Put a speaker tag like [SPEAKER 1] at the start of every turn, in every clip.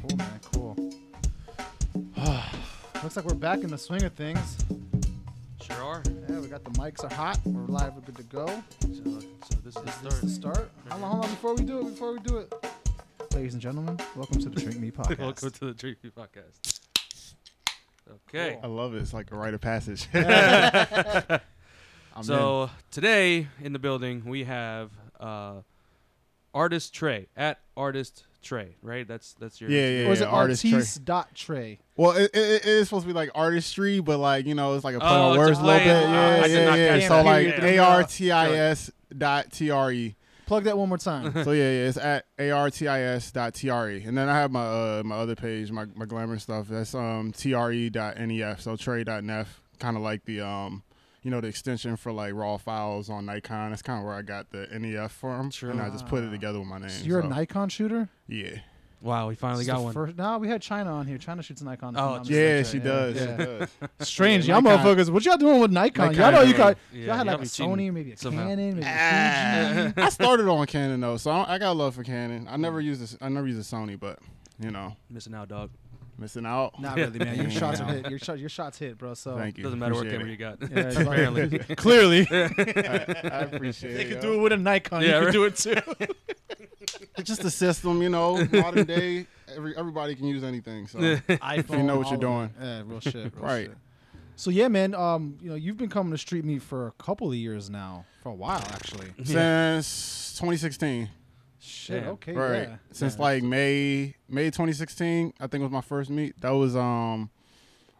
[SPEAKER 1] Cool, man. Cool. Looks like we're back in the swing of things.
[SPEAKER 2] Sure are.
[SPEAKER 1] Yeah, we got the mics are hot. We're live. We're good to go.
[SPEAKER 2] So, so this is the
[SPEAKER 1] Is this the
[SPEAKER 2] start.
[SPEAKER 1] start? Hold on, hold on. Before we do it, before we do it, ladies and gentlemen, welcome to the Drink Me podcast.
[SPEAKER 2] Welcome to the Drink Me Podcast. Okay.
[SPEAKER 3] I love it. It's like a rite of passage. I'm
[SPEAKER 2] so today in the building we have uh, artist Trey at artist Trey, right? That's that's your
[SPEAKER 3] in. yeah, yeah,
[SPEAKER 1] Or is
[SPEAKER 3] yeah.
[SPEAKER 1] it
[SPEAKER 3] Artist Trey.
[SPEAKER 1] artiste dot Trey?
[SPEAKER 3] Well, it, it, it is supposed to be like artistry, but like you know, it's like a play
[SPEAKER 2] Oh,
[SPEAKER 3] on
[SPEAKER 2] it's a
[SPEAKER 3] words a little
[SPEAKER 2] play.
[SPEAKER 3] bit.
[SPEAKER 2] Oh,
[SPEAKER 3] Yeah,
[SPEAKER 2] I did
[SPEAKER 3] yeah,
[SPEAKER 2] not
[SPEAKER 3] yeah.
[SPEAKER 2] catch
[SPEAKER 3] So
[SPEAKER 2] that.
[SPEAKER 3] like
[SPEAKER 1] Period.
[SPEAKER 3] a r t i s dot t r e.
[SPEAKER 1] Plug that one more time.
[SPEAKER 3] So yeah, yeah, it's at a r t i s dot t r e. And then I have my uh, my other page, my my glamour stuff. That's um t r e dot n e f. So Trey dot nef, kind of like the um. You know the extension for like raw files on Nikon. That's kind of where I got the NEF from,
[SPEAKER 2] True.
[SPEAKER 3] and I just put it
[SPEAKER 1] Ah.
[SPEAKER 3] together with my name.
[SPEAKER 1] So you're
[SPEAKER 3] so,
[SPEAKER 1] a Nikon shooter.
[SPEAKER 3] Yeah.
[SPEAKER 2] Wow, we finally
[SPEAKER 1] This is
[SPEAKER 2] got
[SPEAKER 1] the
[SPEAKER 2] one.
[SPEAKER 1] First, no, we had China on here. China shoots Nikon. if
[SPEAKER 2] Oh,
[SPEAKER 1] I'm not
[SPEAKER 3] Yeah, she
[SPEAKER 1] mistaken.
[SPEAKER 3] does. She
[SPEAKER 1] yeah.
[SPEAKER 3] does.
[SPEAKER 1] Strange,
[SPEAKER 3] Yeah,
[SPEAKER 1] y'all
[SPEAKER 3] Nikon.
[SPEAKER 1] motherfuckers. What y'all doing with Nikon?
[SPEAKER 3] Nikon,
[SPEAKER 1] y'all know you
[SPEAKER 3] yeah.
[SPEAKER 1] got
[SPEAKER 2] Yeah,
[SPEAKER 1] y'all had
[SPEAKER 2] y'all
[SPEAKER 1] like a
[SPEAKER 2] be cheating
[SPEAKER 1] Sony, maybe a
[SPEAKER 2] somehow.
[SPEAKER 1] Canon, maybe a Fuji.
[SPEAKER 3] Ah. I started on Canon though, so I, I got love for Canon. I never used a, I never used a Sony, but you know,
[SPEAKER 2] Missing out, dog.
[SPEAKER 3] missing out.
[SPEAKER 1] Not really, man. Your
[SPEAKER 3] Yeah.
[SPEAKER 1] shots are hit. Your shots, your shots hit, bro. So
[SPEAKER 3] Thank you.
[SPEAKER 2] Doesn't matter what
[SPEAKER 3] Appreciate
[SPEAKER 2] camera you got.
[SPEAKER 3] it.
[SPEAKER 1] Yeah, it's like-
[SPEAKER 2] Apparently.
[SPEAKER 1] clearly,
[SPEAKER 3] I, I appreciate it.
[SPEAKER 1] they could
[SPEAKER 3] yo.
[SPEAKER 1] do it with a Nikon. Oh, you
[SPEAKER 2] Yeah,
[SPEAKER 1] could
[SPEAKER 2] right.
[SPEAKER 1] do it too.
[SPEAKER 3] It's just a system, you know. Modern day, every, everybody can use anything. So
[SPEAKER 1] iPhone.
[SPEAKER 3] know what you're
[SPEAKER 1] all of it. Yeah, real shit. real
[SPEAKER 3] Right.
[SPEAKER 1] shit. So yeah, man. Um, you know, you've been coming to Street Meat for a couple of years now, for a while actually.
[SPEAKER 3] since 2016,
[SPEAKER 1] Shit.
[SPEAKER 2] Damn.
[SPEAKER 1] Okay.
[SPEAKER 3] right?
[SPEAKER 1] Yeah.
[SPEAKER 3] Since
[SPEAKER 1] Yeah.
[SPEAKER 3] like May May 2016, I think was my first meet. That was um,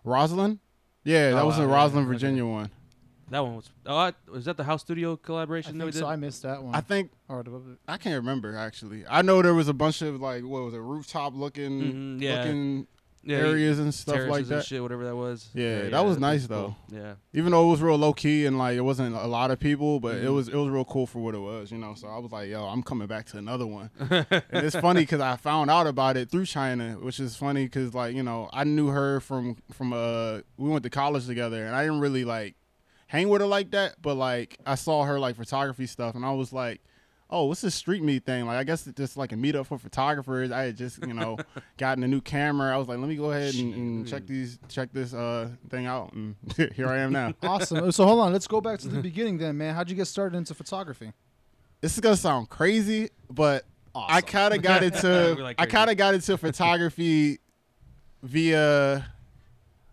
[SPEAKER 3] Roslyn. Yeah, that
[SPEAKER 2] Oh,
[SPEAKER 3] was
[SPEAKER 2] wow,
[SPEAKER 3] the
[SPEAKER 2] yeah,
[SPEAKER 3] Roslyn,
[SPEAKER 2] okay.
[SPEAKER 3] Virginia one.
[SPEAKER 2] that one was. Oh, I, was that the house studio
[SPEAKER 1] I
[SPEAKER 2] collaboration that we
[SPEAKER 1] think so.
[SPEAKER 2] did?
[SPEAKER 1] I missed that one.
[SPEAKER 3] I think
[SPEAKER 1] Or the-
[SPEAKER 3] I can't remember actually. I know there was a bunch of like what was it rooftop looking
[SPEAKER 2] Mhm, yeah.
[SPEAKER 3] looking
[SPEAKER 2] yeah,
[SPEAKER 3] areas and stuff
[SPEAKER 2] terraces
[SPEAKER 3] like
[SPEAKER 2] and
[SPEAKER 3] that.
[SPEAKER 2] shit, whatever that was.
[SPEAKER 3] Yeah, that was nice,
[SPEAKER 2] cool. Yeah.
[SPEAKER 3] Even though it was real low key and like it wasn't a lot of people, but it
[SPEAKER 2] Mhm.
[SPEAKER 3] was it was real cool for what it was, you know. So I was like, yo, I'm coming back to another one. and it's funny because I found out about it through China, which is funny because like you know I knew her from from uh we went to college together, and I didn't really like hang with her like that, but like I saw her like photography stuff, and I was like. Oh, what's this street meet thing? Like, I guess it's just like a meetup for photographers. I had just, you know, gotten a new camera. I was like, let me go ahead and, and check these, check this uh thing out. And here I am now.
[SPEAKER 1] awesome. So hold on. Let's go back to the beginning then, man. How'd you get started into photography?
[SPEAKER 3] this is gonna sound crazy, but I
[SPEAKER 1] Awesome.
[SPEAKER 3] kind of got into
[SPEAKER 2] We like
[SPEAKER 3] I
[SPEAKER 2] crazy.
[SPEAKER 3] kind of got into photography via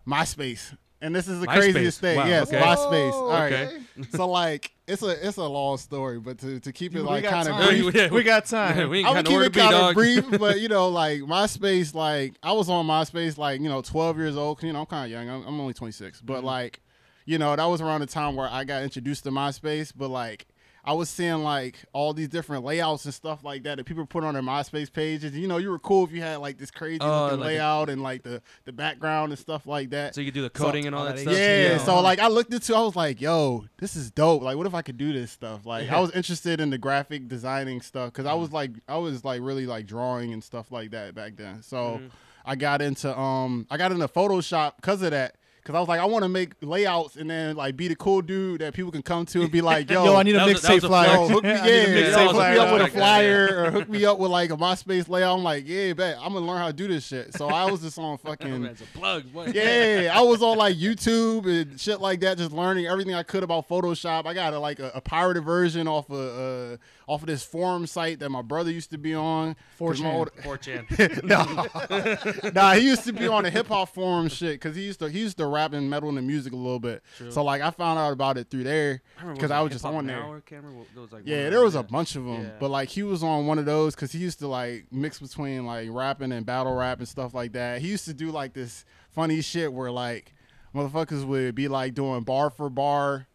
[SPEAKER 3] MySpace, and this is the
[SPEAKER 2] MySpace.
[SPEAKER 3] craziest thing.
[SPEAKER 2] Wow,
[SPEAKER 3] Yes,
[SPEAKER 2] okay.
[SPEAKER 3] MySpace.
[SPEAKER 1] Oh,
[SPEAKER 3] All right.
[SPEAKER 2] okay.
[SPEAKER 3] So like, it's a it's a long story, but to to keep it
[SPEAKER 1] We
[SPEAKER 3] like
[SPEAKER 1] got
[SPEAKER 3] kind of
[SPEAKER 1] time.
[SPEAKER 3] brief,
[SPEAKER 2] Yeah, we-
[SPEAKER 1] We got
[SPEAKER 2] Yeah,
[SPEAKER 1] time.
[SPEAKER 2] we ain't
[SPEAKER 3] I
[SPEAKER 2] got
[SPEAKER 3] would
[SPEAKER 2] nowhere to
[SPEAKER 3] keep it
[SPEAKER 2] be,
[SPEAKER 3] kind
[SPEAKER 2] dog.
[SPEAKER 3] of brief, but you know, like MySpace, like I was on MySpace, like you know, 12 years old. 'cause, You know, I'm kind of young. I'm, I'm only 26, but
[SPEAKER 2] Mm-hmm.
[SPEAKER 3] like, you know, that was around the time where I got introduced to MySpace. But like, I was seeing like all these different layouts and stuff like that that people put on their MySpace pages. You know, you were cool if you had like this crazy
[SPEAKER 2] Oh,
[SPEAKER 3] looking
[SPEAKER 2] like a-
[SPEAKER 3] layout and like the the background and stuff like that.
[SPEAKER 2] So you could do the coding and all
[SPEAKER 1] all
[SPEAKER 2] that
[SPEAKER 1] that
[SPEAKER 2] stuff.
[SPEAKER 3] Yeah,
[SPEAKER 1] Yeah.
[SPEAKER 3] so like I looked into, I was like, "Yo, this is dope! Like, what if I could do this stuff?" Like, I was interested in the graphic designing stuff because I was
[SPEAKER 1] Mm.
[SPEAKER 3] like, I was like really like drawing and stuff like that back then. So
[SPEAKER 1] Mm-hmm.
[SPEAKER 3] I got into um, I got into Photoshop because of that. Because I was like, I want to make layouts and then like be the cool dude that people can come to and be like, "Yo,
[SPEAKER 1] Yo, I need a
[SPEAKER 2] That was a- that
[SPEAKER 1] mixtape
[SPEAKER 2] was a
[SPEAKER 3] Yo,
[SPEAKER 1] flyer.
[SPEAKER 3] hook me,
[SPEAKER 1] I
[SPEAKER 3] yeah,
[SPEAKER 1] need a
[SPEAKER 2] mix
[SPEAKER 3] yeah,
[SPEAKER 2] that
[SPEAKER 1] mixtape
[SPEAKER 2] was
[SPEAKER 3] hook me
[SPEAKER 1] flyer.
[SPEAKER 3] up with a
[SPEAKER 2] like that,
[SPEAKER 3] flyer or hook me up with like a MySpace layout. I'm like, yeah, bet I'm gonna learn how to do this shit. So I was just on fucking
[SPEAKER 2] That's a plug. What?
[SPEAKER 3] yeah, I was on like YouTube and shit like that, just learning everything I could about Photoshop. I got a, like a, a pirated version off of uh, off of this forum site that my brother used to be on. 'Cause my
[SPEAKER 1] 4chan.
[SPEAKER 3] old-
[SPEAKER 2] 4chan.
[SPEAKER 3] nah, he used to be on the hip hop forum shit because he used to he used to rap and metal and the music a little bit.
[SPEAKER 2] True.
[SPEAKER 3] So like I found out about it through there because I was just on there.
[SPEAKER 2] Camera. Well, there was like one
[SPEAKER 3] Yeah,
[SPEAKER 2] of
[SPEAKER 3] there
[SPEAKER 2] them,
[SPEAKER 3] was
[SPEAKER 2] yeah.
[SPEAKER 3] a bunch of them,
[SPEAKER 2] Yeah.
[SPEAKER 3] but like he was on one of those because he used to like mix between like rapping and battle rap and stuff like that. He used to do like this funny shit where like motherfuckers would be like doing bar for bar.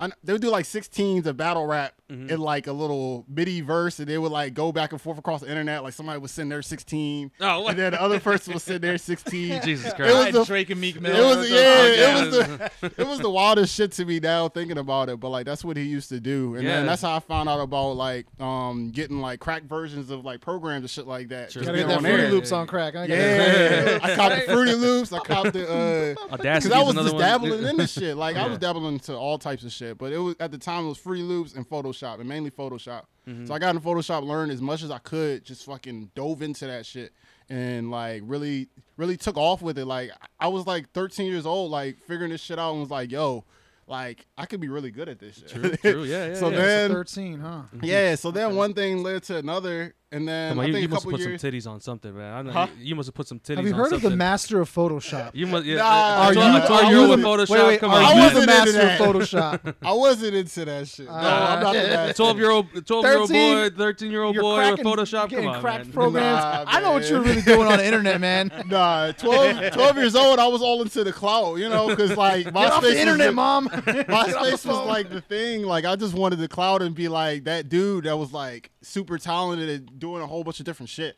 [SPEAKER 3] I, kn- they would do like 16s of battle rap
[SPEAKER 2] Mm-hmm.
[SPEAKER 3] in like a little MIDI verse, and they would like go back and forth across the internet. Like somebody would send their 16,
[SPEAKER 2] Oh, what?
[SPEAKER 3] and then the other person would send their 16.
[SPEAKER 2] Jesus
[SPEAKER 3] It was
[SPEAKER 2] Christ.
[SPEAKER 3] the
[SPEAKER 1] Drake and Meek
[SPEAKER 3] it was yeah, it was
[SPEAKER 2] podcast.
[SPEAKER 3] the it was the wildest shit to me now thinking about it. But like that's what he used to do, and
[SPEAKER 2] Yeah.
[SPEAKER 3] then that's how I found out about like um getting like crack versions of like programs and shit like that.
[SPEAKER 2] Sure.
[SPEAKER 3] Just
[SPEAKER 1] Gotta
[SPEAKER 3] being
[SPEAKER 1] get
[SPEAKER 3] on
[SPEAKER 1] that
[SPEAKER 3] there.
[SPEAKER 1] Fruity Loops on crack. I gotta get that.
[SPEAKER 3] Yeah, I copped the Fruity Loops. I copped the uh,
[SPEAKER 2] Audacity
[SPEAKER 3] because I
[SPEAKER 2] is
[SPEAKER 3] was
[SPEAKER 2] another
[SPEAKER 3] just
[SPEAKER 2] one.
[SPEAKER 3] dabbling in the shit. Like I
[SPEAKER 2] Yeah.
[SPEAKER 3] was dabbling into all types of shit, but it was at the time it was Fruity Loops and Photoshop, and
[SPEAKER 2] Mm-hmm.
[SPEAKER 3] mainly Photoshop. So I got in Photoshop, learned as much as I could, just fucking dove into that shit, and like really really took off with it. Like I was like 13 years old, like figuring this shit out, and was like, yo, like I could be really good at this shit.
[SPEAKER 2] True, true. Yeah, yeah.
[SPEAKER 3] So
[SPEAKER 2] yeah.
[SPEAKER 3] then-
[SPEAKER 1] It's
[SPEAKER 3] And-
[SPEAKER 1] a 13, huh?
[SPEAKER 3] yeah. So then one thing led to another, and then
[SPEAKER 2] Come on,
[SPEAKER 3] I
[SPEAKER 2] you,
[SPEAKER 3] think
[SPEAKER 2] you
[SPEAKER 3] a
[SPEAKER 2] must have
[SPEAKER 3] couple
[SPEAKER 2] put
[SPEAKER 3] years.
[SPEAKER 2] some titties on something, man. I know
[SPEAKER 3] Huh?
[SPEAKER 2] you, you must have put some titties.
[SPEAKER 1] Have you
[SPEAKER 2] on
[SPEAKER 1] heard of
[SPEAKER 2] something.
[SPEAKER 1] the master of Photoshop?
[SPEAKER 2] You must. Yeah,
[SPEAKER 3] Nah,
[SPEAKER 2] that's
[SPEAKER 3] are
[SPEAKER 2] what-
[SPEAKER 3] you-
[SPEAKER 2] that's what
[SPEAKER 3] are
[SPEAKER 2] you're
[SPEAKER 3] you
[SPEAKER 2] with
[SPEAKER 3] the-
[SPEAKER 2] Photoshop?
[SPEAKER 1] Wait, wait,
[SPEAKER 2] Come
[SPEAKER 1] are
[SPEAKER 2] on,
[SPEAKER 1] you
[SPEAKER 2] man.
[SPEAKER 1] the
[SPEAKER 3] into
[SPEAKER 1] master of
[SPEAKER 3] that.
[SPEAKER 1] Photoshop?
[SPEAKER 3] I wasn't into that shit. No,
[SPEAKER 2] Ah.
[SPEAKER 3] I'm not. into that
[SPEAKER 2] Twelve
[SPEAKER 3] shit.
[SPEAKER 2] year old, twelve year old
[SPEAKER 1] 13,
[SPEAKER 2] boy, thirteen year old
[SPEAKER 1] You're
[SPEAKER 2] Oh, boy
[SPEAKER 1] cracking,
[SPEAKER 2] with Photoshop. Come
[SPEAKER 1] getting
[SPEAKER 2] on,
[SPEAKER 1] cracked
[SPEAKER 2] man.
[SPEAKER 1] programs.
[SPEAKER 3] Nah,
[SPEAKER 1] I know what
[SPEAKER 3] man.
[SPEAKER 1] you're really doing on the internet, man. Get
[SPEAKER 3] Nah, 12, 12 years old, I was all into the cloud, you know, because like
[SPEAKER 1] off
[SPEAKER 3] MySpace
[SPEAKER 1] the internet,
[SPEAKER 3] was,
[SPEAKER 1] mom.
[SPEAKER 3] MySpace was like the thing. Like I just wanted the cloud and be like that dude that was like super talented at doing a whole bunch of different shit.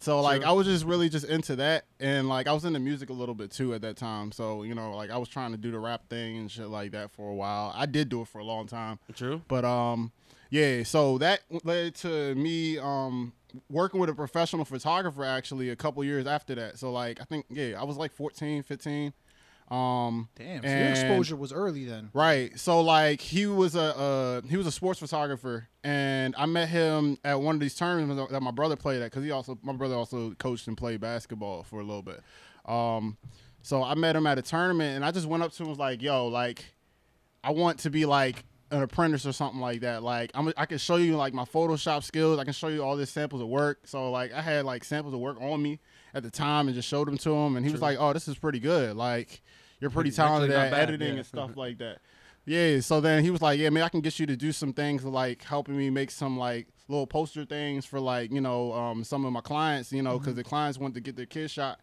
[SPEAKER 3] So like
[SPEAKER 2] True.
[SPEAKER 3] I was just really just into that, and like I was into music a little bit too at that time. So you know, like I was trying to do the rap thing and shit like that for a while. I did do it for a long time.
[SPEAKER 2] True.
[SPEAKER 3] But um, yeah. So that led to me um working with a professional photographer actually a couple years after that. So like I think yeah, I was like 14, 15. Um,
[SPEAKER 1] Damn, so your
[SPEAKER 3] And-
[SPEAKER 1] exposure was early then.
[SPEAKER 3] right. So like he was a uh, he was a sports photographer, and I met him at one of these tournaments that my brother played at because he also my brother also coached and played basketball for a little bit. Um, so I met him at a tournament, and I just went up to him and was like, "Yo, like." I want to be like an apprentice or something like that. Like I'm, I can show you like my Photoshop skills. I can show you all this samples of work. So like I had like samples of work on me at the time and just showed them to him, and he was
[SPEAKER 2] True.
[SPEAKER 3] like, "Oh, this is pretty good. Like you're pretty
[SPEAKER 2] It's actually
[SPEAKER 3] talented
[SPEAKER 2] not
[SPEAKER 3] at
[SPEAKER 2] bad,
[SPEAKER 3] editing
[SPEAKER 2] yeah."
[SPEAKER 3] and stuff like that." Yeah. So then he was like, "Yeah, man, I can get you to do some things like helping me make some like little poster things for like you know um, some of my clients. You know,
[SPEAKER 2] Mm-hmm.
[SPEAKER 3] because the clients want to get their kids shot."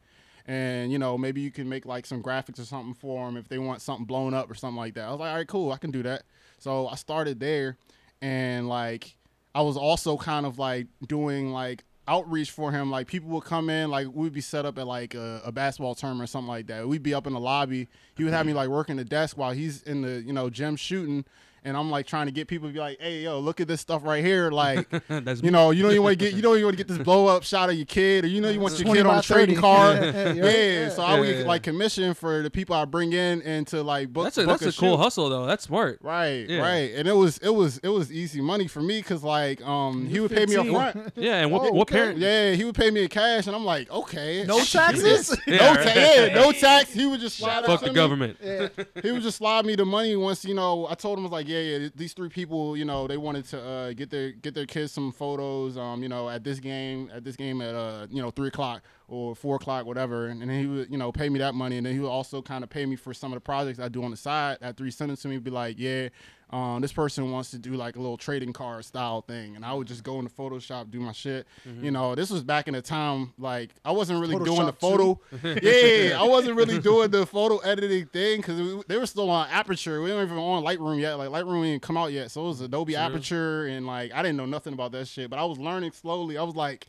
[SPEAKER 3] and you know maybe you can make like some graphics or something for them if they want something blown up or something like that. I was like, all right, cool, I can do that. So I started there, and like I was also kind of like doing like outreach for him. Like people would come in, like we'd be set up at like a, a basketball tournament or something like that. We'd be up in the lobby. He would have me like working the desk while he's in the you know gym shooting. And I'm like trying to get people to be like, hey, yo, look at this stuff right here. Like,
[SPEAKER 2] That's
[SPEAKER 3] you know, you don't even want to get you don't even want to get this blow up shot of your kid, or you know you want your
[SPEAKER 1] 20
[SPEAKER 3] kid on
[SPEAKER 1] by
[SPEAKER 3] a
[SPEAKER 1] 30.
[SPEAKER 3] trading card.
[SPEAKER 1] Yeah,
[SPEAKER 3] yeah,
[SPEAKER 1] yeah,
[SPEAKER 3] so I would
[SPEAKER 2] yeah,
[SPEAKER 3] get
[SPEAKER 2] yeah.
[SPEAKER 3] like commission for the people I bring in and to like book.
[SPEAKER 2] that's a
[SPEAKER 3] book
[SPEAKER 2] that's a cool hustle though. That's smart.
[SPEAKER 3] Right,
[SPEAKER 2] Yeah.
[SPEAKER 3] right, and it was it was it was easy money for me because like um he would pay me up
[SPEAKER 1] 15.
[SPEAKER 3] front.
[SPEAKER 2] Yeah, and what
[SPEAKER 1] Oh,
[SPEAKER 2] what
[SPEAKER 1] okay.
[SPEAKER 2] parent?
[SPEAKER 3] Yeah, he would pay me in cash, and I'm like, okay,
[SPEAKER 1] No taxes?
[SPEAKER 3] no
[SPEAKER 2] Yeah,
[SPEAKER 3] tax,
[SPEAKER 2] right.
[SPEAKER 3] yeah, no tax. He would just slide.
[SPEAKER 2] Fuck
[SPEAKER 3] out
[SPEAKER 2] the
[SPEAKER 3] to me
[SPEAKER 2] government.
[SPEAKER 3] he would just slide me the money once you know i told him I was like yeah yeah these three people you know they wanted to uh, get their get their kids some photos um you know at this game at this game at uh you know three o'clock or four o'clock whatever and, then he would you know pay me that money and then he would also kind of pay me for some of the projects i do on the side after he sent it to me be like yeah um, this person wants to do like a little trading card style thing, and I would just go into Photoshop, do my shit. You know, this was back in the time like I wasn't really doing the
[SPEAKER 1] Photoshop
[SPEAKER 3] photo yeah, I wasn't really doing the photo editing thing because they were still on Aperture. We weren't even on Lightroom yet. Like Lightroom didn't come out yet, so it was Adobe
[SPEAKER 2] True.
[SPEAKER 3] Aperture, and like I didn't know nothing about that shit. But I was learning slowly. I was like,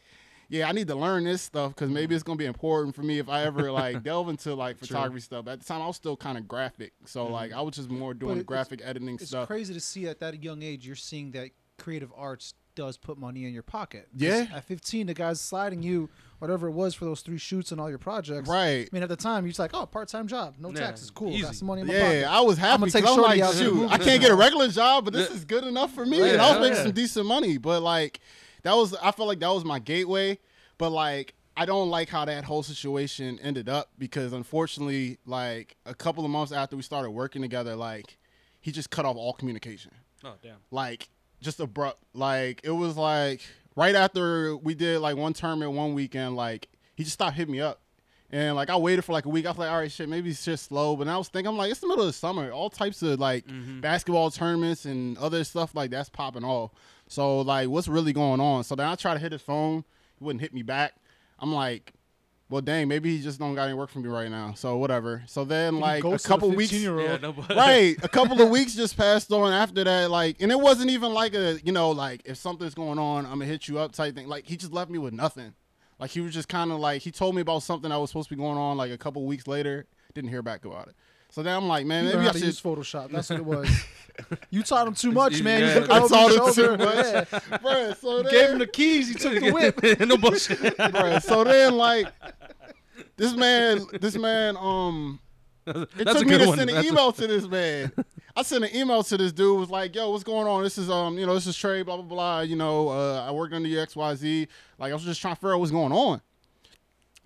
[SPEAKER 3] yeah, I need to learn this stuff because maybe it's gonna be important for me if I ever like delve into like photography stuff. But at the time, I was still kind of graphic, so like I was just more doing
[SPEAKER 1] Mm-hmm. it's-
[SPEAKER 3] graphic editing
[SPEAKER 1] It's
[SPEAKER 3] stuff.
[SPEAKER 1] crazy to see at that young age you're seeing that creative arts does put money in your pocket. 'Cause
[SPEAKER 3] Yeah.
[SPEAKER 1] At 15, the guy's sliding you whatever it was for those three shoots and all your projects.
[SPEAKER 3] Right.
[SPEAKER 1] I mean, at the time, you're just like, oh, part time job, no
[SPEAKER 2] Yeah,
[SPEAKER 1] taxes, cool,
[SPEAKER 2] easy.
[SPEAKER 1] got some money in my
[SPEAKER 3] Yeah,
[SPEAKER 1] pocket.
[SPEAKER 3] I was happy
[SPEAKER 1] I'ma
[SPEAKER 3] because
[SPEAKER 1] take
[SPEAKER 3] I'm
[SPEAKER 1] Shorty
[SPEAKER 3] like,
[SPEAKER 1] out to the
[SPEAKER 3] shoot,
[SPEAKER 1] movies.
[SPEAKER 3] I can't get a regular job, but this is good enough for me, and I
[SPEAKER 2] Yeah.
[SPEAKER 3] was making
[SPEAKER 2] Yeah.
[SPEAKER 3] some decent money. But like, that was I felt like that was my gateway. But like, I don't like how that whole situation ended up because unfortunately, like a couple of months after we started working together, like he just cut off all communication
[SPEAKER 2] Oh damn.
[SPEAKER 3] like just abrupt. Like it was like right after we did like one tournament one weekend, like he just stopped hitting me up. And like I waited for like a week. I was like, all right, shit, maybe it's just slow. But then I was thinking, I'm like, it's the middle of the summer. All types of like basketball tournaments and other stuff like that's popping off. So like, what's really going on? So then I try to hit his phone. He wouldn't hit me back. I'm like, well, dang, maybe he just don't got any work for me right now. So whatever. So then like a couple weeks,
[SPEAKER 2] Yeah, no, but-
[SPEAKER 3] right a couple of weeks just passed on after that like and it wasn't even like a you know like if something's going on i'm gonna hit you up type thing like he just left me with nothing like he was just kind of like he told me about something that was supposed to be going on like a couple weeks later didn't hear back about it so then i'm like man
[SPEAKER 1] Maybe
[SPEAKER 3] maybe
[SPEAKER 1] how
[SPEAKER 3] i
[SPEAKER 1] to
[SPEAKER 3] should
[SPEAKER 1] use Photoshop. That's what it was. you taught him too much, man.
[SPEAKER 2] yeah.
[SPEAKER 1] You took
[SPEAKER 3] I
[SPEAKER 1] over
[SPEAKER 3] taught
[SPEAKER 1] your
[SPEAKER 3] him too
[SPEAKER 1] shoulder.
[SPEAKER 3] much.
[SPEAKER 1] Yeah.
[SPEAKER 3] Bruh, so
[SPEAKER 1] Gave
[SPEAKER 3] then-
[SPEAKER 1] him the keys. He took the whip.
[SPEAKER 2] no bullshit.
[SPEAKER 3] bruh, so then like this man this man um It
[SPEAKER 2] That's a
[SPEAKER 3] took me
[SPEAKER 2] good
[SPEAKER 3] to
[SPEAKER 2] one.
[SPEAKER 3] send an
[SPEAKER 2] That's a-
[SPEAKER 3] email to this man. I sent an email to this dude. Was like, "Yo, what's going on? This is um, you know, this is Trey. Blah blah blah. You know, uh, I worked under you X Y Z. Like, I was just trying to figure out what's going on."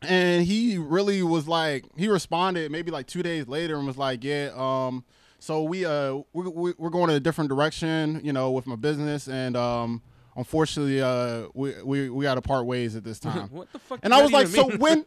[SPEAKER 3] and he really was like he responded maybe like two days later and was like yeah um so we uh we, we, we're going in a different direction you know with my business and um unfortunately uh we we, we got to part ways at this time
[SPEAKER 2] what the fuck?
[SPEAKER 3] and
[SPEAKER 2] does
[SPEAKER 3] i was
[SPEAKER 2] that
[SPEAKER 3] like
[SPEAKER 2] even mean?"
[SPEAKER 3] so when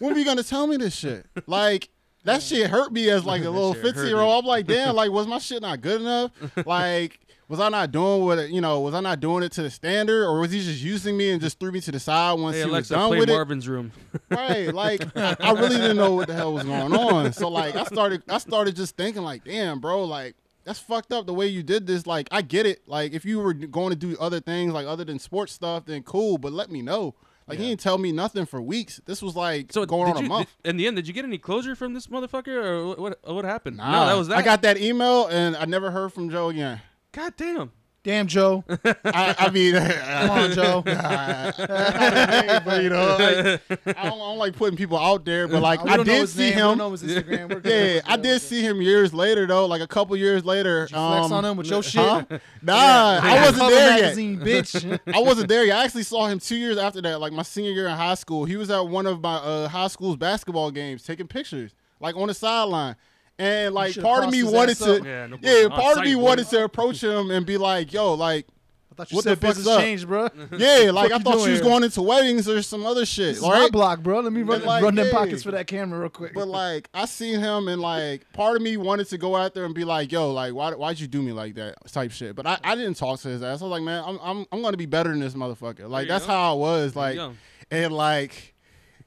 [SPEAKER 3] when were you gonna tell me this shit like that shit hurt me as like a
[SPEAKER 2] That
[SPEAKER 3] little
[SPEAKER 2] shit hurt
[SPEAKER 3] 15 year old i'm like damn like was my shit not good enough like was i not doing what it- you know was i not doing it to the standard or was he just using me and just threw me to the side once
[SPEAKER 2] Hey
[SPEAKER 3] he was
[SPEAKER 2] Alexa,
[SPEAKER 3] done
[SPEAKER 2] play
[SPEAKER 3] with it
[SPEAKER 2] Marvin's room.
[SPEAKER 3] Right, like I, I really didn't know what the hell was going on. So like I started I started just thinking like, damn, bro, like that's fucked up the way you did this. Like I get it. Like if you were going to do other things like other than sports stuff, then cool, but let me know. Like he didn't tell me nothing for weeks. This was like
[SPEAKER 2] So
[SPEAKER 3] going
[SPEAKER 2] did
[SPEAKER 3] on
[SPEAKER 2] you,
[SPEAKER 3] a month.
[SPEAKER 2] did- in the end, did you get any closure from this motherfucker, or what? What, what happened?
[SPEAKER 3] Nah.
[SPEAKER 2] no, that was that.
[SPEAKER 3] I got that email and I never heard from Joe again.
[SPEAKER 2] God damn.
[SPEAKER 1] Damn, Joe. Come
[SPEAKER 3] I, I mean,
[SPEAKER 1] on, Joe.
[SPEAKER 3] but, you know, like, I, don't, I don't like putting people out there, but like
[SPEAKER 1] Uh, We
[SPEAKER 3] I
[SPEAKER 1] don't know
[SPEAKER 3] did
[SPEAKER 1] his
[SPEAKER 3] see
[SPEAKER 1] name. We
[SPEAKER 3] him.
[SPEAKER 1] don't know his Instagram. We're good.
[SPEAKER 3] Yeah, I did see him years later though, like a couple years later.
[SPEAKER 1] You flex
[SPEAKER 3] um,
[SPEAKER 1] on him with your shit.
[SPEAKER 3] Huh? Nah, I wasn't
[SPEAKER 1] Cover
[SPEAKER 3] there yet.
[SPEAKER 1] magazine, bitch.
[SPEAKER 3] I wasn't there yet. I actually saw him two years after that, like my senior year in high school. He was at one of my uh, high school's basketball games taking pictures, like on the sideline. And like
[SPEAKER 1] should've
[SPEAKER 3] part of
[SPEAKER 1] crossed
[SPEAKER 3] me
[SPEAKER 1] his
[SPEAKER 3] wanted
[SPEAKER 1] ass
[SPEAKER 3] to,
[SPEAKER 1] up.
[SPEAKER 2] Yeah, no
[SPEAKER 3] yeah,
[SPEAKER 2] question.
[SPEAKER 3] part of
[SPEAKER 2] On
[SPEAKER 3] me
[SPEAKER 2] site, boy.
[SPEAKER 3] wanted to approach him and be like, "Yo, like,
[SPEAKER 1] I thought you
[SPEAKER 3] What the
[SPEAKER 1] said
[SPEAKER 3] fuck's
[SPEAKER 1] business
[SPEAKER 3] up?
[SPEAKER 1] changed, bro.
[SPEAKER 3] yeah, like
[SPEAKER 1] fuck
[SPEAKER 3] I
[SPEAKER 1] you
[SPEAKER 3] thought
[SPEAKER 1] doing
[SPEAKER 3] she was
[SPEAKER 1] here?
[SPEAKER 3] going into weddings or some other shit,
[SPEAKER 1] This is
[SPEAKER 3] all
[SPEAKER 1] my
[SPEAKER 3] right?"
[SPEAKER 1] block, bro. Let me run,
[SPEAKER 3] But, like,
[SPEAKER 1] run them
[SPEAKER 3] yeah.
[SPEAKER 1] pockets for that camera real quick.
[SPEAKER 3] But like I seen him and like part of me wanted to go out there and be like, yo, like why why'd you do me like that type shit. But I, I didn't talk to his ass. I was like, man, I'm I'm I'm gonna be better than this motherfucker. Like
[SPEAKER 2] you
[SPEAKER 3] that's
[SPEAKER 2] go.
[SPEAKER 3] how I was.
[SPEAKER 2] There
[SPEAKER 3] Like
[SPEAKER 2] you
[SPEAKER 3] and like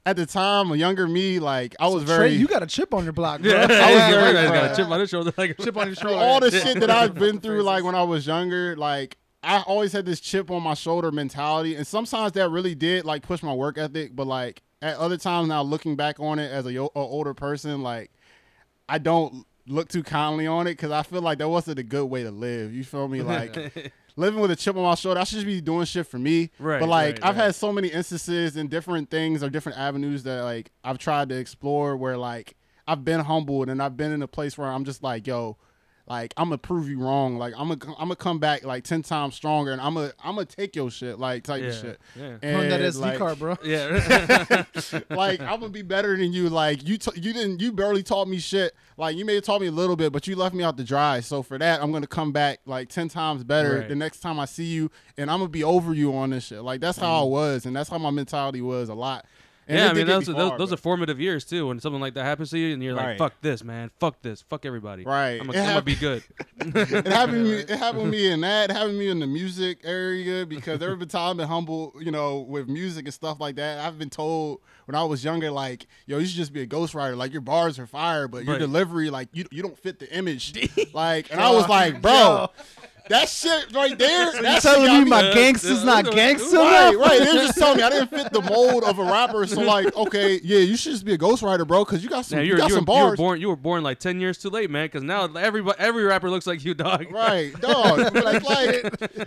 [SPEAKER 3] at the time, a younger me, like I was
[SPEAKER 1] Trey,
[SPEAKER 3] very
[SPEAKER 1] you got a chip on your block, bro.
[SPEAKER 2] Yeah,
[SPEAKER 3] I was very
[SPEAKER 2] everybody's got
[SPEAKER 3] proud.
[SPEAKER 2] a chip on his shoulder. Like,
[SPEAKER 1] chip on your
[SPEAKER 3] for
[SPEAKER 1] shoulder.
[SPEAKER 3] all the shit that I've been through, like when I was younger, like I always had this chip on my shoulder mentality, and sometimes that really did like push my work ethic. But like at other times now, looking back on it as a, yo- a older person, like I don't look too kindly on it because I feel like that wasn't a good way to live. You feel me? Like. Living with a chip on my shoulder, I should be doing shit for me.
[SPEAKER 2] Right,
[SPEAKER 3] But like,
[SPEAKER 2] right,
[SPEAKER 3] I've
[SPEAKER 2] right.
[SPEAKER 3] had so many instances and different things or different avenues that like I've tried to explore where like I've been humbled and I've been in a place where I'm just like, yo, like I'm gonna prove you wrong. Like I'm gonna I'm gonna come back like ten times stronger, and I'm gonna I'm gonna take your shit like type
[SPEAKER 2] yeah,
[SPEAKER 3] of shit.
[SPEAKER 2] yeah.
[SPEAKER 3] And
[SPEAKER 1] Run that SD
[SPEAKER 3] like,
[SPEAKER 1] card, bro.
[SPEAKER 2] yeah.
[SPEAKER 3] like I'm gonna be better than you. Like you t- you didn't you barely taught me shit. Like you may have taught me a little bit, but you left me out to dry. So for that, I'm gonna come back like ten times better
[SPEAKER 2] Right.
[SPEAKER 3] the next time I see you, and I'm gonna be over you on this shit. Like that's how I was, and that's how my mentality was a lot. And
[SPEAKER 2] Mm-hmm. yeah,
[SPEAKER 3] it
[SPEAKER 2] I
[SPEAKER 3] did
[SPEAKER 2] mean,
[SPEAKER 3] get
[SPEAKER 2] those,
[SPEAKER 3] me
[SPEAKER 2] those,
[SPEAKER 3] far,
[SPEAKER 2] those
[SPEAKER 3] but-
[SPEAKER 2] are formative years too. When something like that happens to you, and you're
[SPEAKER 3] Right.
[SPEAKER 2] like, "Fuck this, man! Fuck this! Fuck everybody!
[SPEAKER 3] Right.
[SPEAKER 2] I'm
[SPEAKER 3] It
[SPEAKER 2] gonna I'm gonna
[SPEAKER 3] hap-
[SPEAKER 2] be good."
[SPEAKER 3] it happened. to me- It happened to me in that. It happened to me in the music area because there have been times I've been humble, you know, with music and stuff like that. I've been told when I was younger, like, yo, you should just be a ghostwriter. Like your bars are fire, but your
[SPEAKER 2] Right.
[SPEAKER 3] delivery, like, you you don't fit the image. like, and I was like, bro, that shit right there. That's
[SPEAKER 1] telling me my
[SPEAKER 2] Yeah,
[SPEAKER 1] gangster's
[SPEAKER 2] yeah,
[SPEAKER 1] not
[SPEAKER 2] yeah.
[SPEAKER 1] gangster
[SPEAKER 3] Right,
[SPEAKER 1] enough?
[SPEAKER 3] right. They were just telling me I didn't fit the mold of a rapper. So like, okay, yeah, you should just be a ghostwriter, bro, because you got some,
[SPEAKER 2] Yeah,
[SPEAKER 3] you
[SPEAKER 2] you, were,
[SPEAKER 3] got
[SPEAKER 2] you,
[SPEAKER 3] some
[SPEAKER 2] were, you were
[SPEAKER 3] bars.
[SPEAKER 2] born you were born like ten years too late, man. Because now everybody every rapper looks like you, dog.
[SPEAKER 3] Right, dog. like, like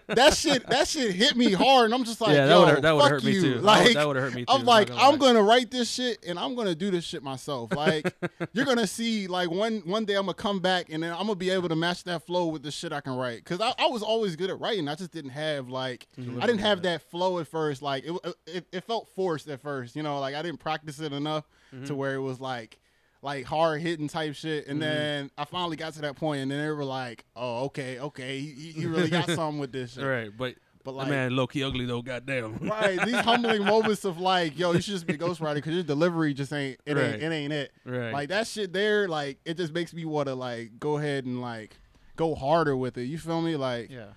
[SPEAKER 3] that shit. That shit hit me hard, and I'm just like,
[SPEAKER 2] Yeah, that
[SPEAKER 3] yo,
[SPEAKER 2] would've- that would've
[SPEAKER 3] fuck
[SPEAKER 2] hurt me
[SPEAKER 3] you.
[SPEAKER 2] too. That would-
[SPEAKER 3] Like,
[SPEAKER 2] that would've hurt me too,
[SPEAKER 3] I'm
[SPEAKER 2] I'm
[SPEAKER 3] like,
[SPEAKER 2] not gonna
[SPEAKER 3] I'm
[SPEAKER 2] lie.
[SPEAKER 3] gonna write this shit, and I'm gonna do this shit myself. Like, you're gonna see, like, one one day I'm gonna come back, and then I'm gonna be able to match that flow with the shit I can write. Cause I, I was always good at writing. I just didn't have like, I didn't have that flow at first. Like, it it, it felt forced at first. You know, like I didn't practice it enough
[SPEAKER 2] Mm-hmm.
[SPEAKER 3] to where it was like like hard hitting type shit. And then I finally got to that point, and then they were like, "Oh, okay, okay, you, you really got something with this shit."
[SPEAKER 2] Right, but
[SPEAKER 3] But
[SPEAKER 2] but
[SPEAKER 3] like-
[SPEAKER 2] man, low key ugly though. Goddamn.
[SPEAKER 3] Right, these humbling moments of like, yo, you should just be a ghostwriter because your delivery just ain't it ain't
[SPEAKER 2] Right.
[SPEAKER 3] it ain't it.
[SPEAKER 2] Right.
[SPEAKER 3] Like that shit there, like it just makes me want to like go ahead and like go harder with it. You feel me? Like,
[SPEAKER 1] Yeah.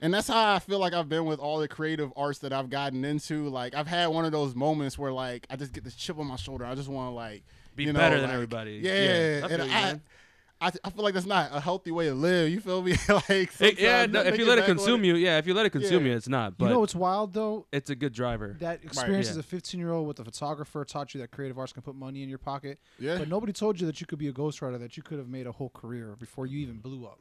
[SPEAKER 3] and that's how I feel like I've been with all the creative arts that I've gotten into. Like I've had one of those moments where like I just get this chip on my shoulder. I just want to like
[SPEAKER 2] Be
[SPEAKER 3] you know,
[SPEAKER 2] better than
[SPEAKER 3] like,
[SPEAKER 2] everybody.
[SPEAKER 3] Yeah,
[SPEAKER 2] Yeah, I
[SPEAKER 3] and
[SPEAKER 2] feel you,
[SPEAKER 3] I,
[SPEAKER 2] man.
[SPEAKER 3] I, I feel like that's not a healthy way to live. You feel me? like
[SPEAKER 2] It- yeah, no, if you let it consume
[SPEAKER 3] you,
[SPEAKER 2] you, yeah, if you let it consume
[SPEAKER 3] Yeah.
[SPEAKER 2] you, it's not.
[SPEAKER 1] You
[SPEAKER 2] But
[SPEAKER 1] know what's wild though?
[SPEAKER 2] it's a good driver.
[SPEAKER 1] That experience
[SPEAKER 2] yeah.
[SPEAKER 1] as a 15 year old with a photographer taught you that creative arts can put money in your pocket.
[SPEAKER 3] Yeah.
[SPEAKER 1] But nobody told you that you could be a ghostwriter, that you could have made a whole career before you even blew up.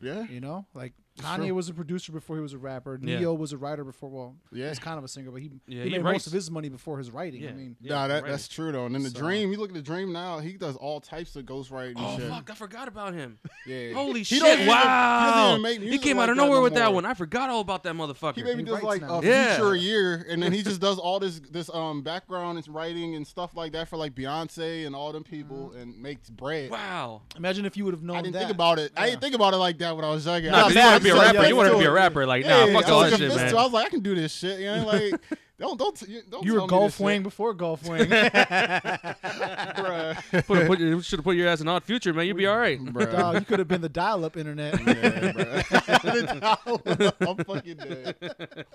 [SPEAKER 3] yeah,
[SPEAKER 1] You know, like Kanye
[SPEAKER 3] true.
[SPEAKER 1] was a producer before he was a rapper.
[SPEAKER 2] Yeah.
[SPEAKER 1] Neo was a writer before. Well,
[SPEAKER 3] Yeah.
[SPEAKER 1] he's kind of a singer, but he,
[SPEAKER 2] Yeah,
[SPEAKER 1] he,
[SPEAKER 2] he
[SPEAKER 1] made
[SPEAKER 2] writes.
[SPEAKER 1] most of his money before his writing.
[SPEAKER 2] Yeah.
[SPEAKER 1] I mean,
[SPEAKER 2] Yeah,
[SPEAKER 3] nah, that,
[SPEAKER 2] right.
[SPEAKER 3] that's true though. And then the
[SPEAKER 1] So-
[SPEAKER 3] dream, you look at the dream now. He does all types of ghostwriting.
[SPEAKER 2] Oh
[SPEAKER 3] and shit.
[SPEAKER 2] fuck! I forgot about him.
[SPEAKER 3] Yeah.
[SPEAKER 2] Holy
[SPEAKER 3] He
[SPEAKER 2] shit!
[SPEAKER 3] don't even- he doesn't
[SPEAKER 2] wow!
[SPEAKER 3] even make
[SPEAKER 2] He
[SPEAKER 3] music
[SPEAKER 2] came out
[SPEAKER 3] like
[SPEAKER 2] of nowhere
[SPEAKER 3] no
[SPEAKER 2] with that
[SPEAKER 3] more.
[SPEAKER 2] one. I forgot all about that motherfucker.
[SPEAKER 3] He maybe
[SPEAKER 1] He
[SPEAKER 3] does
[SPEAKER 1] writes
[SPEAKER 3] like
[SPEAKER 1] now.
[SPEAKER 3] a
[SPEAKER 2] Yeah.
[SPEAKER 3] feature a year, and then he just does all this this um background and writing and stuff like that for like Beyonce and all them people, and makes bread.
[SPEAKER 2] Mm-hmm. wow!
[SPEAKER 1] imagine if you would have known
[SPEAKER 3] I didn't
[SPEAKER 1] that.
[SPEAKER 3] think about it. I
[SPEAKER 1] Yeah.
[SPEAKER 3] didn't think about it like that when I was younger.
[SPEAKER 2] Nah,
[SPEAKER 3] I
[SPEAKER 2] 'cause
[SPEAKER 3] was
[SPEAKER 2] you
[SPEAKER 1] mad.
[SPEAKER 2] want to be a
[SPEAKER 1] So, yeah,
[SPEAKER 3] like,
[SPEAKER 2] rapper. You want to be
[SPEAKER 3] do
[SPEAKER 2] a
[SPEAKER 3] it.
[SPEAKER 2] rapper. Like,
[SPEAKER 3] Yeah,
[SPEAKER 2] nah, fuck
[SPEAKER 3] I
[SPEAKER 2] all that
[SPEAKER 3] was like,
[SPEAKER 2] shit,
[SPEAKER 3] this
[SPEAKER 2] man.
[SPEAKER 3] too. I was like, I can do this shit. You know, like don't don't you- don't.
[SPEAKER 1] You were
[SPEAKER 3] tell me
[SPEAKER 1] golf
[SPEAKER 3] this shit,
[SPEAKER 1] wing before golf wing.
[SPEAKER 3] bruh.
[SPEAKER 2] Put, put, you should have put your ass in Odd Future, man. You'd be all right.
[SPEAKER 1] Dog, you could have been the dial-up internet.
[SPEAKER 3] Yeah, bruh. I'm fucking dead.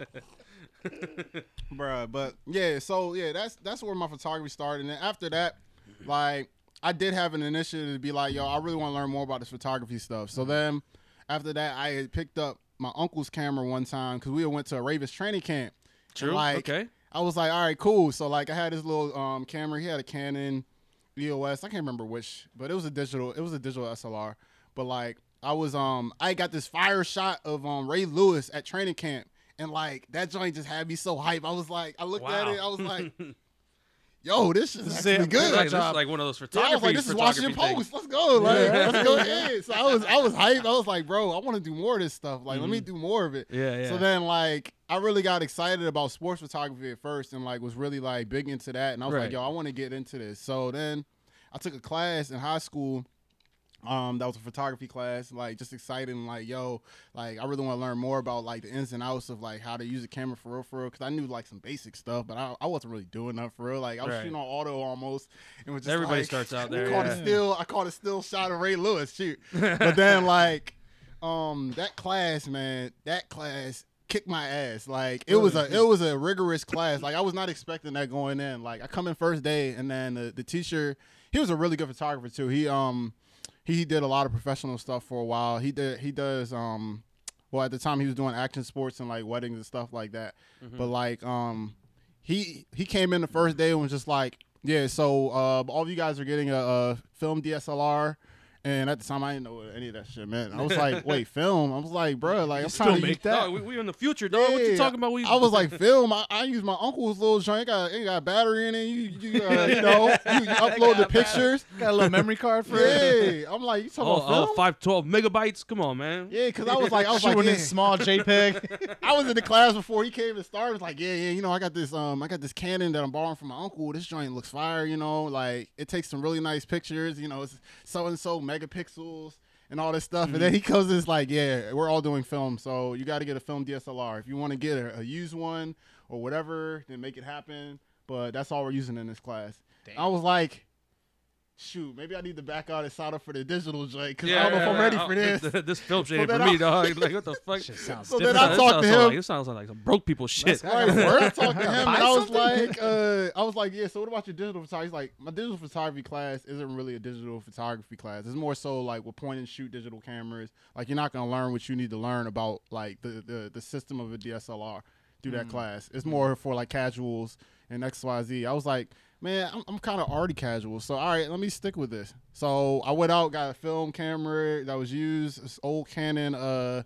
[SPEAKER 3] Bruh, but yeah, so yeah, that's that's where my photography started. And then after that, like I did have an initiative to be like, yo, I really want to learn more about this photography stuff. So then after that, I had picked up my uncle's camera one time because we went to a Ravens training camp. And,
[SPEAKER 2] True.
[SPEAKER 3] like,
[SPEAKER 2] okay.
[SPEAKER 3] I was like, all right, cool. So like I had this little um camera. He had a Canon EOS. I can't remember which, but it was a digital. It was a digital SLR. But like I was um I got this fire shot of um Ray Lewis at training camp, and like that joint just had me so hype. I was like, I looked at
[SPEAKER 2] Wow.
[SPEAKER 3] it. I was like, yo, this is
[SPEAKER 1] is
[SPEAKER 3] actually
[SPEAKER 1] it.
[SPEAKER 3] good.
[SPEAKER 2] Like, this is
[SPEAKER 1] job.
[SPEAKER 2] like one of those
[SPEAKER 3] Yeah, I
[SPEAKER 2] photography.
[SPEAKER 3] was like, this is Washington
[SPEAKER 2] photography things.
[SPEAKER 3] Post. Let's go. Like,
[SPEAKER 1] Yeah.
[SPEAKER 3] let's go ahead. So I was, I was hyped. I was like, bro, I want to do more of this stuff. Like, let me do more of it.
[SPEAKER 2] Yeah, yeah.
[SPEAKER 3] So then, like, I really got excited about sports photography at first, and like was really like big into that. And I was
[SPEAKER 2] Right.
[SPEAKER 3] like, yo, I want to get into this. So then, I took a class in high school. Um, that was a photography class. Like, just excited and like, yo, like, I really want to learn more about like the ins and outs of like how to use a camera for real, for real. Because I knew like some basic stuff, but I, I wasn't really doing that for real. Like, I was
[SPEAKER 2] Right.
[SPEAKER 3] shooting on auto almost. And was just
[SPEAKER 2] Everybody
[SPEAKER 3] like-
[SPEAKER 2] starts out
[SPEAKER 3] we
[SPEAKER 2] there,
[SPEAKER 3] Caught
[SPEAKER 2] yeah.
[SPEAKER 3] a still, I caught a still shot of Ray Lewis. Shoot, but then like, um, that class, man, that class kicked my ass. Like it was a it was a rigorous class. Like I was not expecting that going in. Like I come in first day, and then the, the teacher, he was a really good photographer too. He um, he did a lot of professional stuff for a while. He did he does um well at the time he was doing action sports and like weddings and stuff like that
[SPEAKER 1] Mm-hmm.
[SPEAKER 3] but like um he he came in the first day and was just like yeah so uh all of you guys are getting a, a film dslr and at the time i didn't know what any of that shit meant i was like wait film i was like bro like i'm
[SPEAKER 1] still
[SPEAKER 3] trying to
[SPEAKER 1] make
[SPEAKER 3] make
[SPEAKER 1] that?
[SPEAKER 2] Dog, we, we in the future, dog. what you talking about? We,
[SPEAKER 3] I was like, film. I, I use my uncle's little joint. It got, it got battery in it. You, you, uh, you know, you, you upload the pictures.
[SPEAKER 1] Got a little memory card for it.
[SPEAKER 3] Yeah, I'm like, you talking
[SPEAKER 2] oh,
[SPEAKER 3] about film?
[SPEAKER 2] oh, 512 megabytes. Come on, man.
[SPEAKER 3] Yeah, because I was like, I was
[SPEAKER 1] Shooting
[SPEAKER 3] like,
[SPEAKER 1] in
[SPEAKER 3] yeah.
[SPEAKER 1] small JPEG.
[SPEAKER 3] I was in the class before he came and started. I was like, yeah, yeah, you know, I got this, um, I got this Canon that I'm borrowing from my uncle. This joint looks fire, you know, like it takes some really nice pictures. You know, it's so and so megapixels and all this stuff. And then he comes and it's like, yeah, we're all doing film, so you got to get a film DSLR if you want to get a, a used one or whatever. Then make it happen. But that's all we're using in this class. I was like. Shoot, maybe I need to back out and sign up for the digital joint because I don't know if I'm ready for this.
[SPEAKER 2] this film shit
[SPEAKER 3] So
[SPEAKER 2] ain't
[SPEAKER 3] then
[SPEAKER 2] for
[SPEAKER 3] I-
[SPEAKER 2] me, dog. Like, what the fuck?
[SPEAKER 1] sounds
[SPEAKER 3] So
[SPEAKER 2] This
[SPEAKER 3] then
[SPEAKER 2] sounds- this
[SPEAKER 3] I talked
[SPEAKER 2] sounds
[SPEAKER 3] to
[SPEAKER 2] like-
[SPEAKER 3] him.
[SPEAKER 2] This sounds like some broke people shit.
[SPEAKER 3] Right, word talk to him. And
[SPEAKER 1] Buy
[SPEAKER 3] I was
[SPEAKER 1] something?
[SPEAKER 3] like, uh, I was like, yeah. So what about your digital photography? He's like, my digital photography class isn't really a digital photography class. It's more so like we're point and shoot digital cameras. Like you're not gonna learn what you need to learn about like the the, the system of a DSLR through
[SPEAKER 1] Mm.
[SPEAKER 3] that class. It's more for like casuals and X Y Z. I was like, man, I'm, I'm kind of already casual. So all right, let me stick with this. So I went out, got a film camera that was used, this old Canon. Uh,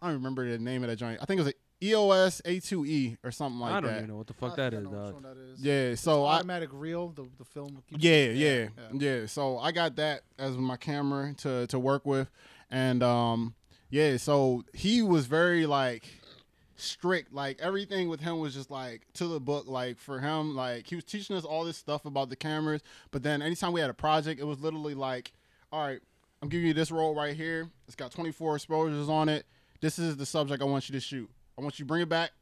[SPEAKER 3] I don't remember the name of that joint. I think it was a EOS A2E or something like
[SPEAKER 2] I don't
[SPEAKER 3] that.
[SPEAKER 2] even know what the fuck that is, dog.
[SPEAKER 3] Yeah, so I
[SPEAKER 1] automatic reel. The the film. keeps-
[SPEAKER 3] yeah, yeah,
[SPEAKER 1] yeah.
[SPEAKER 3] yeah, So I got that as my camera to to work with, and um, yeah. So he was very like strict. Like everything with him was just like to the book. Like for him, like he was teaching us all this stuff about the cameras. But then anytime we had a project, it was literally like, all right, I'm giving you this roll right here. It's got 24 exposures on it. This is the subject I want you to shoot. I want you to bring it back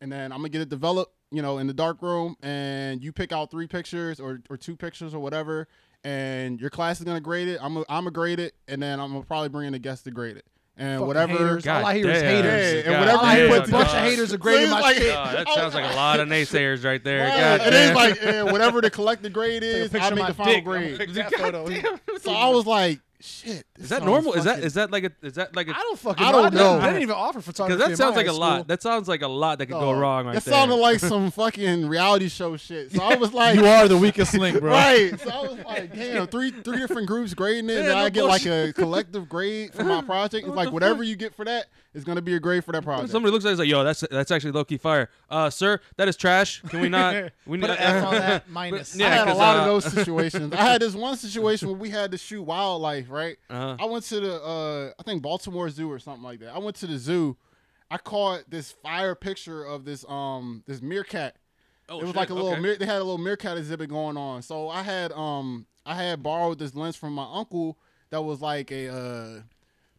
[SPEAKER 3] and then I'm gonna get it developed, you know, in the dark room, and you pick out three pictures or, or two pictures or whatever, and your class is gonna grade it. I'm gonna I'm gonna grade it, and then I'm gonna probably bring in a guest to grade it, and
[SPEAKER 1] Fucking
[SPEAKER 3] whatever.
[SPEAKER 1] haters. All I
[SPEAKER 2] God
[SPEAKER 1] hear is
[SPEAKER 2] damn.
[SPEAKER 1] haters.
[SPEAKER 3] Yeah, and
[SPEAKER 2] God
[SPEAKER 3] whatever
[SPEAKER 1] All I
[SPEAKER 2] damn,
[SPEAKER 1] hear is a bunch of
[SPEAKER 2] dog.
[SPEAKER 1] haters are
[SPEAKER 3] So
[SPEAKER 1] grading
[SPEAKER 3] it's
[SPEAKER 1] my
[SPEAKER 3] like-
[SPEAKER 1] shit.
[SPEAKER 2] Dog, that sounds like a lot of naysayers right there.
[SPEAKER 3] Yeah,
[SPEAKER 2] God
[SPEAKER 3] it is
[SPEAKER 2] damn.
[SPEAKER 3] like eh, whatever the collective grade
[SPEAKER 1] Take a
[SPEAKER 3] is,
[SPEAKER 1] picture
[SPEAKER 3] I
[SPEAKER 1] of
[SPEAKER 3] make
[SPEAKER 1] my
[SPEAKER 3] the final
[SPEAKER 1] dick. I'm gonna
[SPEAKER 3] grade.
[SPEAKER 1] pick that photo.
[SPEAKER 3] So I was like, shit. this
[SPEAKER 2] Is that
[SPEAKER 3] song
[SPEAKER 2] normal? Is that
[SPEAKER 3] fucking-
[SPEAKER 2] is that like a is that like a
[SPEAKER 1] I don't fucking.
[SPEAKER 3] I don't
[SPEAKER 1] I didn't-
[SPEAKER 3] know.
[SPEAKER 1] I didn't even offer photography.
[SPEAKER 2] because that
[SPEAKER 1] in
[SPEAKER 2] sounds
[SPEAKER 1] my
[SPEAKER 2] like a
[SPEAKER 1] high
[SPEAKER 2] lot.
[SPEAKER 1] school.
[SPEAKER 2] That sounds like a lot that could go
[SPEAKER 3] Oh,
[SPEAKER 2] wrong right
[SPEAKER 3] that
[SPEAKER 2] there.
[SPEAKER 3] sounded like some fucking reality show shit. So I was like,
[SPEAKER 1] you are the weakest link, bro.
[SPEAKER 3] Right. So I was like, damn, three three different groups grading it,
[SPEAKER 2] Yeah,
[SPEAKER 3] and
[SPEAKER 2] no
[SPEAKER 3] I get like
[SPEAKER 2] bullshit.
[SPEAKER 3] a collective grade for my project. It's
[SPEAKER 2] What
[SPEAKER 3] like
[SPEAKER 2] the
[SPEAKER 3] whatever
[SPEAKER 2] fuck?
[SPEAKER 3] you get for that is gonna be a grade for that project.
[SPEAKER 2] Somebody looks at it and is like, yo, that's that's actually low key fire. Uh, sir, that is trash. Can we not? We
[SPEAKER 1] Put an F on that minus.
[SPEAKER 2] yeah,
[SPEAKER 3] I had a
[SPEAKER 2] 'cause,
[SPEAKER 3] lot
[SPEAKER 2] uh,
[SPEAKER 3] of those situations. I had this one situation where we had to shoot wildlife, right?
[SPEAKER 2] Uh-huh.
[SPEAKER 3] I went to the uh I think Baltimore Zoo or something like that. I went to the zoo. I caught this fire picture of this um this meerkat.
[SPEAKER 2] Oh,
[SPEAKER 3] it was
[SPEAKER 2] shit,
[SPEAKER 3] like a little
[SPEAKER 2] okay.
[SPEAKER 3] meer- they had a little meerkat exhibit going on. So I had um I had borrowed this lens from my uncle that was like a uh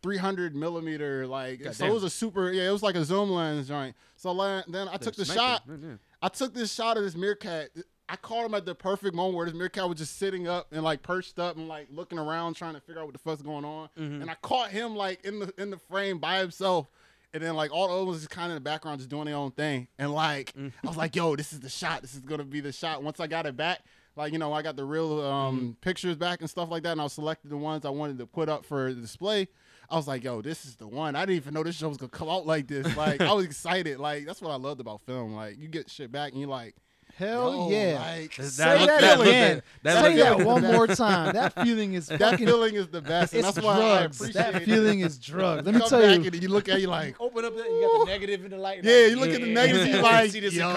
[SPEAKER 3] 300 millimeter like so
[SPEAKER 2] damn.
[SPEAKER 3] it was a super yeah it was like a zoom lens joint. So la- then I took the
[SPEAKER 2] Sniper.
[SPEAKER 3] shot.
[SPEAKER 2] Yeah, yeah.
[SPEAKER 3] I took this shot of this meerkat. I caught him at the perfect moment where this meerkat was just sitting up and like perched up and like looking around trying to figure out what the fuck's going on.
[SPEAKER 2] Mm-hmm.
[SPEAKER 3] And I caught him like in the in the frame by himself. And then like all the others is kind of in the background just doing their own thing. And like
[SPEAKER 2] Mm.
[SPEAKER 3] I was like, yo, this is the shot. This is gonna be the shot. Once I got it back, like you know, I got the real um,
[SPEAKER 2] Mm-hmm.
[SPEAKER 3] pictures back and stuff like that. And I selected the ones I wanted to put up for the display. I was like, yo, this is the one. I didn't even know this show was gonna come out like this. Like I was excited. Like that's what I loved about film. Like you get shit back and you're like,
[SPEAKER 1] Hell
[SPEAKER 3] yo,
[SPEAKER 1] yeah.
[SPEAKER 3] like,
[SPEAKER 2] That
[SPEAKER 1] Say
[SPEAKER 2] looked-
[SPEAKER 1] that,
[SPEAKER 2] that looked-
[SPEAKER 1] again.
[SPEAKER 2] that
[SPEAKER 1] Say
[SPEAKER 2] looked-
[SPEAKER 1] that
[SPEAKER 2] that
[SPEAKER 1] one
[SPEAKER 2] looked-
[SPEAKER 1] more time. That feeling is
[SPEAKER 3] that
[SPEAKER 1] fucking.
[SPEAKER 3] feeling is the best. And
[SPEAKER 1] It's
[SPEAKER 3] that's why I
[SPEAKER 1] drugs.
[SPEAKER 3] appreciate
[SPEAKER 1] That
[SPEAKER 3] it.
[SPEAKER 1] feeling is drugs. Let me
[SPEAKER 3] Come
[SPEAKER 1] tell
[SPEAKER 3] back
[SPEAKER 1] you.
[SPEAKER 3] and you look at you like,
[SPEAKER 4] Open up that you got the negative and the light.
[SPEAKER 3] yeah, you look at the negative,
[SPEAKER 4] Yeah.
[SPEAKER 3] you like,
[SPEAKER 4] see this
[SPEAKER 3] yo,
[SPEAKER 4] in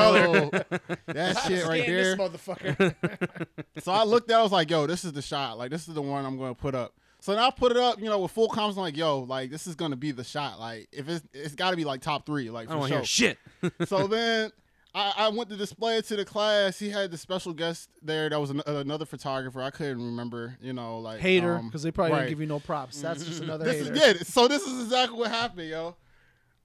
[SPEAKER 4] color.
[SPEAKER 3] that shit right
[SPEAKER 4] Scan
[SPEAKER 3] there.
[SPEAKER 4] this motherfucker.
[SPEAKER 3] So I looked at, it, I was like, yo, this is the shot. Like, this is the one I'm gonna put up. So then I put it up, you know, with full confidence. like, yo, like this is gonna be the shot. Like, if it's it's gotta be like top three, like
[SPEAKER 2] I don't
[SPEAKER 3] for
[SPEAKER 2] want to
[SPEAKER 3] sure.
[SPEAKER 2] hear shit.
[SPEAKER 3] so then I, I went to display it to the class. He had the special guest there that was an, another photographer. I couldn't remember, you know, like
[SPEAKER 1] Hater,
[SPEAKER 3] um,
[SPEAKER 1] because they probably
[SPEAKER 3] right. Mm-hmm.
[SPEAKER 1] didn't give you no props. That's just another
[SPEAKER 3] This
[SPEAKER 1] hater.
[SPEAKER 3] is, yeah, so this is exactly what happened, yo.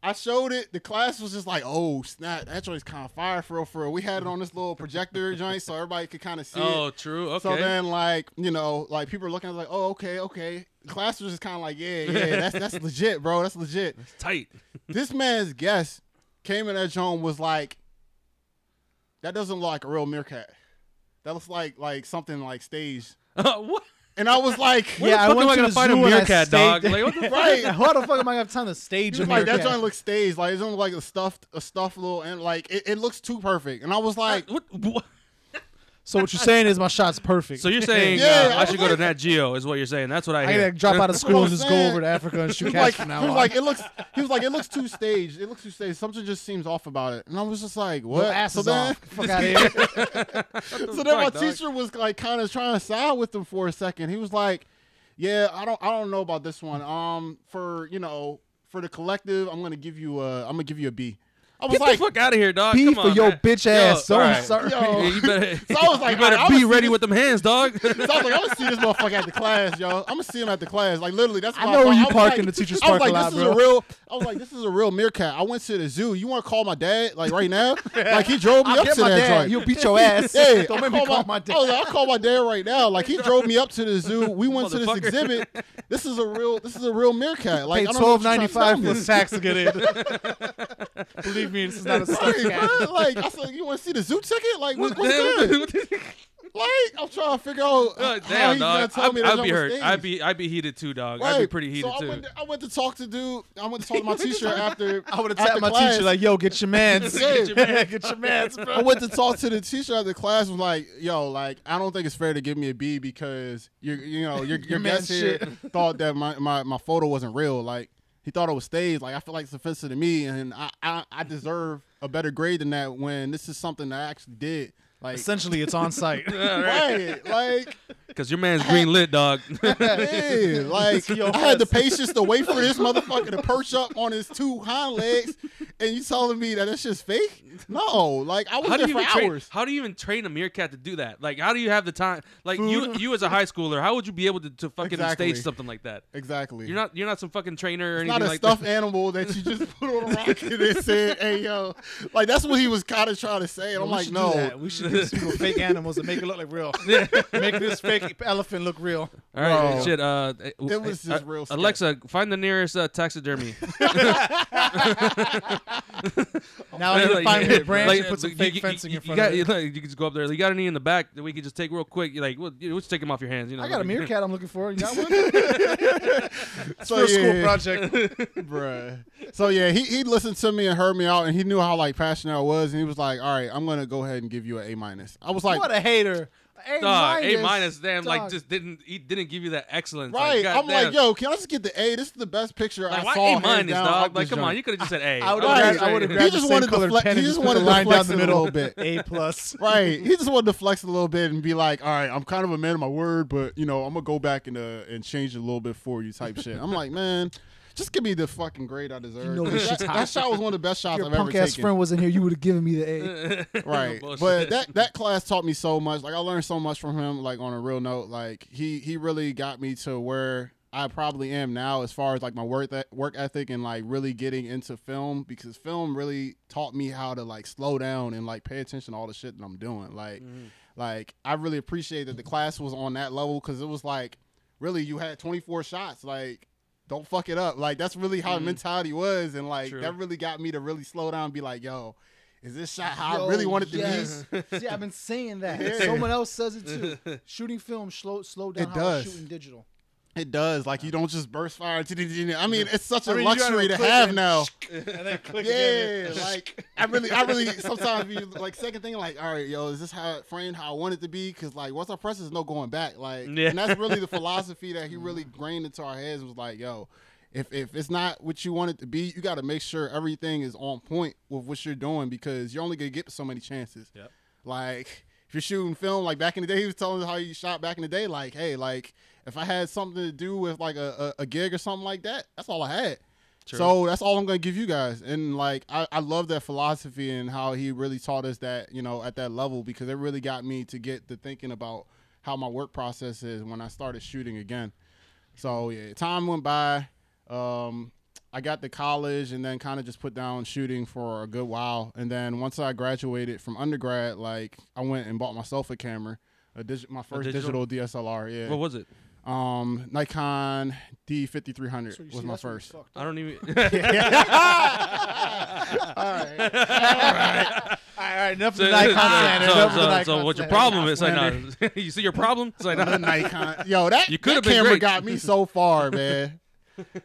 [SPEAKER 3] I showed it. The class was just like, "Oh snap, that joint's kind of fire for real, for real." We had it on this little projector joint, so everybody could kind of see it.
[SPEAKER 2] Oh, true. Okay.
[SPEAKER 3] So then, like you know, like people are looking at it like, "Oh, okay, okay." Class was just kind of like, "Yeah, yeah, that's that's legit, bro. That's legit."
[SPEAKER 2] tight.
[SPEAKER 3] this man's guest came in that joint was like, "That doesn't look like a real meerkat. That looks like like something like staged."
[SPEAKER 2] what?
[SPEAKER 3] And I was like,
[SPEAKER 2] Where the fuck am I gonna
[SPEAKER 1] the
[SPEAKER 2] find a
[SPEAKER 1] zoo and I
[SPEAKER 2] meerkat,
[SPEAKER 1] stayed
[SPEAKER 2] dog?
[SPEAKER 1] there.
[SPEAKER 2] Like, what the fuck?
[SPEAKER 3] Right.
[SPEAKER 1] Now, How the fuck am I gonna have time to stage
[SPEAKER 3] He
[SPEAKER 1] a
[SPEAKER 3] was like that
[SPEAKER 1] meerkat?
[SPEAKER 3] joint looks staged. Like it's only like a stuffed, a stuffed little, and like it, it looks too perfect. And I was like,
[SPEAKER 2] What- what-
[SPEAKER 1] So what you're saying is my shot's perfect.
[SPEAKER 2] So you're saying
[SPEAKER 3] Yeah,
[SPEAKER 2] uh,
[SPEAKER 3] I
[SPEAKER 2] I
[SPEAKER 3] was
[SPEAKER 2] should go to
[SPEAKER 3] like-
[SPEAKER 2] Nat Geo is what you're saying. That's what I
[SPEAKER 1] I
[SPEAKER 2] hear.
[SPEAKER 1] gotta drop out of school and
[SPEAKER 3] what I'm
[SPEAKER 1] just
[SPEAKER 3] saying.
[SPEAKER 1] go over to Africa and
[SPEAKER 3] he
[SPEAKER 1] shoot
[SPEAKER 3] was
[SPEAKER 1] cats
[SPEAKER 3] like,
[SPEAKER 1] from
[SPEAKER 3] he
[SPEAKER 1] now
[SPEAKER 3] was
[SPEAKER 1] on.
[SPEAKER 3] like, it looks, he was like, it looks too staged. It looks too staged. Something just seems off about it. And I was just like,
[SPEAKER 1] Your
[SPEAKER 3] what?
[SPEAKER 1] ass
[SPEAKER 3] so
[SPEAKER 1] is
[SPEAKER 3] then,
[SPEAKER 1] off. Fuck out of here.
[SPEAKER 3] so then my
[SPEAKER 2] Fuck, dog.
[SPEAKER 3] teacher was like kind of trying to side with him for a second. He was like, "Yeah, I don't, I don't know about this one. Um, for you know, for the collective, I'm gonna give you a, I'm gonna give you a B." I was
[SPEAKER 2] Get
[SPEAKER 3] like,
[SPEAKER 2] the fuck out of here, dog.
[SPEAKER 1] Pee
[SPEAKER 2] Come
[SPEAKER 1] for
[SPEAKER 2] on,
[SPEAKER 1] your
[SPEAKER 2] man.
[SPEAKER 1] bitch
[SPEAKER 2] Yo,
[SPEAKER 1] ass. So
[SPEAKER 2] all
[SPEAKER 1] I'm
[SPEAKER 2] right.
[SPEAKER 1] sorry.
[SPEAKER 3] Yo.
[SPEAKER 2] Yeah, you better,
[SPEAKER 3] So I was like,
[SPEAKER 2] you better
[SPEAKER 3] I- I
[SPEAKER 2] be
[SPEAKER 3] was
[SPEAKER 2] ready
[SPEAKER 3] thinking-
[SPEAKER 2] with them hands, dog.
[SPEAKER 3] So I was like, I'm gonna see this motherfucker at the class, yo. I'm gonna see him at the class. Like literally, that's
[SPEAKER 1] I
[SPEAKER 3] what
[SPEAKER 1] know where
[SPEAKER 3] thought.
[SPEAKER 1] you
[SPEAKER 3] was
[SPEAKER 1] park
[SPEAKER 3] like-
[SPEAKER 1] in the teacher's
[SPEAKER 3] I was
[SPEAKER 1] parking
[SPEAKER 3] like,
[SPEAKER 1] lot,
[SPEAKER 3] this
[SPEAKER 1] bro.
[SPEAKER 3] is a real. I was like, this is a real meerkat. I went to the zoo. You want to call my dad like right now? Like he drove me
[SPEAKER 1] I'll
[SPEAKER 3] up
[SPEAKER 1] get
[SPEAKER 3] to
[SPEAKER 1] my
[SPEAKER 3] that
[SPEAKER 1] dad.
[SPEAKER 3] joint.
[SPEAKER 1] You'll beat your ass.
[SPEAKER 3] Hey,
[SPEAKER 1] Don't
[SPEAKER 3] I
[SPEAKER 1] make me call my
[SPEAKER 3] I
[SPEAKER 1] dad.
[SPEAKER 3] was like, I'll call my dad right now. Like he drove me up to the zoo. We went to this
[SPEAKER 2] Motherfucker.
[SPEAKER 3] exhibit. This is a real. This is a real meerkat. Like
[SPEAKER 1] Pay
[SPEAKER 3] I don't know what
[SPEAKER 1] twelve ninety
[SPEAKER 3] you're trying to tell
[SPEAKER 1] five
[SPEAKER 3] me.
[SPEAKER 1] plus tax to get in. Believe me, this is not a stuffed
[SPEAKER 3] Right,
[SPEAKER 1] cat.
[SPEAKER 3] bruh. Like I said, you want to see the zoo ticket? Like what, what's good?
[SPEAKER 2] Damn,
[SPEAKER 3] Like I'm trying to figure out how he's gonna
[SPEAKER 2] Uh, Oh, dog.
[SPEAKER 3] tell
[SPEAKER 2] I'd,
[SPEAKER 3] me that
[SPEAKER 2] I'd be
[SPEAKER 3] joint was
[SPEAKER 2] hurt.
[SPEAKER 3] staged.
[SPEAKER 2] I'd be, I'd be heated too, dog. I'd be
[SPEAKER 3] Right.
[SPEAKER 2] pretty heated
[SPEAKER 3] so I
[SPEAKER 2] too.
[SPEAKER 3] Went to, I went to talk to dude. I went to talk to my teacher after.
[SPEAKER 1] I would have
[SPEAKER 3] after
[SPEAKER 1] tapped my
[SPEAKER 3] class.
[SPEAKER 1] teacher like, "Yo, get your mans,
[SPEAKER 3] Get your
[SPEAKER 1] get your mans, bro."
[SPEAKER 3] I went to talk to the teacher after class. Was like, yo, like I don't think it's fair to give me a B because you you know your your
[SPEAKER 1] man
[SPEAKER 3] guest here thought that my, my my photo wasn't real. Like he thought it was staged. Like I feel like it's offensive to me, and I I, I deserve a better grade than that when this is something that I actually did. Like.
[SPEAKER 1] Essentially, it's on site.
[SPEAKER 3] Right, like,
[SPEAKER 2] Because your man's green lit, dog.
[SPEAKER 3] yeah, like
[SPEAKER 1] Yo,
[SPEAKER 3] I had the patience to wait for this motherfucker to perch up on his two hind legs, and you telling me that it's just fake? No, like I was
[SPEAKER 2] how do
[SPEAKER 3] there
[SPEAKER 2] you
[SPEAKER 3] for
[SPEAKER 2] even train,
[SPEAKER 3] hours.
[SPEAKER 2] how do you even train a meerkat to do that? Like, how do you have the time? Like, you, you as a high schooler, how would you be able to, to fucking
[SPEAKER 3] Exactly.
[SPEAKER 2] stage something like that?
[SPEAKER 3] Exactly.
[SPEAKER 2] You're not, you're not some fucking trainer or
[SPEAKER 3] It's
[SPEAKER 2] anything
[SPEAKER 3] not a
[SPEAKER 2] like
[SPEAKER 3] stuffed
[SPEAKER 2] that.
[SPEAKER 3] animal that you just put on a rocket and said, "Hey, yo," like that's what he was kind of trying to say. And I'm
[SPEAKER 1] We
[SPEAKER 3] like,
[SPEAKER 1] should do
[SPEAKER 3] no,
[SPEAKER 1] that. we should use people fake animals and make it look like real. make this fake elephant look real.
[SPEAKER 2] All right,
[SPEAKER 3] Bro.
[SPEAKER 2] shit. Uh, it
[SPEAKER 3] was just real sketch.
[SPEAKER 2] Alexa, find the nearest uh, taxidermy.
[SPEAKER 1] Now I need to
[SPEAKER 2] Like,
[SPEAKER 1] find me a branch
[SPEAKER 2] like,
[SPEAKER 1] and put some
[SPEAKER 2] you-
[SPEAKER 1] fake
[SPEAKER 2] you-
[SPEAKER 1] fencing
[SPEAKER 2] you,
[SPEAKER 1] in front
[SPEAKER 2] got,
[SPEAKER 1] of it.
[SPEAKER 2] You, like, you can just go up there. You got any in the back that we could just take real quick? You're like, well, you know, we'll just take them off your hands. You know,
[SPEAKER 1] I got a
[SPEAKER 2] like-
[SPEAKER 1] meerkat I'm looking for. You got one? It's
[SPEAKER 3] So,
[SPEAKER 1] for a school
[SPEAKER 3] yeah.
[SPEAKER 1] project.
[SPEAKER 3] Bruh. So yeah, he he listened to me and heard me out, and he knew how like passionate I was, and he was like, "All right, I'm gonna go ahead and give you an A minus." I was like,
[SPEAKER 1] what a hater. A
[SPEAKER 2] Dog,
[SPEAKER 1] minus.
[SPEAKER 2] A minus, damn, like
[SPEAKER 1] Dog.
[SPEAKER 2] just didn't he didn't give you that excellence.
[SPEAKER 3] "Right?"
[SPEAKER 2] like,
[SPEAKER 3] I'm like,
[SPEAKER 2] Oh, goddamn.
[SPEAKER 3] "Yo, can I just get the A? This is the best picture
[SPEAKER 2] Like,
[SPEAKER 3] I
[SPEAKER 2] why
[SPEAKER 3] saw."
[SPEAKER 2] A
[SPEAKER 3] hands
[SPEAKER 2] minus,
[SPEAKER 3] down
[SPEAKER 2] dog?
[SPEAKER 3] off
[SPEAKER 2] Like,
[SPEAKER 3] this
[SPEAKER 2] come on,
[SPEAKER 3] joint."
[SPEAKER 2] you could have just said A.
[SPEAKER 1] I would
[SPEAKER 3] Right.
[SPEAKER 1] have grabbed, I would have
[SPEAKER 3] He
[SPEAKER 1] grabbed
[SPEAKER 3] just
[SPEAKER 1] the
[SPEAKER 3] wanted
[SPEAKER 1] same
[SPEAKER 3] to
[SPEAKER 1] colored
[SPEAKER 3] flex-
[SPEAKER 1] pen
[SPEAKER 3] he
[SPEAKER 1] and
[SPEAKER 3] just
[SPEAKER 1] just put
[SPEAKER 3] wanted
[SPEAKER 1] a
[SPEAKER 3] to
[SPEAKER 1] line down
[SPEAKER 3] flex
[SPEAKER 1] the
[SPEAKER 3] it a
[SPEAKER 1] middle
[SPEAKER 3] little bit.
[SPEAKER 1] A plus.
[SPEAKER 3] Right, he just wanted to flex a little bit and be like, "All right, I'm kind of a man of my word, but you know, I'm gonna go back and uh, and change it a little bit for you." Type shit. I'm like, man, just give me the fucking grade I deserve.
[SPEAKER 1] know this
[SPEAKER 3] that,
[SPEAKER 1] shit's hot.
[SPEAKER 3] that shot was one of the best shots
[SPEAKER 1] Your
[SPEAKER 3] I've ever
[SPEAKER 1] punk
[SPEAKER 3] taken.
[SPEAKER 1] ass friend was in here, you would have given me the A.
[SPEAKER 3] right
[SPEAKER 2] Bullshit.
[SPEAKER 3] but that that class taught me so much like i learned so much from him like on a real note like he he really got me to where i probably am now as far as like my work that work ethic and like really getting into film because film really taught me how to like slow down and like pay attention to all the shit that i'm doing like
[SPEAKER 2] Mm-hmm.
[SPEAKER 3] like i really appreciate that the class was on that level because it was like really you had 24 shots like don't fuck it up like that's really how the mentality was and like
[SPEAKER 2] Mm-hmm. True.
[SPEAKER 3] that really got me to really slow down and be like yo is this shot how
[SPEAKER 1] Yo,
[SPEAKER 3] I really wanted to be?
[SPEAKER 1] yes. See, I've been saying that.
[SPEAKER 3] Yeah.
[SPEAKER 1] Someone else says it too. Shooting film slow slow down
[SPEAKER 3] It
[SPEAKER 1] how I'm
[SPEAKER 3] does.
[SPEAKER 1] shooting digital.
[SPEAKER 3] It does. Like you don't just burst fire into the. I mean, it's such a
[SPEAKER 1] I mean, you gotta
[SPEAKER 3] luxury to
[SPEAKER 1] click
[SPEAKER 3] have
[SPEAKER 1] and
[SPEAKER 3] now.
[SPEAKER 4] And then click
[SPEAKER 3] Yeah,
[SPEAKER 4] again.
[SPEAKER 3] like I really, I really sometimes you like second thing like, all right, yo, is this how it framed how I want it to be? Because like once I press, there's no going back. Like,
[SPEAKER 2] Yeah. Mm-hmm.
[SPEAKER 3] and that's really the philosophy that he really grained into our heads was like, yo, if if it's not what you want it to be, you got to make sure everything is on point with what you're doing because you're only gonna get so many chances.
[SPEAKER 2] Yep.
[SPEAKER 3] Like if you're shooting film, like back in the day, he was telling us how you shot back in the day. Like, hey, like if I had something to do with like a, a, a gig or something like that, that's all I had. So that's all I'm gonna give you guys. And like I, I love that philosophy and how he really taught us that, you know, at that level because it really got me to get to thinking about how my work process is when I started shooting again. So yeah, time went by. Um, I got to college and then kind of just put down shooting for a good while. And then once I graduated from undergrad, like I went and bought myself a camera, a digi- my first
[SPEAKER 2] digital?
[SPEAKER 3] digital? DSLR. Yeah,
[SPEAKER 2] what was it?
[SPEAKER 3] um, Nikon D5300
[SPEAKER 1] So you see,
[SPEAKER 3] was
[SPEAKER 1] that's when
[SPEAKER 3] my
[SPEAKER 1] you
[SPEAKER 3] first.
[SPEAKER 1] fucked
[SPEAKER 2] I
[SPEAKER 1] up.
[SPEAKER 2] don't even.
[SPEAKER 1] All right, all right, enough of
[SPEAKER 2] so,
[SPEAKER 1] the Nikon slander,
[SPEAKER 2] so,
[SPEAKER 1] enough of
[SPEAKER 2] so,
[SPEAKER 1] the
[SPEAKER 2] so,
[SPEAKER 1] Nikon
[SPEAKER 2] what your
[SPEAKER 1] slander.
[SPEAKER 2] problem is? Like, nah, you see your problem? It's like, nah.
[SPEAKER 3] Another Nikon. Yo, that,
[SPEAKER 2] You
[SPEAKER 3] you
[SPEAKER 2] could've
[SPEAKER 3] that
[SPEAKER 2] been
[SPEAKER 3] camera
[SPEAKER 2] great.
[SPEAKER 3] got me so far, man.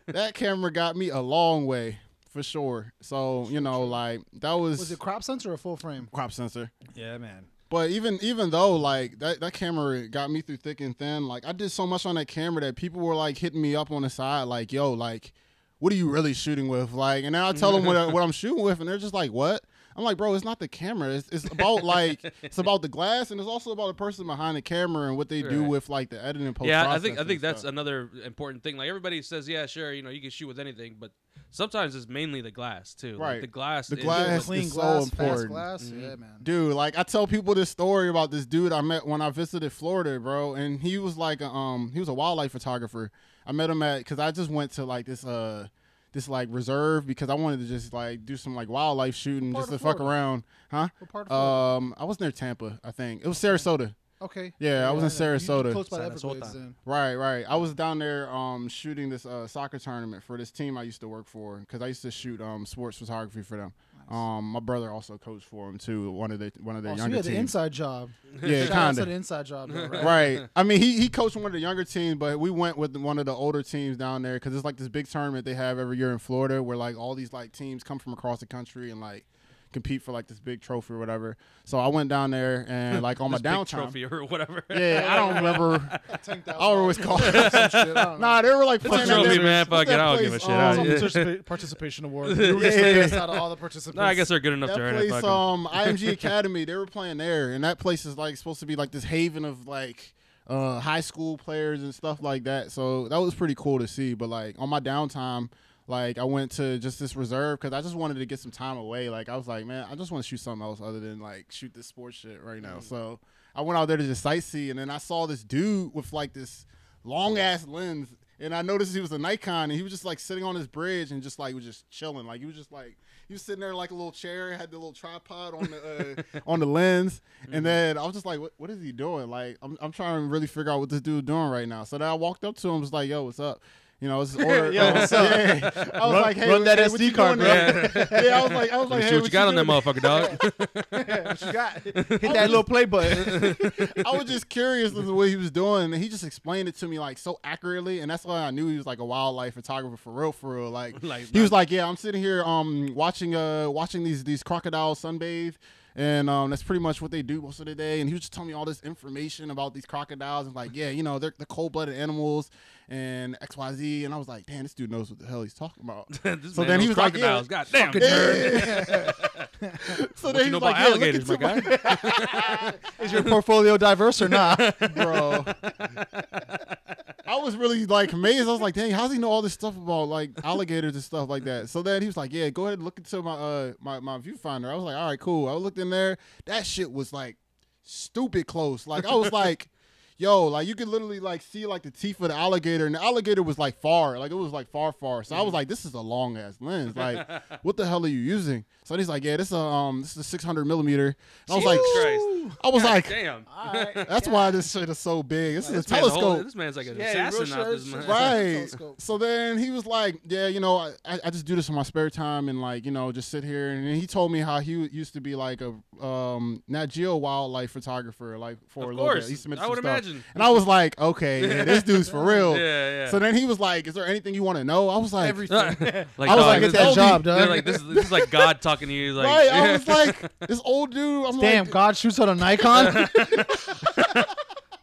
[SPEAKER 3] that camera got me a long way for sure. So you know, like that was,
[SPEAKER 1] Was it crop sensor or full frame?
[SPEAKER 3] crop sensor.
[SPEAKER 1] Yeah, man.
[SPEAKER 3] But even even though like that that camera got me through thick and thin, like I did so much on that camera that people were like hitting me up on the side, like yo, like what are you really shooting with? Like, and now I tell them what, I- what I'm shooting with, and they're just like, what? I'm like, bro, it's not the camera. It's, it's about like it's about the glass, and it's also about the person behind the camera and what they do
[SPEAKER 2] Right.
[SPEAKER 3] with like the editing post.
[SPEAKER 2] Yeah, I think I think that's
[SPEAKER 3] stuff.
[SPEAKER 2] another important thing. Like everybody says, yeah, sure, you know, you can shoot with anything, but sometimes it's mainly the glass too. Like,
[SPEAKER 3] Right.
[SPEAKER 2] the glass.
[SPEAKER 3] The
[SPEAKER 2] is-
[SPEAKER 3] glass- That's-
[SPEAKER 1] Clean
[SPEAKER 3] it's so
[SPEAKER 1] glass, fast
[SPEAKER 3] important.
[SPEAKER 1] glass. Yeah, man.
[SPEAKER 3] Dude, like I tell people this story about this dude I met when I visited Florida, bro, and he was like a, um he was a wildlife photographer. I met him at cuz I just went to like this uh this like reserve because I wanted to just like do some like wildlife shooting
[SPEAKER 1] What
[SPEAKER 3] just to
[SPEAKER 1] part of
[SPEAKER 3] fuck
[SPEAKER 1] Florida?
[SPEAKER 3] around, huh?
[SPEAKER 1] What part of Florida?
[SPEAKER 3] Um I was near Tampa, I think. It was Sarasota.
[SPEAKER 1] okay.
[SPEAKER 3] uh, yeah, I was in
[SPEAKER 1] know. You- you
[SPEAKER 3] Sarasota.
[SPEAKER 1] Close by the
[SPEAKER 2] Sarasota.
[SPEAKER 1] Everglades. Then.
[SPEAKER 3] Right, right. I was down there um shooting this uh soccer tournament for this team I used to work for cuz I used to shoot um sports photography for them. Um my brother also coached for them too, one of the one of their
[SPEAKER 1] Oh, so you
[SPEAKER 3] younger
[SPEAKER 1] had the
[SPEAKER 3] teams.
[SPEAKER 1] inside job.
[SPEAKER 3] Yeah,
[SPEAKER 1] Shout out
[SPEAKER 3] kinda.
[SPEAKER 1] to the inside job. though, right?
[SPEAKER 3] right. I mean, he, he coached one of the younger teams, but we went with one of the older teams down there because it's like this big tournament they have every year in Florida where like all these like teams come from across the country and like compete for like this big trophy or whatever. So I went down there and like on my
[SPEAKER 2] this big
[SPEAKER 3] downtime.
[SPEAKER 2] trophy or whatever.
[SPEAKER 3] Yeah, I don't remember. I don't remember what it's called.
[SPEAKER 1] Some shit, I don't know. Oh,
[SPEAKER 3] nah, they were like
[SPEAKER 2] It's
[SPEAKER 3] playing
[SPEAKER 2] a trophy,
[SPEAKER 3] that-
[SPEAKER 2] man.
[SPEAKER 3] what's
[SPEAKER 2] Fuck it.
[SPEAKER 3] that
[SPEAKER 2] I don't give a
[SPEAKER 3] place?
[SPEAKER 2] shit.
[SPEAKER 3] Um,
[SPEAKER 2] I-
[SPEAKER 1] Some participa- participation award. You were
[SPEAKER 3] Yeah.
[SPEAKER 1] just the best out of all the participants.
[SPEAKER 2] Nah, I guess they're good enough to earn it.
[SPEAKER 3] that
[SPEAKER 2] fuck
[SPEAKER 3] place,
[SPEAKER 2] 'em.
[SPEAKER 3] um, IMG Academy, they were playing there, and that place is like supposed to be like this haven of like uh, high school players and stuff like that. So that was pretty cool to see. But like on my downtime, like I went to just this reserve because I just wanted to get some time away. Like I was like, man, I just want to shoot something else other than like shoot this sports shit right now. So I went out there to just sightsee, and then I saw this dude with like this long ass lens. And I noticed he was a Nikon, and he was just like sitting on his bridge and just like was just chilling. Like he was just like he was sitting there like a little chair, had the little tripod on the uh, on the lens,
[SPEAKER 2] Mm-hmm.
[SPEAKER 3] and then I was just like, what, "What is he doing?" Like I'm I'm trying to really figure out what this dude doing right now. So then I walked up to him, was like, "Yo, what's up?" And You know, it's order.
[SPEAKER 4] Yo,
[SPEAKER 3] uh, yeah,
[SPEAKER 4] what's up?
[SPEAKER 3] I was
[SPEAKER 4] Run-
[SPEAKER 3] like, hey,
[SPEAKER 4] run that
[SPEAKER 3] hey,
[SPEAKER 4] SD
[SPEAKER 3] what you
[SPEAKER 4] card,
[SPEAKER 3] doing
[SPEAKER 2] bro.
[SPEAKER 3] there? yeah, I was like, I was
[SPEAKER 2] Let
[SPEAKER 3] like,
[SPEAKER 2] me
[SPEAKER 3] hey,
[SPEAKER 2] see what you got on that
[SPEAKER 3] doing
[SPEAKER 2] motherfucker,
[SPEAKER 4] what
[SPEAKER 2] dog.
[SPEAKER 4] you got? Hit that little play button.
[SPEAKER 3] I was just curious as to what he was doing, and he just explained it to me like so accurately, and that's why I knew he was like a wildlife photographer for real, for real. Like,
[SPEAKER 2] Like,
[SPEAKER 3] he was like, "Yeah, I'm sitting here um watching uh watching these these crocodiles sunbathe." And um, that's pretty much what they do most of the day. And he was just telling me all this information about these crocodiles. And like, yeah, you know, they're, they're cold-blooded animals and X, Y, Z. And I was like, damn, this dude knows what the hell he's talking about.
[SPEAKER 2] this
[SPEAKER 3] So
[SPEAKER 2] man
[SPEAKER 3] then he
[SPEAKER 2] knows
[SPEAKER 3] was like,
[SPEAKER 2] crocodiles.
[SPEAKER 3] yeah.
[SPEAKER 2] God damn.
[SPEAKER 3] so
[SPEAKER 2] What you know about
[SPEAKER 3] look
[SPEAKER 2] alligators, my
[SPEAKER 3] into
[SPEAKER 2] guy?
[SPEAKER 1] Is your portfolio diverse or not?
[SPEAKER 3] bro. I was really like amazed. I was like, dang, how's he know all this stuff about like alligators and stuff like that? So then he was like, yeah, go ahead and look into my uh my, my viewfinder. I was like, all right, cool. I looked in there. That shit was like stupid close. Like I was like, yo, like you could literally like see like the teeth of the alligator, and the alligator was like far, like it was like far, far. So I
[SPEAKER 2] Mm-hmm.
[SPEAKER 3] was like, this is a long ass lens. Like, what the hell are you using? So he's like, yeah, this is a um this is a 600 millimeter. And I was like,
[SPEAKER 2] Jesus Christ.
[SPEAKER 3] I was
[SPEAKER 2] God
[SPEAKER 3] like.
[SPEAKER 2] damn.
[SPEAKER 3] That's why this shit is so big. This is a
[SPEAKER 2] This man's a whole-
[SPEAKER 3] telescope.
[SPEAKER 2] This man's like an
[SPEAKER 4] Yeah, real
[SPEAKER 2] assassin out
[SPEAKER 4] short
[SPEAKER 2] this
[SPEAKER 4] shit.
[SPEAKER 2] man.
[SPEAKER 3] Right.
[SPEAKER 4] Telescope.
[SPEAKER 3] So then he was like, "Yeah, you know, I, I I just do this in my spare time and like, you know, just sit here." And then he told me how he used to be like a um Nat Geo wildlife photographer, like for
[SPEAKER 2] Of
[SPEAKER 3] a little
[SPEAKER 2] course.
[SPEAKER 3] bit. He submitted
[SPEAKER 2] I
[SPEAKER 3] some
[SPEAKER 2] would
[SPEAKER 3] stuff.
[SPEAKER 2] imagine.
[SPEAKER 3] And I was like, "Okay, yeah, this dude's for real."
[SPEAKER 2] Yeah, yeah.
[SPEAKER 3] So then he was like, "Is there anything you want to know?" I was like,
[SPEAKER 2] like,
[SPEAKER 3] I was
[SPEAKER 2] dog,
[SPEAKER 3] like,
[SPEAKER 2] this-
[SPEAKER 1] Get
[SPEAKER 3] it's
[SPEAKER 1] that
[SPEAKER 3] Obi.
[SPEAKER 1] job,
[SPEAKER 2] They're
[SPEAKER 1] dog.
[SPEAKER 2] like this is, this is like God talking to you. Like,
[SPEAKER 3] "Right." I was like, "This old dude." I'm
[SPEAKER 1] Damn,
[SPEAKER 3] like,
[SPEAKER 1] God shoots on a Nikon.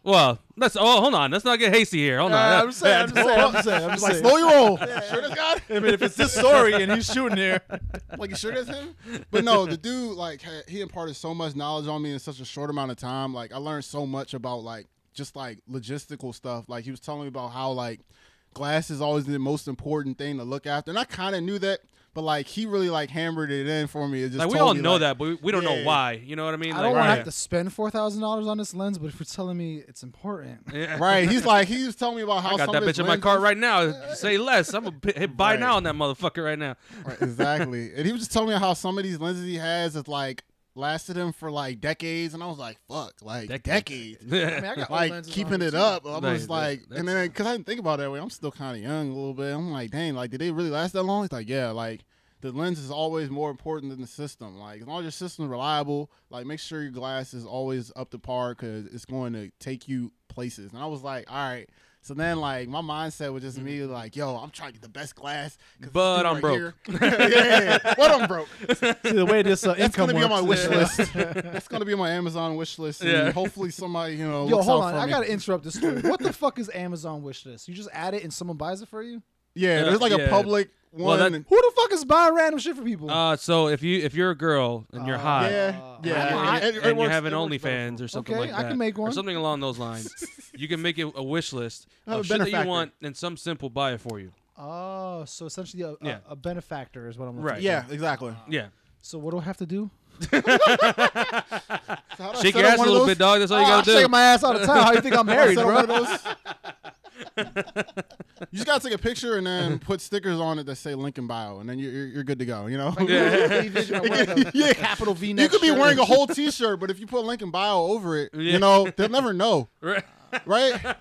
[SPEAKER 2] well, let's. Oh, hold on. Let's not get hasty here.
[SPEAKER 3] Oh,
[SPEAKER 2] Hold on.
[SPEAKER 4] I'm saying, I'm saying, I'm saying, I'm
[SPEAKER 3] I'm like,
[SPEAKER 4] saying.
[SPEAKER 3] slow your roll. Sure to God.
[SPEAKER 4] I mean, if it's this story and he's shooting here,
[SPEAKER 3] like you sure that's him? But no, the dude like had, he imparted so much knowledge on me in such a short amount of time. Like I learned so much about like just like logistical stuff. Like he was telling me about how like glass is always the most important thing to look after, and I kind of knew that. But like he really like hammered it in for me. It just
[SPEAKER 2] like we
[SPEAKER 3] told
[SPEAKER 2] all
[SPEAKER 3] me,
[SPEAKER 2] know
[SPEAKER 3] like,
[SPEAKER 2] that, but we, we don't know
[SPEAKER 3] Yeah.
[SPEAKER 2] why. You know what I mean?
[SPEAKER 1] I
[SPEAKER 2] like,
[SPEAKER 1] don't want to
[SPEAKER 2] yeah.
[SPEAKER 1] have to spend four thousand dollars on this lens, but if you're telling me it's important,
[SPEAKER 2] Yeah.
[SPEAKER 3] Right? He's like he was telling me about how
[SPEAKER 2] I got
[SPEAKER 3] some
[SPEAKER 2] that
[SPEAKER 3] of his
[SPEAKER 2] bitch in my
[SPEAKER 3] lenses-
[SPEAKER 2] car right now. Say less. I'm gonna p- hit buy
[SPEAKER 3] Right.
[SPEAKER 2] now on that motherfucker right now.
[SPEAKER 3] Right, exactly. and he was just telling me how some of these lenses he has is like lasted him for like decades, and I was like, fuck, like decades.
[SPEAKER 1] I mean, I got old
[SPEAKER 3] like
[SPEAKER 1] lenses
[SPEAKER 3] keeping
[SPEAKER 1] on
[SPEAKER 3] it
[SPEAKER 1] too.
[SPEAKER 3] up. I
[SPEAKER 2] Like,
[SPEAKER 3] was like,
[SPEAKER 2] that-
[SPEAKER 3] and then because I didn't think about it that way, I'm still kind of young a little bit. I'm like, dang, like did they really last that long? It's like, yeah, like the lens is always more important than the system. Like as long as your system's reliable, like make sure your glass is always up to par because it's going to take you places. And I was like, all right. So then, like my mindset was just immediately like, "Yo, I'm trying to get the best glass,
[SPEAKER 2] Mm-hmm.
[SPEAKER 3] 'cause this
[SPEAKER 2] But I'm
[SPEAKER 3] dude here- yeah, but I'm broke.
[SPEAKER 1] See, the way this uh,
[SPEAKER 3] That's
[SPEAKER 1] income
[SPEAKER 3] gonna be on my
[SPEAKER 1] works-
[SPEAKER 3] wish list. That's gonna be on my Amazon wish list. And
[SPEAKER 2] Yeah.
[SPEAKER 3] Hopefully, somebody you know.
[SPEAKER 1] Yo,
[SPEAKER 3] uh, looks
[SPEAKER 1] hold
[SPEAKER 3] out
[SPEAKER 1] on.
[SPEAKER 3] for
[SPEAKER 1] I
[SPEAKER 3] me.
[SPEAKER 1] gotta interrupt this story. What the fuck is Amazon wish list? You just add it and someone buys it for you?
[SPEAKER 3] Yeah,
[SPEAKER 2] Uh,
[SPEAKER 3] there's like
[SPEAKER 2] yeah.
[SPEAKER 3] a public
[SPEAKER 2] Well,
[SPEAKER 3] one.
[SPEAKER 2] that-
[SPEAKER 3] and-
[SPEAKER 1] Who the fuck is buying random shit for people?
[SPEAKER 2] Uh, so if you if you're a girl and you're
[SPEAKER 1] Uh,
[SPEAKER 2] hot,
[SPEAKER 3] yeah,
[SPEAKER 1] Yeah,
[SPEAKER 2] and,
[SPEAKER 3] yeah.
[SPEAKER 1] I-
[SPEAKER 2] and,
[SPEAKER 3] it- it
[SPEAKER 2] and you're
[SPEAKER 3] works-
[SPEAKER 2] having
[SPEAKER 3] it works better
[SPEAKER 2] OnlyFans
[SPEAKER 3] for
[SPEAKER 2] or something
[SPEAKER 1] Okay,
[SPEAKER 2] like
[SPEAKER 1] I
[SPEAKER 2] that,
[SPEAKER 1] can make
[SPEAKER 2] or
[SPEAKER 1] one.
[SPEAKER 2] something along those lines, you can make it a wish list
[SPEAKER 3] Have
[SPEAKER 2] of
[SPEAKER 3] a
[SPEAKER 2] shit that you
[SPEAKER 3] benefactor.
[SPEAKER 2] want, and some simple buy it for you.
[SPEAKER 1] oh, so essentially a,
[SPEAKER 2] Yeah.
[SPEAKER 1] a, a benefactor is what I'm looking
[SPEAKER 2] Right.
[SPEAKER 1] for.
[SPEAKER 3] me. Yeah, exactly.
[SPEAKER 2] Yeah,
[SPEAKER 1] So what do I have to do?
[SPEAKER 3] So how do I
[SPEAKER 2] shake
[SPEAKER 3] Oh, set
[SPEAKER 2] your
[SPEAKER 3] up
[SPEAKER 2] ass a
[SPEAKER 3] one of
[SPEAKER 2] little
[SPEAKER 3] those-
[SPEAKER 2] bit, dog. That's all you
[SPEAKER 1] Oh, I'm
[SPEAKER 2] gotta do.
[SPEAKER 1] shaking my ass out of town. How you think I'm
[SPEAKER 3] how do I
[SPEAKER 1] married,
[SPEAKER 3] set up
[SPEAKER 1] bro?
[SPEAKER 3] one of those? You just gotta take a picture and then put stickers on it that say Lincoln Bio, and then you're you're, you're good to go. You know.
[SPEAKER 1] yeah. Capital V.
[SPEAKER 3] You
[SPEAKER 1] neck
[SPEAKER 3] could be
[SPEAKER 1] shirt.
[SPEAKER 3] wearing a whole T-shirt, but if you put Lincoln Bio over it,
[SPEAKER 2] Yeah.
[SPEAKER 3] you know they'll never know,
[SPEAKER 2] Right.
[SPEAKER 3] right?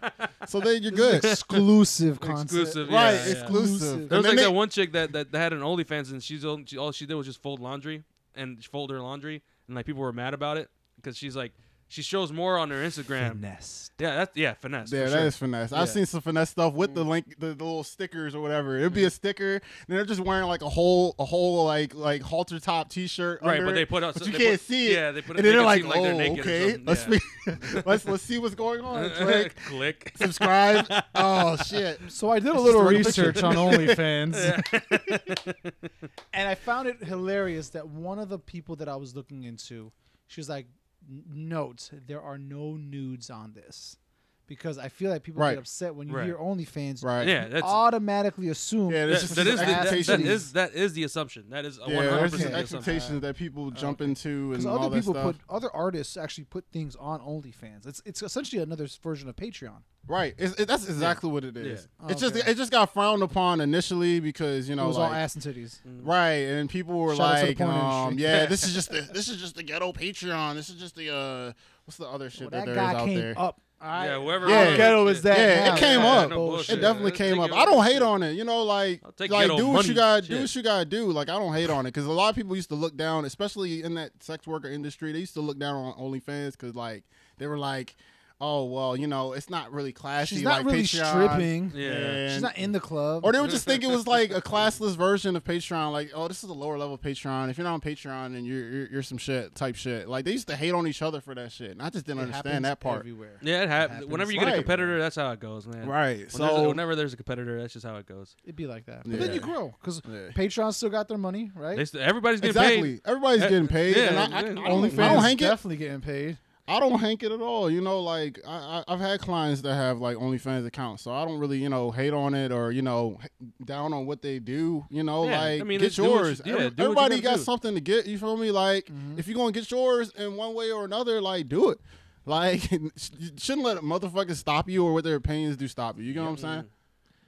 [SPEAKER 3] So then you're good,
[SPEAKER 1] exclusive concept.
[SPEAKER 2] Exclusive, yeah,
[SPEAKER 3] right?
[SPEAKER 2] yeah.
[SPEAKER 3] Exclusive.
[SPEAKER 1] Exclusive.
[SPEAKER 2] There
[SPEAKER 3] And
[SPEAKER 2] was like
[SPEAKER 3] then
[SPEAKER 2] that one chick that, that that had an OnlyFans and she's on- she, all she did was just fold laundry and fold her laundry and like people were mad about it because she's like she shows more on her Instagram.
[SPEAKER 1] Finesse.
[SPEAKER 2] Yeah, that's yeah finesse.
[SPEAKER 3] Yeah,
[SPEAKER 2] for
[SPEAKER 3] that
[SPEAKER 2] sure.
[SPEAKER 3] is finesse. I've
[SPEAKER 2] Yeah. Mm.
[SPEAKER 3] seen some finesse stuff with the link, the, the little stickers or whatever. It'd be a sticker, and they're just wearing like a whole, a whole like like halter top T-shirt.
[SPEAKER 2] Right,
[SPEAKER 3] under
[SPEAKER 2] but
[SPEAKER 3] it,
[SPEAKER 2] they put out-
[SPEAKER 3] but
[SPEAKER 2] so they
[SPEAKER 3] you can't
[SPEAKER 2] put-
[SPEAKER 3] see it.
[SPEAKER 2] yeah, they put it-
[SPEAKER 3] and
[SPEAKER 2] make
[SPEAKER 3] then they're
[SPEAKER 2] it
[SPEAKER 3] like,
[SPEAKER 2] seem like they're
[SPEAKER 3] "Oh,
[SPEAKER 2] naked or
[SPEAKER 3] okay,
[SPEAKER 2] something."
[SPEAKER 3] let's
[SPEAKER 2] Yeah.
[SPEAKER 3] be- let's let's see what's going on. Click,
[SPEAKER 2] click.
[SPEAKER 3] subscribe. oh shit.
[SPEAKER 1] So I did a
[SPEAKER 3] It's
[SPEAKER 1] little
[SPEAKER 3] just a
[SPEAKER 1] research on OnlyFans, and I found it hilarious that one of the people that I was looking into, she was like, "N- "Note, there are no nudes on this," because I feel like people
[SPEAKER 3] Right.
[SPEAKER 1] get upset when you
[SPEAKER 2] Right.
[SPEAKER 1] hear OnlyFans.
[SPEAKER 3] Right.
[SPEAKER 2] Yeah,
[SPEAKER 1] You
[SPEAKER 2] that's
[SPEAKER 1] automatically assume.
[SPEAKER 3] Yeah,
[SPEAKER 2] that,
[SPEAKER 3] there's just
[SPEAKER 2] that, is the, that, that
[SPEAKER 3] expectations.
[SPEAKER 2] is that is the assumption. That is a
[SPEAKER 3] Yeah,
[SPEAKER 2] one hundred
[SPEAKER 3] there's just
[SPEAKER 2] percent
[SPEAKER 1] the
[SPEAKER 2] assumption.
[SPEAKER 3] expectations that people
[SPEAKER 2] Oh,
[SPEAKER 3] jump into and
[SPEAKER 1] Because
[SPEAKER 3] all
[SPEAKER 1] other
[SPEAKER 3] that
[SPEAKER 1] people
[SPEAKER 3] stuff.
[SPEAKER 1] put other artists actually put things on OnlyFans. It's it's essentially another s- version of Patreon.
[SPEAKER 3] Right. It's, it, that's exactly what it is.
[SPEAKER 1] Yeah.
[SPEAKER 2] Oh,
[SPEAKER 3] It's just
[SPEAKER 1] Okay.
[SPEAKER 3] it just got frowned upon initially because you know
[SPEAKER 1] it was all
[SPEAKER 3] like-
[SPEAKER 1] ass and titties.
[SPEAKER 3] Right, and people were
[SPEAKER 1] Shout out to the
[SPEAKER 3] like,
[SPEAKER 1] porn
[SPEAKER 3] um,
[SPEAKER 1] industry.
[SPEAKER 3] "Yeah, this is just the this is just the ghetto Patreon. This is just the uh, what's the other shit
[SPEAKER 1] Well, that
[SPEAKER 3] there is
[SPEAKER 1] guy
[SPEAKER 3] out
[SPEAKER 1] came
[SPEAKER 3] there."
[SPEAKER 1] up I,
[SPEAKER 2] yeah, whoever.
[SPEAKER 3] Yeah.
[SPEAKER 2] wrote
[SPEAKER 1] ghetto
[SPEAKER 2] it,
[SPEAKER 1] is that
[SPEAKER 3] Yeah, it
[SPEAKER 1] now?
[SPEAKER 3] came
[SPEAKER 1] Yeah,
[SPEAKER 3] up.
[SPEAKER 1] no
[SPEAKER 2] It
[SPEAKER 1] bullshit.
[SPEAKER 3] It definitely
[SPEAKER 2] I'll
[SPEAKER 3] came
[SPEAKER 2] take
[SPEAKER 3] up.
[SPEAKER 2] it
[SPEAKER 3] I don't
[SPEAKER 2] over
[SPEAKER 3] hate
[SPEAKER 2] shit.
[SPEAKER 3] on it. You know, like
[SPEAKER 2] I'll take
[SPEAKER 3] like
[SPEAKER 2] ghetto
[SPEAKER 3] do what
[SPEAKER 2] money.
[SPEAKER 3] you gotta do.
[SPEAKER 2] Shit.
[SPEAKER 3] What you gotta do. Like I don't hate on it because a lot of people used to look down, especially in that sex worker industry. They used to look down on OnlyFans because like they were like, oh well, you know, it's not really classy.
[SPEAKER 1] She's not
[SPEAKER 3] like
[SPEAKER 1] really
[SPEAKER 3] Patreon.
[SPEAKER 1] stripping.
[SPEAKER 2] Yeah.
[SPEAKER 1] She's
[SPEAKER 3] and-
[SPEAKER 1] not in the club.
[SPEAKER 3] Or they would just think it was like a classless version of Patreon. Like, oh, this is a lower level Patreon. If you're not on Patreon, then you're you're, you're some shit type shit. Like they used to hate on each other for that shit, and I just
[SPEAKER 1] It
[SPEAKER 3] didn't
[SPEAKER 1] happens
[SPEAKER 3] understand that part.
[SPEAKER 1] everywhere.
[SPEAKER 2] Yeah, it happens.
[SPEAKER 1] happens.
[SPEAKER 2] Whenever you get a
[SPEAKER 3] Right.
[SPEAKER 2] competitor, that's how it goes, man.
[SPEAKER 3] Right.
[SPEAKER 2] When there's a-
[SPEAKER 3] So
[SPEAKER 2] whenever there's a competitor, that's just how it goes.
[SPEAKER 1] It'd be like that. But then
[SPEAKER 3] Yeah.
[SPEAKER 1] you grow because
[SPEAKER 3] Yeah.
[SPEAKER 1] Patreon still got their money, right?
[SPEAKER 2] They st- everybody's getting
[SPEAKER 3] exactly, everybody's
[SPEAKER 2] Eh,
[SPEAKER 3] getting paid.
[SPEAKER 2] yeah,
[SPEAKER 3] and I, I, I,
[SPEAKER 2] yeah.
[SPEAKER 3] don't, I don't
[SPEAKER 1] OnlyFans
[SPEAKER 3] hank it.
[SPEAKER 1] definitely getting paid.
[SPEAKER 3] I don't hank it at all. You know, like I, I, I've had clients that have like OnlyFans accounts, so I don't really, you know, hate on it or you know, h- down on what they do. You know,
[SPEAKER 2] Yeah,
[SPEAKER 3] like
[SPEAKER 2] I mean,
[SPEAKER 3] get
[SPEAKER 2] do what you-
[SPEAKER 3] yours.
[SPEAKER 2] yeah,
[SPEAKER 3] Every-
[SPEAKER 2] do what you
[SPEAKER 3] Everybody
[SPEAKER 2] gotta
[SPEAKER 3] got
[SPEAKER 2] do.
[SPEAKER 3] something to get. You feel me? Like
[SPEAKER 1] Mm-hmm.
[SPEAKER 3] if you're gonna get yours in one way or another, like do it. Like you shouldn't let motherfuckers stop you or what their opinions do stop you. You know what I'm
[SPEAKER 2] mm.
[SPEAKER 3] saying?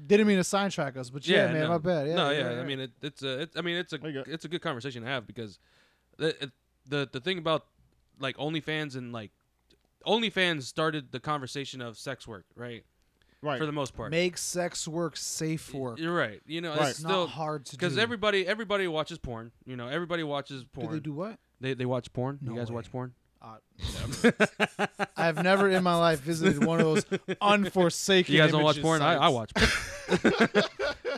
[SPEAKER 1] Didn't mean to sidetrack us, but yeah, man,
[SPEAKER 2] no,
[SPEAKER 1] my bad. Yeah,
[SPEAKER 2] no,
[SPEAKER 1] you're
[SPEAKER 2] yeah.
[SPEAKER 1] right,
[SPEAKER 2] I mean, it, it's a, it, I mean, it's a,
[SPEAKER 3] There you go.
[SPEAKER 2] it's a good conversation to have because the it, the the thing about like OnlyFans and like OnlyFans started the conversation of sex work, right?
[SPEAKER 3] Right.
[SPEAKER 2] For the most part,
[SPEAKER 1] make sex work safe work.
[SPEAKER 2] you're right. You know,
[SPEAKER 3] Right.
[SPEAKER 2] it's
[SPEAKER 1] It's
[SPEAKER 2] still
[SPEAKER 1] not hard to do.
[SPEAKER 2] because everybody everybody watches porn. You know, everybody watches
[SPEAKER 1] do
[SPEAKER 2] porn.
[SPEAKER 1] they do what?
[SPEAKER 2] They they watch porn.
[SPEAKER 1] No
[SPEAKER 2] you guys
[SPEAKER 1] way.
[SPEAKER 2] watch porn?
[SPEAKER 1] Uh, I've never in my life visited one of those unforsaken.
[SPEAKER 2] You guys don't watch
[SPEAKER 1] images
[SPEAKER 2] porn? I, I
[SPEAKER 1] sites.
[SPEAKER 2] watch porn. So,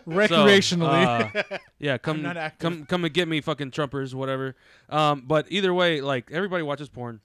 [SPEAKER 1] recreationally.
[SPEAKER 2] uh, yeah, come
[SPEAKER 1] not active.
[SPEAKER 2] come come and get me fucking trumpers whatever. Um, but either way, like everybody watches porn.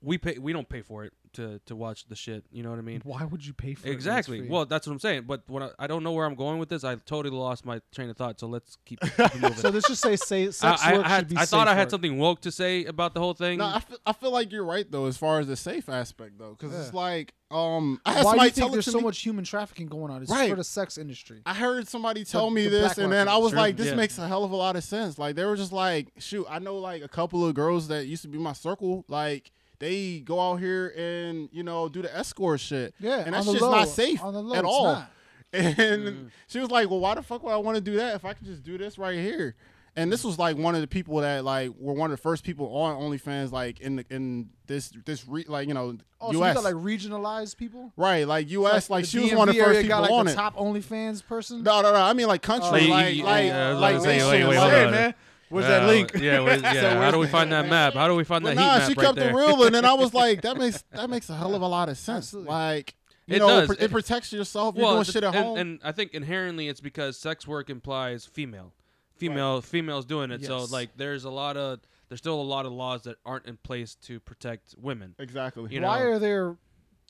[SPEAKER 2] We pay we don't pay for it to to watch the shit, you know what I mean?
[SPEAKER 1] Why would you pay for it when it's
[SPEAKER 2] Exactly.
[SPEAKER 1] free?
[SPEAKER 2] Well, that's what I'm saying. But what I, I don't know where I'm going with this. I totally lost my train of thought. So let's keep, keep moving.
[SPEAKER 1] so let's just say, say
[SPEAKER 2] I,
[SPEAKER 1] sex
[SPEAKER 2] I,
[SPEAKER 1] work
[SPEAKER 2] I,
[SPEAKER 1] should
[SPEAKER 2] had,
[SPEAKER 1] be
[SPEAKER 2] I thought
[SPEAKER 1] safe
[SPEAKER 2] I had
[SPEAKER 1] work.
[SPEAKER 2] something woke to say about the whole thing.
[SPEAKER 3] No, I feel, I feel like you're right though, as far as the safe aspect though, because it's
[SPEAKER 1] Yeah.
[SPEAKER 3] like um, I had
[SPEAKER 1] Why do
[SPEAKER 3] somebody
[SPEAKER 1] you
[SPEAKER 3] tell
[SPEAKER 1] think
[SPEAKER 3] it
[SPEAKER 1] there's
[SPEAKER 3] to
[SPEAKER 1] so
[SPEAKER 3] me-
[SPEAKER 1] much human trafficking going on? It's
[SPEAKER 3] Right.
[SPEAKER 1] for the sex industry.
[SPEAKER 3] I heard somebody tell
[SPEAKER 1] The-
[SPEAKER 3] me
[SPEAKER 1] the
[SPEAKER 3] this, and then
[SPEAKER 1] backlash
[SPEAKER 3] I was
[SPEAKER 1] is
[SPEAKER 3] like,
[SPEAKER 2] true.
[SPEAKER 3] "This
[SPEAKER 2] Yeah.
[SPEAKER 3] makes a hell of a lot of sense." Like they were just like, "Shoot, I know like a couple of girls that used to be my circle, like they go out here and you know do the escort shit,
[SPEAKER 1] Yeah,
[SPEAKER 3] and
[SPEAKER 1] on
[SPEAKER 3] that's
[SPEAKER 1] the
[SPEAKER 3] just
[SPEAKER 1] low-
[SPEAKER 3] not safe
[SPEAKER 1] on the low,
[SPEAKER 3] at
[SPEAKER 1] it's
[SPEAKER 3] all."
[SPEAKER 1] not.
[SPEAKER 3] And she was like, "Well, why the fuck would I want to do that if I could just do this right here?" And this was like one of the people that like were one of the first people on OnlyFans, like in the, in this this re, like you know
[SPEAKER 1] Oh, so you
[SPEAKER 3] U.S.
[SPEAKER 1] got like regionalized people.
[SPEAKER 3] right, like U.S. Like,
[SPEAKER 1] the
[SPEAKER 3] she was one of
[SPEAKER 1] DMV
[SPEAKER 3] the first
[SPEAKER 1] area
[SPEAKER 3] people
[SPEAKER 1] got, like,
[SPEAKER 3] on
[SPEAKER 1] the
[SPEAKER 3] it.
[SPEAKER 1] Top OnlyFans person.
[SPEAKER 3] No, no, no. I mean like
[SPEAKER 2] Like,
[SPEAKER 3] country,
[SPEAKER 2] you-
[SPEAKER 3] like
[SPEAKER 2] you-
[SPEAKER 3] like
[SPEAKER 2] yeah, I was
[SPEAKER 3] like
[SPEAKER 2] about to say,
[SPEAKER 3] nation,
[SPEAKER 2] wait, wait,
[SPEAKER 3] like-
[SPEAKER 2] hold
[SPEAKER 3] Hey,
[SPEAKER 2] on.
[SPEAKER 3] man.
[SPEAKER 1] Where's
[SPEAKER 2] Uh,
[SPEAKER 1] that link?
[SPEAKER 2] Yeah, where's, yeah. How
[SPEAKER 3] where's
[SPEAKER 2] do we
[SPEAKER 3] the-
[SPEAKER 2] find that map? How do we find that
[SPEAKER 3] But nah,
[SPEAKER 2] heat map
[SPEAKER 3] she
[SPEAKER 2] right
[SPEAKER 3] kept
[SPEAKER 2] there?
[SPEAKER 3] it real, and then I was like, that makes that makes a hell of a lot of sense.
[SPEAKER 1] Absolutely.
[SPEAKER 3] Like, you
[SPEAKER 2] It
[SPEAKER 3] know,
[SPEAKER 2] does.
[SPEAKER 3] It, it protects yourself. You're doing
[SPEAKER 2] the-
[SPEAKER 3] shit at
[SPEAKER 2] and,
[SPEAKER 3] home.
[SPEAKER 2] and I think inherently it's because sex work implies female, female, females doing it. So
[SPEAKER 1] Yes.
[SPEAKER 2] like, there's a lot of there's still a lot of laws that aren't in place to protect women.
[SPEAKER 3] exactly.
[SPEAKER 2] You
[SPEAKER 1] Why
[SPEAKER 2] know.
[SPEAKER 1] are there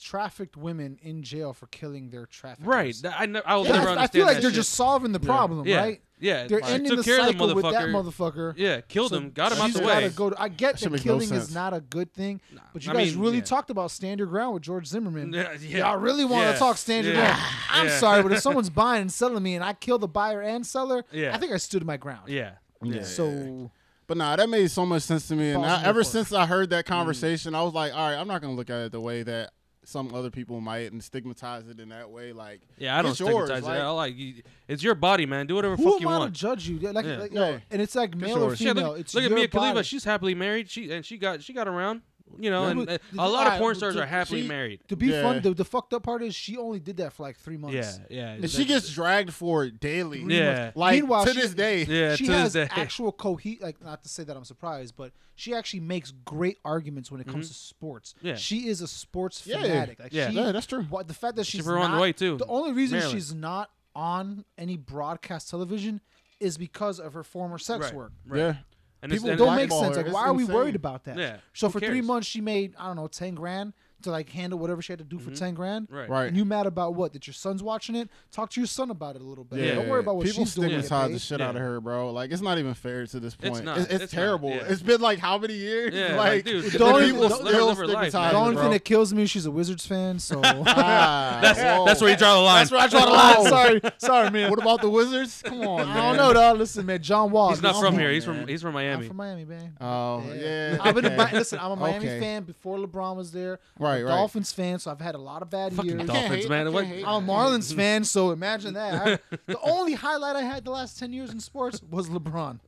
[SPEAKER 1] trafficked women in jail for killing their traffickers?
[SPEAKER 2] Right. That- I never. I will
[SPEAKER 1] Yeah,
[SPEAKER 2] never
[SPEAKER 1] I,
[SPEAKER 2] understand.
[SPEAKER 1] I feel like
[SPEAKER 2] that
[SPEAKER 1] they're
[SPEAKER 2] shit.
[SPEAKER 1] just solving the problem,
[SPEAKER 2] yeah.
[SPEAKER 1] right?
[SPEAKER 2] Yeah.
[SPEAKER 1] They're
[SPEAKER 2] She
[SPEAKER 1] ending
[SPEAKER 2] took
[SPEAKER 1] the
[SPEAKER 2] care of
[SPEAKER 1] cycle with that
[SPEAKER 2] motherfucker.
[SPEAKER 1] motherfucker.
[SPEAKER 2] Yeah, killed
[SPEAKER 1] So
[SPEAKER 2] him, got him out
[SPEAKER 1] she's
[SPEAKER 2] the
[SPEAKER 1] gotta
[SPEAKER 2] way.
[SPEAKER 1] Go to- I get
[SPEAKER 3] That
[SPEAKER 1] that
[SPEAKER 3] shit makes no
[SPEAKER 1] killing is
[SPEAKER 3] sense.
[SPEAKER 1] not a good thing, but you
[SPEAKER 2] I
[SPEAKER 1] guys
[SPEAKER 2] mean,
[SPEAKER 1] really
[SPEAKER 2] yeah.
[SPEAKER 1] talked about stand your ground with George Zimmerman.
[SPEAKER 2] Yeah, yeah.
[SPEAKER 1] Y'all really want to
[SPEAKER 2] Yeah.
[SPEAKER 1] talk stand your
[SPEAKER 2] Yeah.
[SPEAKER 1] ground. I'm
[SPEAKER 2] Yeah.
[SPEAKER 1] sorry, but if someone's buying and selling me and I kill the buyer and seller,
[SPEAKER 2] Yeah.
[SPEAKER 1] I think I stood my ground.
[SPEAKER 2] yeah.
[SPEAKER 3] Yeah.
[SPEAKER 1] So
[SPEAKER 3] But nah, that made so much sense to me. And
[SPEAKER 1] Balls
[SPEAKER 3] I,
[SPEAKER 1] in your
[SPEAKER 3] ever
[SPEAKER 1] court.
[SPEAKER 3] since I heard
[SPEAKER 1] Mm-hmm.
[SPEAKER 3] that conversation, I was like, all right, I'm not gonna look at it the way that some other people might and stigmatize it in that way. Like,
[SPEAKER 2] Yeah, I don't
[SPEAKER 3] it's yours,
[SPEAKER 2] stigmatize
[SPEAKER 3] like-
[SPEAKER 2] it. I like you, it's your body, man. Do whatever the
[SPEAKER 1] who
[SPEAKER 2] fuck you
[SPEAKER 1] am I to
[SPEAKER 2] want.
[SPEAKER 1] judge you? Yeah, Like,
[SPEAKER 2] Yeah.
[SPEAKER 1] like, yo,
[SPEAKER 3] Yeah.
[SPEAKER 1] and it's like male or
[SPEAKER 3] yours.
[SPEAKER 2] Shit,
[SPEAKER 1] female.
[SPEAKER 2] look,
[SPEAKER 1] it's
[SPEAKER 2] look at
[SPEAKER 1] your
[SPEAKER 2] Mia
[SPEAKER 1] body.
[SPEAKER 2] Khalifa. She's happily married. She and she got she got around. You know,
[SPEAKER 1] Yeah,
[SPEAKER 2] and,
[SPEAKER 1] but
[SPEAKER 2] uh,
[SPEAKER 1] the-
[SPEAKER 2] a lot of
[SPEAKER 1] I-
[SPEAKER 2] porn stars
[SPEAKER 1] the-
[SPEAKER 2] are happily
[SPEAKER 3] she-
[SPEAKER 2] married.
[SPEAKER 1] To be
[SPEAKER 3] Yeah.
[SPEAKER 1] fun, the, the fucked up part is she only did that for like three months.
[SPEAKER 2] Yeah, yeah.
[SPEAKER 3] and she gets dragged for it daily.
[SPEAKER 2] Yeah.
[SPEAKER 3] Like
[SPEAKER 1] Meanwhile,
[SPEAKER 3] to
[SPEAKER 1] she-
[SPEAKER 3] this day.
[SPEAKER 2] yeah.
[SPEAKER 1] she
[SPEAKER 2] to
[SPEAKER 1] has
[SPEAKER 2] this day.
[SPEAKER 1] actual cohe like not to say that I'm surprised, but she actually makes great arguments when it comes to sports.
[SPEAKER 2] Mm-hmm. Yeah.
[SPEAKER 1] She is a sports
[SPEAKER 3] Yeah.
[SPEAKER 1] fanatic. Like
[SPEAKER 2] Yeah.
[SPEAKER 1] she
[SPEAKER 3] Yeah, that's true.
[SPEAKER 1] what the fact that
[SPEAKER 2] She
[SPEAKER 1] she's
[SPEAKER 2] put her on the
[SPEAKER 1] not-
[SPEAKER 2] way, too.
[SPEAKER 1] The only reason
[SPEAKER 2] Maryland.
[SPEAKER 1] she's not on any broadcast television is because of her former sex
[SPEAKER 2] Right,
[SPEAKER 1] work.
[SPEAKER 2] Right.
[SPEAKER 3] Yeah.
[SPEAKER 2] And it's,
[SPEAKER 3] People
[SPEAKER 2] and
[SPEAKER 1] Don't
[SPEAKER 2] it's-
[SPEAKER 1] make
[SPEAKER 3] blackball
[SPEAKER 1] sense.
[SPEAKER 3] her.
[SPEAKER 1] Like,
[SPEAKER 3] It's
[SPEAKER 1] why are we
[SPEAKER 3] insane.
[SPEAKER 1] worried about that?
[SPEAKER 2] Yeah,
[SPEAKER 1] So
[SPEAKER 2] who
[SPEAKER 1] for three
[SPEAKER 2] cares?
[SPEAKER 1] months, she made I don't know ten grand to like handle whatever she had to do for ten grand.
[SPEAKER 2] Mm-hmm. Right.
[SPEAKER 3] Right.
[SPEAKER 1] And you mad about what? That your son's watching it? Talk to your son about it a little bit.
[SPEAKER 3] Yeah,
[SPEAKER 1] Don't worry about what
[SPEAKER 3] people
[SPEAKER 1] she's doing. to get
[SPEAKER 3] stigmatize
[SPEAKER 1] paid.
[SPEAKER 3] the shit out
[SPEAKER 2] Yeah.
[SPEAKER 3] of her, bro. Like it's not even fair to this point. It's
[SPEAKER 2] not.
[SPEAKER 3] It's,
[SPEAKER 2] It's not,
[SPEAKER 3] terrible.
[SPEAKER 2] yeah.
[SPEAKER 3] It's been like how many years?
[SPEAKER 2] Yeah, like,
[SPEAKER 3] like,
[SPEAKER 2] dude,
[SPEAKER 3] and
[SPEAKER 1] don't-
[SPEAKER 3] people
[SPEAKER 1] don't-
[SPEAKER 2] live
[SPEAKER 3] still
[SPEAKER 2] her life,
[SPEAKER 3] stigmatize
[SPEAKER 1] The
[SPEAKER 2] man.
[SPEAKER 3] her,
[SPEAKER 1] only
[SPEAKER 3] bro.
[SPEAKER 1] thing that kills me is she's a Wizards fan, so
[SPEAKER 3] Ah,
[SPEAKER 2] That's,
[SPEAKER 3] whoa.
[SPEAKER 2] that's where you draw the line.
[SPEAKER 3] That's where I draw the line.
[SPEAKER 1] sorry, sorry, man.
[SPEAKER 3] What about the Wizards? Come on,
[SPEAKER 1] I don't
[SPEAKER 3] man.
[SPEAKER 1] know, dog. Listen, man, John Wall.
[SPEAKER 2] He's not
[SPEAKER 1] I'm
[SPEAKER 2] from
[SPEAKER 3] Come
[SPEAKER 2] here.
[SPEAKER 3] on,
[SPEAKER 2] He's from
[SPEAKER 3] man.
[SPEAKER 2] he's from
[SPEAKER 1] I'm
[SPEAKER 2] Miami.
[SPEAKER 1] from Miami, man.
[SPEAKER 3] Oh yeah.
[SPEAKER 1] I've been a,
[SPEAKER 3] okay.
[SPEAKER 1] Mi- listen. I'm a Miami
[SPEAKER 3] Okay.
[SPEAKER 1] fan before LeBron was there.
[SPEAKER 3] Right,
[SPEAKER 1] a
[SPEAKER 3] right.
[SPEAKER 1] Dolphins fan, so I've had a lot of bad
[SPEAKER 2] Fucking
[SPEAKER 1] years.
[SPEAKER 3] Dolphins.
[SPEAKER 2] Dolphins,
[SPEAKER 3] hate-
[SPEAKER 2] man.
[SPEAKER 3] I
[SPEAKER 2] What?
[SPEAKER 3] can't hate.
[SPEAKER 1] I'm a Marlins fan, so imagine that. I- the only highlight I had the last ten years in sports was LeBron.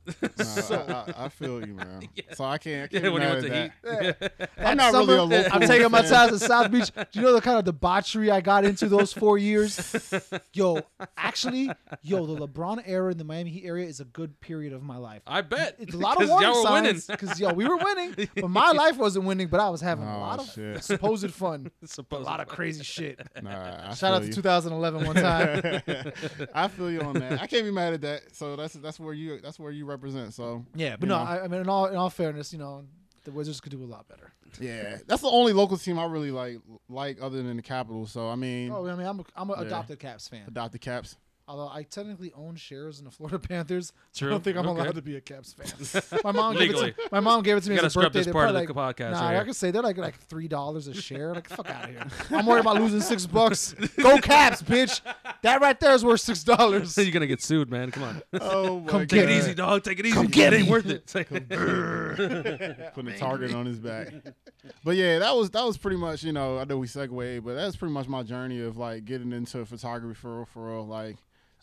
[SPEAKER 3] Nah, I, I, I feel you, man. So I can't. I can't
[SPEAKER 2] Yeah,
[SPEAKER 3] be
[SPEAKER 2] when he
[SPEAKER 3] mad
[SPEAKER 2] went
[SPEAKER 3] at
[SPEAKER 2] to
[SPEAKER 3] that.
[SPEAKER 2] Heat.
[SPEAKER 3] I'm not really a local
[SPEAKER 1] I'm taking my
[SPEAKER 3] fan.
[SPEAKER 1] time to South Beach. Do you know the kind of debauchery I got into those four years? Yo, actually, yo, the LeBron era in the Miami Heat area is a good period of my life.
[SPEAKER 2] I bet.
[SPEAKER 1] It's a lot of
[SPEAKER 2] 'Cause y'all
[SPEAKER 1] warning
[SPEAKER 2] were winning.
[SPEAKER 1] signs because yo, we were winning, but my life wasn't winning. But I was having a
[SPEAKER 3] Oh,
[SPEAKER 1] lot of
[SPEAKER 3] shit.
[SPEAKER 1] supposed fun, a
[SPEAKER 2] Supposedly.
[SPEAKER 1] lot of crazy shit.
[SPEAKER 3] Nah, I
[SPEAKER 1] Shout out
[SPEAKER 3] feel
[SPEAKER 1] to
[SPEAKER 3] you.
[SPEAKER 1] 2011 one time.
[SPEAKER 3] I feel you on that. I can't be mad at that. So that's that's where you that's where you represent. So
[SPEAKER 1] yeah, but
[SPEAKER 3] you
[SPEAKER 1] no,
[SPEAKER 3] know.
[SPEAKER 1] I, I mean, in all in all fairness, you know, the Wizards could do a lot better.
[SPEAKER 3] yeah, that's the only local team I really like like other than the Capitals. So I mean,
[SPEAKER 1] Oh, I mean, I'm a, I'm an
[SPEAKER 3] Yeah.
[SPEAKER 1] adopted Caps fan,
[SPEAKER 3] adopt the Caps.
[SPEAKER 1] although I technically own shares in the Florida Panthers. So
[SPEAKER 2] True.
[SPEAKER 1] I don't think I'm
[SPEAKER 2] Okay.
[SPEAKER 1] allowed to be a Caps fan. My mom gave it to,
[SPEAKER 2] Legally.
[SPEAKER 1] my mom gave it to me
[SPEAKER 2] You gotta
[SPEAKER 1] as a
[SPEAKER 2] scrub
[SPEAKER 1] birthday.
[SPEAKER 2] this
[SPEAKER 1] They're
[SPEAKER 2] part of the
[SPEAKER 1] probably like,
[SPEAKER 2] podcast
[SPEAKER 1] Nah,
[SPEAKER 2] right
[SPEAKER 1] I
[SPEAKER 2] here.
[SPEAKER 1] can say they're like like three dollars a share. Like fuck out of here. I'm worried about losing six bucks. Go Caps, bitch. That right there is worth six dollars.
[SPEAKER 2] You're gonna get sued, man. Come on.
[SPEAKER 3] Oh my
[SPEAKER 1] Come
[SPEAKER 3] god,
[SPEAKER 2] Take
[SPEAKER 1] Yeah.
[SPEAKER 2] it easy, dog. Take it easy.
[SPEAKER 1] get
[SPEAKER 2] it ain't
[SPEAKER 1] me.
[SPEAKER 2] worth it. It's like-
[SPEAKER 3] putting a target on his back. But yeah, that was that was pretty much you know I know we segue, but that's pretty much my journey of like getting into photography for real, for real. Like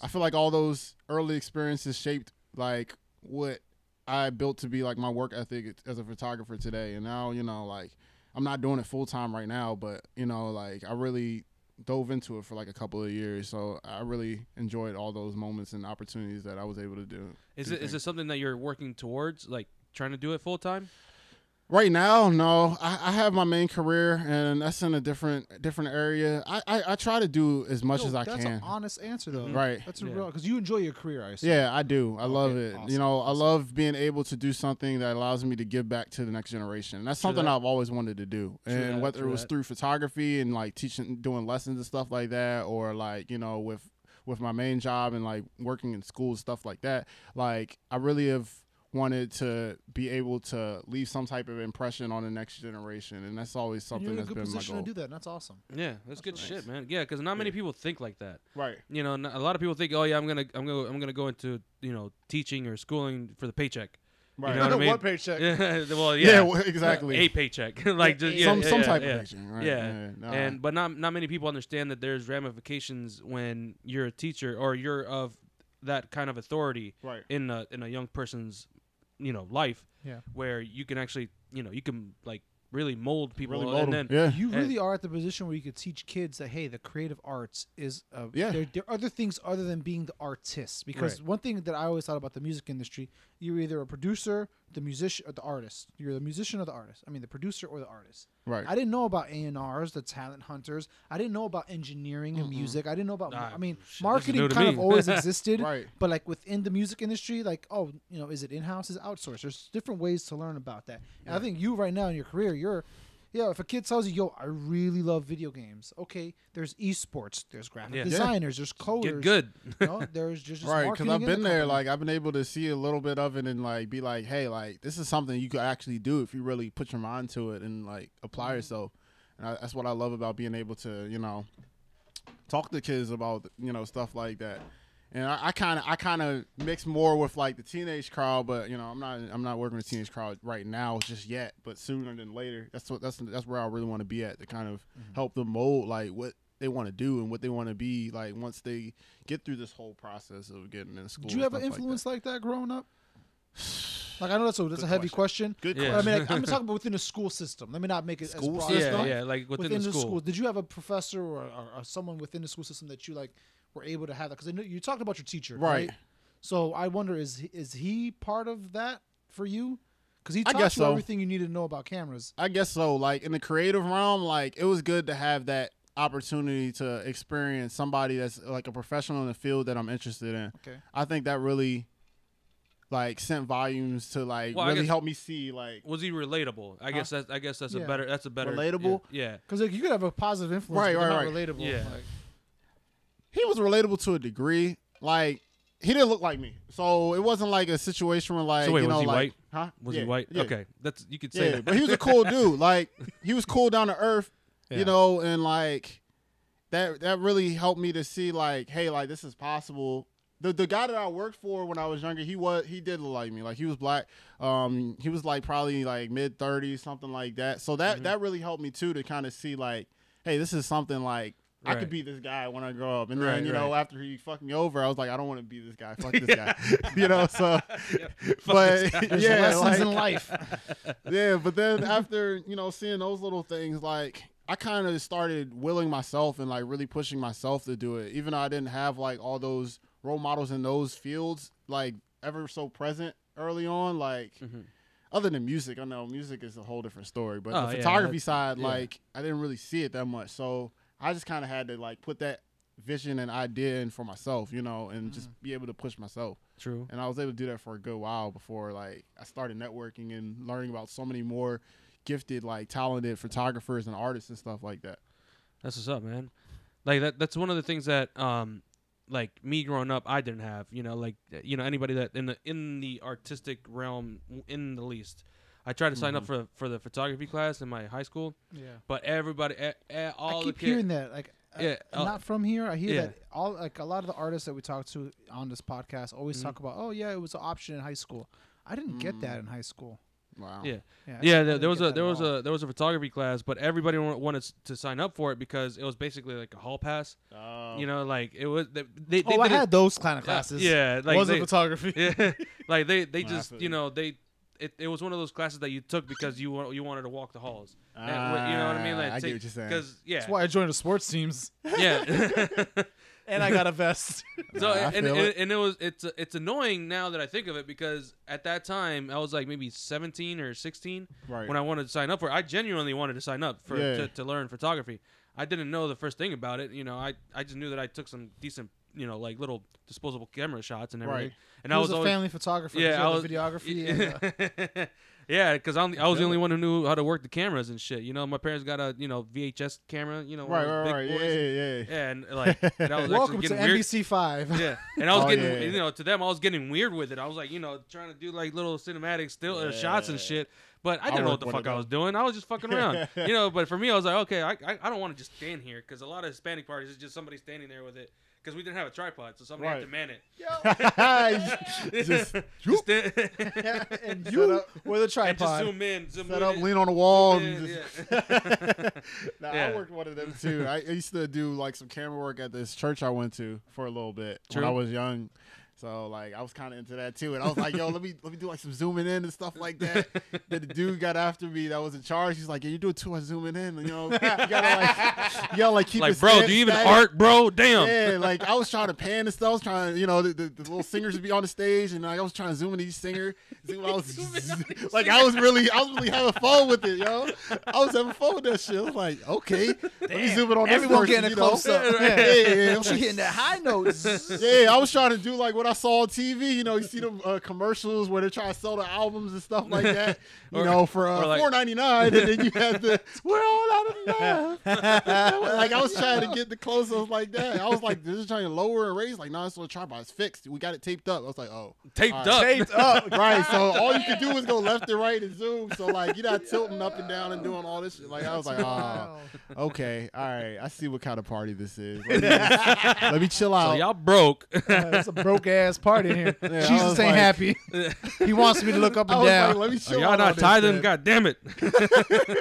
[SPEAKER 3] I feel like all those early experiences shaped like what I built to be like my work ethic as a photographer today. And now you know like I'm not doing it full time right now, but you know like I really dove into it for like a couple of years so i really enjoyed all those moments and opportunities that i was able to do
[SPEAKER 2] Is
[SPEAKER 3] do
[SPEAKER 2] it is
[SPEAKER 3] things.
[SPEAKER 2] it something that you're working towards, like trying to do it full time?
[SPEAKER 3] Right now, no. I, I have my main career, and that's in a different different area. I, I, I try to do as much
[SPEAKER 1] Yo,
[SPEAKER 3] as I
[SPEAKER 1] that's
[SPEAKER 3] can.
[SPEAKER 1] an honest answer though.
[SPEAKER 3] Right.
[SPEAKER 1] That's a
[SPEAKER 2] Yeah.
[SPEAKER 1] real because you enjoy your career, I assume.
[SPEAKER 3] Yeah, I do. I love it.
[SPEAKER 1] awesome,
[SPEAKER 3] You know, I love being able to do something that allows me to give back to the next generation. And that's something
[SPEAKER 2] that.
[SPEAKER 3] I've always wanted to do. and
[SPEAKER 2] that,
[SPEAKER 3] whether
[SPEAKER 2] true
[SPEAKER 3] it was
[SPEAKER 2] that.
[SPEAKER 3] through photography and like teaching, doing lessons and stuff like that, or like you know with with my main job and like working in schools, stuff like that. Like I really have wanted to be able to leave some type of impression on the next generation, and that's always
[SPEAKER 1] And
[SPEAKER 3] something
[SPEAKER 1] you're in a
[SPEAKER 3] that's
[SPEAKER 1] good
[SPEAKER 3] been my
[SPEAKER 1] position to
[SPEAKER 3] goal.
[SPEAKER 1] do that, and that's awesome.
[SPEAKER 2] Yeah, that's, good
[SPEAKER 1] nice.
[SPEAKER 2] shit, man. Yeah, because not many people think like that.
[SPEAKER 3] Right.
[SPEAKER 2] You know, n- a lot of people think, oh yeah, I'm gonna I'm gonna I'm gonna go into you know teaching or schooling for the paycheck.
[SPEAKER 3] Right.
[SPEAKER 2] You know what I mean?
[SPEAKER 4] One paycheck.
[SPEAKER 2] Yeah, well,
[SPEAKER 3] Yeah,
[SPEAKER 2] yeah,
[SPEAKER 3] well, exactly.
[SPEAKER 2] a paycheck, like just yeah,
[SPEAKER 3] some
[SPEAKER 2] yeah,
[SPEAKER 3] some
[SPEAKER 2] yeah,
[SPEAKER 3] type
[SPEAKER 2] yeah.
[SPEAKER 3] of action. Right.
[SPEAKER 2] yeah.
[SPEAKER 3] nah.
[SPEAKER 2] and but not not many people understand that there's ramifications when you're a teacher or you're of that kind of authority
[SPEAKER 3] right.
[SPEAKER 2] in a in a young person's you know life
[SPEAKER 1] Yeah.
[SPEAKER 2] where you can actually you know you can like really mold people
[SPEAKER 3] Really
[SPEAKER 2] and
[SPEAKER 3] mold
[SPEAKER 2] then
[SPEAKER 3] 'em. Yeah.
[SPEAKER 1] You
[SPEAKER 2] Hey.
[SPEAKER 1] really are at the position where you could teach kids that hey, the creative arts is uh,
[SPEAKER 3] Yeah.
[SPEAKER 1] There, there are other things other than being the artist because one thing that I always thought about the music industry, you're either a producer, the musician, or the artist. You're the musician or the artist. I mean, the producer or the artist.
[SPEAKER 3] Right.
[SPEAKER 1] I didn't know about A and R's, the talent hunters. I didn't know about engineering and music. I didn't know about.
[SPEAKER 2] Ah,
[SPEAKER 1] I mean,
[SPEAKER 2] shit, this is new
[SPEAKER 1] marketing
[SPEAKER 2] to
[SPEAKER 1] kind
[SPEAKER 2] me.
[SPEAKER 1] of always existed,
[SPEAKER 3] Right.
[SPEAKER 1] But like within the music industry, like oh, you know, is it in house? Is it outsourced? There's different ways to learn about that. And I think you right now in your career, you're, you know, if a kid tells you, "Yo, I really love video games," okay, there's esports, there's graphic
[SPEAKER 2] Yeah. Yeah.
[SPEAKER 1] designers, there's
[SPEAKER 2] get
[SPEAKER 1] coders,
[SPEAKER 2] good
[SPEAKER 1] You know, there's just, just
[SPEAKER 3] right because
[SPEAKER 1] marketing
[SPEAKER 3] i've
[SPEAKER 1] in the
[SPEAKER 3] been there
[SPEAKER 1] company.
[SPEAKER 3] like i've been able to see a little bit of it and like be like hey like this is something you could actually do if you really put your mind to it and like apply
[SPEAKER 1] Mm-hmm.
[SPEAKER 3] yourself and I, that's what i love about being able to you know talk to kids about you know stuff like that and i kind of i kind of mix more with like the teenage crowd but you know i'm not i'm not working with teenage crowd right now just yet but sooner than later that's what that's that's where i really want to be at to kind of
[SPEAKER 1] Mm-hmm.
[SPEAKER 3] help them mold like what they want to do and what they want to be like once they get through this whole process of getting in school
[SPEAKER 1] Did you
[SPEAKER 3] and
[SPEAKER 1] have an
[SPEAKER 3] stuff like
[SPEAKER 1] influence like that. growing up? Like I know that's a that's
[SPEAKER 3] Good
[SPEAKER 1] a heavy question.
[SPEAKER 3] that. good
[SPEAKER 1] But
[SPEAKER 2] Yeah.
[SPEAKER 1] I
[SPEAKER 3] question
[SPEAKER 1] mean, like, I'm talking about within the school system. Let me not make it
[SPEAKER 3] School
[SPEAKER 1] as broad as
[SPEAKER 3] system?
[SPEAKER 1] that.
[SPEAKER 2] yeah yeah like within, the school,
[SPEAKER 1] Did you have a professor or, or, or someone within the school system that you like were able to have that? Because I know you talked about your teacher, right?
[SPEAKER 3] Right.
[SPEAKER 1] So I wonder is he- is he part of that for you? Because he
[SPEAKER 3] I
[SPEAKER 1] taught you
[SPEAKER 3] guess so.
[SPEAKER 1] everything you needed to know about cameras.
[SPEAKER 3] I guess so. Like in the creative realm, like it was good to have that opportunity to experience somebody that's like a professional in the field that I'm interested in.
[SPEAKER 1] Okay.
[SPEAKER 3] I think that really like sent volumes to like
[SPEAKER 2] Well, I
[SPEAKER 3] really
[SPEAKER 2] guess-
[SPEAKER 3] help me see like
[SPEAKER 2] was he relatable i guess that's i guess that's a
[SPEAKER 1] Yeah.
[SPEAKER 2] better that's a better
[SPEAKER 3] Relatable?
[SPEAKER 2] yeah
[SPEAKER 1] Because like, you could have a positive influence,
[SPEAKER 3] Right,
[SPEAKER 1] but they're
[SPEAKER 3] right,
[SPEAKER 1] not
[SPEAKER 3] right.
[SPEAKER 1] relatable.
[SPEAKER 2] Yeah.
[SPEAKER 1] Like,
[SPEAKER 3] he was relatable to a degree. Like he didn't look like me. So it wasn't like a situation where like
[SPEAKER 2] So wait,
[SPEAKER 3] you
[SPEAKER 2] was
[SPEAKER 3] know
[SPEAKER 2] he
[SPEAKER 3] like
[SPEAKER 2] white?
[SPEAKER 3] huh?
[SPEAKER 2] was
[SPEAKER 3] Yeah,
[SPEAKER 2] he white
[SPEAKER 3] yeah.
[SPEAKER 2] okay that's you could say
[SPEAKER 3] Yeah,
[SPEAKER 2] that.
[SPEAKER 3] but he was a cool dude. Like he was cool down to earth,
[SPEAKER 2] Yeah.
[SPEAKER 3] you know, and like that that really helped me to see like, hey, like this is possible the the guy that I worked for when I was younger, he was he did look like me. Like he was black. Um, he was like probably like mid thirties, something like that. So that
[SPEAKER 2] Mm-hmm.
[SPEAKER 3] that really helped me too to kind of see like, hey, this is something like. I
[SPEAKER 2] Right.
[SPEAKER 3] could be this guy when I grow up, and then
[SPEAKER 2] Right,
[SPEAKER 3] you know,
[SPEAKER 2] right.
[SPEAKER 3] after he fucked me over, I was like, I don't want to be this guy. Fuck this guy, you know. So,
[SPEAKER 2] this
[SPEAKER 3] but
[SPEAKER 1] There's
[SPEAKER 3] yeah,
[SPEAKER 1] lessons
[SPEAKER 3] like-
[SPEAKER 1] in life.
[SPEAKER 3] yeah, but then after you know seeing those little things, like I kind of started willing myself and like really pushing myself to do it, even though I didn't have like all those role models in those fields like ever so present early on. Like
[SPEAKER 2] Mhm.
[SPEAKER 3] other than music, I know music is a whole different story, but
[SPEAKER 2] Oh, yeah,
[SPEAKER 3] the photography
[SPEAKER 2] that's-
[SPEAKER 3] side,
[SPEAKER 2] yeah.
[SPEAKER 3] like I didn't really see it that much, so I just kind of had to like put that vision and idea in for myself, you know, and just
[SPEAKER 2] Mm-hmm.
[SPEAKER 3] be able to push myself
[SPEAKER 2] True.
[SPEAKER 3] and I was able to do that for a good while before like I started networking and learning about so many more gifted like talented photographers and artists and stuff like that.
[SPEAKER 2] That's what's up, man. Like that that's one of the things that um like me growing up I didn't have, you know, like uh, you know anybody that in the in the artistic realm w- in the least. I tried to sign up
[SPEAKER 1] Mm-hmm.
[SPEAKER 2] for for the photography class in my high school,
[SPEAKER 1] Yeah.
[SPEAKER 2] but everybody eh, eh, all
[SPEAKER 1] I
[SPEAKER 2] the
[SPEAKER 1] keep
[SPEAKER 2] kids
[SPEAKER 1] hearing that. Like, I-
[SPEAKER 2] Yeah,
[SPEAKER 1] I'm
[SPEAKER 2] uh,
[SPEAKER 1] not from here. I hear
[SPEAKER 2] yeah.
[SPEAKER 1] that all like a lot of the artists that we talk to on this podcast always
[SPEAKER 2] Mm-hmm.
[SPEAKER 1] talk about. Oh yeah, it was an option in high school. I didn't get that in high school.
[SPEAKER 3] Wow.
[SPEAKER 2] Yeah.
[SPEAKER 1] Yeah, I
[SPEAKER 2] Yeah,
[SPEAKER 1] didn't- I
[SPEAKER 2] there,
[SPEAKER 1] didn't
[SPEAKER 2] there was
[SPEAKER 1] get
[SPEAKER 2] a
[SPEAKER 1] that
[SPEAKER 2] there
[SPEAKER 1] at
[SPEAKER 2] was
[SPEAKER 1] all.
[SPEAKER 2] a there was a photography class, but everybody wa- wanted s- to sign up for it because it was basically like a hall pass. You know, like it was they they, they
[SPEAKER 1] Oh, I
[SPEAKER 2] did it-
[SPEAKER 1] had those kind of
[SPEAKER 2] yeah,
[SPEAKER 1] classes.
[SPEAKER 2] Yeah, like
[SPEAKER 1] wasn't
[SPEAKER 2] they-
[SPEAKER 1] photography.
[SPEAKER 2] yeah, like they they
[SPEAKER 3] Nah, I
[SPEAKER 2] just
[SPEAKER 3] feel
[SPEAKER 2] you
[SPEAKER 3] you.
[SPEAKER 2] know they it, it was one of those classes that you took because you wa- you wanted to walk the halls. And wh- you know what I mean? Like
[SPEAKER 3] Ah, I get what you're saying.
[SPEAKER 2] Because yeah,
[SPEAKER 1] That's why I joined the sports teams,
[SPEAKER 2] yeah.
[SPEAKER 1] and I got a vest.
[SPEAKER 2] so
[SPEAKER 3] Nah, I
[SPEAKER 2] and, and,
[SPEAKER 3] feel
[SPEAKER 2] and
[SPEAKER 3] it.
[SPEAKER 2] it was it's it's annoying now that I think of it because at that time I was like maybe 17 or 16
[SPEAKER 3] Right.
[SPEAKER 2] when I wanted to sign up for. it. I genuinely wanted to sign up for
[SPEAKER 3] Yeah.
[SPEAKER 2] to, to learn photography. I didn't know the first thing about it. You know, I I just knew that I took some decent you know like little disposable camera shots and everything.
[SPEAKER 3] Right.
[SPEAKER 2] And
[SPEAKER 1] He
[SPEAKER 2] I
[SPEAKER 1] was,
[SPEAKER 2] was
[SPEAKER 1] a
[SPEAKER 2] always,
[SPEAKER 1] family photographer.
[SPEAKER 2] yeah,
[SPEAKER 1] Yeah,
[SPEAKER 2] I was
[SPEAKER 1] videography. and, uh,
[SPEAKER 2] Yeah, yeah, because I, was the
[SPEAKER 3] feel
[SPEAKER 2] only one who knew how to work the cameras and shit. You know, my parents got a you know VHS camera. You know, one
[SPEAKER 3] right,
[SPEAKER 2] of those
[SPEAKER 3] right,
[SPEAKER 2] big
[SPEAKER 3] right. Yeah,
[SPEAKER 2] boys.
[SPEAKER 3] yeah, yeah.
[SPEAKER 2] And like, and I was actually
[SPEAKER 1] welcome to
[SPEAKER 2] getting weird.
[SPEAKER 1] NBC Five.
[SPEAKER 2] Yeah, and I was
[SPEAKER 3] Oh,
[SPEAKER 2] getting
[SPEAKER 3] yeah, yeah.
[SPEAKER 2] you know to them I was getting weird with it. I was like you know trying to do like little cinematic still uh, shots and
[SPEAKER 3] Yeah.
[SPEAKER 2] shit. But I
[SPEAKER 3] I
[SPEAKER 2] didn't know what
[SPEAKER 3] work
[SPEAKER 2] the
[SPEAKER 3] with
[SPEAKER 2] fuck
[SPEAKER 3] it,
[SPEAKER 2] I
[SPEAKER 3] though.
[SPEAKER 2] was doing. I was just fucking around, you know. But for me, I was like, okay, I I, I don't want to just stand here because a lot of Hispanic parties is just somebody standing there with it because we didn't have a tripod, so somebody had
[SPEAKER 3] Right.
[SPEAKER 2] to man it.
[SPEAKER 3] just
[SPEAKER 2] Just stand-
[SPEAKER 1] and
[SPEAKER 3] Set
[SPEAKER 1] you
[SPEAKER 3] up-
[SPEAKER 1] with a
[SPEAKER 2] and just
[SPEAKER 1] tripod.
[SPEAKER 2] zoom in, zoom
[SPEAKER 3] set
[SPEAKER 2] in.
[SPEAKER 3] up, lean on the wall.
[SPEAKER 2] Yeah,
[SPEAKER 3] And just
[SPEAKER 2] yeah.
[SPEAKER 3] nah,
[SPEAKER 2] Yeah.
[SPEAKER 3] I worked one of them too. I I used to do like some camera work at this church I went to for a little bit
[SPEAKER 2] True.
[SPEAKER 3] when I was young. So like I was kind of into that too, and I was like, "Yo, let me let me do like some zooming in and stuff like that." then the dude got after me that was in charge. He's like, "Yeah, you're doing too much zooming in. You know, you gotta like, you gotta like keep
[SPEAKER 2] like,
[SPEAKER 3] it
[SPEAKER 2] bro,
[SPEAKER 3] sta-
[SPEAKER 2] do you even
[SPEAKER 3] static."
[SPEAKER 2] art, bro? Damn.
[SPEAKER 3] Yeah, like I was trying to pan and stuff. I was trying, you know, the, the, the little singers would be on the stage, and like, I was trying to zoom in each singer. Zoom, I was like, I was really, I was really having fun with it, yo. I was having fun with that shit. I was like, okay, let me zoom in on this
[SPEAKER 1] Everyone
[SPEAKER 3] person,
[SPEAKER 1] getting a
[SPEAKER 3] you know?
[SPEAKER 1] close up.
[SPEAKER 3] Yeah, yeah, yeah. I was
[SPEAKER 1] She
[SPEAKER 3] like,
[SPEAKER 1] hitting that high notes.
[SPEAKER 3] yeah, I was trying to do like what I saw on TV. You know, you see them uh, commercials where they're trying to sell the albums and stuff like that. You
[SPEAKER 2] Or-
[SPEAKER 3] know, for
[SPEAKER 2] or
[SPEAKER 3] uh,
[SPEAKER 2] like-
[SPEAKER 3] four ninety nine, and then you had the we're all out of love. like I was trying to get the close ups like that. I was like, this is trying to lower and raise. Like, no, nah, it's on the tripod. It's fixed. We got it taped up. I was like, oh,
[SPEAKER 2] Taped
[SPEAKER 3] All
[SPEAKER 2] up.
[SPEAKER 1] Taped up.
[SPEAKER 3] right. So all you can do is go left and right and zoom. So like you're not tilting up and down and doing all this shit. Like I was like, oh,
[SPEAKER 1] Wow.
[SPEAKER 3] okay, all right. I see what kind of party this is. Let me, let me chill out.
[SPEAKER 2] So y'all broke.
[SPEAKER 1] Uh, it's a broke ass party in here.
[SPEAKER 3] Yeah, I
[SPEAKER 1] Jesus
[SPEAKER 3] was
[SPEAKER 1] ain't
[SPEAKER 3] like-
[SPEAKER 1] happy. he wants me to look up
[SPEAKER 3] I
[SPEAKER 1] and
[SPEAKER 3] was
[SPEAKER 1] down.
[SPEAKER 3] like, let me
[SPEAKER 2] Are
[SPEAKER 3] chill
[SPEAKER 2] y'all
[SPEAKER 3] out on
[SPEAKER 2] not
[SPEAKER 3] this
[SPEAKER 2] tithing?
[SPEAKER 3] shit.
[SPEAKER 2] God damn it.
[SPEAKER 3] So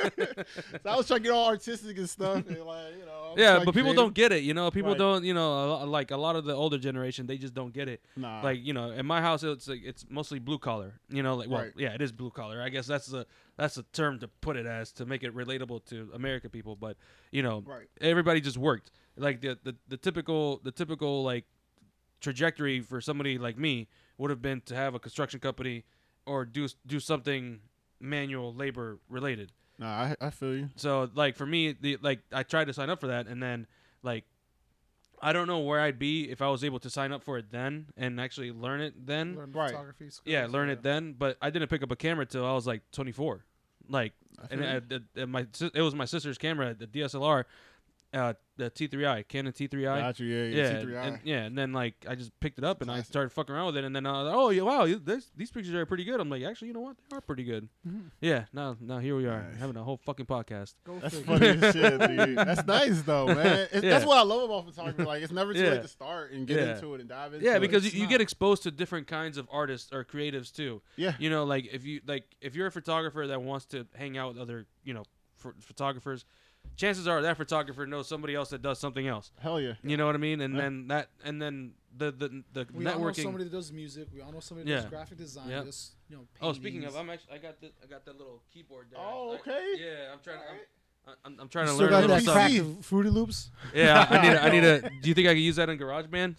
[SPEAKER 3] I was trying to get all artistic and stuff, and like you know. I was
[SPEAKER 2] Yeah,
[SPEAKER 3] like
[SPEAKER 2] but people
[SPEAKER 3] creative.
[SPEAKER 2] don't get it. You know, people
[SPEAKER 3] Right.
[SPEAKER 2] don't. You know, a lo- like a lot of the older generation, they just don't get it.
[SPEAKER 3] Nah.
[SPEAKER 2] Like you know, in my house, it's like it's mostly blue collar. You know, like well,
[SPEAKER 3] Right.
[SPEAKER 2] yeah, it is blue collar. I guess that's a that's a term to put it as to make it relatable to American people. But you know,
[SPEAKER 3] Right.
[SPEAKER 2] everybody just worked. Like the the, the typical the typical like trajectory for somebody like me would have been to have a construction company or do do something manual labor related.
[SPEAKER 3] Nah, I, I feel you.
[SPEAKER 2] So like for me, the like I tried to sign up for that, and then like I don't know where I'd be if I was able to sign up for it then and actually learn it then.
[SPEAKER 1] Learn
[SPEAKER 3] Right.
[SPEAKER 1] photography skills,
[SPEAKER 2] yeah, learn it then. But I didn't pick up a camera till I was like 24. Like,
[SPEAKER 3] I
[SPEAKER 2] and
[SPEAKER 3] feel
[SPEAKER 2] I,
[SPEAKER 3] you.
[SPEAKER 2] I- I- my si- it was my sister's camera, the DSLR. uh, the T3i, Canon T3i.
[SPEAKER 3] Got you, yeah, yeah,
[SPEAKER 2] yeah,
[SPEAKER 3] T3i.
[SPEAKER 2] and, yeah, and then like I just picked it up and I
[SPEAKER 3] Classic.
[SPEAKER 2] started fucking around with it, and then I was like, oh yeah, wow, you- this, these pictures are pretty good. I'm like, actually, you know what, they are pretty good.
[SPEAKER 1] Mhm.
[SPEAKER 2] Yeah, now now here we are
[SPEAKER 3] Mm-hmm. Nice.
[SPEAKER 2] having a whole fucking podcast.
[SPEAKER 1] Go
[SPEAKER 3] That's
[SPEAKER 1] figure.
[SPEAKER 3] funny as shit, dude. That's nice though, man. It's,
[SPEAKER 2] Yeah.
[SPEAKER 3] That's what I love about photography. Like, it's never too
[SPEAKER 2] Yeah.
[SPEAKER 3] late to start and get
[SPEAKER 2] Yeah.
[SPEAKER 3] into it and dive into it.
[SPEAKER 2] Yeah, because
[SPEAKER 1] it's
[SPEAKER 2] you, you
[SPEAKER 1] not-
[SPEAKER 2] get exposed to different kinds of artists or creatives too.
[SPEAKER 3] yeah,
[SPEAKER 2] You know, like if you like if you're a photographer that wants to hang out with other you know ph- photographers, chances are that photographer knows somebody else that does something else.
[SPEAKER 3] hell yeah.
[SPEAKER 2] You know what I mean? And
[SPEAKER 3] Yeah.
[SPEAKER 2] then that and then the the the
[SPEAKER 1] We all know
[SPEAKER 2] networking.
[SPEAKER 1] somebody that does music. We all know somebody that
[SPEAKER 2] Yeah.
[SPEAKER 1] does graphic design.
[SPEAKER 2] Yep.
[SPEAKER 1] does, you know,
[SPEAKER 2] Oh, speaking of,
[SPEAKER 1] paintings.
[SPEAKER 2] I'm actually I got the I got that little keyboard there.
[SPEAKER 3] Oh,
[SPEAKER 2] I-
[SPEAKER 3] okay.
[SPEAKER 2] yeah, I'm trying. I'm, I'm, I'm trying
[SPEAKER 1] You
[SPEAKER 2] to
[SPEAKER 1] still
[SPEAKER 2] learn.
[SPEAKER 1] got
[SPEAKER 2] a
[SPEAKER 1] that
[SPEAKER 2] little
[SPEAKER 1] cracked
[SPEAKER 2] something.
[SPEAKER 3] something.
[SPEAKER 1] Fruity Loops.
[SPEAKER 2] Yeah, I need. A, I need a. Do you think I could use that in GarageBand?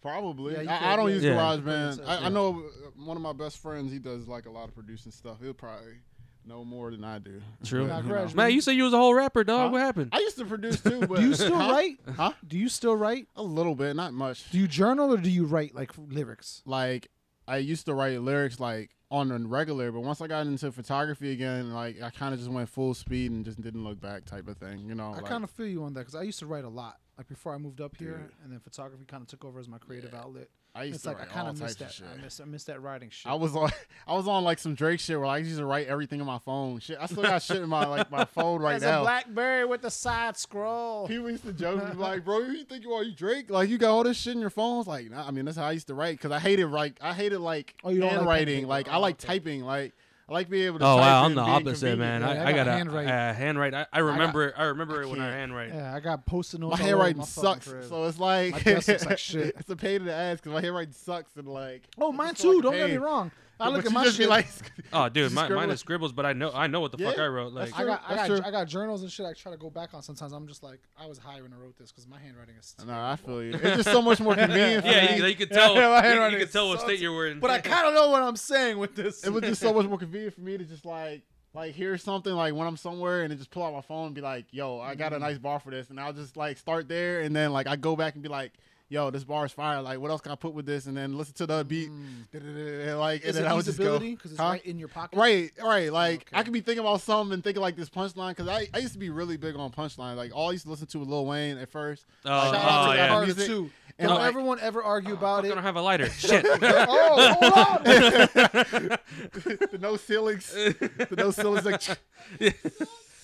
[SPEAKER 3] Probably.
[SPEAKER 1] Yeah, you
[SPEAKER 3] I, I
[SPEAKER 1] could,
[SPEAKER 3] don't
[SPEAKER 1] yeah.
[SPEAKER 3] use
[SPEAKER 2] Yeah.
[SPEAKER 3] GarageBand. I,
[SPEAKER 1] Yeah.
[SPEAKER 3] I know uh, one of my best friends. He does like a lot of producing stuff. He'll probably know more than I do.
[SPEAKER 2] True.
[SPEAKER 3] But,
[SPEAKER 1] Not
[SPEAKER 3] you know.
[SPEAKER 1] GarageBand.
[SPEAKER 2] Man, you said you was a whole rapper, dog.
[SPEAKER 3] Huh?
[SPEAKER 2] What happened?
[SPEAKER 3] I used to produce too, but
[SPEAKER 1] Do you still
[SPEAKER 3] Huh?
[SPEAKER 1] write?
[SPEAKER 3] Huh?
[SPEAKER 1] Do you still write?
[SPEAKER 3] A little bit, not much.
[SPEAKER 1] Do you journal or do you write like lyrics?
[SPEAKER 3] Like I used to write lyrics like on the regular, but once I got into photography again, like I kind of just went full speed and just didn't look back, type of thing. You know,
[SPEAKER 1] I
[SPEAKER 3] like,
[SPEAKER 1] kind of feel you on that because I used to write a lot. Like before I moved up here,
[SPEAKER 3] Dude.
[SPEAKER 1] and then photography kind of took over as my creative outlet.
[SPEAKER 3] I used
[SPEAKER 1] It's
[SPEAKER 3] to
[SPEAKER 1] like I
[SPEAKER 3] write
[SPEAKER 1] kind
[SPEAKER 3] all
[SPEAKER 1] of
[SPEAKER 3] types
[SPEAKER 1] missed
[SPEAKER 3] of
[SPEAKER 1] that.
[SPEAKER 3] shit.
[SPEAKER 1] I missed, I missed that writing shit.
[SPEAKER 3] I was on, I was on like some Drake shit where I used to write everything on my phone. Shit, I still got shit in my like my phone right
[SPEAKER 1] There's
[SPEAKER 3] now.
[SPEAKER 1] a BlackBerry with the side scroll.
[SPEAKER 3] People used to joke and be like, "Bro, you think you are you Drake? Like you got all this shit in your phones?" Like, nah, I mean, that's how I used to write because I hated like I hated like
[SPEAKER 1] Oh, you don't like pen
[SPEAKER 3] handwriting.
[SPEAKER 1] paper.
[SPEAKER 3] Like, I
[SPEAKER 1] Oh,
[SPEAKER 3] like
[SPEAKER 1] okay.
[SPEAKER 3] typing. Like I like being able to.
[SPEAKER 2] Oh
[SPEAKER 3] type
[SPEAKER 2] wow, I'm
[SPEAKER 3] and
[SPEAKER 2] the
[SPEAKER 3] being
[SPEAKER 2] opposite,
[SPEAKER 3] convenient.
[SPEAKER 2] man.
[SPEAKER 1] Yeah,
[SPEAKER 2] I,
[SPEAKER 1] I
[SPEAKER 2] I
[SPEAKER 1] got
[SPEAKER 2] got a
[SPEAKER 1] handwrite.
[SPEAKER 2] handwrite. Uh, handwrite. I, I remember. I, remember
[SPEAKER 3] I
[SPEAKER 2] it when I
[SPEAKER 3] can't.
[SPEAKER 2] handwrite.
[SPEAKER 1] Yeah, I got post-it notes.
[SPEAKER 3] My
[SPEAKER 1] all over
[SPEAKER 3] handwriting
[SPEAKER 1] my fucking
[SPEAKER 3] sucks,
[SPEAKER 1] crib.
[SPEAKER 3] so it's like,
[SPEAKER 1] My desk looks like shit.
[SPEAKER 3] it's a pain in the ass because my handwriting sucks and like.
[SPEAKER 1] oh, mine
[SPEAKER 3] it's just like
[SPEAKER 1] too.
[SPEAKER 3] a
[SPEAKER 1] Don't get me
[SPEAKER 3] pain.
[SPEAKER 1] wrong. I
[SPEAKER 3] But
[SPEAKER 1] look
[SPEAKER 3] you
[SPEAKER 1] at my
[SPEAKER 3] just be
[SPEAKER 1] shit.
[SPEAKER 3] like,
[SPEAKER 2] Oh, dude,
[SPEAKER 3] Just
[SPEAKER 2] my, mine
[SPEAKER 3] scribble.
[SPEAKER 2] is scribbles, but I know I know what the fuck
[SPEAKER 3] Yeah,
[SPEAKER 2] I wrote. Like,
[SPEAKER 3] that's
[SPEAKER 1] I got, I,
[SPEAKER 3] That's
[SPEAKER 1] got,
[SPEAKER 3] true.
[SPEAKER 1] I got journals and shit. I try to go back on sometimes. I'm just like, I was high when I wrote this because my handwriting is.
[SPEAKER 3] no, I feel you. It's just so much more convenient. for
[SPEAKER 2] yeah,
[SPEAKER 3] me.
[SPEAKER 2] you, you could tell.
[SPEAKER 3] my
[SPEAKER 2] you,
[SPEAKER 3] handwriting
[SPEAKER 2] you could tell what
[SPEAKER 3] sucks.
[SPEAKER 2] state you were in.
[SPEAKER 1] But I kind of know what I'm saying with this.
[SPEAKER 3] it was just so much more convenient for me to just like like hear something like when I'm somewhere and then just pull out my phone and be like, yo, I got a
[SPEAKER 1] Mm-hmm.
[SPEAKER 3] nice bar for this, and I'll just like start there and then like I go back and be like, yo, this bar is fire. Like, what else can I put with this? And then listen to the beat, and like, and
[SPEAKER 1] Mm. Is it
[SPEAKER 3] then I would just go.
[SPEAKER 1] usability? 'Cause it's
[SPEAKER 3] Huh?
[SPEAKER 1] right in your pocket.
[SPEAKER 3] Right, right. Like I
[SPEAKER 1] Okay.
[SPEAKER 3] could be thinking about something and thinking like this punchline because I, I used to be really big on punchline. Like all I used to listen to was Lil Wayne at first.
[SPEAKER 2] Oh,
[SPEAKER 1] out
[SPEAKER 2] oh,
[SPEAKER 3] Shout out
[SPEAKER 1] to
[SPEAKER 3] to
[SPEAKER 1] that
[SPEAKER 2] yeah.
[SPEAKER 1] part of
[SPEAKER 3] Music.
[SPEAKER 1] two.
[SPEAKER 3] And
[SPEAKER 1] Don't
[SPEAKER 3] like-
[SPEAKER 1] everyone ever argue
[SPEAKER 2] I
[SPEAKER 1] about it.
[SPEAKER 2] don't have a lighter. Shit.
[SPEAKER 1] oh, hold on.
[SPEAKER 3] the no ceilings, the no ceilings. Like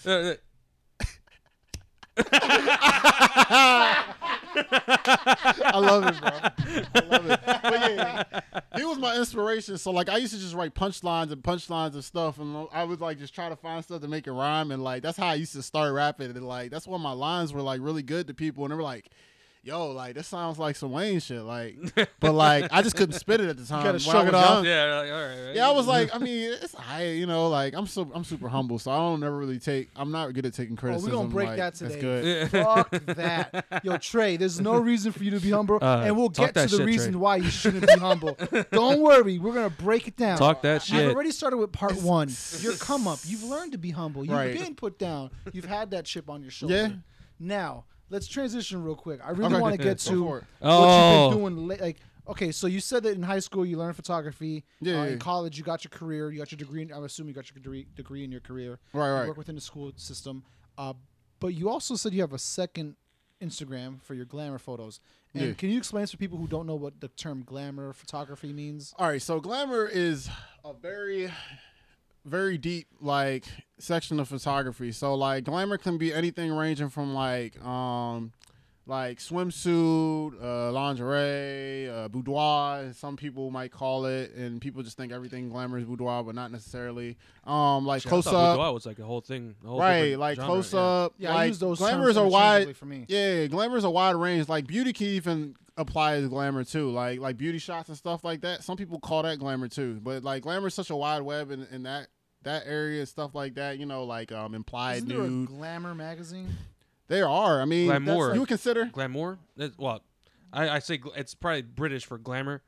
[SPEAKER 2] Uh,
[SPEAKER 3] I love it, bro. I love it. But yeah, he was my inspiration. So like, I used to just write punchlines and punchlines and stuff, and I would like just try to find stuff to make it rhyme, and like that's how I used to start rapping, and like that's when my lines were like really good to people, and they were like. Yo, like this sounds like some Wayne shit, like, but like I just couldn't spit it at the time.
[SPEAKER 1] gotta
[SPEAKER 3] When I
[SPEAKER 1] shrug
[SPEAKER 3] was
[SPEAKER 1] it off.
[SPEAKER 3] young-
[SPEAKER 2] yeah, like, all right, right.
[SPEAKER 3] yeah, I was like, I mean, it's I, you know, like I'm so I'm super humble, so I don't never really take. I'm not good at taking criticism.
[SPEAKER 1] Oh, break
[SPEAKER 3] like,
[SPEAKER 1] that
[SPEAKER 3] that's
[SPEAKER 1] today.
[SPEAKER 3] good.
[SPEAKER 1] Fuck that. Yo, Trey, there's no reason for you to be humble,
[SPEAKER 2] Uh,
[SPEAKER 1] and we'll get
[SPEAKER 2] talk
[SPEAKER 1] to
[SPEAKER 2] that
[SPEAKER 1] the
[SPEAKER 2] shit,
[SPEAKER 1] reason
[SPEAKER 2] Trey.
[SPEAKER 1] why you shouldn't be humble. Don't worry, we're going to break it down.
[SPEAKER 2] Talk that
[SPEAKER 1] You've
[SPEAKER 2] shit.
[SPEAKER 1] already started with part one. Your come up. You've learned to be humble. You've
[SPEAKER 3] Right.
[SPEAKER 1] been put down. You've had that chip on your shoulder.
[SPEAKER 3] Yeah.
[SPEAKER 1] Now, let's transition real quick. I really
[SPEAKER 3] Okay.
[SPEAKER 1] want to get
[SPEAKER 3] Go
[SPEAKER 1] to
[SPEAKER 3] for it.
[SPEAKER 1] what
[SPEAKER 2] Oh.
[SPEAKER 1] you've been doing. la- Like, okay, so you said that in high school you learned photography.
[SPEAKER 3] Yeah,
[SPEAKER 1] Uh,
[SPEAKER 3] yeah, yeah.
[SPEAKER 1] In college you got your career. You got your degree. In, I assume you got your degree, degree in your career.
[SPEAKER 3] Right,
[SPEAKER 1] You
[SPEAKER 3] right.
[SPEAKER 1] Work within the school system. Uh, but you also said you have a second Instagram for your glamour photos. And
[SPEAKER 3] Yeah.
[SPEAKER 1] can you explain this for people who don't know what the term glamour photography means?
[SPEAKER 3] All right, so glamour is a very, very deep like section of photography. So like glamour can be anything ranging from like um, like swimsuit, uh, lingerie, uh, boudoir. as Some people might call it, and people just think everything glamour is boudoir, but not necessarily. Um, like
[SPEAKER 2] Shit, I
[SPEAKER 3] close
[SPEAKER 2] thought
[SPEAKER 3] up,
[SPEAKER 2] Boudoir was like a whole thing. a whole
[SPEAKER 3] right?
[SPEAKER 2] different
[SPEAKER 3] Like
[SPEAKER 2] genre,
[SPEAKER 3] close
[SPEAKER 2] yeah.
[SPEAKER 3] up.
[SPEAKER 1] Yeah,
[SPEAKER 3] like,
[SPEAKER 1] I use those
[SPEAKER 3] glamour
[SPEAKER 1] terms
[SPEAKER 3] is a wide
[SPEAKER 1] interchangeably for me.
[SPEAKER 3] yeah, glamour is a wide range. Like beauty can even apply to glamour too. Like like beauty shots and stuff like that. Some people call that glamour too. But like glamour is such a wide web in, in that that area and stuff like that. You know, like um implied
[SPEAKER 1] Isn't there a
[SPEAKER 3] nude.
[SPEAKER 1] glamour magazine?
[SPEAKER 3] there are. I mean, that's-
[SPEAKER 2] Glamour.
[SPEAKER 3] you would consider.
[SPEAKER 2] glamour. That's, well, I, I say gl- it's probably British for glamour.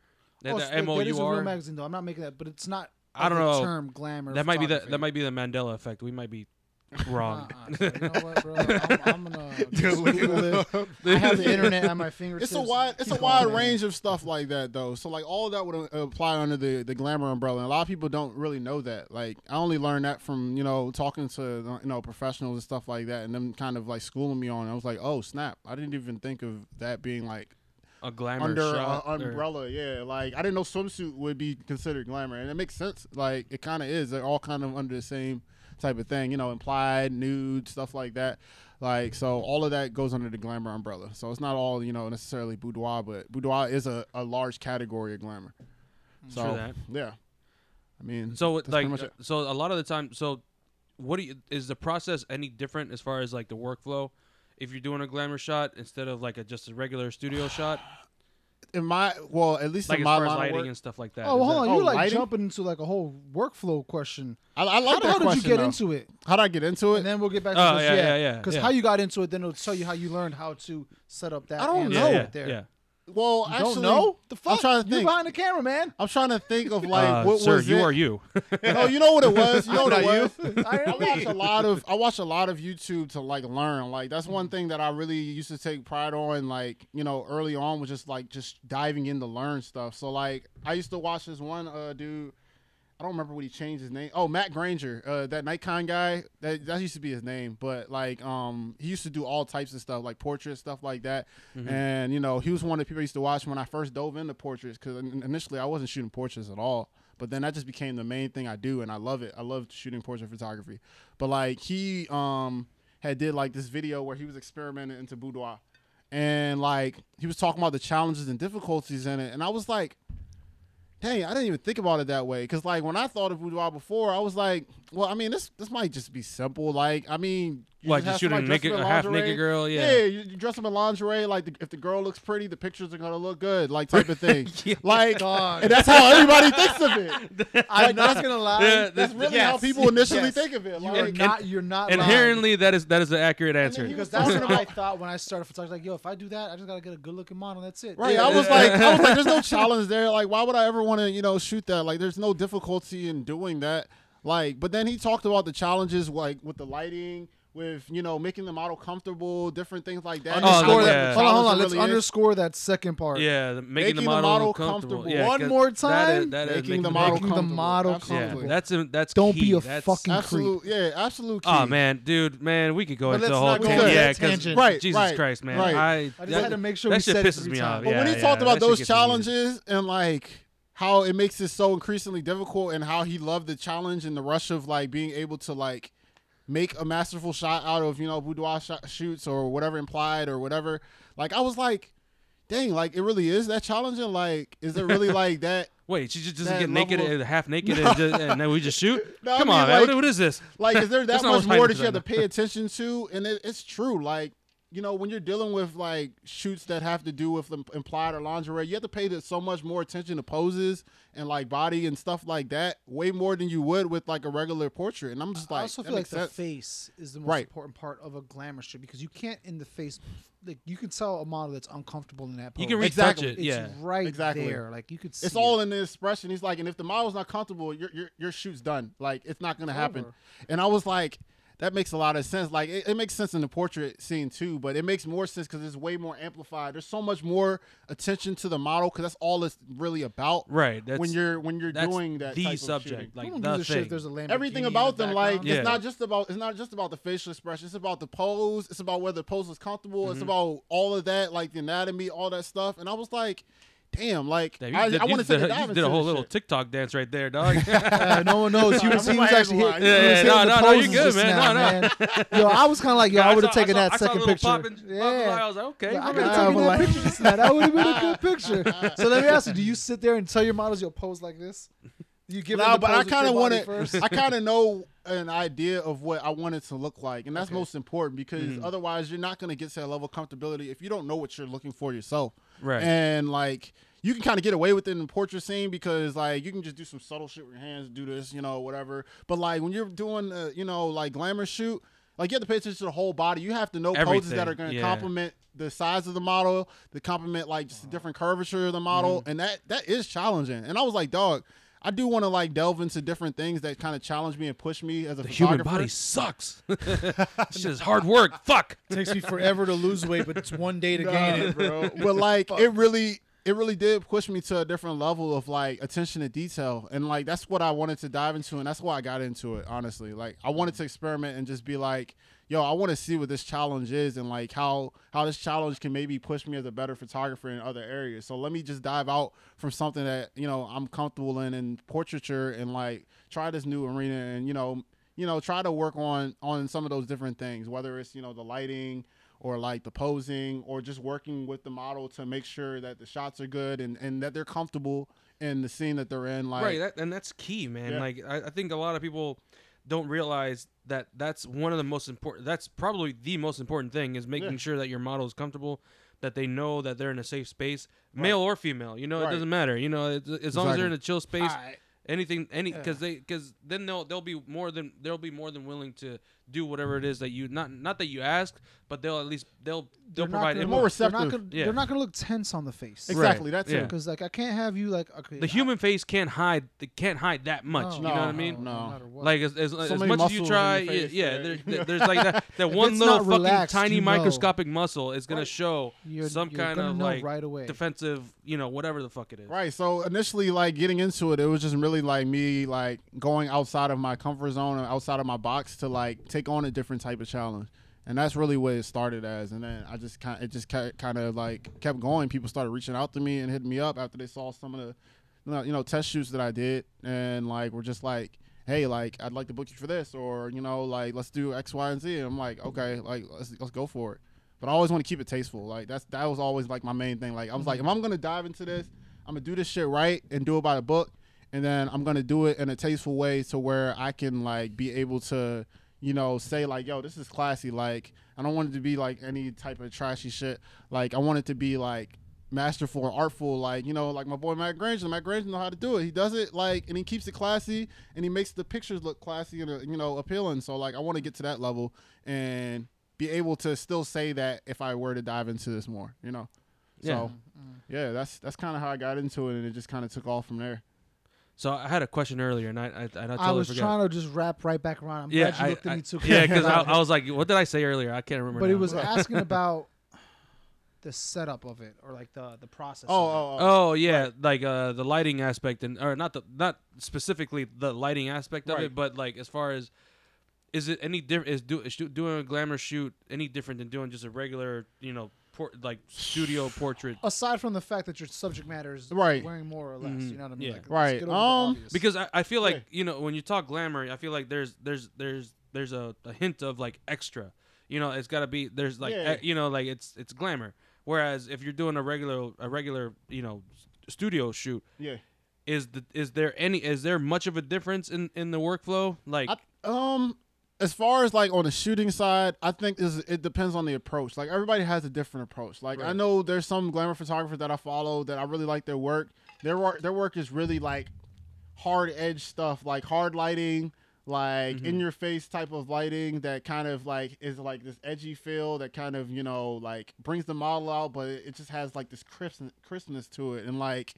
[SPEAKER 2] That,
[SPEAKER 1] Oh,
[SPEAKER 2] that
[SPEAKER 1] so that- that is a real
[SPEAKER 2] M-O-U-R.
[SPEAKER 1] magazine though. I'm not making that, but it's not.
[SPEAKER 2] I don't
[SPEAKER 1] of the
[SPEAKER 2] know.
[SPEAKER 1] Term glamour.
[SPEAKER 2] That might be the that
[SPEAKER 1] photography.
[SPEAKER 2] might be the Mandela effect. We might be Wrong.
[SPEAKER 1] Uh-uh. So you know what, bro? I'm, I'm gonna just Google it. I have the internet at my fingertips.
[SPEAKER 3] It's a wide, it's a
[SPEAKER 1] Keep
[SPEAKER 3] wide
[SPEAKER 1] going, man.
[SPEAKER 3] range of stuff like that though. So like all that would uh, apply under the the glamour umbrella. And a lot of people don't really know that. Like I only learned that from you know talking to you know professionals and stuff like that, and them kind of like schooling me on. it. I was like, oh snap! I didn't even think of that being like
[SPEAKER 2] A glamour
[SPEAKER 3] under
[SPEAKER 2] shot.
[SPEAKER 3] a
[SPEAKER 2] or-
[SPEAKER 3] umbrella. Yeah, like I didn't know swimsuit would be considered glamour, and it makes sense. Like it kind of is. They're all kind of under the same type of thing, you know, implied, nude, stuff like that. Like so, all of that goes under the glamour umbrella. So it's not all you know necessarily boudoir, but boudoir is a, a large category of glamour. So
[SPEAKER 2] that.
[SPEAKER 3] yeah, I mean,
[SPEAKER 2] So it-
[SPEAKER 3] that's
[SPEAKER 2] like
[SPEAKER 3] pretty much
[SPEAKER 2] uh,
[SPEAKER 3] it.
[SPEAKER 2] so a lot of the time so what do you is the process any different as far as like the workflow if you're doing a glamour shot instead of like a just a regular studio shot
[SPEAKER 3] in my well, at least
[SPEAKER 2] like
[SPEAKER 3] in
[SPEAKER 2] as
[SPEAKER 3] my
[SPEAKER 2] far as
[SPEAKER 3] line of
[SPEAKER 2] lighting
[SPEAKER 3] work,
[SPEAKER 2] and stuff like that.
[SPEAKER 1] Oh,
[SPEAKER 2] Is
[SPEAKER 1] well, hold
[SPEAKER 2] that-
[SPEAKER 1] on. You
[SPEAKER 3] oh,
[SPEAKER 1] like
[SPEAKER 3] lighting?
[SPEAKER 1] jumping into like a whole workflow question.
[SPEAKER 3] I, I like
[SPEAKER 1] how the
[SPEAKER 3] that
[SPEAKER 1] hell
[SPEAKER 3] question.
[SPEAKER 1] did you get
[SPEAKER 3] though.
[SPEAKER 1] into it?
[SPEAKER 3] How did I get into it?
[SPEAKER 1] And then we'll get back to
[SPEAKER 2] Oh,
[SPEAKER 1] this.
[SPEAKER 2] yeah, yeah, yeah,
[SPEAKER 1] Because
[SPEAKER 2] yeah.
[SPEAKER 1] how you got into it, then it'll tell you how you learned how to set up that.
[SPEAKER 3] I don't
[SPEAKER 1] answer
[SPEAKER 2] yeah,
[SPEAKER 3] know.
[SPEAKER 2] yeah,
[SPEAKER 1] right there.
[SPEAKER 2] yeah.
[SPEAKER 3] well,
[SPEAKER 1] You
[SPEAKER 3] actually,
[SPEAKER 1] don't know the fuck.
[SPEAKER 3] trying to
[SPEAKER 1] You're
[SPEAKER 3] think.
[SPEAKER 1] behind the camera, man.
[SPEAKER 3] I'm trying to think of like
[SPEAKER 2] Uh,
[SPEAKER 3] what
[SPEAKER 2] sir,
[SPEAKER 3] was
[SPEAKER 2] you
[SPEAKER 3] it?
[SPEAKER 2] are you.
[SPEAKER 3] Oh, you know what it was. You know what
[SPEAKER 1] I'm
[SPEAKER 3] it was.
[SPEAKER 1] not you. I
[SPEAKER 3] I
[SPEAKER 1] am
[SPEAKER 3] watch
[SPEAKER 1] me.
[SPEAKER 3] a lot of I watch a lot of YouTube to like learn. Like that's one thing that I really used to take pride on. Like you know, early on was just like just diving in to learn stuff. So like I used to watch this one uh dude. I don't remember what he changed his name. Oh, Matt Granger, uh, that Nikon guy. That that used to be his name, but like, um, he used to do all types of stuff, like portraits, stuff like that. And you know, he was one of the people I used to watch when I first dove into portraits, because initially I wasn't shooting portraits at all. But then that just became the main thing I do, and I love it. I love shooting portrait photography. But like, he um had did like this video where he was experimenting into boudoir, and like he was talking about the challenges and difficulties in it, and I was like dang, I didn't even think about it that way. Cause like when I thought of boudoir before, I was like, well, I mean, this this might just be simple. Like, I mean, you
[SPEAKER 2] Like, just
[SPEAKER 3] have
[SPEAKER 2] shoot a
[SPEAKER 3] somebody dressed
[SPEAKER 2] naked-
[SPEAKER 3] up in
[SPEAKER 2] a half
[SPEAKER 3] lingerie.
[SPEAKER 2] naked girl, yeah.
[SPEAKER 3] yeah, you, you dress them in lingerie. Like, the, if the girl looks pretty, the pictures are gonna look good, like type of thing. Like,
[SPEAKER 1] Dog.
[SPEAKER 3] and that's how everybody thinks of it.
[SPEAKER 1] I'm not gonna lie.
[SPEAKER 2] Yeah,
[SPEAKER 3] That's
[SPEAKER 2] this-
[SPEAKER 3] really
[SPEAKER 1] Yes.
[SPEAKER 3] how people initially
[SPEAKER 1] Yes.
[SPEAKER 3] think of it.
[SPEAKER 1] You are
[SPEAKER 3] Like,
[SPEAKER 1] not. You're not lying.
[SPEAKER 2] Inherently, that is that is the accurate answer.
[SPEAKER 3] he
[SPEAKER 1] Because
[SPEAKER 3] was-
[SPEAKER 1] that's what I thought when I started photography. Like, yo, if I do that, I just gotta get a good looking model. That's it.
[SPEAKER 3] Right,
[SPEAKER 1] Yeah.
[SPEAKER 3] I was like, I was like, there's no challenge there. Like, why would I ever want to, you know, shoot that? Like, there's no difficulty in doing that. Like, but then he talked about the challenges, like with the lighting, with you know, making the model comfortable, different things like that.
[SPEAKER 1] underscore
[SPEAKER 2] Oh,
[SPEAKER 1] that.
[SPEAKER 2] yeah.
[SPEAKER 1] Hold on, hold on.
[SPEAKER 3] Challenge
[SPEAKER 1] Let's
[SPEAKER 3] really is-
[SPEAKER 1] underscore that second part.
[SPEAKER 2] yeah, the, making, the
[SPEAKER 3] Making the
[SPEAKER 2] model,
[SPEAKER 3] model
[SPEAKER 2] comfortable.
[SPEAKER 3] comfortable.
[SPEAKER 2] Yeah,
[SPEAKER 1] One
[SPEAKER 2] 'cause
[SPEAKER 1] more
[SPEAKER 2] That is,
[SPEAKER 1] time?
[SPEAKER 2] that is
[SPEAKER 3] making the
[SPEAKER 2] them
[SPEAKER 3] model
[SPEAKER 1] Making the
[SPEAKER 3] comfortable.
[SPEAKER 1] model
[SPEAKER 2] Yeah,
[SPEAKER 1] comfortable.
[SPEAKER 2] that's a, that's
[SPEAKER 1] Don't
[SPEAKER 2] key.
[SPEAKER 1] be a
[SPEAKER 2] that's,
[SPEAKER 1] fucking
[SPEAKER 3] absolute, yeah, absolute. Key.
[SPEAKER 2] Oh man, dude, man, we could go
[SPEAKER 3] But
[SPEAKER 2] into
[SPEAKER 3] let's
[SPEAKER 2] the whole
[SPEAKER 3] not go
[SPEAKER 2] tan-
[SPEAKER 3] on
[SPEAKER 2] yeah,
[SPEAKER 1] that tangent.
[SPEAKER 3] Right,
[SPEAKER 2] Jesus
[SPEAKER 3] right,
[SPEAKER 2] Christ, man,
[SPEAKER 3] right.
[SPEAKER 2] I,
[SPEAKER 1] I just
[SPEAKER 2] that,
[SPEAKER 1] had to make sure
[SPEAKER 2] that
[SPEAKER 1] we
[SPEAKER 2] shit
[SPEAKER 1] said it
[SPEAKER 2] pisses
[SPEAKER 1] three
[SPEAKER 2] me off.
[SPEAKER 1] times.
[SPEAKER 3] But
[SPEAKER 2] yeah,
[SPEAKER 3] when he
[SPEAKER 2] yeah,
[SPEAKER 3] talked about
[SPEAKER 2] that shit
[SPEAKER 3] those
[SPEAKER 2] gets me heated.
[SPEAKER 3] challenges and like how it makes it so increasingly difficult and how he loved the challenge and the rush of like being able to like make a masterful shot out of, you know, boudoir shot, shoots or whatever implied or whatever. Like I was like, dang, like it really is that challenging? Like, is it really like that?
[SPEAKER 2] Wait, she just doesn't
[SPEAKER 3] that
[SPEAKER 2] get naked,
[SPEAKER 3] level of-
[SPEAKER 2] and half naked, and, just, and then we just shoot.
[SPEAKER 3] No, I
[SPEAKER 2] Come
[SPEAKER 3] mean,
[SPEAKER 2] on, man, what-
[SPEAKER 3] like-
[SPEAKER 2] what is this?
[SPEAKER 3] Like, is there
[SPEAKER 2] That's
[SPEAKER 3] that
[SPEAKER 2] not
[SPEAKER 3] much
[SPEAKER 2] what
[SPEAKER 3] more
[SPEAKER 2] Heidi
[SPEAKER 3] that you have to
[SPEAKER 2] does.
[SPEAKER 3] pay attention to? And it, it's true. Like, you know, when you're dealing with like shoots that have to do with im- implied or lingerie, you have to pay the- so much more attention to poses and like body and stuff like that, way more than you would with like a regular portrait. And I'm just like,
[SPEAKER 1] I also
[SPEAKER 3] that
[SPEAKER 1] feel like
[SPEAKER 3] makes
[SPEAKER 1] the
[SPEAKER 3] sense.
[SPEAKER 1] face is the most
[SPEAKER 3] Right.
[SPEAKER 1] important part of a glamour shoot because you can't in the face like you can tell a model that's uncomfortable in that pose.
[SPEAKER 2] You can retouch
[SPEAKER 3] Exactly.
[SPEAKER 2] it.
[SPEAKER 1] it's
[SPEAKER 2] Yeah,
[SPEAKER 1] right
[SPEAKER 3] Exactly.
[SPEAKER 1] there. Like you could see
[SPEAKER 3] it's all
[SPEAKER 1] it.
[SPEAKER 3] in the expression. He's like, and if the model's not comfortable, your your, your shoot's done. Like it's not gonna happen.
[SPEAKER 1] over.
[SPEAKER 3] And I was like, that makes a lot of sense. Like it, it makes sense in the portrait scene too, but it makes more sense because it's way more amplified. There's so much more attention to the model because that's all it's really about.
[SPEAKER 2] Right, that's
[SPEAKER 3] when you're when you're
[SPEAKER 2] that's
[SPEAKER 3] doing that
[SPEAKER 2] the
[SPEAKER 3] type of shooting.
[SPEAKER 2] subject,
[SPEAKER 1] No
[SPEAKER 2] like
[SPEAKER 1] one
[SPEAKER 2] the
[SPEAKER 1] gives a shit if
[SPEAKER 2] thing.
[SPEAKER 1] there's a Lamborghini
[SPEAKER 3] Everything
[SPEAKER 1] in
[SPEAKER 3] about
[SPEAKER 1] the
[SPEAKER 3] them, like
[SPEAKER 1] background.
[SPEAKER 2] Yeah.
[SPEAKER 3] it's not just about it's not just about the facial expression. It's about the pose. It's about whether the pose is comfortable.
[SPEAKER 2] Mm-hmm.
[SPEAKER 3] It's about all of that, like the anatomy, all that stuff. And I was like, damn, like
[SPEAKER 2] Damn, you
[SPEAKER 3] I,
[SPEAKER 2] did-
[SPEAKER 3] I
[SPEAKER 2] you
[SPEAKER 3] want to
[SPEAKER 2] just did
[SPEAKER 3] take
[SPEAKER 2] a-
[SPEAKER 3] a
[SPEAKER 2] you
[SPEAKER 3] dive
[SPEAKER 2] just
[SPEAKER 3] into
[SPEAKER 2] did a whole
[SPEAKER 3] this
[SPEAKER 2] little
[SPEAKER 3] shit.
[SPEAKER 2] TikTok dance right there, dog.
[SPEAKER 1] Yeah, no one knows. He was, he
[SPEAKER 3] I'm
[SPEAKER 1] was
[SPEAKER 3] glad
[SPEAKER 1] actually
[SPEAKER 3] you
[SPEAKER 1] hit,
[SPEAKER 3] lied.
[SPEAKER 1] he was
[SPEAKER 2] Yeah, yeah,
[SPEAKER 1] hitting
[SPEAKER 2] no,
[SPEAKER 1] the
[SPEAKER 2] no, no,
[SPEAKER 1] poses
[SPEAKER 2] you're good,
[SPEAKER 1] just
[SPEAKER 2] man.
[SPEAKER 1] now,
[SPEAKER 2] No, no.
[SPEAKER 1] man. Yo, I was kind of like, yo, I would have taken that second picture.
[SPEAKER 2] I
[SPEAKER 1] yeah.
[SPEAKER 2] was like, okay,
[SPEAKER 1] I
[SPEAKER 2] we're
[SPEAKER 1] would
[SPEAKER 2] gonna-
[SPEAKER 1] have
[SPEAKER 3] I
[SPEAKER 1] taken
[SPEAKER 3] would
[SPEAKER 1] that
[SPEAKER 3] like-
[SPEAKER 1] picture just now. That would have been a good picture. So let me ask you: Do you sit there and tell your models you'll pose like this? You give
[SPEAKER 3] No,
[SPEAKER 1] them the
[SPEAKER 3] but
[SPEAKER 1] pose
[SPEAKER 3] I
[SPEAKER 1] with your
[SPEAKER 3] kind of want
[SPEAKER 1] body
[SPEAKER 3] to.
[SPEAKER 1] first?
[SPEAKER 3] I kind of know an idea of what I want it to look like, and that's
[SPEAKER 1] Okay.
[SPEAKER 3] most important because
[SPEAKER 2] Mm-hmm.
[SPEAKER 3] otherwise you're not going to get to that level of comfortability if you don't know what you're looking for yourself.
[SPEAKER 2] Right.
[SPEAKER 3] And like you can kind of get away with it in the portrait scene because like you can just do some subtle shit with your hands, do this, you know, whatever. But like when you're doing, a, you know, like glamour shoot. Like you have to pay attention to the whole body. You have to know poses that
[SPEAKER 2] Everything,
[SPEAKER 3] are going to
[SPEAKER 2] yeah.
[SPEAKER 3] complement the size of the model,
[SPEAKER 2] Mm-hmm.
[SPEAKER 3] to complement like just the different curvature of the model, and that that is challenging. And I was like, dog, I do want to like delve into different things that kind of challenge me and push me as a
[SPEAKER 2] The human
[SPEAKER 3] photographer.
[SPEAKER 2] body sucks. Shit is hard work. Fuck.
[SPEAKER 1] takes me forever to lose weight, but it's one day to gain
[SPEAKER 3] Nah,
[SPEAKER 1] it.
[SPEAKER 3] bro. But like, it really, it really did push me to a different level of like attention to detail, and like that's what I wanted to dive into, and that's why I got into it. Honestly, like I wanted to experiment and just be like, yo, I want to see what this challenge is, and like how how this challenge can maybe push me as a better photographer in other areas. So let me just dive out from something that you know I'm comfortable in in portraiture, and like try this new arena, and you know. You know, try to work on on some of those different things, whether it's you know the lighting, or like the posing or just working with the model to make sure that the shots are good and, and that they're comfortable in the scene that they're in like
[SPEAKER 2] right that, and that's key man
[SPEAKER 3] Yeah.
[SPEAKER 2] like I, I think a lot of people don't realize that that's one of the most important that's probably the most important thing is making
[SPEAKER 3] Yeah.
[SPEAKER 2] sure that your model is comfortable that they know that they're in a safe space male or female you know
[SPEAKER 3] Right.
[SPEAKER 2] it doesn't matter you know it, as long as they're in a chill space
[SPEAKER 3] I-
[SPEAKER 2] anything any because they because then they'll they'll be more than they'll be more than willing to do whatever it is that you not not that you ask but they'll at least they'll
[SPEAKER 1] They're
[SPEAKER 2] they'll
[SPEAKER 1] not
[SPEAKER 2] provide
[SPEAKER 1] gonna
[SPEAKER 2] input.
[SPEAKER 3] more
[SPEAKER 1] look- They're not
[SPEAKER 3] receptive.
[SPEAKER 1] gonna,
[SPEAKER 2] Yeah.
[SPEAKER 1] they're not gonna look tense on the face.
[SPEAKER 2] Right.
[SPEAKER 3] exactly that's
[SPEAKER 2] Yeah.
[SPEAKER 3] it
[SPEAKER 1] Because like I can't have you like okay. oh,
[SPEAKER 2] the human face can't hide they can't hide that much you know what i mean
[SPEAKER 3] No.
[SPEAKER 1] matter what.
[SPEAKER 2] Like as as, as
[SPEAKER 3] many
[SPEAKER 2] much as you
[SPEAKER 3] muscles
[SPEAKER 2] try,
[SPEAKER 3] in your
[SPEAKER 2] yeah,
[SPEAKER 3] face
[SPEAKER 2] yeah
[SPEAKER 3] there.
[SPEAKER 2] there- there- there's like that, that one
[SPEAKER 1] it's
[SPEAKER 2] little
[SPEAKER 1] not
[SPEAKER 2] fucking
[SPEAKER 1] relaxed,
[SPEAKER 2] tiny
[SPEAKER 1] you know.
[SPEAKER 2] microscopic muscle is gonna show
[SPEAKER 1] You're-
[SPEAKER 2] some
[SPEAKER 1] you're
[SPEAKER 2] kind
[SPEAKER 1] gonna
[SPEAKER 2] of
[SPEAKER 1] know
[SPEAKER 2] like
[SPEAKER 1] right away.
[SPEAKER 2] defensive, you know, whatever the fuck it is.
[SPEAKER 3] Right. So initially, like getting into it, it was just really like me like going outside of my comfort zone and outside of my box to like take on a different type of challenge. And that's really what it started as. And then I just kind it just kind of like kept going. People started reaching out to me and hitting me up after they saw some of the you know, you know test shoots that I did, and like were just like. Hey, like I'd like to book you for this, or you know, like let's do X, Y, and Z. And I'm like, okay, like let's let's go for it. But I always want to keep it tasteful. Like that's that was always like my main thing. Like I was like, if I'm gonna dive into this, I'm gonna do this shit right and do it by the book, and then I'm gonna do it in a tasteful way to where I can like be able to, you know, say like, yo, this is classy. Like I don't want it to be like any type of trashy shit. Like I want it to be like masterful and artful. Like you know, like my boy Matt Granger. Matt Granger know how to do it. He does it like, and he keeps it classy, and he makes the pictures look classy and uh, you know appealing. So like I want to get to that level and be able to still say that if I were to dive into this more, you know.
[SPEAKER 2] Yeah.
[SPEAKER 3] So yeah, that's that's kind of how I got into it, and it just kind of took off from there.
[SPEAKER 2] So I had a question earlier, and I I, and I totally
[SPEAKER 1] I was
[SPEAKER 2] forgot.
[SPEAKER 1] trying to just wrap right back around. I'm
[SPEAKER 2] yeah,
[SPEAKER 1] glad you
[SPEAKER 2] I,
[SPEAKER 1] looked at
[SPEAKER 2] I-
[SPEAKER 1] me too.
[SPEAKER 2] yeah, because I, I was like, what did I say earlier? I can't remember.
[SPEAKER 1] but
[SPEAKER 2] now.
[SPEAKER 1] it was asking about the setup of it or like the the process.
[SPEAKER 3] Oh,
[SPEAKER 1] of it.
[SPEAKER 3] oh, oh.
[SPEAKER 2] Oh yeah, like uh, the lighting aspect, and or not the not specifically the lighting aspect of
[SPEAKER 3] Right.
[SPEAKER 2] it, but like as far as is it any different? Is, do, is do- doing a glamour shoot any different than doing just a regular, you know, por- like studio portrait?
[SPEAKER 1] Aside from the fact that your subject matter is
[SPEAKER 3] Right.
[SPEAKER 1] wearing more or less,
[SPEAKER 2] Mhm.
[SPEAKER 1] you know what I mean?
[SPEAKER 2] Yeah.
[SPEAKER 1] Like, let's
[SPEAKER 3] Right.
[SPEAKER 1] get over the
[SPEAKER 3] Um,
[SPEAKER 1] obvious.
[SPEAKER 2] Because I, I feel like
[SPEAKER 3] Yeah.
[SPEAKER 2] you know when you talk glamour, I feel like there's there's there's there's a, a hint of like extra. You know, it's got to be there's like
[SPEAKER 3] Yeah.
[SPEAKER 2] e- you know like it's it's glamour. Whereas if you're doing a regular a regular you know s- studio shoot,
[SPEAKER 3] yeah.
[SPEAKER 2] is the is there any is there much of a difference in in the workflow like
[SPEAKER 3] I, um, as far as like on the shooting side, I think is it depends on the approach. Like everybody has a different approach. Like I
[SPEAKER 2] Right.
[SPEAKER 3] know there's some glamour photographers that I follow that I really like their work. Their work, their work is really like hard edge stuff, like hard lighting, like in your face type of lighting that kind of like is like this edgy feel that kind of you know like brings the model out, but it it just has like this crisp crispness to it, and like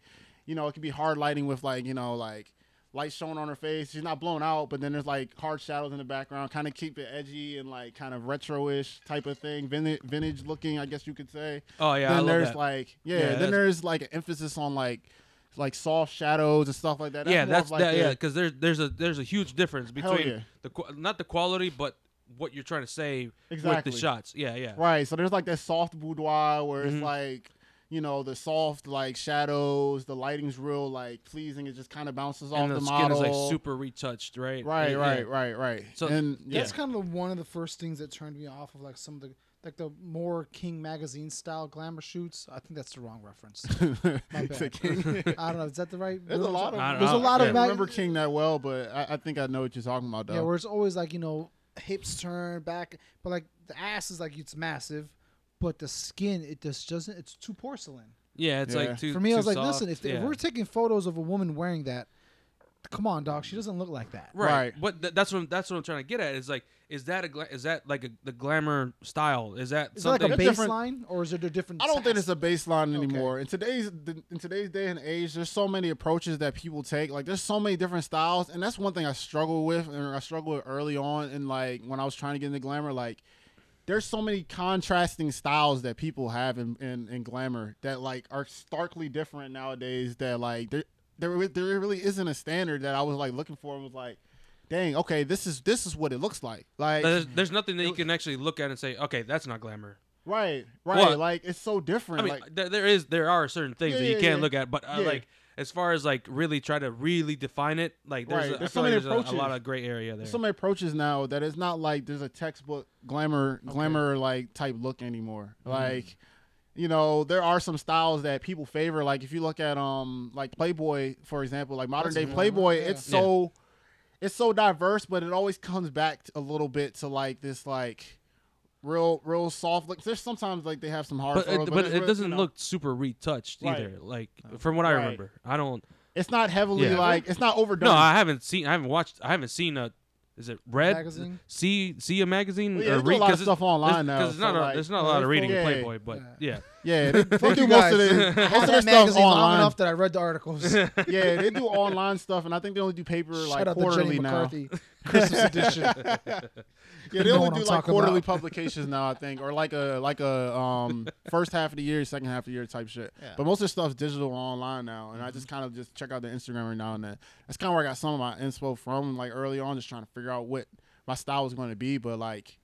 [SPEAKER 3] you know it can be hard lighting with like you know like light shone on her face. She's not blown out, but then there's like hard shadows in the background, kind of keep it edgy and like kind of retro-ish type of thing, vintage, vintage looking, I guess you could say.
[SPEAKER 2] oh yeah I
[SPEAKER 3] then
[SPEAKER 2] love
[SPEAKER 3] there's
[SPEAKER 2] that.
[SPEAKER 3] like yeah,
[SPEAKER 2] Yeah, that's-
[SPEAKER 3] then there's like an emphasis on like like soft shadows and stuff like that.
[SPEAKER 2] yeah
[SPEAKER 3] more of,
[SPEAKER 2] that's
[SPEAKER 3] like
[SPEAKER 2] that,
[SPEAKER 3] the-
[SPEAKER 2] yeah because there's there's a there's a huge difference
[SPEAKER 3] Hell
[SPEAKER 2] between
[SPEAKER 3] yeah.
[SPEAKER 2] the qu- not the quality but what you're trying to say
[SPEAKER 3] Exactly.
[SPEAKER 2] with the shots yeah yeah
[SPEAKER 3] Right. So there's like that soft boudoir where
[SPEAKER 2] Mhm.
[SPEAKER 3] it's like, you know, the soft like shadows, the lighting's real like pleasing. It just kind of bounces off
[SPEAKER 2] and
[SPEAKER 3] the,
[SPEAKER 2] the, skin
[SPEAKER 3] model.
[SPEAKER 2] is like super retouched right
[SPEAKER 3] Right,
[SPEAKER 2] Yeah.
[SPEAKER 3] right, right, right.
[SPEAKER 2] So
[SPEAKER 3] and yeah,
[SPEAKER 1] That's kind of one of the first things that turned me off of like some of the like the more King magazine style glamour shoots. I think that's the wrong reference. My
[SPEAKER 3] It's a
[SPEAKER 1] bad.
[SPEAKER 3] king.
[SPEAKER 1] I don't know. Is that the right?
[SPEAKER 3] There's a lot of
[SPEAKER 2] I don't
[SPEAKER 1] There's a
[SPEAKER 2] know.
[SPEAKER 1] lot
[SPEAKER 3] I
[SPEAKER 1] of
[SPEAKER 2] Yeah.
[SPEAKER 3] don't
[SPEAKER 1] mag-
[SPEAKER 3] remember King that well, but I, I think I know what you're talking about though.
[SPEAKER 1] Yeah, where it's always like you know hips turn back, but like the ass is like it's massive, but the skin it just doesn't. It's too porcelain.
[SPEAKER 2] yeah it's
[SPEAKER 3] Yeah.
[SPEAKER 2] like too
[SPEAKER 1] For me, I
[SPEAKER 2] too
[SPEAKER 1] was like,
[SPEAKER 2] soft.
[SPEAKER 1] listen, if,
[SPEAKER 2] yeah.
[SPEAKER 1] if we're taking photos of a woman wearing that, Come on, dog. She doesn't look like that.
[SPEAKER 2] right.
[SPEAKER 3] Right.
[SPEAKER 2] What th- that's what I'm, that's what I'm trying to get at is like is that a gla- is that like a, the glamour style is that
[SPEAKER 1] Is it like
[SPEAKER 2] something
[SPEAKER 1] a
[SPEAKER 3] They're different-
[SPEAKER 1] baseline, or is it a different?
[SPEAKER 3] I don't think
[SPEAKER 1] size?
[SPEAKER 3] it's a baseline anymore. In today's in today's day and age, there's so many approaches that people take. Like there's so many different styles, and that's one thing I struggle with, and I struggle with early on, and like when I was trying to get into glamour, like there's so many contrasting styles that people have in, in, in glamour that like are starkly different nowadays. That like there there re- there really isn't a standard that I was like looking for and was like, dang, okay, this is this is what it looks like. Like
[SPEAKER 2] there's, there's nothing that you can actually look at and say okay that's not glamour.
[SPEAKER 3] right, right,
[SPEAKER 2] Well,
[SPEAKER 3] like it's so
[SPEAKER 2] I
[SPEAKER 3] different.
[SPEAKER 2] mean
[SPEAKER 3] like,
[SPEAKER 2] there, there is there are certain things
[SPEAKER 3] Yeah,
[SPEAKER 2] that you
[SPEAKER 3] yeah,
[SPEAKER 2] can
[SPEAKER 3] yeah.
[SPEAKER 2] look at but uh,
[SPEAKER 3] Yeah.
[SPEAKER 2] like as far as like really try to really define it like there's,
[SPEAKER 3] Right.
[SPEAKER 2] a, I
[SPEAKER 3] There's
[SPEAKER 2] feel
[SPEAKER 3] so many
[SPEAKER 2] like there's a, a
[SPEAKER 3] approaches.
[SPEAKER 2] lot of gray area there.
[SPEAKER 3] There's so many approaches now that it's not like there's a textbook glamour glamour like type look anymore.
[SPEAKER 2] Mm-hmm.
[SPEAKER 3] Like you know, there are some styles that people favor. Like if you look at um like Playboy, for example, like modern day
[SPEAKER 1] glamour,
[SPEAKER 3] Playboy,
[SPEAKER 1] yeah.
[SPEAKER 3] it's
[SPEAKER 2] Yeah.
[SPEAKER 3] so it's so diverse, but it always comes back a little bit to like this like real real soft look. There's sometimes like they have some hard
[SPEAKER 2] but
[SPEAKER 3] photos,
[SPEAKER 2] it, but
[SPEAKER 3] it's
[SPEAKER 2] it
[SPEAKER 3] real-
[SPEAKER 2] doesn't
[SPEAKER 3] you know,
[SPEAKER 2] look super retouched
[SPEAKER 3] Right.
[SPEAKER 2] either. Like from what I
[SPEAKER 3] Right.
[SPEAKER 2] remember, I don't.
[SPEAKER 3] it's not heavily
[SPEAKER 2] Yeah.
[SPEAKER 3] like it's not overdone.
[SPEAKER 2] No, I haven't seen. I haven't watched. I haven't seen a. Is it red?
[SPEAKER 1] Magazine?
[SPEAKER 2] See, see a magazine
[SPEAKER 3] Well, yeah,
[SPEAKER 2] or
[SPEAKER 3] they do a
[SPEAKER 2] read
[SPEAKER 3] lot of
[SPEAKER 2] 'cause it's-
[SPEAKER 3] stuff
[SPEAKER 2] there's-
[SPEAKER 3] online now,
[SPEAKER 2] 'cause it's not
[SPEAKER 3] so,
[SPEAKER 2] a,
[SPEAKER 3] like,
[SPEAKER 2] there's not a
[SPEAKER 3] no,
[SPEAKER 2] lot
[SPEAKER 3] it's
[SPEAKER 2] of reading
[SPEAKER 3] cool.
[SPEAKER 2] in
[SPEAKER 3] Yeah.
[SPEAKER 2] Playboy, but yeah,
[SPEAKER 3] yeah, they, they
[SPEAKER 1] Fuck
[SPEAKER 3] do
[SPEAKER 1] you
[SPEAKER 3] most of
[SPEAKER 1] guys. I had
[SPEAKER 3] the most of their
[SPEAKER 1] that
[SPEAKER 3] stuff
[SPEAKER 1] magazine long
[SPEAKER 3] online.
[SPEAKER 1] enough that I read the articles.
[SPEAKER 3] yeah, they do online stuff, and I think they only do paper like
[SPEAKER 1] Shout out to
[SPEAKER 3] quarterly
[SPEAKER 1] Jenny
[SPEAKER 3] now.
[SPEAKER 1] McCarthy, Christmas edition.
[SPEAKER 3] Yeah, they
[SPEAKER 1] know what
[SPEAKER 3] only do
[SPEAKER 1] I'm
[SPEAKER 3] like
[SPEAKER 1] talking
[SPEAKER 3] quarterly
[SPEAKER 1] about.
[SPEAKER 3] publications now, I think, or like a like a um first half of the year, second half of the year type shit.
[SPEAKER 1] Yeah. Mm-hmm.
[SPEAKER 3] But most of the stuff's digital and online now, and I just kind of just check out the Instagram every now and then. That's kind of where I got some of my info from, like early on, just trying to figure out what my style was going to be. But like,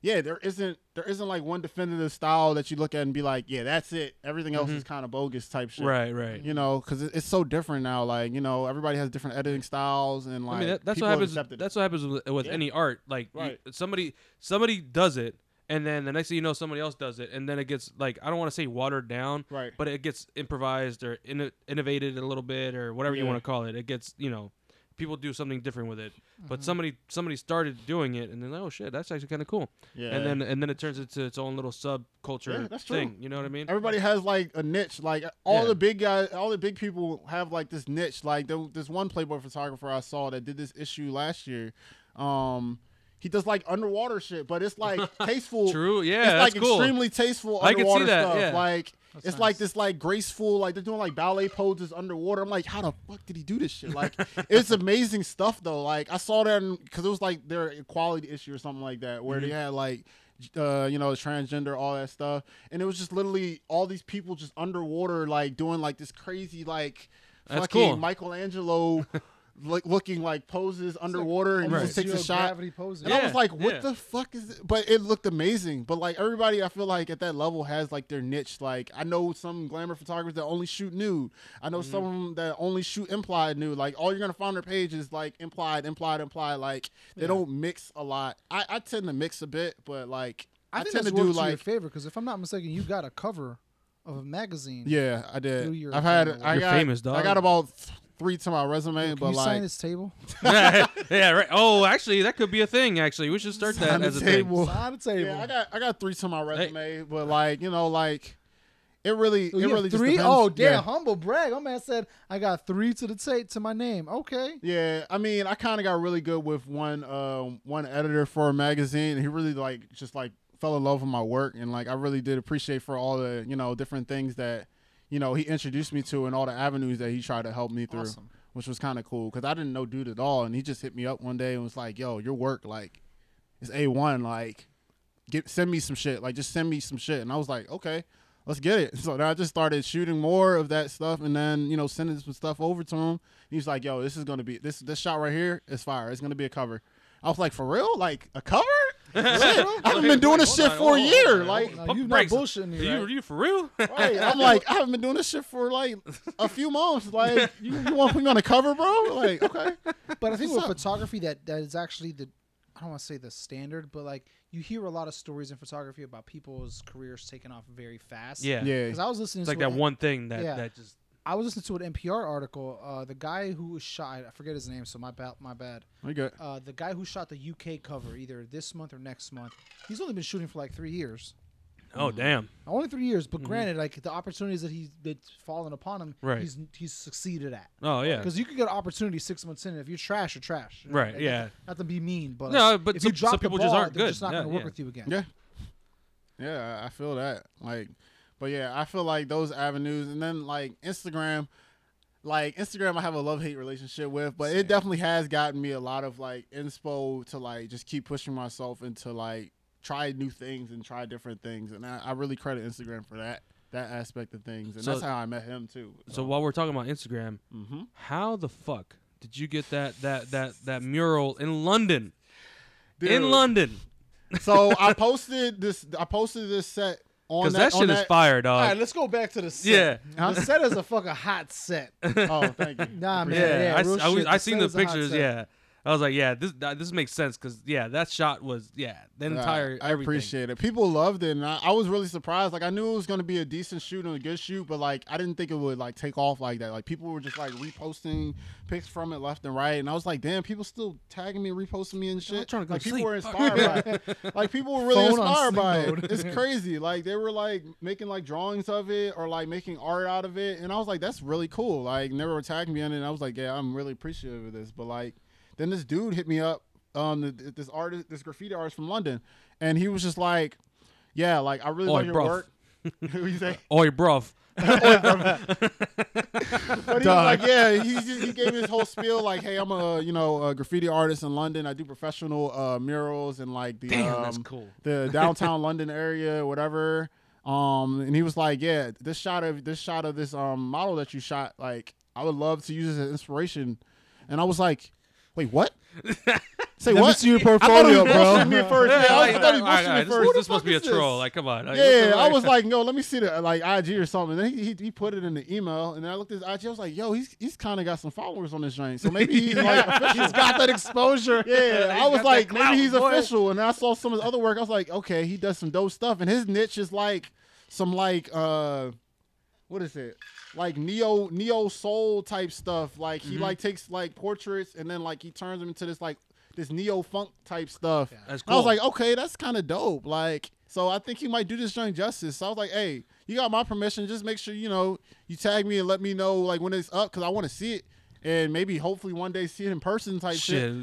[SPEAKER 3] yeah, there isn't there isn't like one definitive style that you look at and be like, yeah, that's it. Everything else
[SPEAKER 1] Mm-hmm.
[SPEAKER 3] is kind of bogus type shit.
[SPEAKER 2] right, right.
[SPEAKER 3] you know, because it's so different now. Like, you know, everybody has different editing styles, and like,
[SPEAKER 2] I mean, that, that's
[SPEAKER 3] people
[SPEAKER 2] what happens.
[SPEAKER 3] accept it.
[SPEAKER 2] That's what happens with, with
[SPEAKER 3] Yeah.
[SPEAKER 2] any art. Like you-
[SPEAKER 3] Right.
[SPEAKER 2] somebody, somebody does it, and then the next thing you know, somebody else does it, and then it gets like I don't want to say watered down,
[SPEAKER 3] Right.
[SPEAKER 2] But it gets improvised or inno- innovated a little bit or whatever you
[SPEAKER 3] Yeah.
[SPEAKER 2] want to call it. It gets you know, people do something different with it.
[SPEAKER 3] Mm-hmm.
[SPEAKER 2] But somebody, somebody started doing it, and then oh shit, that's actually kind of cool.
[SPEAKER 3] yeah.
[SPEAKER 2] And then and then it turns into its own little subculture
[SPEAKER 3] Yeah, that's true.
[SPEAKER 2] thing. You know what I mean?
[SPEAKER 3] everybody has like a niche. Like all
[SPEAKER 2] Yeah.
[SPEAKER 3] the big guys, all the big people have like this niche. Like there, this one Playboy photographer I saw that did this issue last year. Um, he does like underwater shit, but it's like tasteful.
[SPEAKER 2] True. Yeah, that's
[SPEAKER 3] it's like
[SPEAKER 2] cool.
[SPEAKER 3] extremely tasteful
[SPEAKER 2] I could see
[SPEAKER 3] underwater
[SPEAKER 2] that,
[SPEAKER 3] stuff.
[SPEAKER 2] yeah.
[SPEAKER 3] Like
[SPEAKER 1] That's
[SPEAKER 3] it's like
[SPEAKER 1] nice.
[SPEAKER 3] this like graceful, like they're doing like ballet poses underwater. I'm like, how the fuck did he do this shit? Like it's amazing stuff though. Like I saw that because it was like their equality issue or something like that,
[SPEAKER 2] Mm-hmm.
[SPEAKER 3] where they had like. Uh, you know, transgender, all that stuff, and it was just literally all these people just underwater, like doing like this crazy, like
[SPEAKER 2] That's
[SPEAKER 3] fucking
[SPEAKER 2] cool.
[SPEAKER 3] Michelangelo, like looking like poses underwater, and
[SPEAKER 2] Right.
[SPEAKER 3] he just takes a shot.
[SPEAKER 1] Gravity posing.
[SPEAKER 3] And I was
[SPEAKER 2] Yeah,
[SPEAKER 3] like, what
[SPEAKER 2] yeah.
[SPEAKER 3] the fuck is it? But it looked amazing. But like everybody, I feel like at that level has like their niche. Like I know some glamour photographers that only shoot nude. I
[SPEAKER 2] Mm-hmm.
[SPEAKER 3] know some of them that only shoot implied nude. Like all you're gonna find on their page is like implied, implied, implied. Like they don't mix a lot. I, I tend to mix a bit, but like I,
[SPEAKER 1] I think
[SPEAKER 3] tend
[SPEAKER 1] that's
[SPEAKER 3] to do
[SPEAKER 1] worked to your
[SPEAKER 3] like
[SPEAKER 1] favor because if I'm not mistaken, you got a cover of a magazine.
[SPEAKER 3] yeah,
[SPEAKER 1] Through
[SPEAKER 3] I did.
[SPEAKER 1] your
[SPEAKER 3] I've had
[SPEAKER 1] glamour.
[SPEAKER 3] I
[SPEAKER 2] You're
[SPEAKER 3] got
[SPEAKER 2] famous, dog.
[SPEAKER 3] I got about th- three to my resume,
[SPEAKER 1] Can
[SPEAKER 3] but
[SPEAKER 1] you
[SPEAKER 3] like
[SPEAKER 1] sign this table?
[SPEAKER 2] yeah, right. Oh, actually, that could be a thing. Actually, we should start
[SPEAKER 3] Sign
[SPEAKER 2] that
[SPEAKER 3] the
[SPEAKER 2] as a
[SPEAKER 3] table.
[SPEAKER 2] thing.
[SPEAKER 3] Well,
[SPEAKER 1] sign the table.
[SPEAKER 3] yeah, I got I got three to my resume, but like you know like. It really,
[SPEAKER 1] Oh, you
[SPEAKER 3] it
[SPEAKER 1] have
[SPEAKER 3] really just
[SPEAKER 1] three.
[SPEAKER 3] depends.
[SPEAKER 1] oh damn!
[SPEAKER 3] Yeah.
[SPEAKER 1] Humble brag. My man said I got three to the tape to my name. Okay.
[SPEAKER 3] Yeah, I mean, I kind of got really good with one um one editor for a magazine. And he really like just like fell in love with my work, and like I really did appreciate for all the you know different things that you know he introduced me to and all the avenues that he tried to help me through,
[SPEAKER 1] Awesome.
[SPEAKER 3] which was kind of cool because I didn't know dude at all, and he just hit me up one day and was like, "Yo, your work like is a one like." get send me some shit. Like just send me some shit. And I was like, okay, let's get it. So then I just started shooting more of that stuff and then, you know, sending some stuff over to him. He was like, yo, this is gonna be this this shot right here is fire. It's gonna be a cover. I was like, for real? Like a cover? Shit, I haven't been doing this
[SPEAKER 2] Hold
[SPEAKER 3] shit
[SPEAKER 2] on,
[SPEAKER 3] for a
[SPEAKER 2] hold on,
[SPEAKER 3] year.
[SPEAKER 2] hold on,
[SPEAKER 3] Like
[SPEAKER 2] hold
[SPEAKER 1] Now,
[SPEAKER 2] Pump
[SPEAKER 1] you're
[SPEAKER 2] the
[SPEAKER 1] not
[SPEAKER 2] brakes.
[SPEAKER 1] bullshing me.
[SPEAKER 2] Are you,
[SPEAKER 1] right?
[SPEAKER 2] are you for real?
[SPEAKER 3] Right. I'm like, I haven't been doing this shit for like a few months. Like, you, you want to put me on a cover, bro? Like, okay.
[SPEAKER 1] But I think with
[SPEAKER 3] What's up?
[SPEAKER 1] photography, that that is actually the I don't want to say the standard, but like you hear a lot of stories in photography about people's careers taking off very fast.
[SPEAKER 2] yeah.
[SPEAKER 3] Yeah.
[SPEAKER 1] Because I was listening
[SPEAKER 2] It's
[SPEAKER 1] to
[SPEAKER 2] like
[SPEAKER 1] an-
[SPEAKER 2] that one thing that
[SPEAKER 1] Yeah.
[SPEAKER 2] that just
[SPEAKER 1] I was listening to an NPR article. Uh, the guy who was shot, I forget his name, so my bad, my bad.
[SPEAKER 3] We good.
[SPEAKER 1] Uh, the guy who shot the UK cover, either this month or next month, he's only been shooting for like three years,
[SPEAKER 3] Mm-hmm.
[SPEAKER 2] Oh damn.
[SPEAKER 1] Only three years, but granted, like the opportunities that he's that's fallen upon him,
[SPEAKER 2] Mm-hmm. Right.
[SPEAKER 1] he's he's succeeded at.
[SPEAKER 2] Oh yeah.
[SPEAKER 1] Because you could get opportunity six months in, and if you're trash, you're trash.
[SPEAKER 2] Right,
[SPEAKER 1] Like,
[SPEAKER 2] yeah.
[SPEAKER 1] Not to be mean, but
[SPEAKER 2] No,
[SPEAKER 1] like,
[SPEAKER 2] but
[SPEAKER 1] if
[SPEAKER 2] some-
[SPEAKER 1] you drop
[SPEAKER 2] some people
[SPEAKER 1] the
[SPEAKER 2] just
[SPEAKER 1] ball,
[SPEAKER 2] aren't
[SPEAKER 1] they're
[SPEAKER 2] good.
[SPEAKER 1] just not
[SPEAKER 2] Yeah,
[SPEAKER 1] going to work
[SPEAKER 2] yeah.
[SPEAKER 1] with you again.
[SPEAKER 3] Yeah. Yeah, I I feel that. Like, but yeah, I feel like those avenues, and then like Instagram, like Instagram, I have a love hate relationship with, but it definitely has gotten me a lot of like inspo to like just keep pushing myself into like try new things and try different things, and I, I really credit Instagram for that that aspect of things, and
[SPEAKER 2] So-
[SPEAKER 3] that's how I met him too.
[SPEAKER 2] So while we're talking about Instagram,
[SPEAKER 3] mm-hmm.
[SPEAKER 2] how the fuck did you get that that that that mural in London? In London,
[SPEAKER 3] so I posted this. I posted this set on
[SPEAKER 2] because
[SPEAKER 3] that.
[SPEAKER 2] that,
[SPEAKER 3] on
[SPEAKER 2] shit is
[SPEAKER 3] that-
[SPEAKER 2] fire,
[SPEAKER 1] All
[SPEAKER 2] dog.
[SPEAKER 1] right, let's go back to the set.
[SPEAKER 2] Yeah.
[SPEAKER 1] The set is a fucking hot set.
[SPEAKER 3] Oh, thank you.
[SPEAKER 1] Nah, man.
[SPEAKER 2] yeah,
[SPEAKER 1] yeah,
[SPEAKER 2] I,
[SPEAKER 1] real
[SPEAKER 2] s- I was-
[SPEAKER 1] shit,
[SPEAKER 2] I
[SPEAKER 1] the
[SPEAKER 2] seen
[SPEAKER 1] set
[SPEAKER 2] the
[SPEAKER 1] is a hot
[SPEAKER 2] pictures.
[SPEAKER 1] set.
[SPEAKER 2] Yeah, I was like, yeah, this uh, this makes sense because yeah, that shot was yeah the
[SPEAKER 3] Yeah,
[SPEAKER 2] entire.
[SPEAKER 3] I
[SPEAKER 2] everything.
[SPEAKER 3] appreciate it. People loved it, and I, I was really surprised. Like I knew it was going to be a decent shoot and a good shoot, but like I didn't think it would like take off like that. Like people were just like reposting pics from it left and right, and I was like, damn, people still tagging me, and reposting me and shit.
[SPEAKER 2] trying to go
[SPEAKER 3] like
[SPEAKER 2] to
[SPEAKER 3] people
[SPEAKER 2] sleep.
[SPEAKER 3] were inspired by it. Like people were really
[SPEAKER 1] Phone on
[SPEAKER 3] inspired
[SPEAKER 1] sleep
[SPEAKER 3] by
[SPEAKER 1] mode.
[SPEAKER 3] it. It's crazy. Like they were like making like drawings of it or like making art out of it, and I was like, that's really cool. Like never were tagging me on it, and I was like, yeah, I'm really appreciative of this. But like then this dude hit me up um th- th- this artist this graffiti artist from london and he was just like yeah like i really
[SPEAKER 2] Oi,
[SPEAKER 3] like your
[SPEAKER 2] Oh, bruv.
[SPEAKER 3] work Who you say?
[SPEAKER 2] Oi, bruv.
[SPEAKER 3] But he was like, yeah, he, just, he gave me this whole spiel like, hey, I'm a you know a graffiti artist in London. I do professional uh, murals and like the
[SPEAKER 2] Damn,
[SPEAKER 3] um,
[SPEAKER 2] that's cool.
[SPEAKER 3] the downtown London area, whatever. Um, and he was like, yeah, this shot of this shot of this um model that you shot, like, I would love to use as an inspiration. And I was like, wait, what? Say
[SPEAKER 1] Let me
[SPEAKER 3] what?
[SPEAKER 1] see your
[SPEAKER 3] I
[SPEAKER 1] portfolio,
[SPEAKER 3] thought he bullshitted
[SPEAKER 1] bro.
[SPEAKER 3] me at first. Yeah,
[SPEAKER 2] Yeah,
[SPEAKER 3] I
[SPEAKER 2] like,
[SPEAKER 3] was- I thought he
[SPEAKER 2] all right,
[SPEAKER 3] bullshitted
[SPEAKER 2] all right,
[SPEAKER 3] me at first.
[SPEAKER 2] this,
[SPEAKER 3] What
[SPEAKER 2] this
[SPEAKER 3] the
[SPEAKER 2] must
[SPEAKER 3] fuck
[SPEAKER 2] be a
[SPEAKER 3] is this?
[SPEAKER 2] troll. Like, come on. Like, what
[SPEAKER 3] yeah,
[SPEAKER 2] the-
[SPEAKER 3] I was like, no, let me see the like IG or something. Then he, he, he put it in the email, and then I looked at his IG. I was like, yo, he's he's kind of got some followers on this joint, so maybe he's like official.
[SPEAKER 1] He's got that exposure.
[SPEAKER 3] Yeah, I was
[SPEAKER 2] got
[SPEAKER 3] like,
[SPEAKER 2] that
[SPEAKER 3] maybe he's
[SPEAKER 2] clout, boy.
[SPEAKER 3] official. And then I saw some of his other work. I was like, okay, he does some dope stuff, and his niche is like some like uh, what is it? Like neo neo soul type stuff. Like
[SPEAKER 2] Mm-hmm.
[SPEAKER 3] he like takes like portraits, and then like he turns them into this like this neo funk type stuff.
[SPEAKER 2] That's
[SPEAKER 3] And I was
[SPEAKER 2] cool.
[SPEAKER 3] like, okay, that's kind of dope. Like, so I think he might do this joint justice. So I was like, hey, you got my permission. Just make sure you know you tag me and let me know like when it's up because I want to see it and maybe hopefully one day see it in person type shit.
[SPEAKER 2] shit.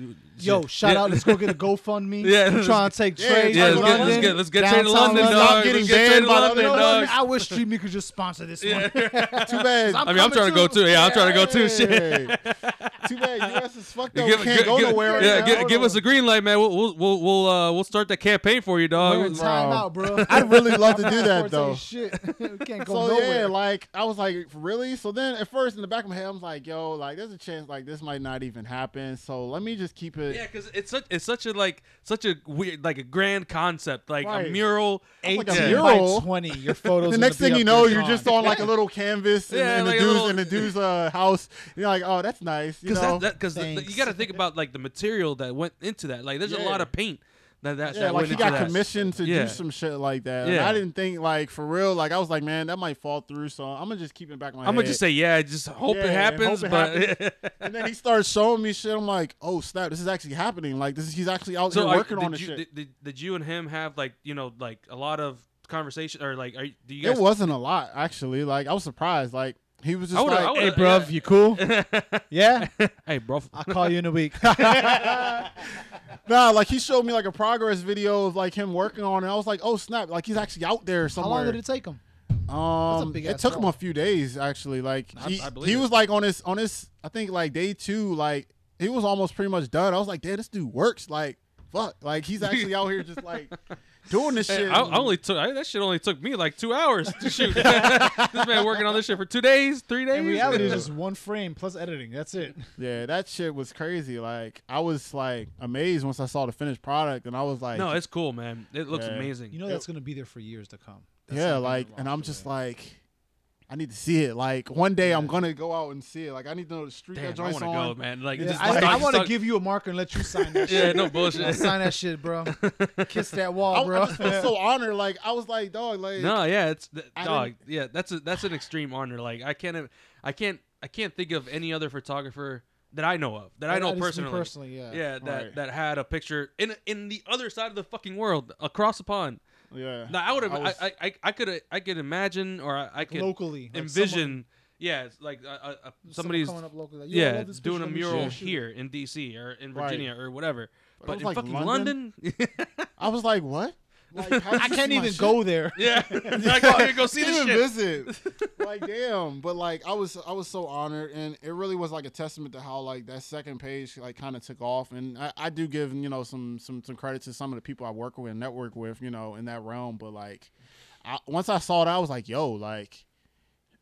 [SPEAKER 1] Yo,
[SPEAKER 2] shit.
[SPEAKER 1] shout
[SPEAKER 2] yeah.
[SPEAKER 1] out. Let's go get a GoFundMe.
[SPEAKER 2] Yeah,
[SPEAKER 1] I'm
[SPEAKER 2] let's-
[SPEAKER 1] trying to take
[SPEAKER 3] yeah,
[SPEAKER 1] Trey
[SPEAKER 2] Yeah,
[SPEAKER 1] to
[SPEAKER 2] let's get,
[SPEAKER 1] London.
[SPEAKER 2] let's get let's get Trey to
[SPEAKER 1] downtown
[SPEAKER 2] London,
[SPEAKER 3] London.
[SPEAKER 2] dog.
[SPEAKER 3] Stop getting
[SPEAKER 2] let's get Trey
[SPEAKER 3] banned
[SPEAKER 2] to
[SPEAKER 3] by the
[SPEAKER 2] London,
[SPEAKER 3] other
[SPEAKER 2] dog.
[SPEAKER 1] I wish Stream could just sponsor this one.
[SPEAKER 3] Too bad.
[SPEAKER 2] I mean, I'm trying to go too. Yeah, I'm trying to go too. Shit.
[SPEAKER 3] Too bad. US is fucked up.
[SPEAKER 2] Give,
[SPEAKER 3] can't
[SPEAKER 2] give-
[SPEAKER 3] go
[SPEAKER 2] give-
[SPEAKER 3] nowhere.
[SPEAKER 2] yeah,
[SPEAKER 3] right
[SPEAKER 2] gi-
[SPEAKER 3] now.
[SPEAKER 2] give us a green light, man. We'll we'll we'll we'll, uh, we'll start that campaign for you,
[SPEAKER 1] We're in
[SPEAKER 2] dog.
[SPEAKER 1] timeout, bro.
[SPEAKER 3] Oh, I'd really love to do
[SPEAKER 1] Before
[SPEAKER 3] that
[SPEAKER 1] it's
[SPEAKER 3] though.
[SPEAKER 1] like, Shit, we can't go
[SPEAKER 3] So
[SPEAKER 1] nowhere.
[SPEAKER 3] yeah, like I was like, really? So then at first in the back of my head, I'm like, yo, like there's a chance like this might not even happen. So let me just keep it.
[SPEAKER 2] Yeah, because it's such it's such a like such a weird like a grand concept, like
[SPEAKER 3] Right.
[SPEAKER 2] a mural.
[SPEAKER 3] I'm like a
[SPEAKER 1] 18
[SPEAKER 3] mural.
[SPEAKER 1] by 20. Your photos. gonna
[SPEAKER 3] the next
[SPEAKER 1] be
[SPEAKER 3] thing
[SPEAKER 1] up
[SPEAKER 3] you know,
[SPEAKER 1] there
[SPEAKER 3] you're
[SPEAKER 1] gone.
[SPEAKER 3] just on like a little canvas in,
[SPEAKER 2] Yeah,
[SPEAKER 3] in
[SPEAKER 2] like a
[SPEAKER 3] the dude's
[SPEAKER 2] little-
[SPEAKER 3] in the dude's uh, house. You're like, oh, that's nice. You
[SPEAKER 2] Because
[SPEAKER 3] know,
[SPEAKER 2] that because you
[SPEAKER 1] Thanks.
[SPEAKER 2] got to think about like the material that went into that. Like, there's a lot
[SPEAKER 3] Yeah.
[SPEAKER 2] of paint that that,
[SPEAKER 3] yeah,
[SPEAKER 2] that
[SPEAKER 3] like
[SPEAKER 2] went
[SPEAKER 3] he
[SPEAKER 2] into
[SPEAKER 3] got
[SPEAKER 2] that.
[SPEAKER 3] commissioned to
[SPEAKER 2] Yeah.
[SPEAKER 3] do some shit like that. And
[SPEAKER 2] Yeah.
[SPEAKER 3] I didn't think like for real. Like I was like, man, that might fall through. So I'm gonna just keep it back in my
[SPEAKER 2] I'm
[SPEAKER 3] head.
[SPEAKER 2] gonna just say yeah, just hope
[SPEAKER 3] Yeah,
[SPEAKER 2] it
[SPEAKER 3] hope
[SPEAKER 2] happens.
[SPEAKER 3] it
[SPEAKER 2] but
[SPEAKER 3] and then he starts showing me shit. I'm like, oh snap, this is actually happening. Like this is he's actually out
[SPEAKER 2] so
[SPEAKER 3] here
[SPEAKER 2] are-
[SPEAKER 3] working on
[SPEAKER 2] did
[SPEAKER 3] this
[SPEAKER 2] you,
[SPEAKER 3] shit.
[SPEAKER 2] Did, did, did you and him have like you know like a lot of conversation or like are you- do you guys?
[SPEAKER 3] it wasn't a lot actually. Like I was surprised. Like he was
[SPEAKER 2] I
[SPEAKER 3] just
[SPEAKER 2] would've- I
[SPEAKER 3] like,
[SPEAKER 1] Hey,
[SPEAKER 2] would've-
[SPEAKER 1] bruv, you cool? yeah,
[SPEAKER 2] hey, bro.
[SPEAKER 3] Ah,
[SPEAKER 1] I'll call you in a week.
[SPEAKER 3] nah. Like he showed me like a progress video of like him working on it. I was like, oh snap, like he's actually out there
[SPEAKER 1] How
[SPEAKER 3] somewhere.
[SPEAKER 1] long did it take him?
[SPEAKER 3] Um,
[SPEAKER 1] big
[SPEAKER 3] it
[SPEAKER 1] ass
[SPEAKER 3] took him
[SPEAKER 1] wall.
[SPEAKER 3] a few days actually. Like
[SPEAKER 2] I-
[SPEAKER 3] he,
[SPEAKER 2] I believe
[SPEAKER 3] he
[SPEAKER 2] it.
[SPEAKER 3] was like on his on his I think like day two, like he was almost pretty much done. I was like, damn, this dude works. Like fuck, like he's actually out here just like doing this
[SPEAKER 2] Hey,
[SPEAKER 3] shit.
[SPEAKER 2] I, I only took I, that shit. Only took me like two hours to shoot. this man working on this shit for two days, three days.
[SPEAKER 1] In reality, it's just one frame plus editing. That's it.
[SPEAKER 3] yeah, that shit was crazy. Like I was like amazed once I saw the finished product, and I was like,
[SPEAKER 2] no, it's cool, man. It looks
[SPEAKER 3] Yeah.
[SPEAKER 2] amazing.
[SPEAKER 1] You know that's gonna be there for years to come. That's
[SPEAKER 3] yeah,
[SPEAKER 1] not gonna
[SPEAKER 3] like,
[SPEAKER 1] be
[SPEAKER 3] and
[SPEAKER 1] lost
[SPEAKER 3] I'm
[SPEAKER 1] away.
[SPEAKER 3] just like. I need to see it. Like one day, I'm gonna go out and see it. Like I need to know the street
[SPEAKER 2] Damn,
[SPEAKER 3] that
[SPEAKER 2] I
[SPEAKER 3] joint's
[SPEAKER 2] want to
[SPEAKER 3] on.
[SPEAKER 2] go, man. Like,
[SPEAKER 1] Yeah,
[SPEAKER 2] just
[SPEAKER 1] I,
[SPEAKER 2] start-
[SPEAKER 1] I
[SPEAKER 2] just
[SPEAKER 1] want to
[SPEAKER 2] start-
[SPEAKER 1] give you a marker and let you sign that
[SPEAKER 2] Yeah,
[SPEAKER 1] shit.
[SPEAKER 2] no
[SPEAKER 1] I'll
[SPEAKER 2] bullshit.
[SPEAKER 1] sign that shit, bro. Kiss that
[SPEAKER 3] I,
[SPEAKER 1] wall,
[SPEAKER 3] I
[SPEAKER 1] bro.
[SPEAKER 3] just feel so honored. Like I was like, dog, like
[SPEAKER 2] Oh, no, yeah, it's th-
[SPEAKER 3] I
[SPEAKER 2] dog. Yeah, that's a, that's an extreme honor. Like, I can't, ev- I can't, I can't think of any other photographer that I know of that I know
[SPEAKER 1] At least me
[SPEAKER 2] personally.
[SPEAKER 1] Personally, yeah.
[SPEAKER 2] yeah, that
[SPEAKER 3] Right.
[SPEAKER 2] that had a picture in in the other side of the fucking world, across the pond,
[SPEAKER 3] Yeah.
[SPEAKER 2] No, I would have.
[SPEAKER 3] I
[SPEAKER 2] I,
[SPEAKER 3] was-
[SPEAKER 2] I, I, I could. I could imagine, or I, I could
[SPEAKER 1] locally. like
[SPEAKER 2] envision.
[SPEAKER 1] someone-
[SPEAKER 2] yeah, it's like uh, uh, uh,
[SPEAKER 1] someone
[SPEAKER 2] somebody's
[SPEAKER 1] coming up locally, like, "Yo, I
[SPEAKER 2] yeah
[SPEAKER 1] love this
[SPEAKER 2] doing a
[SPEAKER 1] picture, let me shoot
[SPEAKER 2] mural
[SPEAKER 1] it."
[SPEAKER 2] here in D.C. or in
[SPEAKER 3] Right.
[SPEAKER 2] Virginia or whatever.
[SPEAKER 3] But it
[SPEAKER 2] But
[SPEAKER 3] was
[SPEAKER 2] in
[SPEAKER 3] like
[SPEAKER 2] fucking London,
[SPEAKER 3] London? I was like, what? Like, how'd
[SPEAKER 1] I
[SPEAKER 3] you
[SPEAKER 1] can't
[SPEAKER 3] see my
[SPEAKER 1] even
[SPEAKER 3] shit?
[SPEAKER 1] go there.
[SPEAKER 2] yeah, I can't even go see
[SPEAKER 3] Even
[SPEAKER 2] this shit.
[SPEAKER 3] visit. like damn, but like I was I was so honored, and it really was like a testament to how like that second page like kind of took off, and I, I do give you know some some some credit to some of the people I work with and network with, you know, in that realm. But like, I, once I saw it, I was like, yo, like.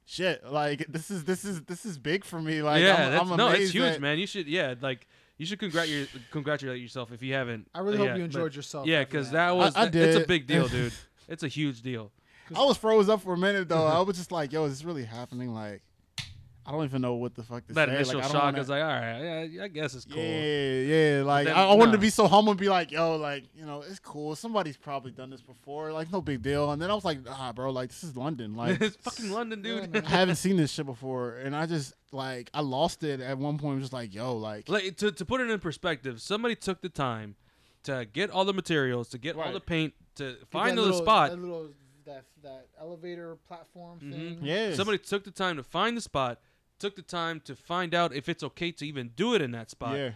[SPEAKER 3] Shit, like this is this is this is big for me. Like,
[SPEAKER 2] yeah,
[SPEAKER 3] I'm,
[SPEAKER 2] that's,
[SPEAKER 3] I'm
[SPEAKER 2] no,
[SPEAKER 3] amazed
[SPEAKER 2] it's huge,
[SPEAKER 3] that-
[SPEAKER 2] man. You should, yeah, like you should congrat your, congratulate yourself if you haven't.
[SPEAKER 1] I really
[SPEAKER 2] yeah,
[SPEAKER 1] hope you
[SPEAKER 2] but-
[SPEAKER 1] enjoyed yourself.
[SPEAKER 2] Yeah,
[SPEAKER 1] after
[SPEAKER 2] because that was
[SPEAKER 3] I
[SPEAKER 2] that- it's a
[SPEAKER 3] did.
[SPEAKER 2] big deal, dude. It's a huge deal.
[SPEAKER 3] I was froze up for a minute though. I was just like, yo, is this really happening? Like, I don't even know what the fuck to
[SPEAKER 2] That
[SPEAKER 3] say.
[SPEAKER 2] initial
[SPEAKER 3] like, I don't
[SPEAKER 2] shock
[SPEAKER 3] wanna-
[SPEAKER 2] is like, all right, yeah, I guess it's cool.
[SPEAKER 3] Yeah, yeah. Like
[SPEAKER 2] then-
[SPEAKER 3] I, I wanted
[SPEAKER 2] nah.
[SPEAKER 3] to be so humble and be like, yo, like, you know, it's cool. Somebody's probably done this before, like no big deal. And then I was like, ah, bro, like this is London. Like
[SPEAKER 2] it's fucking London, dude.
[SPEAKER 3] I haven't seen this shit before. And I just like I lost it at one point, just like, yo, like
[SPEAKER 2] like to, to put it in perspective, somebody took the time to get all the materials, to get all
[SPEAKER 3] Right.
[SPEAKER 2] the paint, to
[SPEAKER 1] Get
[SPEAKER 2] find
[SPEAKER 1] that
[SPEAKER 2] the
[SPEAKER 1] little,
[SPEAKER 2] spot.
[SPEAKER 1] That little that, that elevator platform
[SPEAKER 2] Mhm.
[SPEAKER 1] thing.
[SPEAKER 3] yeah.
[SPEAKER 2] Somebody took the time to find the spot, took the time to find out if it's okay to even do it in that spot.
[SPEAKER 3] Yeah.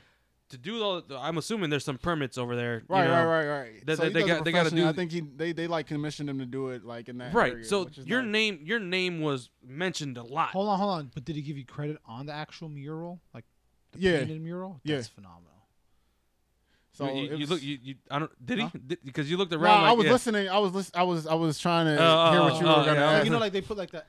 [SPEAKER 2] To do all, I'm assuming there's some permits over there. you
[SPEAKER 3] Right,
[SPEAKER 2] know.
[SPEAKER 3] right, right, right.
[SPEAKER 2] They-
[SPEAKER 3] so
[SPEAKER 2] they-
[SPEAKER 3] he
[SPEAKER 2] they
[SPEAKER 3] does it
[SPEAKER 2] got- they gotta do-
[SPEAKER 3] professionally. I think he, they they like commissioned him to do it like in that
[SPEAKER 2] Right.
[SPEAKER 3] area,
[SPEAKER 2] so
[SPEAKER 3] which is
[SPEAKER 2] your
[SPEAKER 3] nice.
[SPEAKER 2] name, your name was mentioned a lot.
[SPEAKER 1] Hold on, hold on. But did he give you credit on the actual mural, like the
[SPEAKER 3] Yeah.
[SPEAKER 1] painted mural?
[SPEAKER 3] Yeah.
[SPEAKER 1] That's phenomenal.
[SPEAKER 3] So
[SPEAKER 2] you, you-
[SPEAKER 3] it
[SPEAKER 2] you
[SPEAKER 3] was-
[SPEAKER 2] look, you, you, I don't. Did
[SPEAKER 3] Huh?
[SPEAKER 2] he? Because you looked
[SPEAKER 3] Nah,
[SPEAKER 2] around. like,
[SPEAKER 3] I was
[SPEAKER 2] yeah.
[SPEAKER 3] listening. I was lis- I was I was trying to
[SPEAKER 2] Oh,
[SPEAKER 3] hear
[SPEAKER 2] oh,
[SPEAKER 3] what you
[SPEAKER 2] oh,
[SPEAKER 3] were gonna
[SPEAKER 2] yeah.
[SPEAKER 1] Like,
[SPEAKER 3] ask.
[SPEAKER 1] you know, like they put like that.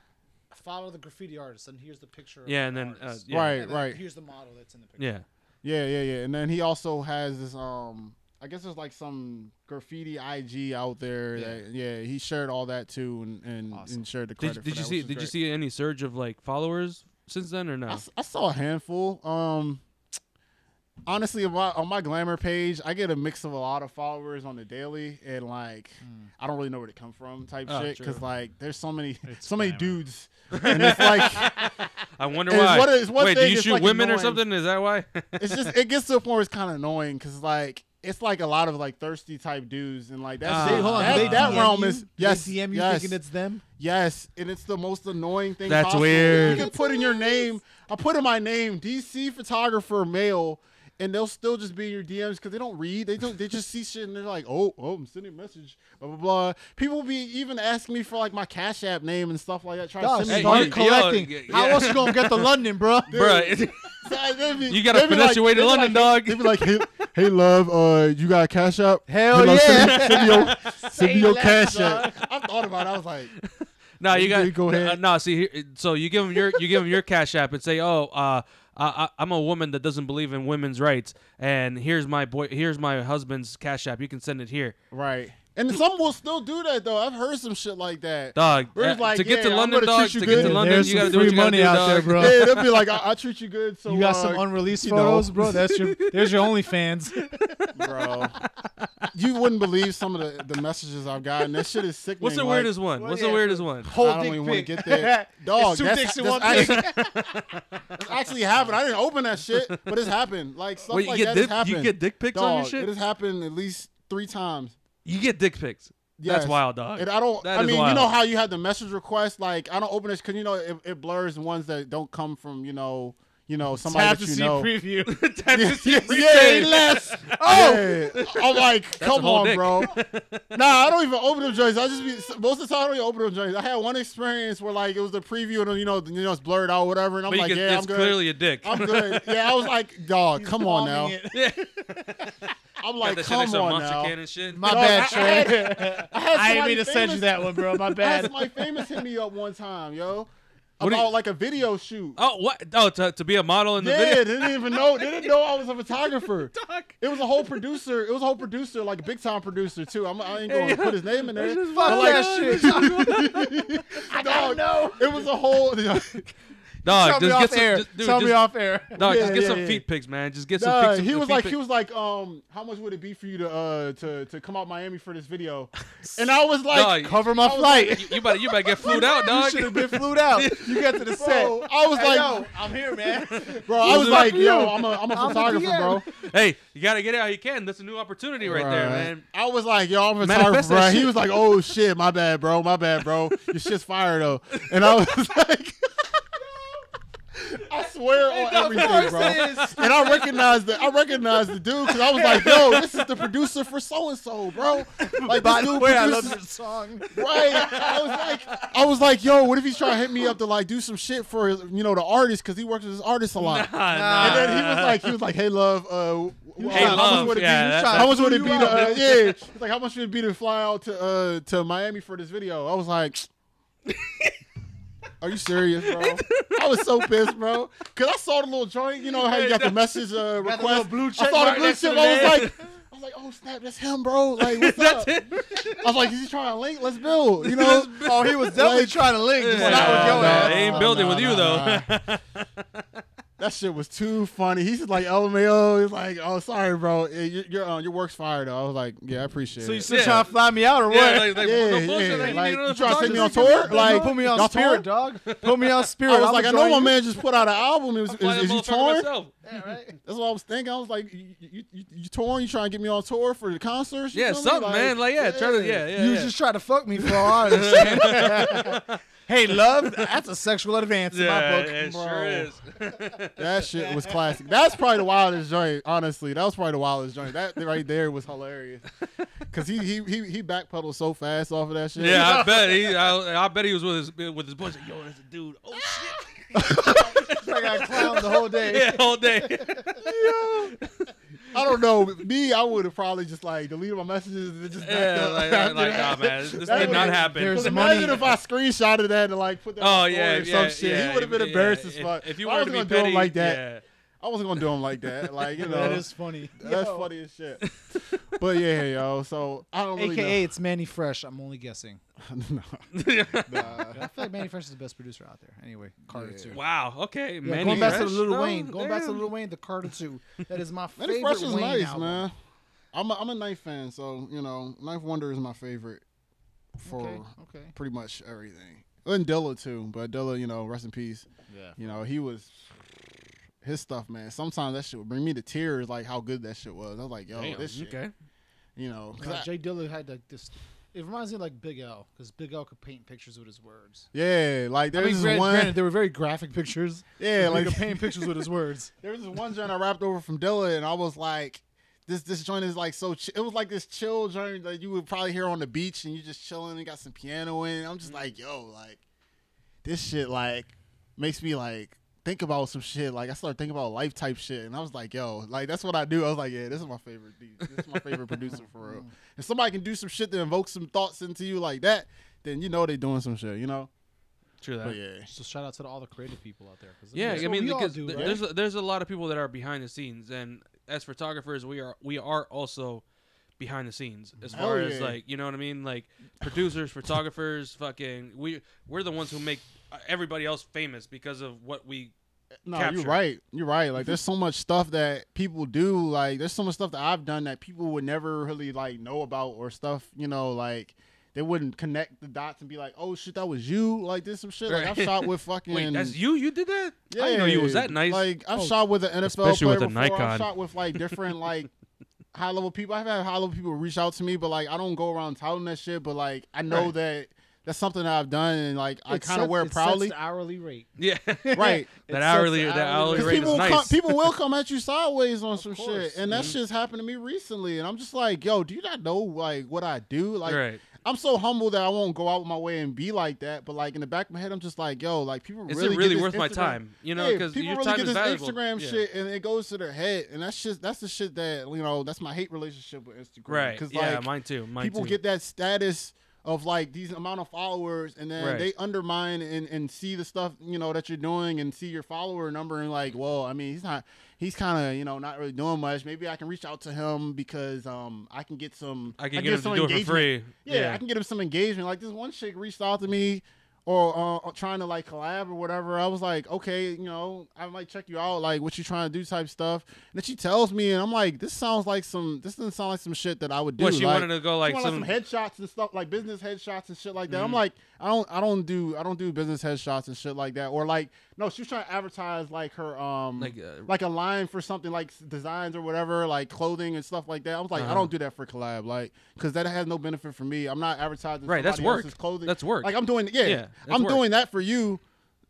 [SPEAKER 1] Follow the graffiti artist, and here's the picture.
[SPEAKER 2] Yeah,
[SPEAKER 1] of
[SPEAKER 2] and
[SPEAKER 1] the
[SPEAKER 2] then, uh,
[SPEAKER 1] artist.
[SPEAKER 2] yeah.
[SPEAKER 3] Right,
[SPEAKER 1] And then
[SPEAKER 3] right.
[SPEAKER 1] Here's the model that's in the picture.
[SPEAKER 2] Yeah.
[SPEAKER 3] Yeah, yeah, yeah. And then he also has this um I guess there's like some graffiti IG out there
[SPEAKER 1] Yeah.
[SPEAKER 3] that yeah, he shared all that too and and,
[SPEAKER 1] Awesome.
[SPEAKER 3] and shared the credit.
[SPEAKER 2] Did,
[SPEAKER 3] for
[SPEAKER 2] did you
[SPEAKER 3] that,
[SPEAKER 2] see?
[SPEAKER 3] which is
[SPEAKER 2] Did you
[SPEAKER 3] great.
[SPEAKER 2] see any surge of like followers since then or no?
[SPEAKER 3] I, s- I saw a handful. Um honestly on my, on my glamour page, I get a mix of a lot of followers on the daily and like I don't really know where they come from type
[SPEAKER 2] Hmm. Oh,
[SPEAKER 3] shit
[SPEAKER 2] true.
[SPEAKER 3] cuz like there's so many
[SPEAKER 1] It's
[SPEAKER 3] so many
[SPEAKER 1] glamour.
[SPEAKER 3] dudes and it's like
[SPEAKER 2] I wonder
[SPEAKER 3] And it's
[SPEAKER 2] why.
[SPEAKER 3] one- it's one
[SPEAKER 2] Wait, do
[SPEAKER 3] thing,
[SPEAKER 2] you
[SPEAKER 3] it's,
[SPEAKER 2] shoot
[SPEAKER 3] like,
[SPEAKER 2] women or
[SPEAKER 3] annoying.
[SPEAKER 2] something? Is that why?
[SPEAKER 3] it's just it gets to a point where it's kind of annoying because like it's like a lot of like thirsty type dudes and like that's
[SPEAKER 2] Ah. They-
[SPEAKER 1] Hold on,
[SPEAKER 3] that,
[SPEAKER 1] do they
[SPEAKER 3] that
[SPEAKER 1] DM
[SPEAKER 3] realm
[SPEAKER 1] you?
[SPEAKER 3] is
[SPEAKER 1] Do they
[SPEAKER 3] yes
[SPEAKER 1] DM you
[SPEAKER 3] yes
[SPEAKER 1] thinking it's them.
[SPEAKER 3] yes and it's the most annoying thing.
[SPEAKER 2] That's
[SPEAKER 3] possible.
[SPEAKER 2] weird.
[SPEAKER 3] You can put in your name. I put in my name, DC photographer male. And they'll still just be in your DMs because they don't read. They don't. They just see shit and they're like, "Oh, oh, I'm sending a message." Blah blah blah. People will be even asking me for like my Cash App name and stuff like that. Try
[SPEAKER 1] Dog,
[SPEAKER 3] to send me.
[SPEAKER 1] start
[SPEAKER 2] yo,
[SPEAKER 1] collecting.
[SPEAKER 2] yeah,
[SPEAKER 1] How
[SPEAKER 2] yeah.
[SPEAKER 1] else you gonna get to London, bro?
[SPEAKER 2] Bruh,
[SPEAKER 3] They'd be-
[SPEAKER 2] you gotta
[SPEAKER 3] they'd be
[SPEAKER 2] finesse your way to
[SPEAKER 3] they'd be
[SPEAKER 2] London, dog.
[SPEAKER 3] like, They'd be like, hey, hey love, uh, you got cash up?
[SPEAKER 1] Hell
[SPEAKER 3] Hey, love,
[SPEAKER 1] yeah.
[SPEAKER 3] Send me, send me your, send me your
[SPEAKER 1] less,
[SPEAKER 3] cash up. I thought about it. I was like,
[SPEAKER 2] No, you
[SPEAKER 3] You
[SPEAKER 2] got
[SPEAKER 3] do, go
[SPEAKER 2] no, uh,
[SPEAKER 3] ahead.
[SPEAKER 2] no, see, here, so you give them your you give 'em your cash app and say, "Oh, uh, I, I, I'm a woman that doesn't believe in women's rights, and here's my boy, here's my husband's cash app. You can send it here,
[SPEAKER 3] right. And some will still do that, though. I've heard some shit like that.
[SPEAKER 2] dog.
[SPEAKER 3] We're just
[SPEAKER 2] uh,
[SPEAKER 3] like,
[SPEAKER 2] to get
[SPEAKER 3] yeah,
[SPEAKER 2] to
[SPEAKER 3] I'm
[SPEAKER 2] London,
[SPEAKER 3] gonna
[SPEAKER 2] dog.
[SPEAKER 3] treat you
[SPEAKER 2] To
[SPEAKER 3] good.
[SPEAKER 2] get to
[SPEAKER 3] Yeah,
[SPEAKER 2] London,
[SPEAKER 1] there's
[SPEAKER 2] you
[SPEAKER 1] some
[SPEAKER 2] gotta do what
[SPEAKER 1] free
[SPEAKER 2] you gotta
[SPEAKER 1] money
[SPEAKER 2] do,
[SPEAKER 1] out there,
[SPEAKER 2] dog.
[SPEAKER 1] bro.
[SPEAKER 3] Yeah, they'll be like, I, I treat you good. So
[SPEAKER 1] You got
[SPEAKER 3] uh,
[SPEAKER 1] some unreleased
[SPEAKER 3] you know.
[SPEAKER 1] photos, bro. That's your there's your OnlyFans.
[SPEAKER 3] bro. You wouldn't believe some of the, the messages I've gotten. That shit is sickening.
[SPEAKER 2] What's the
[SPEAKER 3] like,
[SPEAKER 2] weirdest one? What's the
[SPEAKER 1] yeah,
[SPEAKER 2] weirdest one?
[SPEAKER 3] I don't even want to get there. Dog,
[SPEAKER 1] It's two
[SPEAKER 3] that's,
[SPEAKER 1] dicks in
[SPEAKER 3] that's
[SPEAKER 1] one dick.
[SPEAKER 3] actually, that's actually happened. I didn't open that shit, but it's happened. Like stuff
[SPEAKER 2] Wait, you
[SPEAKER 3] like
[SPEAKER 2] get
[SPEAKER 3] that
[SPEAKER 2] dick,
[SPEAKER 3] has happened.
[SPEAKER 2] you get dick pics
[SPEAKER 3] Dog,
[SPEAKER 2] on your
[SPEAKER 3] It
[SPEAKER 2] shit.
[SPEAKER 3] has happened at least three times.
[SPEAKER 2] you get dick pics. That's
[SPEAKER 3] Yes.
[SPEAKER 2] wild, dog.
[SPEAKER 3] And I don't.
[SPEAKER 2] That
[SPEAKER 3] I
[SPEAKER 2] is
[SPEAKER 3] mean, you
[SPEAKER 2] wild.
[SPEAKER 3] know how you had the message request. Like I don't open this because you know it, it blurs ones that don't come from you know you know somebody
[SPEAKER 1] Tap to
[SPEAKER 3] that you
[SPEAKER 1] see
[SPEAKER 3] know.
[SPEAKER 1] preview.
[SPEAKER 2] Tap to see
[SPEAKER 3] yeah,
[SPEAKER 2] free
[SPEAKER 3] yeah,
[SPEAKER 2] save.
[SPEAKER 3] less. Oh, I'm like, come
[SPEAKER 2] whole
[SPEAKER 3] on,
[SPEAKER 2] dick.
[SPEAKER 3] bro. Nah, I don't even open them joints. I just be most of the time I don't even open them joints. I had one experience where like it was the preview and you know you know it's blurred out whatever, and I'm
[SPEAKER 2] But you
[SPEAKER 3] like,
[SPEAKER 2] can-
[SPEAKER 3] yeah,
[SPEAKER 2] it's
[SPEAKER 3] I'm good.
[SPEAKER 2] clearly a dick.
[SPEAKER 3] I'm good. Yeah, I was like, dog, come on now.
[SPEAKER 1] Bombing it.
[SPEAKER 2] Yeah.
[SPEAKER 3] I'm
[SPEAKER 2] Got
[SPEAKER 3] like,
[SPEAKER 2] that shit next
[SPEAKER 3] come
[SPEAKER 2] to a
[SPEAKER 3] on
[SPEAKER 2] Monster
[SPEAKER 3] now.
[SPEAKER 2] Can and shit.
[SPEAKER 1] My
[SPEAKER 3] No,
[SPEAKER 1] bad,
[SPEAKER 3] I-
[SPEAKER 1] Trey.
[SPEAKER 3] I had
[SPEAKER 1] I didn't mean
[SPEAKER 3] somebody
[SPEAKER 1] to send you
[SPEAKER 3] famous-
[SPEAKER 1] that one, bro. My
[SPEAKER 3] I had
[SPEAKER 1] bad.
[SPEAKER 3] somebody famous hit me up one time, yo,
[SPEAKER 2] What do you-
[SPEAKER 3] about like a video shoot.
[SPEAKER 2] Oh, what? Oh, to, to be a model in the
[SPEAKER 3] yeah,
[SPEAKER 2] video.
[SPEAKER 3] they didn't even know. They didn't know I was a photographer.
[SPEAKER 2] Dog.
[SPEAKER 3] It was a whole producer. It was a whole producer, like a big time producer too. I'm, I ain't going
[SPEAKER 2] Yeah.
[SPEAKER 3] to put his name in there.
[SPEAKER 2] Fuck
[SPEAKER 3] But, like,
[SPEAKER 2] that shit.
[SPEAKER 3] Dog, It was a whole.
[SPEAKER 2] Dog,
[SPEAKER 1] Tell me
[SPEAKER 2] just
[SPEAKER 1] off
[SPEAKER 2] get some.
[SPEAKER 1] air.
[SPEAKER 2] Just, dude,
[SPEAKER 1] Tell me
[SPEAKER 2] just-
[SPEAKER 1] off air.
[SPEAKER 2] Dog,
[SPEAKER 3] Yeah,
[SPEAKER 2] just get
[SPEAKER 3] yeah,
[SPEAKER 2] some
[SPEAKER 3] yeah.
[SPEAKER 2] feet pics, man. Just get some
[SPEAKER 3] Nah,
[SPEAKER 2] pics.
[SPEAKER 3] he was
[SPEAKER 2] feet
[SPEAKER 3] like,
[SPEAKER 2] pic-
[SPEAKER 3] he was like, um, how much would it be for you to uh to to come out Miami for this video? And I was like,
[SPEAKER 2] Dog,
[SPEAKER 1] Cover my
[SPEAKER 3] I was
[SPEAKER 1] flight.
[SPEAKER 2] you, you better, you better get flued out, dog.
[SPEAKER 1] Should have been flued out. You got to the set.
[SPEAKER 3] bro, I was
[SPEAKER 1] Hey,
[SPEAKER 3] like,
[SPEAKER 1] yo, I'm here, man.
[SPEAKER 3] bro, I was
[SPEAKER 1] it
[SPEAKER 3] like,
[SPEAKER 1] up to you?
[SPEAKER 3] yo, I'm a I'm a
[SPEAKER 1] I'm a
[SPEAKER 3] photographer,
[SPEAKER 1] DM.
[SPEAKER 3] bro.
[SPEAKER 2] hey, you gotta get it how you can. That's a new opportunity right, there,
[SPEAKER 3] Right.
[SPEAKER 2] man.
[SPEAKER 3] I was like, yo, I'm a photographer,
[SPEAKER 2] Manifest that
[SPEAKER 3] bro. He
[SPEAKER 2] shit.
[SPEAKER 3] was like, oh shit, my bad, bro, my bad, bro. Your shit's fire though. And I was like, I swear on everything, bro. And I recognized the I recognized the dude because I was like, yo, this is the producer for so and so, bro. Like this dude
[SPEAKER 1] Wait, I
[SPEAKER 3] produces-
[SPEAKER 1] love this song.
[SPEAKER 3] Right. I was like, I was like, yo, what if he's trying to hit me up to like do some shit for his, you know the artist because he works with his artists a lot.
[SPEAKER 2] nah.
[SPEAKER 3] And then he was like, he was like, hey love, uh, wh-
[SPEAKER 2] Hey,
[SPEAKER 3] how much
[SPEAKER 2] love,
[SPEAKER 3] would it be-
[SPEAKER 2] yeah, that-
[SPEAKER 3] How much would it
[SPEAKER 1] You
[SPEAKER 3] be
[SPEAKER 1] out.
[SPEAKER 3] to uh, yeah? He's like, how much would it be to fly out to uh to Miami for this video? I was like. Are you serious, bro? I was so pissed, bro. Cause I saw the little joint, you know how you got the message uh,
[SPEAKER 1] Got the little
[SPEAKER 3] request.
[SPEAKER 1] blue
[SPEAKER 3] I
[SPEAKER 1] check
[SPEAKER 3] saw
[SPEAKER 1] mark
[SPEAKER 3] the blue
[SPEAKER 1] next to
[SPEAKER 3] chip.
[SPEAKER 1] the
[SPEAKER 3] I was
[SPEAKER 1] name.
[SPEAKER 3] like, I was like, oh snap, that's him, bro. Like, what's up? I was like, is he trying to link? Let's build, you know?
[SPEAKER 1] Oh, he was definitely
[SPEAKER 3] Like-
[SPEAKER 1] trying to link. Just
[SPEAKER 2] Yeah.
[SPEAKER 1] not with your
[SPEAKER 2] Nah,
[SPEAKER 1] ass.
[SPEAKER 2] they ain't building with you, though.
[SPEAKER 3] that shit was too funny. He's just like, LMAO. He's like, oh, sorry, bro. Yeah, Your your, um, your work's fired. Though. I was like, yeah, I appreciate
[SPEAKER 1] So you
[SPEAKER 3] it.
[SPEAKER 1] still
[SPEAKER 2] Yeah.
[SPEAKER 1] trying to fly me out or what?
[SPEAKER 2] yeah, like, like,
[SPEAKER 3] yeah,
[SPEAKER 2] no bullshit.
[SPEAKER 3] yeah,
[SPEAKER 2] like, you
[SPEAKER 3] like,
[SPEAKER 2] need another
[SPEAKER 3] you trying to take me on
[SPEAKER 2] photographer?
[SPEAKER 3] tour? Like,
[SPEAKER 1] put me on
[SPEAKER 3] y'all
[SPEAKER 1] spirit,
[SPEAKER 3] touring?
[SPEAKER 1] dog. Put me on spirit.
[SPEAKER 3] I was
[SPEAKER 1] I'ma
[SPEAKER 3] like, I
[SPEAKER 1] join
[SPEAKER 3] know my
[SPEAKER 1] you.
[SPEAKER 3] man just put out an album. It was,
[SPEAKER 2] Fly
[SPEAKER 3] is, is
[SPEAKER 2] that
[SPEAKER 3] you
[SPEAKER 2] motherfucker
[SPEAKER 3] torn?
[SPEAKER 2] myself.
[SPEAKER 1] Yeah, right.
[SPEAKER 3] That's what I was thinking. I was like, you, you, you, you torn? You trying to get me on tour for the concerts? You
[SPEAKER 2] Yeah,
[SPEAKER 3] feel me?
[SPEAKER 2] something, man. Like, yeah, try to, yeah, yeah.
[SPEAKER 1] you
[SPEAKER 2] yeah.
[SPEAKER 1] just try to fuck me for all I understand. hey, love, that's a sexual advance in my book.
[SPEAKER 2] yeah,
[SPEAKER 3] bro.
[SPEAKER 2] it sure is.
[SPEAKER 3] That shit was classic. That's probably the wildest joint, honestly. That was probably the wildest joint. That right there was hilarious. Cause he he he, he backpedaled so fast off of that shit.
[SPEAKER 2] Yeah, I bet he. I, I bet he was with his with his boys. Like, Yo, that's a dude. Oh shit!
[SPEAKER 1] I got clowned the whole day.
[SPEAKER 2] Yeah, all day.
[SPEAKER 3] I don't know. Me, I would have probably just like deleted my messages and just backed
[SPEAKER 2] yeah,
[SPEAKER 3] up.
[SPEAKER 2] like,
[SPEAKER 3] after
[SPEAKER 2] like,
[SPEAKER 3] that.
[SPEAKER 2] nah, man, this
[SPEAKER 3] That
[SPEAKER 2] did
[SPEAKER 3] would've-
[SPEAKER 2] not
[SPEAKER 1] there's
[SPEAKER 2] happen.
[SPEAKER 3] Cause
[SPEAKER 1] some
[SPEAKER 3] imagine
[SPEAKER 1] money.
[SPEAKER 3] if I screenshotted that and like put that.
[SPEAKER 2] Oh
[SPEAKER 3] on
[SPEAKER 2] yeah,
[SPEAKER 3] story or
[SPEAKER 2] yeah,
[SPEAKER 3] some shit.
[SPEAKER 2] yeah.
[SPEAKER 3] he would have been
[SPEAKER 2] yeah,
[SPEAKER 3] embarrassed as
[SPEAKER 2] if-
[SPEAKER 3] fuck.
[SPEAKER 2] If you
[SPEAKER 3] I
[SPEAKER 2] were to
[SPEAKER 3] wasn't
[SPEAKER 2] be
[SPEAKER 3] gonna
[SPEAKER 2] petty,
[SPEAKER 3] do him like that.
[SPEAKER 2] yeah.
[SPEAKER 3] I wasn't gonna do him like that. Like you know,
[SPEAKER 1] That is funny.
[SPEAKER 3] that's
[SPEAKER 1] Yo.
[SPEAKER 3] funny as shit. But yeah, yo. So I don't really
[SPEAKER 1] AKA, it's Manny Fresh. I'm only guessing.
[SPEAKER 3] know. no, nah.
[SPEAKER 1] I feel like Manny Fresh is the best producer out there. Anyway, Carter
[SPEAKER 3] Yeah.
[SPEAKER 1] 2.
[SPEAKER 2] Wow. Okay.
[SPEAKER 1] Yeah,
[SPEAKER 2] Manny
[SPEAKER 1] going back to
[SPEAKER 2] Fresh?
[SPEAKER 1] Little
[SPEAKER 2] Oh,
[SPEAKER 1] Wayne. Going back to
[SPEAKER 2] damn.
[SPEAKER 1] Little Wayne, the Carter 2. That is my
[SPEAKER 3] Man, it's
[SPEAKER 1] favorite
[SPEAKER 3] Fresh is
[SPEAKER 1] Wayne
[SPEAKER 3] nice,
[SPEAKER 1] album.
[SPEAKER 3] man. I'm a, I'm a Knife fan, so you know, Knife Wonder is my favorite for
[SPEAKER 1] Okay, okay.
[SPEAKER 3] pretty much everything. And Dilla too, but Dilla, you know, rest in peace.
[SPEAKER 1] Yeah.
[SPEAKER 3] You know, he was his stuff, man. Sometimes that shit would bring me to tears, like how good that shit was. I was like, yo,
[SPEAKER 2] Damn,
[SPEAKER 3] this shit,
[SPEAKER 2] Okay.
[SPEAKER 3] you know, 'cause
[SPEAKER 1] God,
[SPEAKER 3] I-
[SPEAKER 1] Jay Dilla had like this. It reminds me of like Big L because Big L could paint pictures with his words.
[SPEAKER 3] yeah, like
[SPEAKER 1] I
[SPEAKER 3] there's
[SPEAKER 1] mean,
[SPEAKER 3] this
[SPEAKER 1] granted,
[SPEAKER 3] one,
[SPEAKER 1] granted, they were very graphic pictures. but
[SPEAKER 3] yeah,
[SPEAKER 1] he
[SPEAKER 3] like
[SPEAKER 1] could paint pictures with his words.
[SPEAKER 3] There was this one joint I rapped over from Dilla, and I was like, "This this joint is like so. Ch- it was like this chill joint that you would probably hear on the beach, and you just chilling and got some piano in. I'm
[SPEAKER 2] Mm-hmm.
[SPEAKER 3] just like, yo, like this shit like makes me like think about some shit. Like I started thinking about life type shit, and I was like, yo, like that's what I do. I was like, yeah, this is my favorite. dude. This is my favorite producer for real.
[SPEAKER 2] Mm-hmm.
[SPEAKER 3] If somebody can do some shit that invokes some thoughts into you like that, then you know they doing some shit. You know,
[SPEAKER 2] True that.
[SPEAKER 3] but yeah.
[SPEAKER 1] So shout out to all the creative people out there. 'cause
[SPEAKER 2] Yeah,
[SPEAKER 1] that's
[SPEAKER 2] I
[SPEAKER 1] what
[SPEAKER 2] mean,
[SPEAKER 1] we all
[SPEAKER 2] because
[SPEAKER 1] do,
[SPEAKER 2] th-
[SPEAKER 1] right?
[SPEAKER 2] there's a, there's a lot of people that are behind the scenes, and as photographers, we are we are also behind the scenes as
[SPEAKER 3] Hell
[SPEAKER 2] far as
[SPEAKER 3] yeah.
[SPEAKER 2] like you know what I mean, like producers, photographers, fucking we we're the ones who make uh, everybody else famous because of what we.
[SPEAKER 3] No,
[SPEAKER 2] capture.
[SPEAKER 3] you're right. You're right. Like, there's so much stuff that people do. Like, there's so much stuff that I've done that people would never really like know about or stuff. You know, like they wouldn't connect the dots and be like, "Oh shit, that was you." Like, there's some shit. Like, I've
[SPEAKER 2] Right.
[SPEAKER 3] shot with fucking.
[SPEAKER 2] Wait, that's you? You did that?
[SPEAKER 3] Yeah,
[SPEAKER 2] I didn't know you was that nice.
[SPEAKER 3] Like, I've
[SPEAKER 1] Oh.
[SPEAKER 3] shot with an NFL
[SPEAKER 2] Especially
[SPEAKER 3] player
[SPEAKER 2] with a
[SPEAKER 3] before.
[SPEAKER 2] Nikon.
[SPEAKER 3] I've shot with like different like high level people. I've had high level people reach out to me, but like I don't go around touting that shit. But like I know
[SPEAKER 2] Right.
[SPEAKER 3] that that's something that I've done, and like I
[SPEAKER 1] It
[SPEAKER 3] kind of
[SPEAKER 1] sets-
[SPEAKER 3] wear
[SPEAKER 1] it
[SPEAKER 3] it
[SPEAKER 1] sets
[SPEAKER 3] proudly.
[SPEAKER 1] the hourly rate.
[SPEAKER 2] yeah,
[SPEAKER 1] It
[SPEAKER 3] Right.
[SPEAKER 2] that
[SPEAKER 1] sets
[SPEAKER 2] hourly
[SPEAKER 1] the
[SPEAKER 2] that
[SPEAKER 1] hourly
[SPEAKER 2] hourly
[SPEAKER 1] rate.
[SPEAKER 3] Because
[SPEAKER 2] rate
[SPEAKER 3] people,
[SPEAKER 2] is
[SPEAKER 3] will
[SPEAKER 2] nice. Mm-hmm.
[SPEAKER 3] come, people will come at you sideways on
[SPEAKER 1] Of
[SPEAKER 3] some
[SPEAKER 1] course.
[SPEAKER 3] shit, and that shit's happened to me recently. And I'm just like, yo, do you not know like what I do? Like,
[SPEAKER 2] right.
[SPEAKER 3] I'm so humble that I won't go out my way and be like that. But like in the back of my head, I'm just like, yo, like people
[SPEAKER 2] Is
[SPEAKER 3] really
[SPEAKER 2] it really
[SPEAKER 3] get this
[SPEAKER 2] worth my
[SPEAKER 3] Instagram-
[SPEAKER 2] time? You know,
[SPEAKER 3] Yeah,
[SPEAKER 2] because
[SPEAKER 3] people
[SPEAKER 2] your
[SPEAKER 3] really
[SPEAKER 2] time
[SPEAKER 3] get
[SPEAKER 2] is
[SPEAKER 3] this
[SPEAKER 2] valuable.
[SPEAKER 3] Instagram
[SPEAKER 2] Yeah.
[SPEAKER 3] shit, and it goes to their head, and that's just that's the shit that you know that's my hate relationship with Instagram.
[SPEAKER 2] Right.
[SPEAKER 3] Because
[SPEAKER 2] yeah,
[SPEAKER 3] like
[SPEAKER 2] mine too. Mine
[SPEAKER 3] people
[SPEAKER 2] too.
[SPEAKER 3] get that status of like these amount of followers and then
[SPEAKER 2] Right.
[SPEAKER 3] they undermine and, and see the stuff you know that you're doing and see your follower number and like well i mean he's not he's kind of you know not really doing much maybe i can reach out to him because um i can get some
[SPEAKER 2] I can get him to
[SPEAKER 3] some
[SPEAKER 2] do it for
[SPEAKER 3] engagement.
[SPEAKER 2] free.
[SPEAKER 3] yeah, i can get him some engagement like this one chick reached out to me or uh, trying to like collab or whatever. I was like, okay, you know, I might check you out, like what you trying to do type stuff. And then she tells me, and I'm like, this sounds like some, this doesn't sound like some shit that I would do.
[SPEAKER 2] Well, she
[SPEAKER 3] like,
[SPEAKER 2] wanted to go
[SPEAKER 3] she
[SPEAKER 2] like
[SPEAKER 3] wanted,
[SPEAKER 2] some. Mm-hmm.
[SPEAKER 3] headshots and stuff, like business headshots and shit like that. I'm like, I don't, I don't do, I don't do business headshots and shit like that. Or like, no, she was trying to advertise like her, um,
[SPEAKER 2] Like,
[SPEAKER 3] like,
[SPEAKER 2] uh,
[SPEAKER 3] like a line for something like s- designs or whatever, like clothing and stuff like that. I was like,
[SPEAKER 2] Uh-huh.
[SPEAKER 3] I don't do that for collab, like, because that has no benefit for me. I'm not advertising
[SPEAKER 2] Right, that's
[SPEAKER 3] somebody
[SPEAKER 2] work.
[SPEAKER 3] else's clothing.
[SPEAKER 2] That's work.
[SPEAKER 3] Like I'm doing, yeah,
[SPEAKER 2] Yeah, that's
[SPEAKER 3] I'm
[SPEAKER 2] work.
[SPEAKER 3] doing that for you.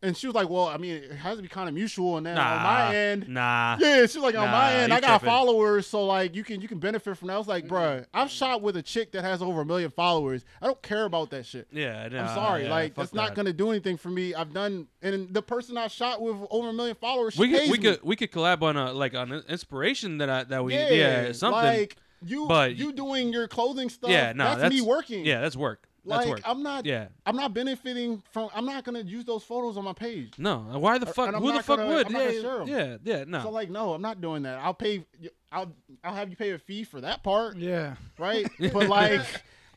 [SPEAKER 3] And she was like, well, I mean, it has to be kind of mutual. And then on my end,
[SPEAKER 2] Nah.
[SPEAKER 3] yeah, she's like, on
[SPEAKER 2] Nah,
[SPEAKER 3] my end,
[SPEAKER 2] you
[SPEAKER 3] I got
[SPEAKER 2] tripping. Mm-hmm.
[SPEAKER 3] followers, so like you can you can benefit from that. I was like, bruh, I've shot with a chick that has over a million followers. I don't care about that shit.
[SPEAKER 2] Yeah.
[SPEAKER 3] I'm
[SPEAKER 2] nah,
[SPEAKER 3] sorry,
[SPEAKER 2] yeah,
[SPEAKER 3] like
[SPEAKER 2] fuck
[SPEAKER 3] that's not
[SPEAKER 2] that.
[SPEAKER 3] gonna do anything for me. I've done, and the person I shot with over a million followers, she
[SPEAKER 2] We
[SPEAKER 3] pays
[SPEAKER 2] could we
[SPEAKER 3] me.
[SPEAKER 2] could we could collab on a like on an inspiration that I that we yeah, something
[SPEAKER 3] Like you,
[SPEAKER 2] But-
[SPEAKER 3] you doing your clothing stuff.
[SPEAKER 2] yeah no
[SPEAKER 3] that's, me working.
[SPEAKER 2] yeah that's work that's
[SPEAKER 3] like
[SPEAKER 2] work
[SPEAKER 3] I'm not.
[SPEAKER 2] yeah
[SPEAKER 3] I'm not benefiting from. I'm not gonna use those photos on my page.
[SPEAKER 2] no why the fuck
[SPEAKER 3] and I'm
[SPEAKER 2] who the
[SPEAKER 3] not
[SPEAKER 2] fuck
[SPEAKER 3] gonna-
[SPEAKER 2] would
[SPEAKER 3] I'm not
[SPEAKER 2] yeah,
[SPEAKER 3] gonna share 'em.
[SPEAKER 2] yeah yeah no
[SPEAKER 3] So like, no, I'm not doing that. I'll pay. I'll I'll have you pay a fee for that part.
[SPEAKER 1] Yeah.
[SPEAKER 3] right? But like,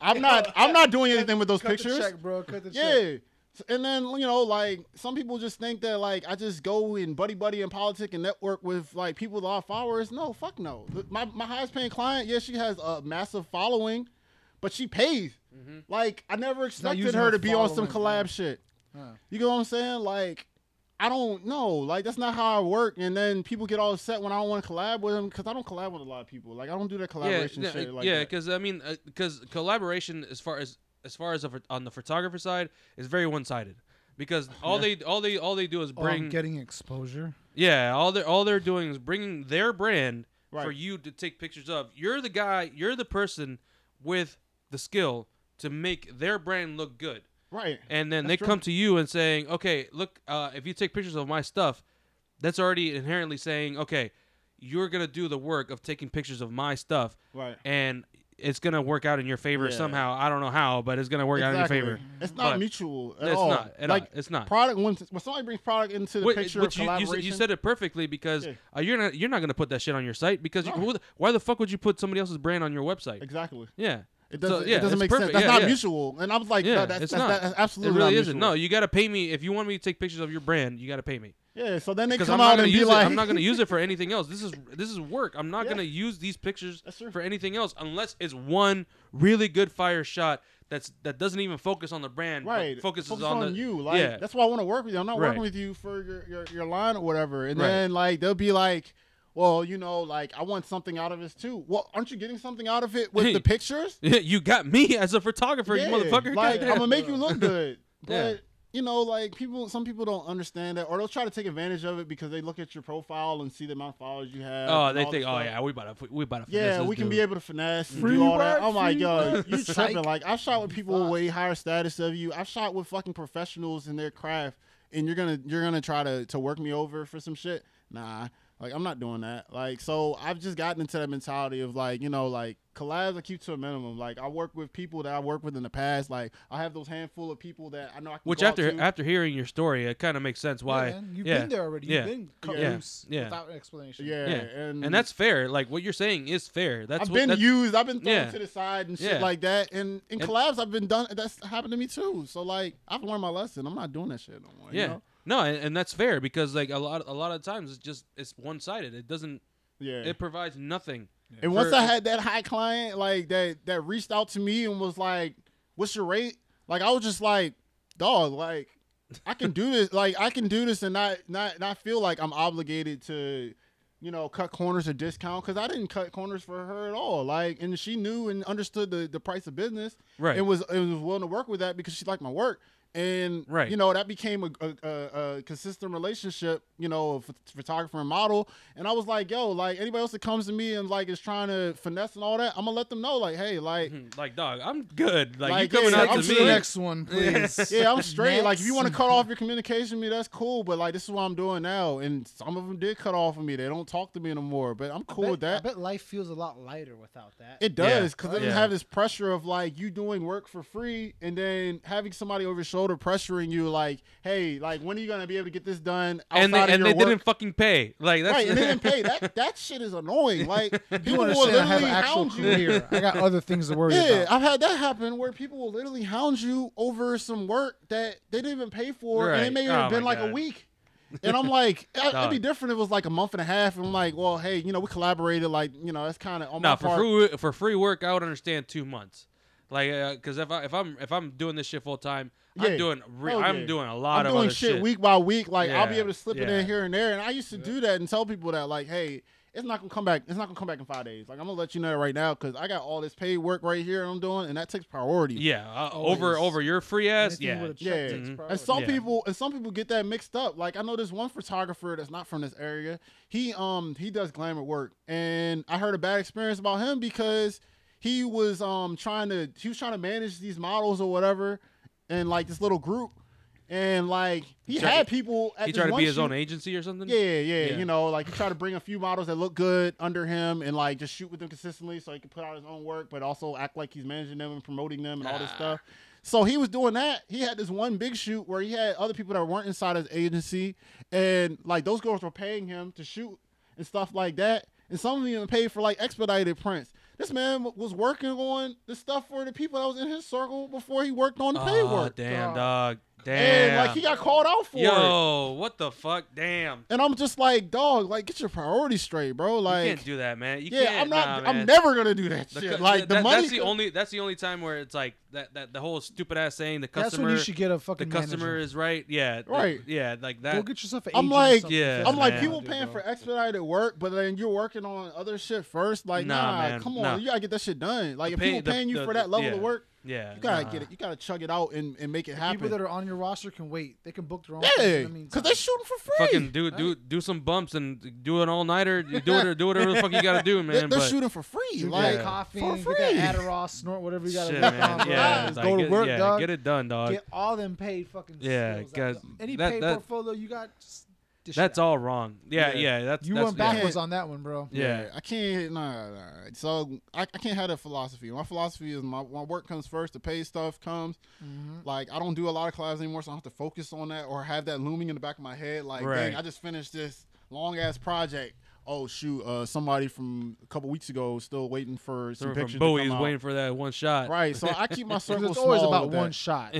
[SPEAKER 3] I'm not I'm not doing anything with those
[SPEAKER 1] Cut
[SPEAKER 3] pictures.
[SPEAKER 1] the check, bro. Cut the check.
[SPEAKER 3] Yeah. And then you know, like some people just think that like I just go and buddy buddy and politic and network with like people with a lot of followers. No, fuck no. My my highest paying client, yeah, she has a massive following, but she pays.
[SPEAKER 1] Mm-hmm.
[SPEAKER 3] Like I never expected
[SPEAKER 1] using
[SPEAKER 3] her
[SPEAKER 1] her
[SPEAKER 3] to be on some collab
[SPEAKER 1] following,
[SPEAKER 3] shit.
[SPEAKER 1] Huh.
[SPEAKER 3] You get what I'm saying? Like, I don't know. Like, that's not how I work. And then people get all upset when I don't want to collab with them because I don't collab with a lot of people. Like, I don't do that collaboration
[SPEAKER 2] yeah,
[SPEAKER 3] shit. Like,
[SPEAKER 2] yeah,
[SPEAKER 3] that.
[SPEAKER 2] because I mean, because collaboration as far as as far as a, phot- on the photographer side is very one sided. Because all they all they all they do is
[SPEAKER 1] Oh, I'm
[SPEAKER 2] bring
[SPEAKER 1] getting exposure.
[SPEAKER 2] yeah all they all they're doing is bringing their brand for
[SPEAKER 3] Right.
[SPEAKER 2] you to take pictures of. You're the guy. You're the person with the skill to make their brand look good.
[SPEAKER 3] right.
[SPEAKER 2] And then they
[SPEAKER 3] That's true.
[SPEAKER 2] come to you and saying, okay, look, uh, if you take pictures of my stuff, that's already inherently saying, okay, you're gonna do the work of taking pictures of my stuff
[SPEAKER 3] Right.
[SPEAKER 2] and it's gonna work out in your favor
[SPEAKER 3] Yeah.
[SPEAKER 2] somehow. I don't know how, but it's gonna work out in your favor.
[SPEAKER 3] It's not
[SPEAKER 2] But
[SPEAKER 3] mutual at
[SPEAKER 2] it's
[SPEAKER 3] all.
[SPEAKER 2] not. At
[SPEAKER 3] like
[SPEAKER 2] all. It's not.
[SPEAKER 3] product when, when somebody brings product into the
[SPEAKER 2] Wait,
[SPEAKER 3] picture
[SPEAKER 2] which
[SPEAKER 3] of
[SPEAKER 2] you, you,
[SPEAKER 3] collaboration.
[SPEAKER 2] said- you said it perfectly because
[SPEAKER 3] Yeah.
[SPEAKER 2] uh, you're not you're not gonna put that shit on your site because you,
[SPEAKER 3] No.
[SPEAKER 2] who the- why the fuck would you put somebody else's brand on your website?
[SPEAKER 3] exactly.
[SPEAKER 2] Yeah,
[SPEAKER 3] It
[SPEAKER 2] So,
[SPEAKER 3] doesn't.
[SPEAKER 2] yeah,
[SPEAKER 3] it doesn't
[SPEAKER 2] it's
[SPEAKER 3] make
[SPEAKER 2] perfect.
[SPEAKER 3] sense. That's
[SPEAKER 2] Yeah,
[SPEAKER 3] not
[SPEAKER 2] yeah.
[SPEAKER 3] mutual. And I was like,
[SPEAKER 2] yeah,
[SPEAKER 3] no, that's,
[SPEAKER 2] it's
[SPEAKER 3] that's,
[SPEAKER 2] not. it
[SPEAKER 3] that's absolutely
[SPEAKER 2] really
[SPEAKER 3] not
[SPEAKER 2] isn't. No,
[SPEAKER 3] mutual.
[SPEAKER 2] you gotta pay me if you want me to take pictures of your brand. You gotta pay me
[SPEAKER 3] Yeah. So then they
[SPEAKER 2] because
[SPEAKER 3] come
[SPEAKER 2] I'm not
[SPEAKER 3] out
[SPEAKER 2] gonna
[SPEAKER 3] and be
[SPEAKER 2] use
[SPEAKER 3] like,
[SPEAKER 2] it. I'm not gonna use it for anything else. This is this is work. I'm not
[SPEAKER 3] Yeah.
[SPEAKER 2] gonna use these pictures
[SPEAKER 3] That's true.
[SPEAKER 2] for anything else unless it's one really good fire shot that's that doesn't even focus on the brand. but
[SPEAKER 3] right
[SPEAKER 2] focuses
[SPEAKER 3] Focus
[SPEAKER 2] on, the,
[SPEAKER 3] you like
[SPEAKER 2] yeah.
[SPEAKER 3] that's why i want to work with you i'm not
[SPEAKER 2] Right.
[SPEAKER 3] working with you for your, your, your line or whatever and
[SPEAKER 2] Right.
[SPEAKER 3] then like they'll be like well you know like i want something out of this too well aren't you getting something out of it with the pictures
[SPEAKER 2] you got me as a photographer,
[SPEAKER 3] Yeah,
[SPEAKER 2] you motherfucker.
[SPEAKER 3] like i'm
[SPEAKER 2] Goddamn.
[SPEAKER 3] gonna make you look good but
[SPEAKER 2] Yeah.
[SPEAKER 3] you know like people some people don't understand that or they'll try to take advantage of it because they look at your profile and see the amount of followers you have
[SPEAKER 2] oh,
[SPEAKER 3] and
[SPEAKER 2] they
[SPEAKER 3] all
[SPEAKER 2] think,
[SPEAKER 3] this
[SPEAKER 2] oh
[SPEAKER 3] stuff.
[SPEAKER 2] yeah, we about to, we about to.
[SPEAKER 3] Yeah, we can be able to finesse and
[SPEAKER 1] Free
[SPEAKER 3] do all that.
[SPEAKER 1] work,
[SPEAKER 3] Oh my
[SPEAKER 1] free
[SPEAKER 3] god,
[SPEAKER 1] work.
[SPEAKER 3] you
[SPEAKER 1] Psych.
[SPEAKER 3] tripping? Like I've shot with people with
[SPEAKER 1] Fuck.
[SPEAKER 3] way higher status of you. I've shot with fucking professionals in their craft, and you're gonna you're gonna try to to work me over for some shit. Nah, like I'm not doing that. Like so, I've just gotten into that mentality of like you know like collabs I keep to a minimum. Like I work with people that I worked with in the past. Like I have those handful of people that I know I can.
[SPEAKER 2] Which
[SPEAKER 3] go out
[SPEAKER 2] after
[SPEAKER 3] to.
[SPEAKER 2] after hearing your story, it kind of makes sense why.
[SPEAKER 1] Yeah, man. You've
[SPEAKER 2] yeah.
[SPEAKER 1] been there already.
[SPEAKER 2] yeah,
[SPEAKER 1] You've been cut
[SPEAKER 2] yeah,
[SPEAKER 1] loose
[SPEAKER 2] yeah.
[SPEAKER 1] without explanation.
[SPEAKER 3] yeah,
[SPEAKER 2] yeah.
[SPEAKER 3] and
[SPEAKER 2] and that's fair. Like what you're saying is fair. That's
[SPEAKER 3] I've
[SPEAKER 2] what,
[SPEAKER 3] been
[SPEAKER 2] that's,
[SPEAKER 3] used. I've been thrown
[SPEAKER 2] yeah.
[SPEAKER 3] to the side and shit
[SPEAKER 2] Yeah.
[SPEAKER 3] like that. And in
[SPEAKER 2] And-
[SPEAKER 3] collabs, I've been done. That's happened to me too. So like, I've learned my lesson. I'm not doing that shit no more. you
[SPEAKER 2] Yeah.
[SPEAKER 3] know?
[SPEAKER 2] No, and, and that's fair because like a lot a lot of times it's just it's one sided. It doesn't
[SPEAKER 3] Yeah.
[SPEAKER 2] it provides nothing.
[SPEAKER 3] and once
[SPEAKER 2] for-
[SPEAKER 3] I had that high client like that that reached out to me and was like, "What's your rate?" Like I was just like, "Dog, like I can do this. Like I can do this and not not not feel like I'm obligated to." You know, cut corners or discount because I didn't cut corners for her at all. Like, and she knew and understood the, the price of business.
[SPEAKER 2] Right.
[SPEAKER 3] It was it was willing to work with that because she liked my work, and
[SPEAKER 2] Right.
[SPEAKER 3] you know that became a, a, a, a consistent relationship. You know, of ph- photographer and model, and I was like, yo, like anybody else that comes to me and like is trying to finesse and all that, I'm gonna let them know, like, hey, like.
[SPEAKER 2] like dog, I'm good. Like,
[SPEAKER 3] Like,
[SPEAKER 2] you coming
[SPEAKER 3] yeah,
[SPEAKER 2] out
[SPEAKER 1] I'm
[SPEAKER 2] to
[SPEAKER 1] to
[SPEAKER 2] me.
[SPEAKER 1] the next one, please.
[SPEAKER 3] Yeah, I'm straight. Like, if you
[SPEAKER 1] Next.
[SPEAKER 3] want to cut off your communication with me, that's cool. But like, this is what I'm doing now, and some of them did cut off of me. They don't talk to me no more. But I'm cool
[SPEAKER 1] I bet,
[SPEAKER 3] with that.
[SPEAKER 1] I bet life feels a lot lighter without that.
[SPEAKER 3] It
[SPEAKER 2] Yeah.
[SPEAKER 3] does because it doesn't
[SPEAKER 2] Yeah.
[SPEAKER 3] have this pressure of like you doing work for free and then having somebody over your shoulder pressuring you, like, "Hey, like, when are you gonna be able to get this done?"
[SPEAKER 2] and they,
[SPEAKER 3] outside of
[SPEAKER 2] and
[SPEAKER 3] your
[SPEAKER 2] they
[SPEAKER 3] work?
[SPEAKER 2] didn't fucking pay. Like that's
[SPEAKER 3] right, and they didn't pay. That that shit is annoying. Like,
[SPEAKER 1] You
[SPEAKER 3] people will
[SPEAKER 1] understand? I have
[SPEAKER 3] literally
[SPEAKER 1] an actual
[SPEAKER 3] hound you.
[SPEAKER 1] career. I got other things to worry
[SPEAKER 3] Yeah,
[SPEAKER 1] about.
[SPEAKER 3] I've had that happen where people will literally hound you over some work that they didn't even pay for, and
[SPEAKER 2] Right.
[SPEAKER 3] it may
[SPEAKER 2] Oh
[SPEAKER 3] have been
[SPEAKER 2] my
[SPEAKER 3] like
[SPEAKER 2] God.
[SPEAKER 3] a week. And I'm like, I- it'd be
[SPEAKER 2] Dog.
[SPEAKER 3] different if it was like a month and a half. And I'm like, well, hey, you know, we collaborated. Like, you know, that's kind of on
[SPEAKER 2] no
[SPEAKER 3] my
[SPEAKER 2] for
[SPEAKER 3] part.
[SPEAKER 2] free for free work. I would understand two months. Like, uh 'cause if I if I'm if I'm doing this shit full time, I'm
[SPEAKER 3] Yeah.
[SPEAKER 2] doing re-
[SPEAKER 3] Oh,
[SPEAKER 2] I'm
[SPEAKER 3] yeah.
[SPEAKER 2] doing a lot
[SPEAKER 3] I'm
[SPEAKER 2] of
[SPEAKER 3] doing
[SPEAKER 2] other
[SPEAKER 3] shit, week by week. Like, I'll be
[SPEAKER 2] Yeah,
[SPEAKER 3] able to slip it
[SPEAKER 2] yeah.
[SPEAKER 3] in here and there. And I used to do that and tell people that, like, hey, it's not gonna come back. It's not gonna come back in five days. Like, I'm gonna let you know right now because I got all this paid work right here I'm doing, and that takes priority.
[SPEAKER 2] Yeah, uh, over
[SPEAKER 1] Always.
[SPEAKER 2] over your free ass.
[SPEAKER 1] Anything
[SPEAKER 2] Yeah,
[SPEAKER 1] with a check
[SPEAKER 3] Yeah.
[SPEAKER 1] takes
[SPEAKER 2] Mhm.
[SPEAKER 1] priority.
[SPEAKER 3] And some
[SPEAKER 2] Yeah.
[SPEAKER 3] people and some people get that mixed up. Like I know this one photographer that's not from this area. He um he does glamour work, and I heard a bad experience about him because he was um trying to he was trying to manage these models or whatever, and like this little group, and like he,
[SPEAKER 2] He tried-
[SPEAKER 3] had people. At
[SPEAKER 2] he
[SPEAKER 3] this
[SPEAKER 2] tried to
[SPEAKER 3] one
[SPEAKER 2] be his own
[SPEAKER 3] shoot-
[SPEAKER 2] agency or something.
[SPEAKER 3] Yeah, yeah,
[SPEAKER 2] Yeah.
[SPEAKER 3] You know, like he tried to bring a few models that look good under him, and like just shoot with them consistently, so he could put out his own work, but also act like he's managing them and promoting them and all this
[SPEAKER 2] Ah.
[SPEAKER 3] stuff. So he was doing that. He had this one big shoot where he had other people that weren't inside his agency, and like those girls were paying him to shoot and stuff like that. And some of them even paid for like expedited prints. This man w- was working on the stuff for the people that was in his circle before he worked on the pay
[SPEAKER 2] Oh,
[SPEAKER 3] work.
[SPEAKER 2] damn
[SPEAKER 3] Uh,
[SPEAKER 2] dog, damn.
[SPEAKER 3] And like he got called out for it.
[SPEAKER 2] Yo, what the fuck? Damn,
[SPEAKER 3] And I'm just like, dog, like get your priorities straight, bro. Like,
[SPEAKER 2] you can't do that, man. You
[SPEAKER 3] yeah,
[SPEAKER 2] can't,
[SPEAKER 3] I'm not,
[SPEAKER 2] nah,
[SPEAKER 3] I'm
[SPEAKER 2] man.
[SPEAKER 3] never gonna do that
[SPEAKER 2] The
[SPEAKER 3] shit.
[SPEAKER 2] cu-
[SPEAKER 3] like
[SPEAKER 2] that-
[SPEAKER 3] the
[SPEAKER 2] that-
[SPEAKER 3] money,
[SPEAKER 2] That's the only. That's the only time where it's like that. That the whole stupid ass saying the
[SPEAKER 1] That's when
[SPEAKER 2] customer.
[SPEAKER 1] you should get a
[SPEAKER 2] the
[SPEAKER 1] fucking
[SPEAKER 2] customer
[SPEAKER 1] manager.
[SPEAKER 2] is right. Yeah. th-
[SPEAKER 3] Right.
[SPEAKER 2] Yeah. Like that.
[SPEAKER 1] Go get yourself an
[SPEAKER 3] I'm
[SPEAKER 1] agent or
[SPEAKER 3] like-
[SPEAKER 1] something.
[SPEAKER 2] Yeah,
[SPEAKER 3] I'm like
[SPEAKER 2] man.
[SPEAKER 3] people
[SPEAKER 1] Dude,
[SPEAKER 3] paying
[SPEAKER 1] bro.
[SPEAKER 3] for expedited work, but then you're working on other shit first. Like,
[SPEAKER 2] Nah,
[SPEAKER 3] nah,
[SPEAKER 2] man,
[SPEAKER 3] come on,
[SPEAKER 2] nah.
[SPEAKER 3] you gotta get that shit done. Like,
[SPEAKER 2] The
[SPEAKER 3] if
[SPEAKER 2] pay-
[SPEAKER 3] people
[SPEAKER 2] the-
[SPEAKER 3] paying you
[SPEAKER 2] the-
[SPEAKER 3] for that
[SPEAKER 2] the-
[SPEAKER 3] level
[SPEAKER 2] yeah.
[SPEAKER 3] of work,
[SPEAKER 2] yeah.
[SPEAKER 3] you gotta
[SPEAKER 2] nah.
[SPEAKER 3] get it, you gotta chug it out and, and make it
[SPEAKER 1] People
[SPEAKER 3] happen.
[SPEAKER 1] that are on your roster can wait. They can book their own. things in
[SPEAKER 3] yeah,
[SPEAKER 1] the
[SPEAKER 3] because
[SPEAKER 1] meantime.
[SPEAKER 3] they shooting for free.
[SPEAKER 2] Fucking do do do some bumps and do an all nighter. Do it or do whatever the fuck you gotta do,
[SPEAKER 3] They-
[SPEAKER 2] man.
[SPEAKER 3] they're
[SPEAKER 2] but
[SPEAKER 3] shooting for free.
[SPEAKER 1] Drink
[SPEAKER 3] like,
[SPEAKER 1] that coffee,
[SPEAKER 3] for
[SPEAKER 1] and get that
[SPEAKER 3] free.
[SPEAKER 1] Adderall, snort whatever you got to
[SPEAKER 2] shit,
[SPEAKER 1] work on.
[SPEAKER 2] man.
[SPEAKER 1] bro.
[SPEAKER 2] Yeah.
[SPEAKER 1] Just
[SPEAKER 2] like,
[SPEAKER 1] go to
[SPEAKER 2] get,
[SPEAKER 1] work,
[SPEAKER 2] yeah,
[SPEAKER 1] dog.
[SPEAKER 2] Get it done, dog.
[SPEAKER 1] Get all them paid fucking.
[SPEAKER 2] Yeah,
[SPEAKER 1] skills out
[SPEAKER 2] guys,
[SPEAKER 1] of them. Any
[SPEAKER 2] that-
[SPEAKER 1] paid
[SPEAKER 2] that-
[SPEAKER 1] portfolio you got, just dish it
[SPEAKER 2] that's
[SPEAKER 1] out.
[SPEAKER 2] all wrong. Yeah. Yeah.
[SPEAKER 3] Yeah.
[SPEAKER 2] that's
[SPEAKER 1] You
[SPEAKER 2] that's,
[SPEAKER 1] went
[SPEAKER 2] yeah.
[SPEAKER 1] backwards on that one, bro.
[SPEAKER 2] Yeah.
[SPEAKER 3] I can't. Nah, nah. So I, I can't have that philosophy. My philosophy is my, my work comes first. The pay stuff comes.
[SPEAKER 2] Mm-hmm.
[SPEAKER 3] Like I don't do a lot of collabs anymore, so I don't have to focus on that or have that looming in the back of my head. Like,
[SPEAKER 2] Right.
[SPEAKER 3] dang, I just finished this long ass project. Oh shoot, uh, somebody from a couple weeks ago is still waiting for some
[SPEAKER 2] Someone
[SPEAKER 3] pictures
[SPEAKER 2] From
[SPEAKER 3] to
[SPEAKER 2] Bowie's
[SPEAKER 3] come out.
[SPEAKER 2] waiting for that one shot.
[SPEAKER 3] Right, so I keep my
[SPEAKER 1] 'Cause
[SPEAKER 3] circle
[SPEAKER 1] it's always
[SPEAKER 3] small
[SPEAKER 1] about
[SPEAKER 3] with
[SPEAKER 1] one
[SPEAKER 3] that.
[SPEAKER 1] shot.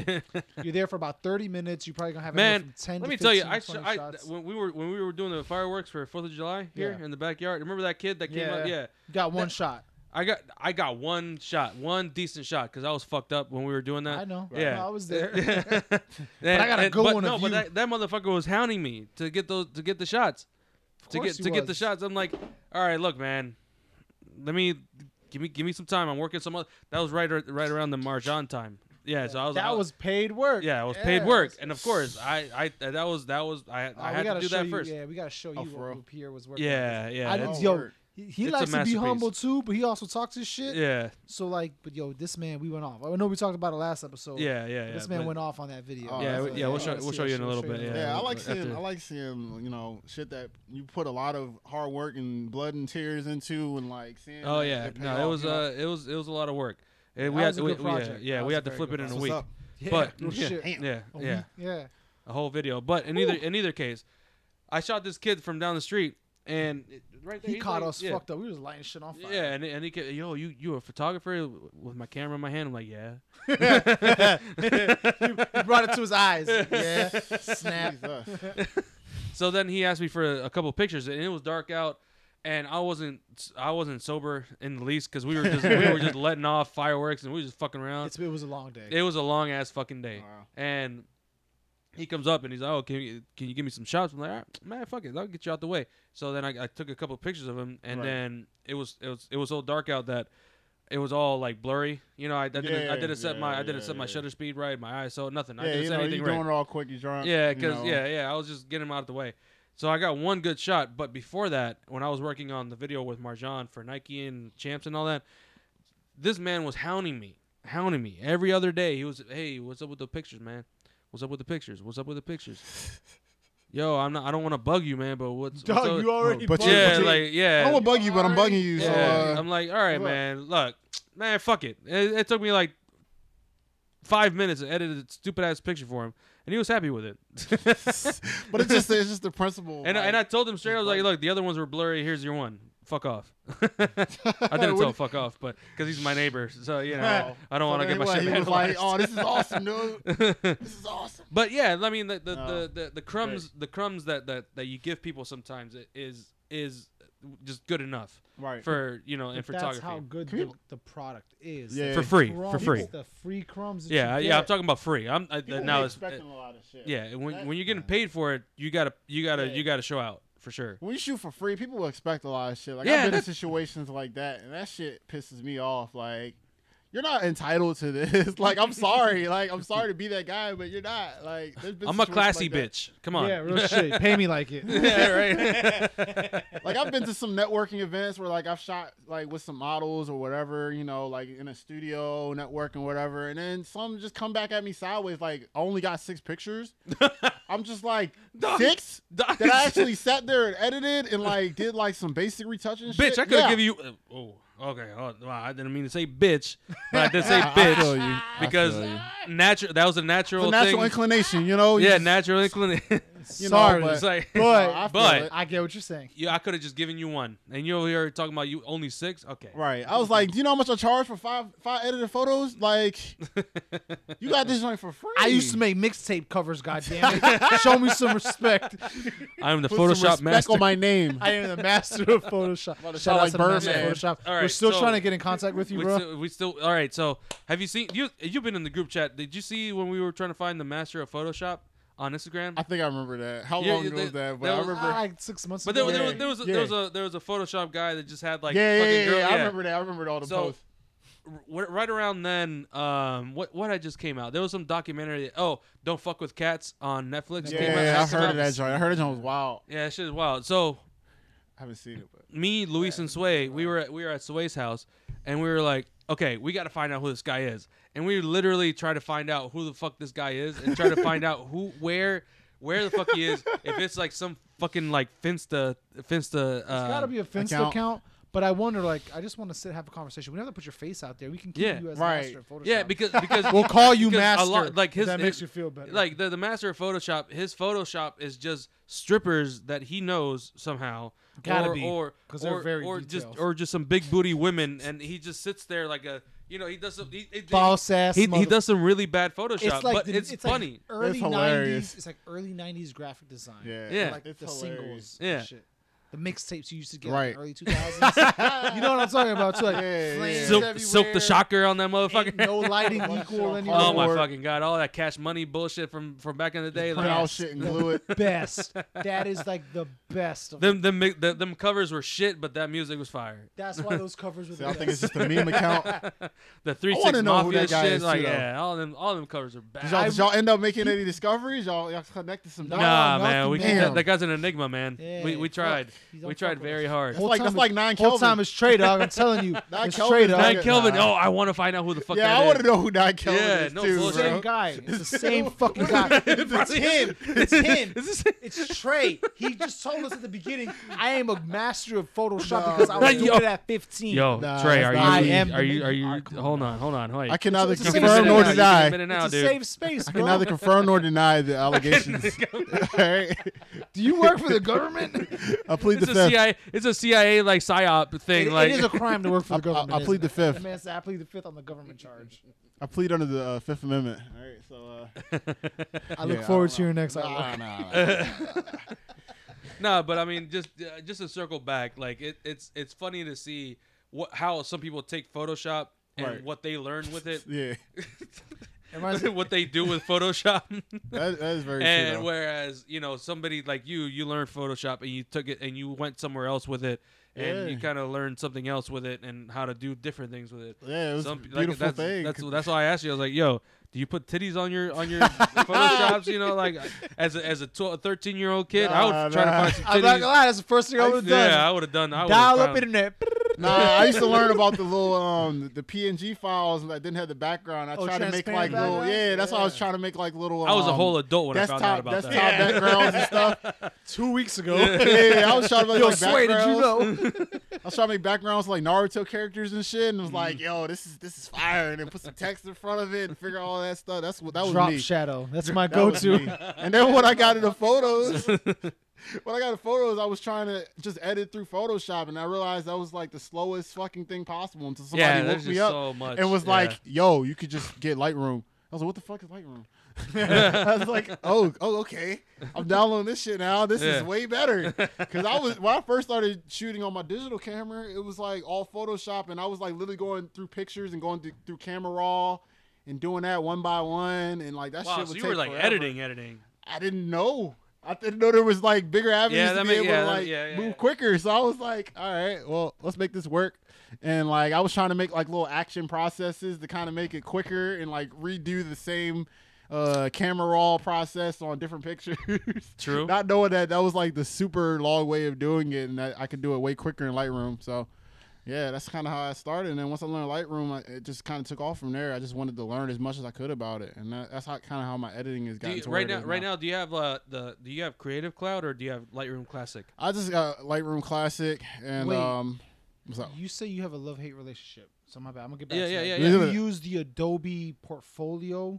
[SPEAKER 1] You're there for about 30 minutes. You're probably gonna have anywhere
[SPEAKER 2] Man,
[SPEAKER 1] from 10
[SPEAKER 2] let
[SPEAKER 1] to
[SPEAKER 2] me tell you,
[SPEAKER 1] 15,
[SPEAKER 2] I, sh-
[SPEAKER 1] 20
[SPEAKER 2] I
[SPEAKER 1] shots.
[SPEAKER 2] when we were when we were doing the fireworks for Fourth of July here
[SPEAKER 1] Yeah.
[SPEAKER 2] in the backyard. Remember that kid that came up?
[SPEAKER 1] Yeah.
[SPEAKER 2] Yeah,
[SPEAKER 1] You got one
[SPEAKER 2] that-
[SPEAKER 1] shot.
[SPEAKER 2] I got I got one shot, one decent shot because I was fucked up when we were doing that.
[SPEAKER 1] I know.
[SPEAKER 2] Uh, Yeah,
[SPEAKER 1] I was there.
[SPEAKER 2] but
[SPEAKER 1] I got a good
[SPEAKER 2] but
[SPEAKER 1] one
[SPEAKER 2] No,
[SPEAKER 1] of
[SPEAKER 2] but
[SPEAKER 1] you.
[SPEAKER 2] that, that motherfucker was hounding me to get those to get the shots, to get
[SPEAKER 1] course
[SPEAKER 2] to
[SPEAKER 1] he
[SPEAKER 2] get the
[SPEAKER 1] was.
[SPEAKER 2] shots. I'm like, all right, look, man, let me give me give me some time. I'm working some. Other, that was right ar- right around the Marjan time. Yeah, so I was I
[SPEAKER 1] that was paid work.
[SPEAKER 2] yeah, it was paid
[SPEAKER 1] Yeah.
[SPEAKER 2] work, and of course, I, I that was that was I,
[SPEAKER 1] Oh,
[SPEAKER 2] I
[SPEAKER 1] we
[SPEAKER 2] had
[SPEAKER 1] gotta
[SPEAKER 2] to do
[SPEAKER 1] show
[SPEAKER 2] that
[SPEAKER 1] you-
[SPEAKER 2] first.
[SPEAKER 1] Yeah, we got to show you
[SPEAKER 3] Oh, for
[SPEAKER 1] what
[SPEAKER 3] real?
[SPEAKER 1] Lou Pierre was working. on
[SPEAKER 2] Yeah, yeah,
[SPEAKER 1] I
[SPEAKER 2] yeah.
[SPEAKER 1] didn't-
[SPEAKER 3] Oh,
[SPEAKER 1] yo,
[SPEAKER 3] word.
[SPEAKER 1] he, he
[SPEAKER 2] It's a
[SPEAKER 1] likes to be
[SPEAKER 2] masterpiece.
[SPEAKER 1] humble too, but he also talks his shit.
[SPEAKER 2] yeah,
[SPEAKER 1] So like, but yo, this man, we went off. I know we talked about it last episode.
[SPEAKER 2] yeah, yeah,
[SPEAKER 1] but
[SPEAKER 2] yeah.
[SPEAKER 1] This man
[SPEAKER 2] but-
[SPEAKER 1] went off on that video.
[SPEAKER 3] Oh,
[SPEAKER 2] Yeah,
[SPEAKER 3] that's
[SPEAKER 2] we-
[SPEAKER 3] what-
[SPEAKER 2] yeah, we'll
[SPEAKER 3] yeah,
[SPEAKER 2] show
[SPEAKER 1] I
[SPEAKER 2] we'll
[SPEAKER 1] see
[SPEAKER 2] show
[SPEAKER 1] it,
[SPEAKER 2] you in a
[SPEAKER 1] we'll
[SPEAKER 2] little
[SPEAKER 1] show you in a
[SPEAKER 2] bit. Yeah,
[SPEAKER 1] little
[SPEAKER 3] Yeah, I
[SPEAKER 2] we'll-
[SPEAKER 3] like
[SPEAKER 2] after-
[SPEAKER 3] seeing I like seeing you know shit that you put a lot of hard work and blood and tears into and like seeing.
[SPEAKER 2] Oh
[SPEAKER 3] that
[SPEAKER 2] yeah,
[SPEAKER 3] it pay
[SPEAKER 2] no, it
[SPEAKER 3] off,
[SPEAKER 2] was
[SPEAKER 3] you know?
[SPEAKER 2] uh, it was it was a lot of work. And we
[SPEAKER 1] That
[SPEAKER 2] had
[SPEAKER 1] was a
[SPEAKER 2] we-
[SPEAKER 1] good
[SPEAKER 2] we- yeah,
[SPEAKER 1] project.
[SPEAKER 2] yeah,
[SPEAKER 1] That
[SPEAKER 2] we
[SPEAKER 1] was a
[SPEAKER 2] had to
[SPEAKER 1] very
[SPEAKER 2] flip
[SPEAKER 1] good
[SPEAKER 2] it in a
[SPEAKER 3] That's
[SPEAKER 2] week.
[SPEAKER 3] what's up.
[SPEAKER 2] But
[SPEAKER 1] no
[SPEAKER 2] yeah,
[SPEAKER 1] shit.
[SPEAKER 2] yeah,
[SPEAKER 1] Oh,
[SPEAKER 2] yeah,
[SPEAKER 1] he- yeah.
[SPEAKER 2] a whole video. But in either in either case, I shot this kid from down the street, and it- right there
[SPEAKER 1] He
[SPEAKER 2] he's
[SPEAKER 1] caught
[SPEAKER 2] like-
[SPEAKER 1] us
[SPEAKER 2] yeah.
[SPEAKER 1] fucked up. We was lighting shit on fire.
[SPEAKER 2] Yeah, and and he kept, yo, you you a photographer W- with my camera in my hand? I'm like, yeah.
[SPEAKER 1] he brought it to his eyes. Yeah, snap.
[SPEAKER 3] Jesus.
[SPEAKER 2] So then he asked me for a, a couple pictures, and it was dark out, and I wasn't I wasn't sober in the least because we were just we were just letting off fireworks and we were just fucking around.
[SPEAKER 1] It's, it was a long day.
[SPEAKER 2] it was a long ass fucking day,
[SPEAKER 3] Wow.
[SPEAKER 2] and he comes up and he's like, "Oh, can you can you give me some shots?" I'm like, All right, "Man, fuck it, I'll get you out the way." So then I, I took a couple pictures of him, and
[SPEAKER 3] Right.
[SPEAKER 2] then it was it was it was so dark out that. It was all like blurry, you know. I, I didn't, I
[SPEAKER 3] Yeah,
[SPEAKER 2] didn't set my, I
[SPEAKER 3] yeah,
[SPEAKER 2] didn't set
[SPEAKER 3] yeah,
[SPEAKER 2] my
[SPEAKER 3] yeah.
[SPEAKER 2] shutter speed right, my ISO, nothing. I
[SPEAKER 3] Yeah,
[SPEAKER 2] didn't
[SPEAKER 3] you
[SPEAKER 2] set
[SPEAKER 3] know,
[SPEAKER 2] anything
[SPEAKER 3] you're
[SPEAKER 2] right.
[SPEAKER 3] doing it all quick. You're drunk.
[SPEAKER 2] Yeah,
[SPEAKER 3] you
[SPEAKER 2] because
[SPEAKER 3] know.
[SPEAKER 2] yeah, yeah, I was just getting him out of the way. So I got one good shot, but before that, when I was working on the video with Marjan for Nike and Champs and all that, this man was hounding me, hounding me every other day. He was, hey, what's up with the pictures, man? What's up with the pictures? What's up with the pictures? Yo, I'm not. I don't want to bug you, man. But what's, what's
[SPEAKER 1] Dog,
[SPEAKER 2] up-
[SPEAKER 1] you already.
[SPEAKER 3] But
[SPEAKER 1] bugged
[SPEAKER 3] you-
[SPEAKER 2] yeah,
[SPEAKER 1] me.
[SPEAKER 2] like yeah.
[SPEAKER 3] I don't want to bug you, but I'm bugging you. So
[SPEAKER 2] Yeah,
[SPEAKER 3] uh,
[SPEAKER 2] I'm like, all right,
[SPEAKER 3] look.
[SPEAKER 2] man. Look, man, fuck it. it. It took me like five minutes and edited a stupid ass picture for him, and he was happy with it.
[SPEAKER 3] But it's just it's just the principle.
[SPEAKER 2] and I, and I told him straight, I was like, "Look, the other ones were blurry. Here's your one. Fuck off." I didn't tell him fuck off, but because he's my neighbor, so you know, I don't want to get my shit
[SPEAKER 3] He was
[SPEAKER 2] vandalized.
[SPEAKER 3] like, "Oh, this is awesome, dude. this is awesome."
[SPEAKER 2] But yeah, I mean the the,
[SPEAKER 3] No.
[SPEAKER 2] the, the, the crumbs the crumbs that, that, that you give people sometimes i- is is just good enough
[SPEAKER 3] Right.
[SPEAKER 2] for you know in
[SPEAKER 1] But
[SPEAKER 2] photography
[SPEAKER 1] That's how good
[SPEAKER 3] Can
[SPEAKER 1] the,
[SPEAKER 3] you-
[SPEAKER 1] the product is.
[SPEAKER 3] Yeah.
[SPEAKER 1] The
[SPEAKER 2] for free for
[SPEAKER 1] crumbs-
[SPEAKER 2] free.
[SPEAKER 1] The free crumbs. That
[SPEAKER 2] Yeah, I-
[SPEAKER 1] you
[SPEAKER 2] yeah, I'm
[SPEAKER 1] get.
[SPEAKER 2] talking about free. I'm I, uh,
[SPEAKER 3] People
[SPEAKER 2] now
[SPEAKER 3] be
[SPEAKER 2] it's
[SPEAKER 3] expecting a lot of shit.
[SPEAKER 2] yeah when
[SPEAKER 3] That-
[SPEAKER 2] when you're getting paid for it, you gotta you gotta
[SPEAKER 3] Yeah.
[SPEAKER 2] you gotta show out for sure.
[SPEAKER 3] When you shoot for free, people will expect a lot of shit. Like
[SPEAKER 2] Yeah,
[SPEAKER 3] I've been in
[SPEAKER 2] that's-
[SPEAKER 3] situations like that, and that shit pisses me off. Like you're not entitled to this. like I'm sorry. Like I'm sorry to be that guy, but you're not. Like there's been
[SPEAKER 2] I'm a
[SPEAKER 3] situations
[SPEAKER 2] classy
[SPEAKER 3] like that.
[SPEAKER 2] bitch. Come on.
[SPEAKER 1] Yeah, real shit. Pay me like it.
[SPEAKER 2] Yeah, right.
[SPEAKER 3] like I've been to some networking events where like I've shot like with some models or whatever, you know, like in a studio networking whatever, and then some just come back at me sideways like I only got six pictures. I'm just like
[SPEAKER 2] Dog.
[SPEAKER 3] six
[SPEAKER 2] Dog.
[SPEAKER 3] that I actually sat there and edited and like did like some basic retouching.
[SPEAKER 2] bitch, I
[SPEAKER 3] shit.
[SPEAKER 2] could have given you. Uh, oh, okay. Oh, wow, I didn't mean to say bitch, but I did say
[SPEAKER 3] Yeah, I feel
[SPEAKER 2] bitch
[SPEAKER 3] you.
[SPEAKER 2] because
[SPEAKER 3] I feel you.
[SPEAKER 2] natural. That was a natural
[SPEAKER 3] It's a natural
[SPEAKER 2] thing.
[SPEAKER 3] inclination, you know. You
[SPEAKER 2] yeah,
[SPEAKER 3] just-
[SPEAKER 2] natural inclination.
[SPEAKER 3] You know,
[SPEAKER 1] Sorry,
[SPEAKER 3] but-
[SPEAKER 2] it's like,
[SPEAKER 1] but
[SPEAKER 3] I feel
[SPEAKER 2] but-
[SPEAKER 3] it.
[SPEAKER 1] I get what you're saying.
[SPEAKER 2] yeah, I could have just given you one, and you're over here talking about you only six. Okay.
[SPEAKER 3] Right. I was like, do you know how much I charge for five five edited photos? Like, you got this joint for free.
[SPEAKER 1] I used to make mixtape covers. Goddamn it! Show me some respect.
[SPEAKER 2] I'm the
[SPEAKER 3] Put some
[SPEAKER 2] Photoshop
[SPEAKER 3] respect
[SPEAKER 2] master.
[SPEAKER 3] on my name.
[SPEAKER 1] I am the master of Photoshop.
[SPEAKER 3] Well, it
[SPEAKER 1] Shout
[SPEAKER 3] sound
[SPEAKER 1] out
[SPEAKER 3] like
[SPEAKER 1] to the master
[SPEAKER 3] Birdman.
[SPEAKER 1] of Photoshop.
[SPEAKER 2] All
[SPEAKER 1] We're
[SPEAKER 2] right,
[SPEAKER 1] still
[SPEAKER 2] so-
[SPEAKER 1] trying to get in contact with you,
[SPEAKER 2] we
[SPEAKER 1] bro.
[SPEAKER 2] still, we still all right. So, have you seen you? You've been in the group chat. Did you see when we were trying to find the master of Photoshop on Instagram?
[SPEAKER 3] I think I remember that. How
[SPEAKER 2] Yeah,
[SPEAKER 3] long
[SPEAKER 2] yeah,
[SPEAKER 3] ago
[SPEAKER 2] that-
[SPEAKER 3] was that? But
[SPEAKER 2] that
[SPEAKER 3] I
[SPEAKER 2] was- uh,
[SPEAKER 3] remember.
[SPEAKER 1] Ah, like six months
[SPEAKER 2] but there,
[SPEAKER 1] ago.
[SPEAKER 2] there,
[SPEAKER 3] Yeah.
[SPEAKER 2] was- there was a,
[SPEAKER 3] Yeah.
[SPEAKER 2] there was a there was a Photoshop guy that just had like
[SPEAKER 3] yeah, yeah,
[SPEAKER 2] fucking
[SPEAKER 3] yeah,
[SPEAKER 2] girl-
[SPEAKER 3] yeah, I
[SPEAKER 2] yeah.
[SPEAKER 3] remember that. I remembered all the
[SPEAKER 2] So-
[SPEAKER 3] posts.
[SPEAKER 2] r- right around then, um, what what I just came out? There was some documentary. That, oh, don't fuck with cats on Netflix.
[SPEAKER 3] Yeah,
[SPEAKER 2] came out.
[SPEAKER 3] yeah,
[SPEAKER 2] That
[SPEAKER 3] I've
[SPEAKER 2] came
[SPEAKER 3] heard
[SPEAKER 2] out.
[SPEAKER 3] of that joint. I heard that joint was wild.
[SPEAKER 2] Yeah, that shit is wild. So
[SPEAKER 3] I haven't seen it, but
[SPEAKER 2] me, Luis, and Sway, we were at, we were at Sway's house, and we were like, okay, we got to find out who this guy is, and we literally try to find out who the fuck this guy is, and try to find out who where. Where the fuck he is? If it's like some fucking like Finsta, Finsta. Uh,
[SPEAKER 1] It's gotta be a Finsta account.
[SPEAKER 3] account.
[SPEAKER 1] But I wonder, like, I just want to sit, have a conversation. We don't have to put your face out there. We can keep
[SPEAKER 2] Yeah.
[SPEAKER 1] you as
[SPEAKER 3] Right.
[SPEAKER 1] master of Photoshop.
[SPEAKER 2] yeah, because because
[SPEAKER 1] we'll call you
[SPEAKER 2] because
[SPEAKER 1] master.
[SPEAKER 2] a lot- like
[SPEAKER 1] if
[SPEAKER 2] his-
[SPEAKER 1] that makes
[SPEAKER 2] his-
[SPEAKER 1] you feel better.
[SPEAKER 2] like the, the master of Photoshop, his Photoshop is just strippers that he knows somehow.
[SPEAKER 1] Gotta
[SPEAKER 2] or,
[SPEAKER 1] be,
[SPEAKER 2] or
[SPEAKER 1] 'cause they're
[SPEAKER 2] or-
[SPEAKER 1] very
[SPEAKER 2] or just
[SPEAKER 1] detailed.
[SPEAKER 2] or just some big booty women, and he just sits there like a you know he does some he, he-
[SPEAKER 1] boss ass.
[SPEAKER 2] he, he,
[SPEAKER 1] mother-
[SPEAKER 2] does some really bad Photoshop,
[SPEAKER 1] It's like
[SPEAKER 2] but
[SPEAKER 1] the-
[SPEAKER 2] it's,
[SPEAKER 1] it's like
[SPEAKER 2] funny.
[SPEAKER 1] early
[SPEAKER 3] hilarious.
[SPEAKER 1] '90s. It's like early '90s graphic design.
[SPEAKER 3] yeah,
[SPEAKER 2] Yeah.
[SPEAKER 1] like
[SPEAKER 3] It's
[SPEAKER 1] the
[SPEAKER 3] hilarious.
[SPEAKER 1] singles. and
[SPEAKER 2] Yeah.
[SPEAKER 1] shit. The mixtapes you used to get in
[SPEAKER 3] Right.
[SPEAKER 1] the early 2000s. you know what I'm talking about? Too, like
[SPEAKER 3] Yeah, yeah,
[SPEAKER 1] flames
[SPEAKER 3] yeah.
[SPEAKER 2] Silk, silk the
[SPEAKER 1] everywhere.
[SPEAKER 2] shocker on that
[SPEAKER 1] Ain't
[SPEAKER 2] motherfucker.
[SPEAKER 1] no lighting equal
[SPEAKER 3] Oh
[SPEAKER 1] anymore.
[SPEAKER 2] oh my
[SPEAKER 3] Lord.
[SPEAKER 2] fucking god! All that cash money bullshit from from back in the day.
[SPEAKER 3] Print
[SPEAKER 2] Like,
[SPEAKER 3] all
[SPEAKER 1] Yes.
[SPEAKER 3] shit and glue it.
[SPEAKER 1] Best. That is like the best. Of
[SPEAKER 2] them, them mi- the- them covers were shit, but that music was fire.
[SPEAKER 1] That's why those covers were.
[SPEAKER 3] See,
[SPEAKER 1] The
[SPEAKER 3] I think it's
[SPEAKER 1] best.
[SPEAKER 3] just a meme account.
[SPEAKER 2] The three
[SPEAKER 3] wanna
[SPEAKER 2] six
[SPEAKER 3] know who
[SPEAKER 2] mafia
[SPEAKER 3] that guy
[SPEAKER 2] shit,
[SPEAKER 3] is, too,
[SPEAKER 2] like
[SPEAKER 3] though.
[SPEAKER 2] yeah, all them all them covers are bad.
[SPEAKER 3] Did y'all, did y'all end up making any discoveries? Y'all, y'all connected some dots.
[SPEAKER 2] Nah,
[SPEAKER 1] nothing,
[SPEAKER 2] man, we
[SPEAKER 3] man.
[SPEAKER 2] that, that guy's an enigma, man.
[SPEAKER 1] Yeah,
[SPEAKER 2] we we
[SPEAKER 1] fuck.
[SPEAKER 2] tried,
[SPEAKER 1] You don't
[SPEAKER 2] we
[SPEAKER 1] fuck
[SPEAKER 2] tried
[SPEAKER 1] with
[SPEAKER 2] very
[SPEAKER 1] us.
[SPEAKER 2] hard.
[SPEAKER 3] That's like that's like nine
[SPEAKER 1] Whole
[SPEAKER 3] Kelvin.
[SPEAKER 1] time it's Trey Dog. I'm telling you,
[SPEAKER 3] Nine
[SPEAKER 1] it's
[SPEAKER 3] Kelvin
[SPEAKER 1] Trey
[SPEAKER 3] is
[SPEAKER 1] Dog.
[SPEAKER 2] Nine
[SPEAKER 3] Nah.
[SPEAKER 2] Kelvin. Oh, I want to find out who the fuck.
[SPEAKER 3] yeah,
[SPEAKER 2] that
[SPEAKER 3] I want
[SPEAKER 2] is.
[SPEAKER 3] to know who nine Kelvin
[SPEAKER 2] Yeah,
[SPEAKER 3] is
[SPEAKER 2] no
[SPEAKER 3] too,
[SPEAKER 1] It's the
[SPEAKER 2] bullshit.
[SPEAKER 3] bro.
[SPEAKER 1] same guy. It's the same fucking guy.
[SPEAKER 2] It
[SPEAKER 1] It's
[SPEAKER 2] probably
[SPEAKER 1] him. It's
[SPEAKER 2] is.
[SPEAKER 1] him.
[SPEAKER 2] It's the same-
[SPEAKER 1] It's Trey. He just told us at the beginning, I am a master of Photoshop
[SPEAKER 3] No,
[SPEAKER 1] because I was
[SPEAKER 2] man.
[SPEAKER 1] doing
[SPEAKER 2] Yo.
[SPEAKER 1] it at 15.
[SPEAKER 2] Yo,
[SPEAKER 3] Nah,
[SPEAKER 2] Trey,
[SPEAKER 3] that's
[SPEAKER 2] are you?
[SPEAKER 3] not- I
[SPEAKER 1] am the
[SPEAKER 2] are you?
[SPEAKER 1] main-
[SPEAKER 2] Are you?
[SPEAKER 1] Alright, come on
[SPEAKER 2] hold on, hold on, wait.
[SPEAKER 3] I can neither
[SPEAKER 1] It's the same
[SPEAKER 3] confirm
[SPEAKER 1] thing.
[SPEAKER 3] nor
[SPEAKER 1] You can
[SPEAKER 3] deny.
[SPEAKER 2] admit it now,
[SPEAKER 1] it's a
[SPEAKER 2] dude.
[SPEAKER 1] safe space,
[SPEAKER 3] I can
[SPEAKER 1] bro.
[SPEAKER 3] neither confirm nor deny the allegations. Alright?
[SPEAKER 1] Do you work for the government?
[SPEAKER 3] I plead
[SPEAKER 2] It's
[SPEAKER 3] the
[SPEAKER 2] a
[SPEAKER 3] fifth.
[SPEAKER 2] CIA. It's a CIA like psyop thing.
[SPEAKER 1] It-
[SPEAKER 2] like
[SPEAKER 1] it is a crime to work for the
[SPEAKER 3] I- I-
[SPEAKER 1] government.
[SPEAKER 3] I plead the
[SPEAKER 1] isn't it?
[SPEAKER 3] fifth.
[SPEAKER 1] I, mean, it's- I plead the fifth on the government charge.
[SPEAKER 3] I plead under the uh, Fifth Amendment. All right, so uh,
[SPEAKER 1] I look
[SPEAKER 3] Yeah, I
[SPEAKER 1] forward
[SPEAKER 3] don't
[SPEAKER 1] to your next
[SPEAKER 3] nah,
[SPEAKER 1] outlook.
[SPEAKER 3] nah, nah.
[SPEAKER 2] no, but I mean, just uh, just to circle back, like it, it's it's funny to see what how some people take Photoshop and
[SPEAKER 3] Right.
[SPEAKER 2] what they learn with it,
[SPEAKER 3] yeah,
[SPEAKER 1] It reminds me-
[SPEAKER 2] what they do with Photoshop.
[SPEAKER 3] that, that is very
[SPEAKER 2] and
[SPEAKER 3] true. though.
[SPEAKER 2] whereas you know somebody like you you learned photoshop and you took it and you went somewhere else with it and you
[SPEAKER 3] Yeah.
[SPEAKER 2] kind of learned something else with it and how to do different things with it
[SPEAKER 3] yeah, it was
[SPEAKER 2] Some-
[SPEAKER 3] a
[SPEAKER 2] like,
[SPEAKER 3] beautiful
[SPEAKER 2] that's,
[SPEAKER 3] thing.
[SPEAKER 2] that's that's why i asked you i was like yo do you put titties on your on your photoshops you know like as a as a 12, 13 year old kid i
[SPEAKER 3] Nah,
[SPEAKER 2] would try
[SPEAKER 3] nah.
[SPEAKER 2] to find some
[SPEAKER 1] I'm not gonna
[SPEAKER 2] titties
[SPEAKER 1] lie, that's the first thing I would have done.
[SPEAKER 2] yeah i would have done i would
[SPEAKER 1] Dial
[SPEAKER 2] have
[SPEAKER 1] up
[SPEAKER 2] found,
[SPEAKER 1] internet.
[SPEAKER 3] Nah, I used to learn about the little um the PNG files that didn't have the background. I
[SPEAKER 1] Oh,
[SPEAKER 3] tried to make like
[SPEAKER 1] transparent
[SPEAKER 3] little
[SPEAKER 1] background?
[SPEAKER 3] yeah. That's why I was trying to make like little. Um,
[SPEAKER 2] I was a whole adult when I
[SPEAKER 3] desktop
[SPEAKER 2] found out about
[SPEAKER 3] desktop
[SPEAKER 2] that.
[SPEAKER 3] backgrounds and stuff.
[SPEAKER 1] Two weeks ago.
[SPEAKER 3] Yeah, I was trying to make
[SPEAKER 4] Yo,
[SPEAKER 3] like
[SPEAKER 4] Sway, did you
[SPEAKER 3] backgrounds.
[SPEAKER 4] know?
[SPEAKER 3] I was trying to make backgrounds like Naruto characters and shit, and was
[SPEAKER 2] Mm-hmm.
[SPEAKER 3] like, "Yo, this is this is fire!" And then put some text in front of it and figure out all that stuff. That's what that was
[SPEAKER 1] Drop
[SPEAKER 3] me.
[SPEAKER 1] shadow. That's my
[SPEAKER 3] That was
[SPEAKER 1] go-to.
[SPEAKER 3] me. And then when I got into photos, when I got into photos, I was trying to just edit through Photoshop, and I realized that was like the slowest fucking thing possible until somebody
[SPEAKER 2] Yeah,
[SPEAKER 3] woke
[SPEAKER 2] there's
[SPEAKER 3] me
[SPEAKER 2] just
[SPEAKER 3] up
[SPEAKER 2] so much.
[SPEAKER 3] and was
[SPEAKER 2] yeah.
[SPEAKER 3] like, "Yo, you could just get Lightroom." I was like, "What the fuck is Lightroom?" I was like, "Oh, oh, okay. I'm downloading this shit now. This
[SPEAKER 2] Yeah.
[SPEAKER 3] is way better." Because I was when I first started shooting on my digital camera, it was like all Photoshop, and I was like literally going through pictures and going through, through Camera Raw. And doing that one by one, and like that
[SPEAKER 2] wow,
[SPEAKER 3] shit
[SPEAKER 2] so
[SPEAKER 3] would
[SPEAKER 2] you
[SPEAKER 3] take
[SPEAKER 2] were like
[SPEAKER 3] forever.
[SPEAKER 2] editing, editing.
[SPEAKER 3] I didn't know. I didn't know there was like bigger avenues
[SPEAKER 2] Yeah, that
[SPEAKER 3] to be
[SPEAKER 2] make-
[SPEAKER 3] able
[SPEAKER 2] yeah,
[SPEAKER 3] to
[SPEAKER 2] that-
[SPEAKER 3] like
[SPEAKER 2] yeah, yeah,
[SPEAKER 3] move
[SPEAKER 2] yeah.
[SPEAKER 3] quicker. So I was like, all right, well, let's make this work. And like I was trying to make like little action processes to kind of make it quicker and like redo the same uh camera roll process on different pictures.
[SPEAKER 2] True.
[SPEAKER 3] Not knowing that that was like the super long way of doing it and that I could do it way quicker in Lightroom. So yeah, that's kind of how I started. And then once I learned Lightroom, I, it just kind of took off from there. I just wanted to learn as much as I could about it, and that, that's how kind of how my editing has
[SPEAKER 2] Do
[SPEAKER 3] gotten
[SPEAKER 2] you-
[SPEAKER 3] to
[SPEAKER 2] right
[SPEAKER 3] where
[SPEAKER 2] now,
[SPEAKER 3] it is
[SPEAKER 2] right now, do you have uh, the do you have Creative Cloud or do you have Lightroom Classic?
[SPEAKER 3] I just got Lightroom Classic and
[SPEAKER 1] Wait.
[SPEAKER 3] um, what's up?
[SPEAKER 1] You say you have a love hate relationship. So my bad. I'm gonna get back
[SPEAKER 2] Yeah,
[SPEAKER 1] to
[SPEAKER 2] yeah,
[SPEAKER 1] that.
[SPEAKER 2] yeah,
[SPEAKER 3] yeah.
[SPEAKER 1] You use the Adobe portfolio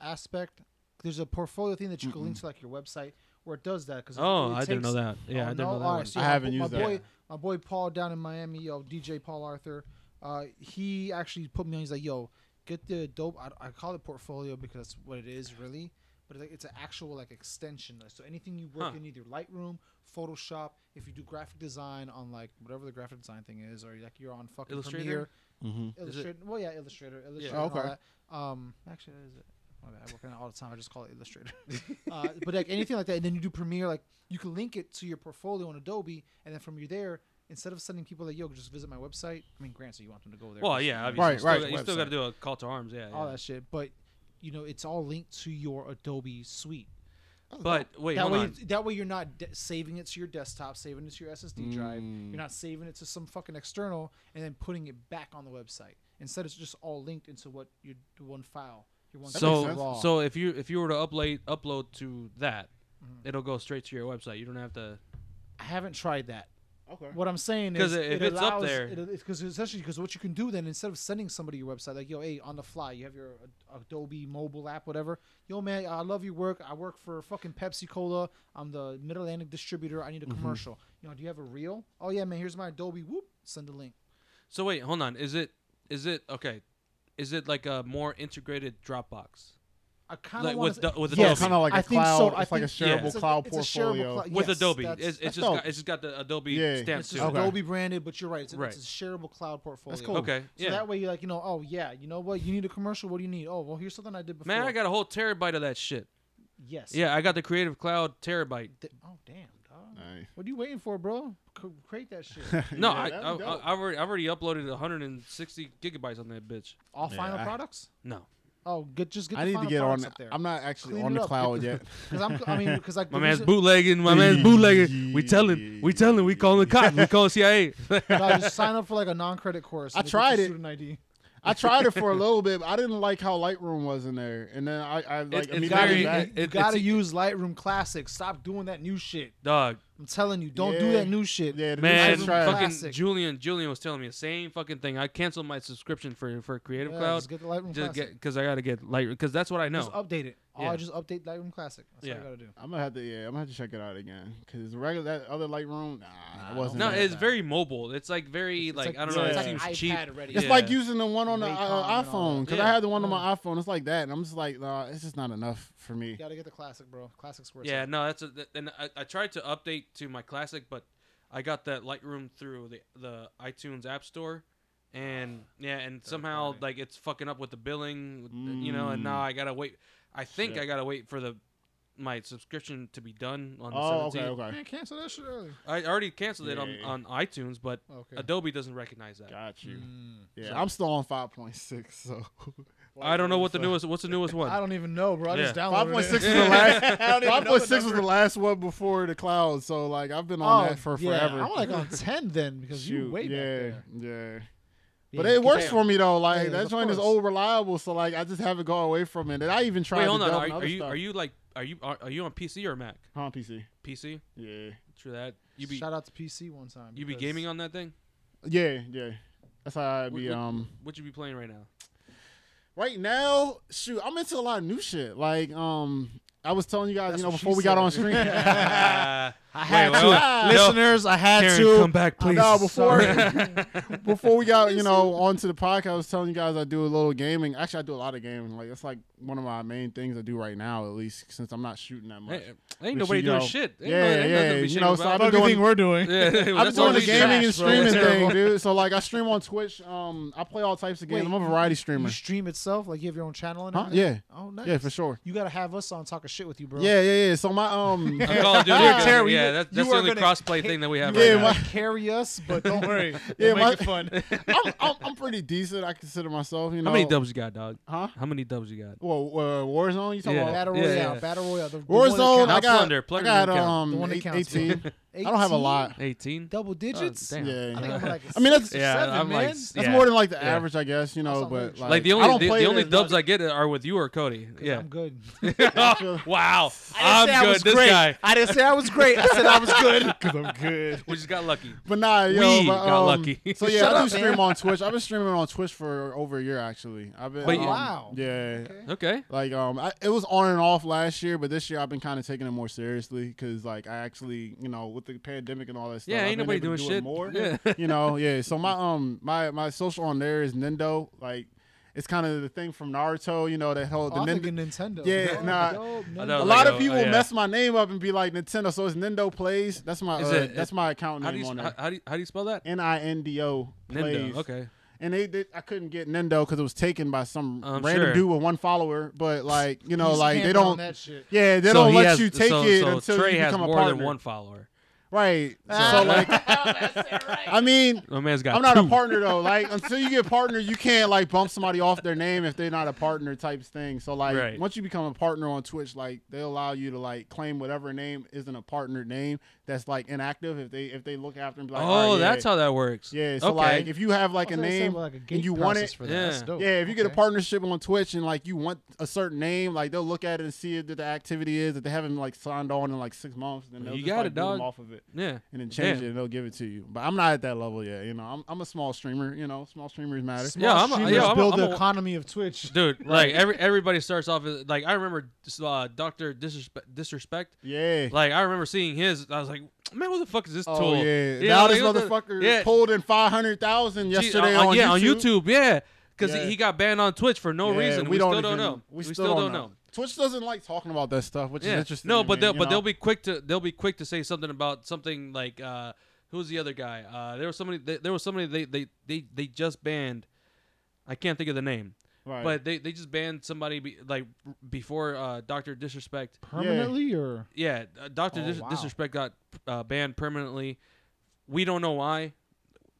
[SPEAKER 1] aspect. There's a portfolio thing that you can link to like your website where it does that. Because
[SPEAKER 2] Oh, I didn't know that. Yeah, I didn't know that. one.
[SPEAKER 3] I haven't used
[SPEAKER 1] my
[SPEAKER 3] that.
[SPEAKER 1] Boy, my boy Paul down in Miami, yo, DJ Paul Arthur. Uh, he actually put me on. He's like, yo, get the Adobe. I, I call it portfolio because that's what it is, really. But it's like it's an actual like extension. So anything you work
[SPEAKER 2] Huh.
[SPEAKER 1] in, either Lightroom, Photoshop, if you do graphic design on like whatever the graphic design thing is, or like you're on fucking
[SPEAKER 2] Illustrator?
[SPEAKER 1] Premiere,
[SPEAKER 3] Mm-hmm.
[SPEAKER 2] Is it-
[SPEAKER 1] Illustrator. Well, yeah, Illustrator. Illustrator.
[SPEAKER 3] Oh,
[SPEAKER 1] and all
[SPEAKER 3] okay.
[SPEAKER 1] that. Um, actually, is it? My bad. I work on it all the time. I just call it Illustrator. uh, but like anything like that, and then you do Premiere. Like you can link it to your portfolio on Adobe, and then from you there, instead of sending people like, "Yo, just visit my website." I mean, granted, you want them to go there.
[SPEAKER 2] Well,
[SPEAKER 1] 'cause,
[SPEAKER 2] yeah,
[SPEAKER 1] you know,
[SPEAKER 2] obviously.
[SPEAKER 3] Right,
[SPEAKER 2] you still
[SPEAKER 3] right,
[SPEAKER 2] got- You still
[SPEAKER 3] website.
[SPEAKER 2] got to do a call to arms, yeah.
[SPEAKER 1] all
[SPEAKER 2] yeah.
[SPEAKER 1] that shit. But you know, it's all linked to your Adobe suite.
[SPEAKER 2] But wait,
[SPEAKER 1] that
[SPEAKER 2] hold
[SPEAKER 1] way,
[SPEAKER 2] on.
[SPEAKER 1] that way, you're not de- saving it to your desktop, saving it to your SSD drive.
[SPEAKER 3] Mm.
[SPEAKER 1] You're not saving it to some fucking external and then putting it back on the website. Instead, it's just all linked into what your the one file. Your one
[SPEAKER 3] makes
[SPEAKER 1] file
[SPEAKER 3] sense.
[SPEAKER 2] So,
[SPEAKER 1] raw.
[SPEAKER 2] so if you if you were to upload upload to that,
[SPEAKER 1] Mm-hmm.
[SPEAKER 2] it'll go straight to your website. You don't have to.
[SPEAKER 1] I haven't tried that.
[SPEAKER 3] Okay.
[SPEAKER 1] What I'm saying is,
[SPEAKER 2] 'Cause if it's up there-
[SPEAKER 1] because essentially, because what you can do then, instead of sending somebody your website, like yo, hey, on the fly, you have your uh, Adobe mobile app, whatever. Yo, man, I love your work. I work for fucking Pepsi Cola. I'm the Mid Atlantic distributor. I need a
[SPEAKER 2] Mm-hmm.
[SPEAKER 1] commercial. You know, do you have a reel? Oh yeah, man, here's my Adobe. Whoop, send a link.
[SPEAKER 2] So wait, hold on. Is it is it okay? Is it like a more integrated Dropbox
[SPEAKER 1] I kind of
[SPEAKER 2] like
[SPEAKER 1] want
[SPEAKER 2] with do, with
[SPEAKER 1] Yes.
[SPEAKER 2] Adobe?
[SPEAKER 3] kind of like a
[SPEAKER 1] I think
[SPEAKER 3] cloud.
[SPEAKER 1] so. I
[SPEAKER 3] It's like a
[SPEAKER 1] think-
[SPEAKER 2] yeah.
[SPEAKER 3] shareable
[SPEAKER 1] It's a-
[SPEAKER 3] cloud
[SPEAKER 1] it's a shareable
[SPEAKER 3] portfolio.
[SPEAKER 1] cloud-
[SPEAKER 2] with
[SPEAKER 1] yes,
[SPEAKER 2] Adobe.
[SPEAKER 1] that's-
[SPEAKER 2] It's, it's
[SPEAKER 3] that's
[SPEAKER 2] just got,
[SPEAKER 3] dope.
[SPEAKER 2] it's just got the Adobe
[SPEAKER 3] Yeah.
[SPEAKER 2] stamp
[SPEAKER 1] It's
[SPEAKER 2] too.
[SPEAKER 1] just
[SPEAKER 3] Okay.
[SPEAKER 1] Adobe branded, but you're right. It's,
[SPEAKER 2] Right.
[SPEAKER 1] it's a shareable cloud portfolio.
[SPEAKER 3] cool.
[SPEAKER 2] Okay,
[SPEAKER 1] So
[SPEAKER 2] yeah.
[SPEAKER 1] that way, you're like, you know, oh yeah, you know what? You need a commercial. What do you need? Oh, well, here's something I did before.
[SPEAKER 2] Man, I got a whole terabyte of that shit.
[SPEAKER 1] yes.
[SPEAKER 2] Yeah, I got the Creative Cloud terabyte.
[SPEAKER 1] Th- oh damn, dog.
[SPEAKER 3] Nice.
[SPEAKER 1] What are you waiting for, bro? C- create that shit.
[SPEAKER 2] No,
[SPEAKER 3] Yeah,
[SPEAKER 2] I,
[SPEAKER 3] that'd
[SPEAKER 2] I,
[SPEAKER 3] be
[SPEAKER 2] I,
[SPEAKER 3] dope.
[SPEAKER 2] I've already I've already uploaded 160 gigabytes on that bitch.
[SPEAKER 1] All
[SPEAKER 3] Yeah,
[SPEAKER 1] final
[SPEAKER 3] I-
[SPEAKER 1] products.
[SPEAKER 2] No,
[SPEAKER 1] Oh, get just get.
[SPEAKER 3] I
[SPEAKER 1] the
[SPEAKER 3] need to
[SPEAKER 1] final
[SPEAKER 3] get
[SPEAKER 1] products
[SPEAKER 3] on.
[SPEAKER 1] up there.
[SPEAKER 3] I'm not actually
[SPEAKER 1] Clean
[SPEAKER 3] on
[SPEAKER 1] it
[SPEAKER 3] the
[SPEAKER 1] up.
[SPEAKER 3] cloud yet.
[SPEAKER 1] Because I'm. I mean, because like
[SPEAKER 2] my
[SPEAKER 1] the
[SPEAKER 2] man's
[SPEAKER 1] reason-
[SPEAKER 2] bootlegging. My man's bootlegging. We telling we telling we calling the cops. We calling CIA.
[SPEAKER 1] Nah, just sign up for like a non-credit course.
[SPEAKER 3] I
[SPEAKER 1] and we'll get
[SPEAKER 3] tried
[SPEAKER 1] your
[SPEAKER 3] it.
[SPEAKER 1] Student ID.
[SPEAKER 3] I tried it for a little bit, but I didn't like how Lightroom was in there, and then I, I like
[SPEAKER 2] it's
[SPEAKER 3] immediately
[SPEAKER 2] very-
[SPEAKER 3] went back.
[SPEAKER 2] it-
[SPEAKER 1] you
[SPEAKER 2] it's-
[SPEAKER 1] gotta use Lightroom Classic. Stop doing that new shit.
[SPEAKER 2] Dog,
[SPEAKER 1] I'm telling you, don't do
[SPEAKER 3] Yeah.
[SPEAKER 1] that new shit.
[SPEAKER 3] yeah, the new
[SPEAKER 2] man,
[SPEAKER 3] shit's
[SPEAKER 1] Lightroom
[SPEAKER 3] trash.
[SPEAKER 2] fucking
[SPEAKER 1] Classic.
[SPEAKER 2] Julian. Julian was telling me the same fucking thing. I canceled my subscription for for Creative
[SPEAKER 1] Yeah,
[SPEAKER 2] Cloud
[SPEAKER 1] Just get the Lightroom
[SPEAKER 2] just
[SPEAKER 1] Classic.
[SPEAKER 2] get because I gotta get light because that's what I
[SPEAKER 1] Just
[SPEAKER 2] know.
[SPEAKER 1] update it. Oh,
[SPEAKER 2] Yeah.
[SPEAKER 1] just update Lightroom Classic. That's
[SPEAKER 2] Yeah.
[SPEAKER 1] what I gotta do.
[SPEAKER 3] I'm gonna have to, yeah, I'm gonna have to check it out again because regular that other Lightroom, nah, it wasn't.
[SPEAKER 2] No,
[SPEAKER 3] that
[SPEAKER 2] it's
[SPEAKER 3] bad.
[SPEAKER 2] very mobile. It's like very like, I don't know.
[SPEAKER 3] yeah.
[SPEAKER 2] It
[SPEAKER 3] it's
[SPEAKER 2] seems
[SPEAKER 1] like
[SPEAKER 2] cheap.
[SPEAKER 1] iPad ready.
[SPEAKER 3] It's
[SPEAKER 2] Yeah.
[SPEAKER 3] like using the one on the
[SPEAKER 1] Wacom
[SPEAKER 3] uh,
[SPEAKER 1] and all
[SPEAKER 3] iPhone
[SPEAKER 1] that. Mm.
[SPEAKER 3] because I
[SPEAKER 2] Yeah.
[SPEAKER 3] had the one on my iPhone. It's like that, and I'm just like, nah, it's just not enough for me.
[SPEAKER 1] You gotta get the Classic, bro. Classic's worth.
[SPEAKER 2] Yeah,
[SPEAKER 1] it.
[SPEAKER 2] no, that's a, that, and I, I tried to update to my classic, but I got that Lightroom through the the iTunes App Store, and yeah, and somehow
[SPEAKER 1] party.
[SPEAKER 2] like it's fucking up with the billing, with the- you know, and now
[SPEAKER 3] Mm.
[SPEAKER 2] I gotta wait. I think
[SPEAKER 3] Shit.
[SPEAKER 2] I gotta wait for the my subscription to be done on the
[SPEAKER 3] Oh,
[SPEAKER 2] 17th.
[SPEAKER 3] okay, okay,
[SPEAKER 1] Man, cancel that shit early.
[SPEAKER 2] I already canceled it
[SPEAKER 3] Yeah.
[SPEAKER 2] on, on iTunes, but
[SPEAKER 1] Okay.
[SPEAKER 2] Adobe doesn't recognize that.
[SPEAKER 3] got you.
[SPEAKER 1] Mm.
[SPEAKER 3] Yeah,
[SPEAKER 2] So-
[SPEAKER 3] I'm still on five point six, so
[SPEAKER 2] I don't know what the newest. What's the newest one?
[SPEAKER 1] I don't even know, bro. I just
[SPEAKER 2] Yeah.
[SPEAKER 1] downloaded
[SPEAKER 3] Five point six
[SPEAKER 1] it.
[SPEAKER 3] was the last.
[SPEAKER 4] I don't even
[SPEAKER 3] Five
[SPEAKER 4] know
[SPEAKER 3] point
[SPEAKER 4] the
[SPEAKER 3] six was
[SPEAKER 4] number.
[SPEAKER 3] the last one before the cloud. So like I've been on that for forever.
[SPEAKER 1] Oh, Yeah, I'm like on ten then because you
[SPEAKER 3] Shoot,
[SPEAKER 1] way
[SPEAKER 3] yeah,
[SPEAKER 1] back there.
[SPEAKER 3] yeah.
[SPEAKER 1] Yeah,
[SPEAKER 3] But it
[SPEAKER 1] get
[SPEAKER 3] works
[SPEAKER 1] down.
[SPEAKER 3] for me though. Like
[SPEAKER 1] Yeah,
[SPEAKER 3] that
[SPEAKER 1] of
[SPEAKER 3] joint is
[SPEAKER 1] course.
[SPEAKER 3] old reliable. So like I just haven't gone away from it. And I even tried.
[SPEAKER 2] Wait,
[SPEAKER 3] to
[SPEAKER 2] hold on.
[SPEAKER 3] delve
[SPEAKER 2] Are,
[SPEAKER 3] in
[SPEAKER 2] are
[SPEAKER 3] other
[SPEAKER 2] you
[SPEAKER 3] stuff.
[SPEAKER 2] are you like are you are, are you on PC or Mac?
[SPEAKER 3] Huh, PC?
[SPEAKER 2] PC.
[SPEAKER 3] Yeah,
[SPEAKER 2] True that. You be
[SPEAKER 1] Shout out to PC one time.
[SPEAKER 2] you be
[SPEAKER 1] because-
[SPEAKER 2] gaming on that thing.
[SPEAKER 3] yeah, yeah. That's how I
[SPEAKER 2] What-
[SPEAKER 3] be.
[SPEAKER 2] what-
[SPEAKER 3] um,
[SPEAKER 2] What you be playing right now?
[SPEAKER 3] right now, shoot, I'm into a lot of new shit. Like, um, I was telling you guys,
[SPEAKER 1] That's
[SPEAKER 3] you know,
[SPEAKER 1] what she
[SPEAKER 3] before we got on
[SPEAKER 1] said.
[SPEAKER 3] stream.
[SPEAKER 2] I
[SPEAKER 1] had to. Listeners, I had
[SPEAKER 2] Karen,
[SPEAKER 1] to
[SPEAKER 2] come back, please.
[SPEAKER 3] No, before
[SPEAKER 1] Sorry.
[SPEAKER 3] before we got you know onto the podcast, I was telling you guys I do a little gaming. Actually, I do a lot of gaming. Like that's like one of my main things I do right now, at least since I'm not shooting that much.
[SPEAKER 2] Hey, ain't
[SPEAKER 3] you
[SPEAKER 2] nobody doing
[SPEAKER 3] know.
[SPEAKER 2] shit. Ain't
[SPEAKER 3] Yeah,
[SPEAKER 2] no- ain't nothing to
[SPEAKER 3] yeah,
[SPEAKER 2] be
[SPEAKER 3] you
[SPEAKER 2] ashamed
[SPEAKER 3] know, so
[SPEAKER 2] about.
[SPEAKER 3] I've been doing-
[SPEAKER 1] we're doing.
[SPEAKER 2] Yeah,
[SPEAKER 3] I'm
[SPEAKER 2] that's all
[SPEAKER 3] doing the
[SPEAKER 2] we
[SPEAKER 3] gaming
[SPEAKER 2] trash,
[SPEAKER 3] and
[SPEAKER 2] bro.
[SPEAKER 3] streaming
[SPEAKER 2] Terrible.
[SPEAKER 3] thing, dude. So like I stream on Twitch. Um, I play all types of games.
[SPEAKER 1] Wait,
[SPEAKER 3] I'm a variety
[SPEAKER 1] You
[SPEAKER 3] streamer.
[SPEAKER 1] stream itself, like you have your own channel and
[SPEAKER 3] Huh?
[SPEAKER 1] everything? Oh, nice.
[SPEAKER 3] Yeah, for sure.
[SPEAKER 1] You gotta have us on talking shit with you, bro.
[SPEAKER 3] Yeah, yeah, yeah. So my um,
[SPEAKER 2] On Call of Duty,
[SPEAKER 1] You're
[SPEAKER 2] yeah,
[SPEAKER 1] terrible. You-
[SPEAKER 2] yeah, that,
[SPEAKER 1] you
[SPEAKER 2] that's the
[SPEAKER 1] are
[SPEAKER 2] only
[SPEAKER 1] gonna
[SPEAKER 2] crossplay thing that we have
[SPEAKER 3] Yeah,
[SPEAKER 2] right
[SPEAKER 1] You
[SPEAKER 2] now.
[SPEAKER 1] might carry us, but don't worry.
[SPEAKER 3] yeah, my,
[SPEAKER 4] fun.
[SPEAKER 3] I'm, I'm I'm pretty decent. I consider myself. You know
[SPEAKER 2] How many dubs you got, dog?
[SPEAKER 3] Huh?
[SPEAKER 2] How many dubs you got?
[SPEAKER 3] Well, uh, Warzone. You talking
[SPEAKER 2] Yeah.
[SPEAKER 3] about
[SPEAKER 1] Battle
[SPEAKER 2] Yeah,
[SPEAKER 1] Royale,
[SPEAKER 2] yeah.
[SPEAKER 1] Battle Royale. The, the one that
[SPEAKER 3] Warzone? I
[SPEAKER 2] Not
[SPEAKER 1] counts.
[SPEAKER 3] got,
[SPEAKER 2] plunder, plug
[SPEAKER 3] I
[SPEAKER 2] it in,
[SPEAKER 3] got
[SPEAKER 2] count.
[SPEAKER 3] um,
[SPEAKER 1] The one that
[SPEAKER 3] eight-
[SPEAKER 1] counts,
[SPEAKER 3] 18. I don't have a
[SPEAKER 1] 18?
[SPEAKER 3] lot.
[SPEAKER 2] 18?
[SPEAKER 1] Double digits?
[SPEAKER 2] Oh, damn.
[SPEAKER 3] Yeah.
[SPEAKER 1] I think I'm like. a
[SPEAKER 3] I mean, that's-
[SPEAKER 1] six or
[SPEAKER 2] Yeah,
[SPEAKER 1] seven,
[SPEAKER 2] I'm
[SPEAKER 1] man.
[SPEAKER 2] like s-
[SPEAKER 3] That's
[SPEAKER 2] Yeah.
[SPEAKER 3] more than like the
[SPEAKER 2] Yeah.
[SPEAKER 3] average, I guess. You know,
[SPEAKER 1] That's not
[SPEAKER 3] but
[SPEAKER 1] much.
[SPEAKER 3] like,
[SPEAKER 2] Like the
[SPEAKER 3] I
[SPEAKER 2] only
[SPEAKER 3] don't
[SPEAKER 2] the,
[SPEAKER 3] play
[SPEAKER 2] the only
[SPEAKER 3] it as much.
[SPEAKER 2] dubs I get are with you or Cody. Yeah.
[SPEAKER 1] I'm good.
[SPEAKER 2] wow.
[SPEAKER 1] I
[SPEAKER 2] I'm
[SPEAKER 1] didn't say I was
[SPEAKER 2] good. This
[SPEAKER 1] great.
[SPEAKER 2] guy.
[SPEAKER 1] I didn't say I was great. I said I was good.
[SPEAKER 4] I'm good.
[SPEAKER 2] We just got lucky.
[SPEAKER 3] But nah, yo,
[SPEAKER 2] We
[SPEAKER 3] but,
[SPEAKER 2] got
[SPEAKER 3] um,
[SPEAKER 2] lucky.
[SPEAKER 3] So yeah,
[SPEAKER 1] Shut
[SPEAKER 3] I do
[SPEAKER 1] up,
[SPEAKER 3] stream
[SPEAKER 1] man.
[SPEAKER 3] on Twitch. I've been streaming on Twitch for over a year actually. I've been
[SPEAKER 2] But
[SPEAKER 3] um,
[SPEAKER 2] you-
[SPEAKER 1] Wow.
[SPEAKER 3] yeah.
[SPEAKER 2] Okay.
[SPEAKER 3] Like um, I, it was on and off last year, but this year I've been kind of taking it more seriously because like I actually, you know, with the pandemic and all that stuff,
[SPEAKER 2] Yeah,
[SPEAKER 3] I've
[SPEAKER 2] ain't
[SPEAKER 3] been
[SPEAKER 2] nobody
[SPEAKER 3] able
[SPEAKER 2] doing
[SPEAKER 3] to do it
[SPEAKER 2] shit.
[SPEAKER 3] more.
[SPEAKER 2] Yeah.
[SPEAKER 3] you know, yeah. So my um my my social on there is Nendo. Like it's kind of the thing from Naruto. You know, that whole
[SPEAKER 1] Oh,
[SPEAKER 3] the
[SPEAKER 1] I'm
[SPEAKER 3] Nendo.
[SPEAKER 1] thinking Nintendo.
[SPEAKER 3] Yeah,
[SPEAKER 1] Oh,
[SPEAKER 3] nah.
[SPEAKER 1] dope,
[SPEAKER 2] I
[SPEAKER 3] A
[SPEAKER 2] know,
[SPEAKER 1] Nintendo.
[SPEAKER 2] like
[SPEAKER 3] lot
[SPEAKER 2] a-
[SPEAKER 3] of people
[SPEAKER 2] oh, yeah.
[SPEAKER 3] mess my name up and be like Nintendo. So it's Nendo plays. That's my
[SPEAKER 2] Is
[SPEAKER 3] uh,
[SPEAKER 2] it-
[SPEAKER 3] that's my account
[SPEAKER 2] How do
[SPEAKER 3] name
[SPEAKER 2] you
[SPEAKER 3] on
[SPEAKER 2] s-
[SPEAKER 3] there.
[SPEAKER 2] how, how do you, how do you spell that?
[SPEAKER 3] N I N D O plays.
[SPEAKER 2] Nindo. Okay.
[SPEAKER 3] And they, they I couldn't get Nendo because it was taken by some
[SPEAKER 2] I'm
[SPEAKER 3] random
[SPEAKER 2] sure.
[SPEAKER 3] dude with one follower. But like you know,
[SPEAKER 1] He's
[SPEAKER 3] like they
[SPEAKER 1] hammered on
[SPEAKER 3] don't.
[SPEAKER 1] That shit.
[SPEAKER 3] Yeah, they
[SPEAKER 2] So
[SPEAKER 3] don't
[SPEAKER 2] he
[SPEAKER 3] let
[SPEAKER 2] has-
[SPEAKER 3] you take
[SPEAKER 2] so-
[SPEAKER 3] it
[SPEAKER 2] so
[SPEAKER 3] until
[SPEAKER 2] Trey
[SPEAKER 3] you
[SPEAKER 2] has
[SPEAKER 3] become a
[SPEAKER 2] more
[SPEAKER 3] partner.
[SPEAKER 2] than one follower.
[SPEAKER 3] Right.
[SPEAKER 1] Ah.
[SPEAKER 3] So like, I mean,
[SPEAKER 2] My man's got
[SPEAKER 3] I'm not
[SPEAKER 2] two.
[SPEAKER 3] a partner though. Like until you get partner, you can't like bump somebody off their name if they're not a partner types thing. So like
[SPEAKER 2] Right.
[SPEAKER 3] once you become a partner on Twitch, like they allow you to like claim whatever name isn't a partner name that's like inactive if they if they look after and be like,
[SPEAKER 2] Oh,
[SPEAKER 3] "Alright, yeah.
[SPEAKER 2] that's how that works.
[SPEAKER 3] yeah. So
[SPEAKER 2] okay.
[SPEAKER 3] like if you have like
[SPEAKER 1] I
[SPEAKER 3] a
[SPEAKER 1] was gonna say,
[SPEAKER 3] name,
[SPEAKER 1] like a
[SPEAKER 3] and you
[SPEAKER 1] gate
[SPEAKER 3] want
[SPEAKER 1] process
[SPEAKER 3] it-
[SPEAKER 1] for that. That's
[SPEAKER 2] Yeah.
[SPEAKER 1] dope.
[SPEAKER 3] yeah, if you get a
[SPEAKER 1] Okay.
[SPEAKER 3] partnership on Twitch and like you want a certain name, like they'll look at it and see if the activity is that they haven't like signed on in like six months, then they'll
[SPEAKER 2] You
[SPEAKER 3] just
[SPEAKER 2] got
[SPEAKER 3] like,
[SPEAKER 2] it,
[SPEAKER 3] do them
[SPEAKER 2] dog.
[SPEAKER 3] off of it
[SPEAKER 2] yeah.
[SPEAKER 3] and then change
[SPEAKER 2] Damn.
[SPEAKER 3] it and they'll give it to you. But I'm not at that level yet. You know, I'm, I'm a small streamer. You know, small streamers matter.
[SPEAKER 1] Small
[SPEAKER 2] Yeah, I'm a-
[SPEAKER 1] streamers
[SPEAKER 2] yeah, I'm a-
[SPEAKER 1] build
[SPEAKER 2] I'm
[SPEAKER 1] the
[SPEAKER 2] a-
[SPEAKER 1] economy of Twitch.
[SPEAKER 2] Dude, like every everybody starts off as, like I remember uh, Doctor Disrespect, Disrespect.
[SPEAKER 3] Yeah.
[SPEAKER 2] Like I remember seeing his, I was like, man, what the fuck is this
[SPEAKER 3] oh
[SPEAKER 2] tool?
[SPEAKER 3] yeah.
[SPEAKER 2] Yeah,
[SPEAKER 3] now
[SPEAKER 2] like,
[SPEAKER 3] this
[SPEAKER 2] what the-
[SPEAKER 3] motherfucker
[SPEAKER 2] yeah.
[SPEAKER 3] pulled in five hundred thousand
[SPEAKER 2] Gee,
[SPEAKER 3] yesterday
[SPEAKER 2] on,
[SPEAKER 3] on,
[SPEAKER 2] yeah,
[SPEAKER 3] YouTube.
[SPEAKER 2] on YouTube, yeah, because
[SPEAKER 3] Yeah.
[SPEAKER 2] he, he got banned on Twitch for no
[SPEAKER 3] Yeah,
[SPEAKER 2] reason. We, still
[SPEAKER 3] even-
[SPEAKER 2] don't know.
[SPEAKER 3] We, still, don't know. Twitch doesn't like talking about that stuff, which
[SPEAKER 2] Yeah.
[SPEAKER 3] is interesting.
[SPEAKER 2] No,
[SPEAKER 3] to
[SPEAKER 2] but
[SPEAKER 3] me,
[SPEAKER 2] they'll
[SPEAKER 3] you
[SPEAKER 2] but
[SPEAKER 3] know?
[SPEAKER 2] they'll be quick to they'll be quick to say something about something like uh, who's the other guy? Uh, there was somebody they, there was somebody they, they they they just banned. I can't think of the name,
[SPEAKER 3] right.
[SPEAKER 2] but they, they just banned somebody be, like before uh, Doctor Disrespect.
[SPEAKER 1] Permanently or
[SPEAKER 2] Yeah, uh, Doctor
[SPEAKER 1] Oh,
[SPEAKER 2] Dis-
[SPEAKER 1] wow.
[SPEAKER 2] Disrespect got uh, banned permanently. We don't know why.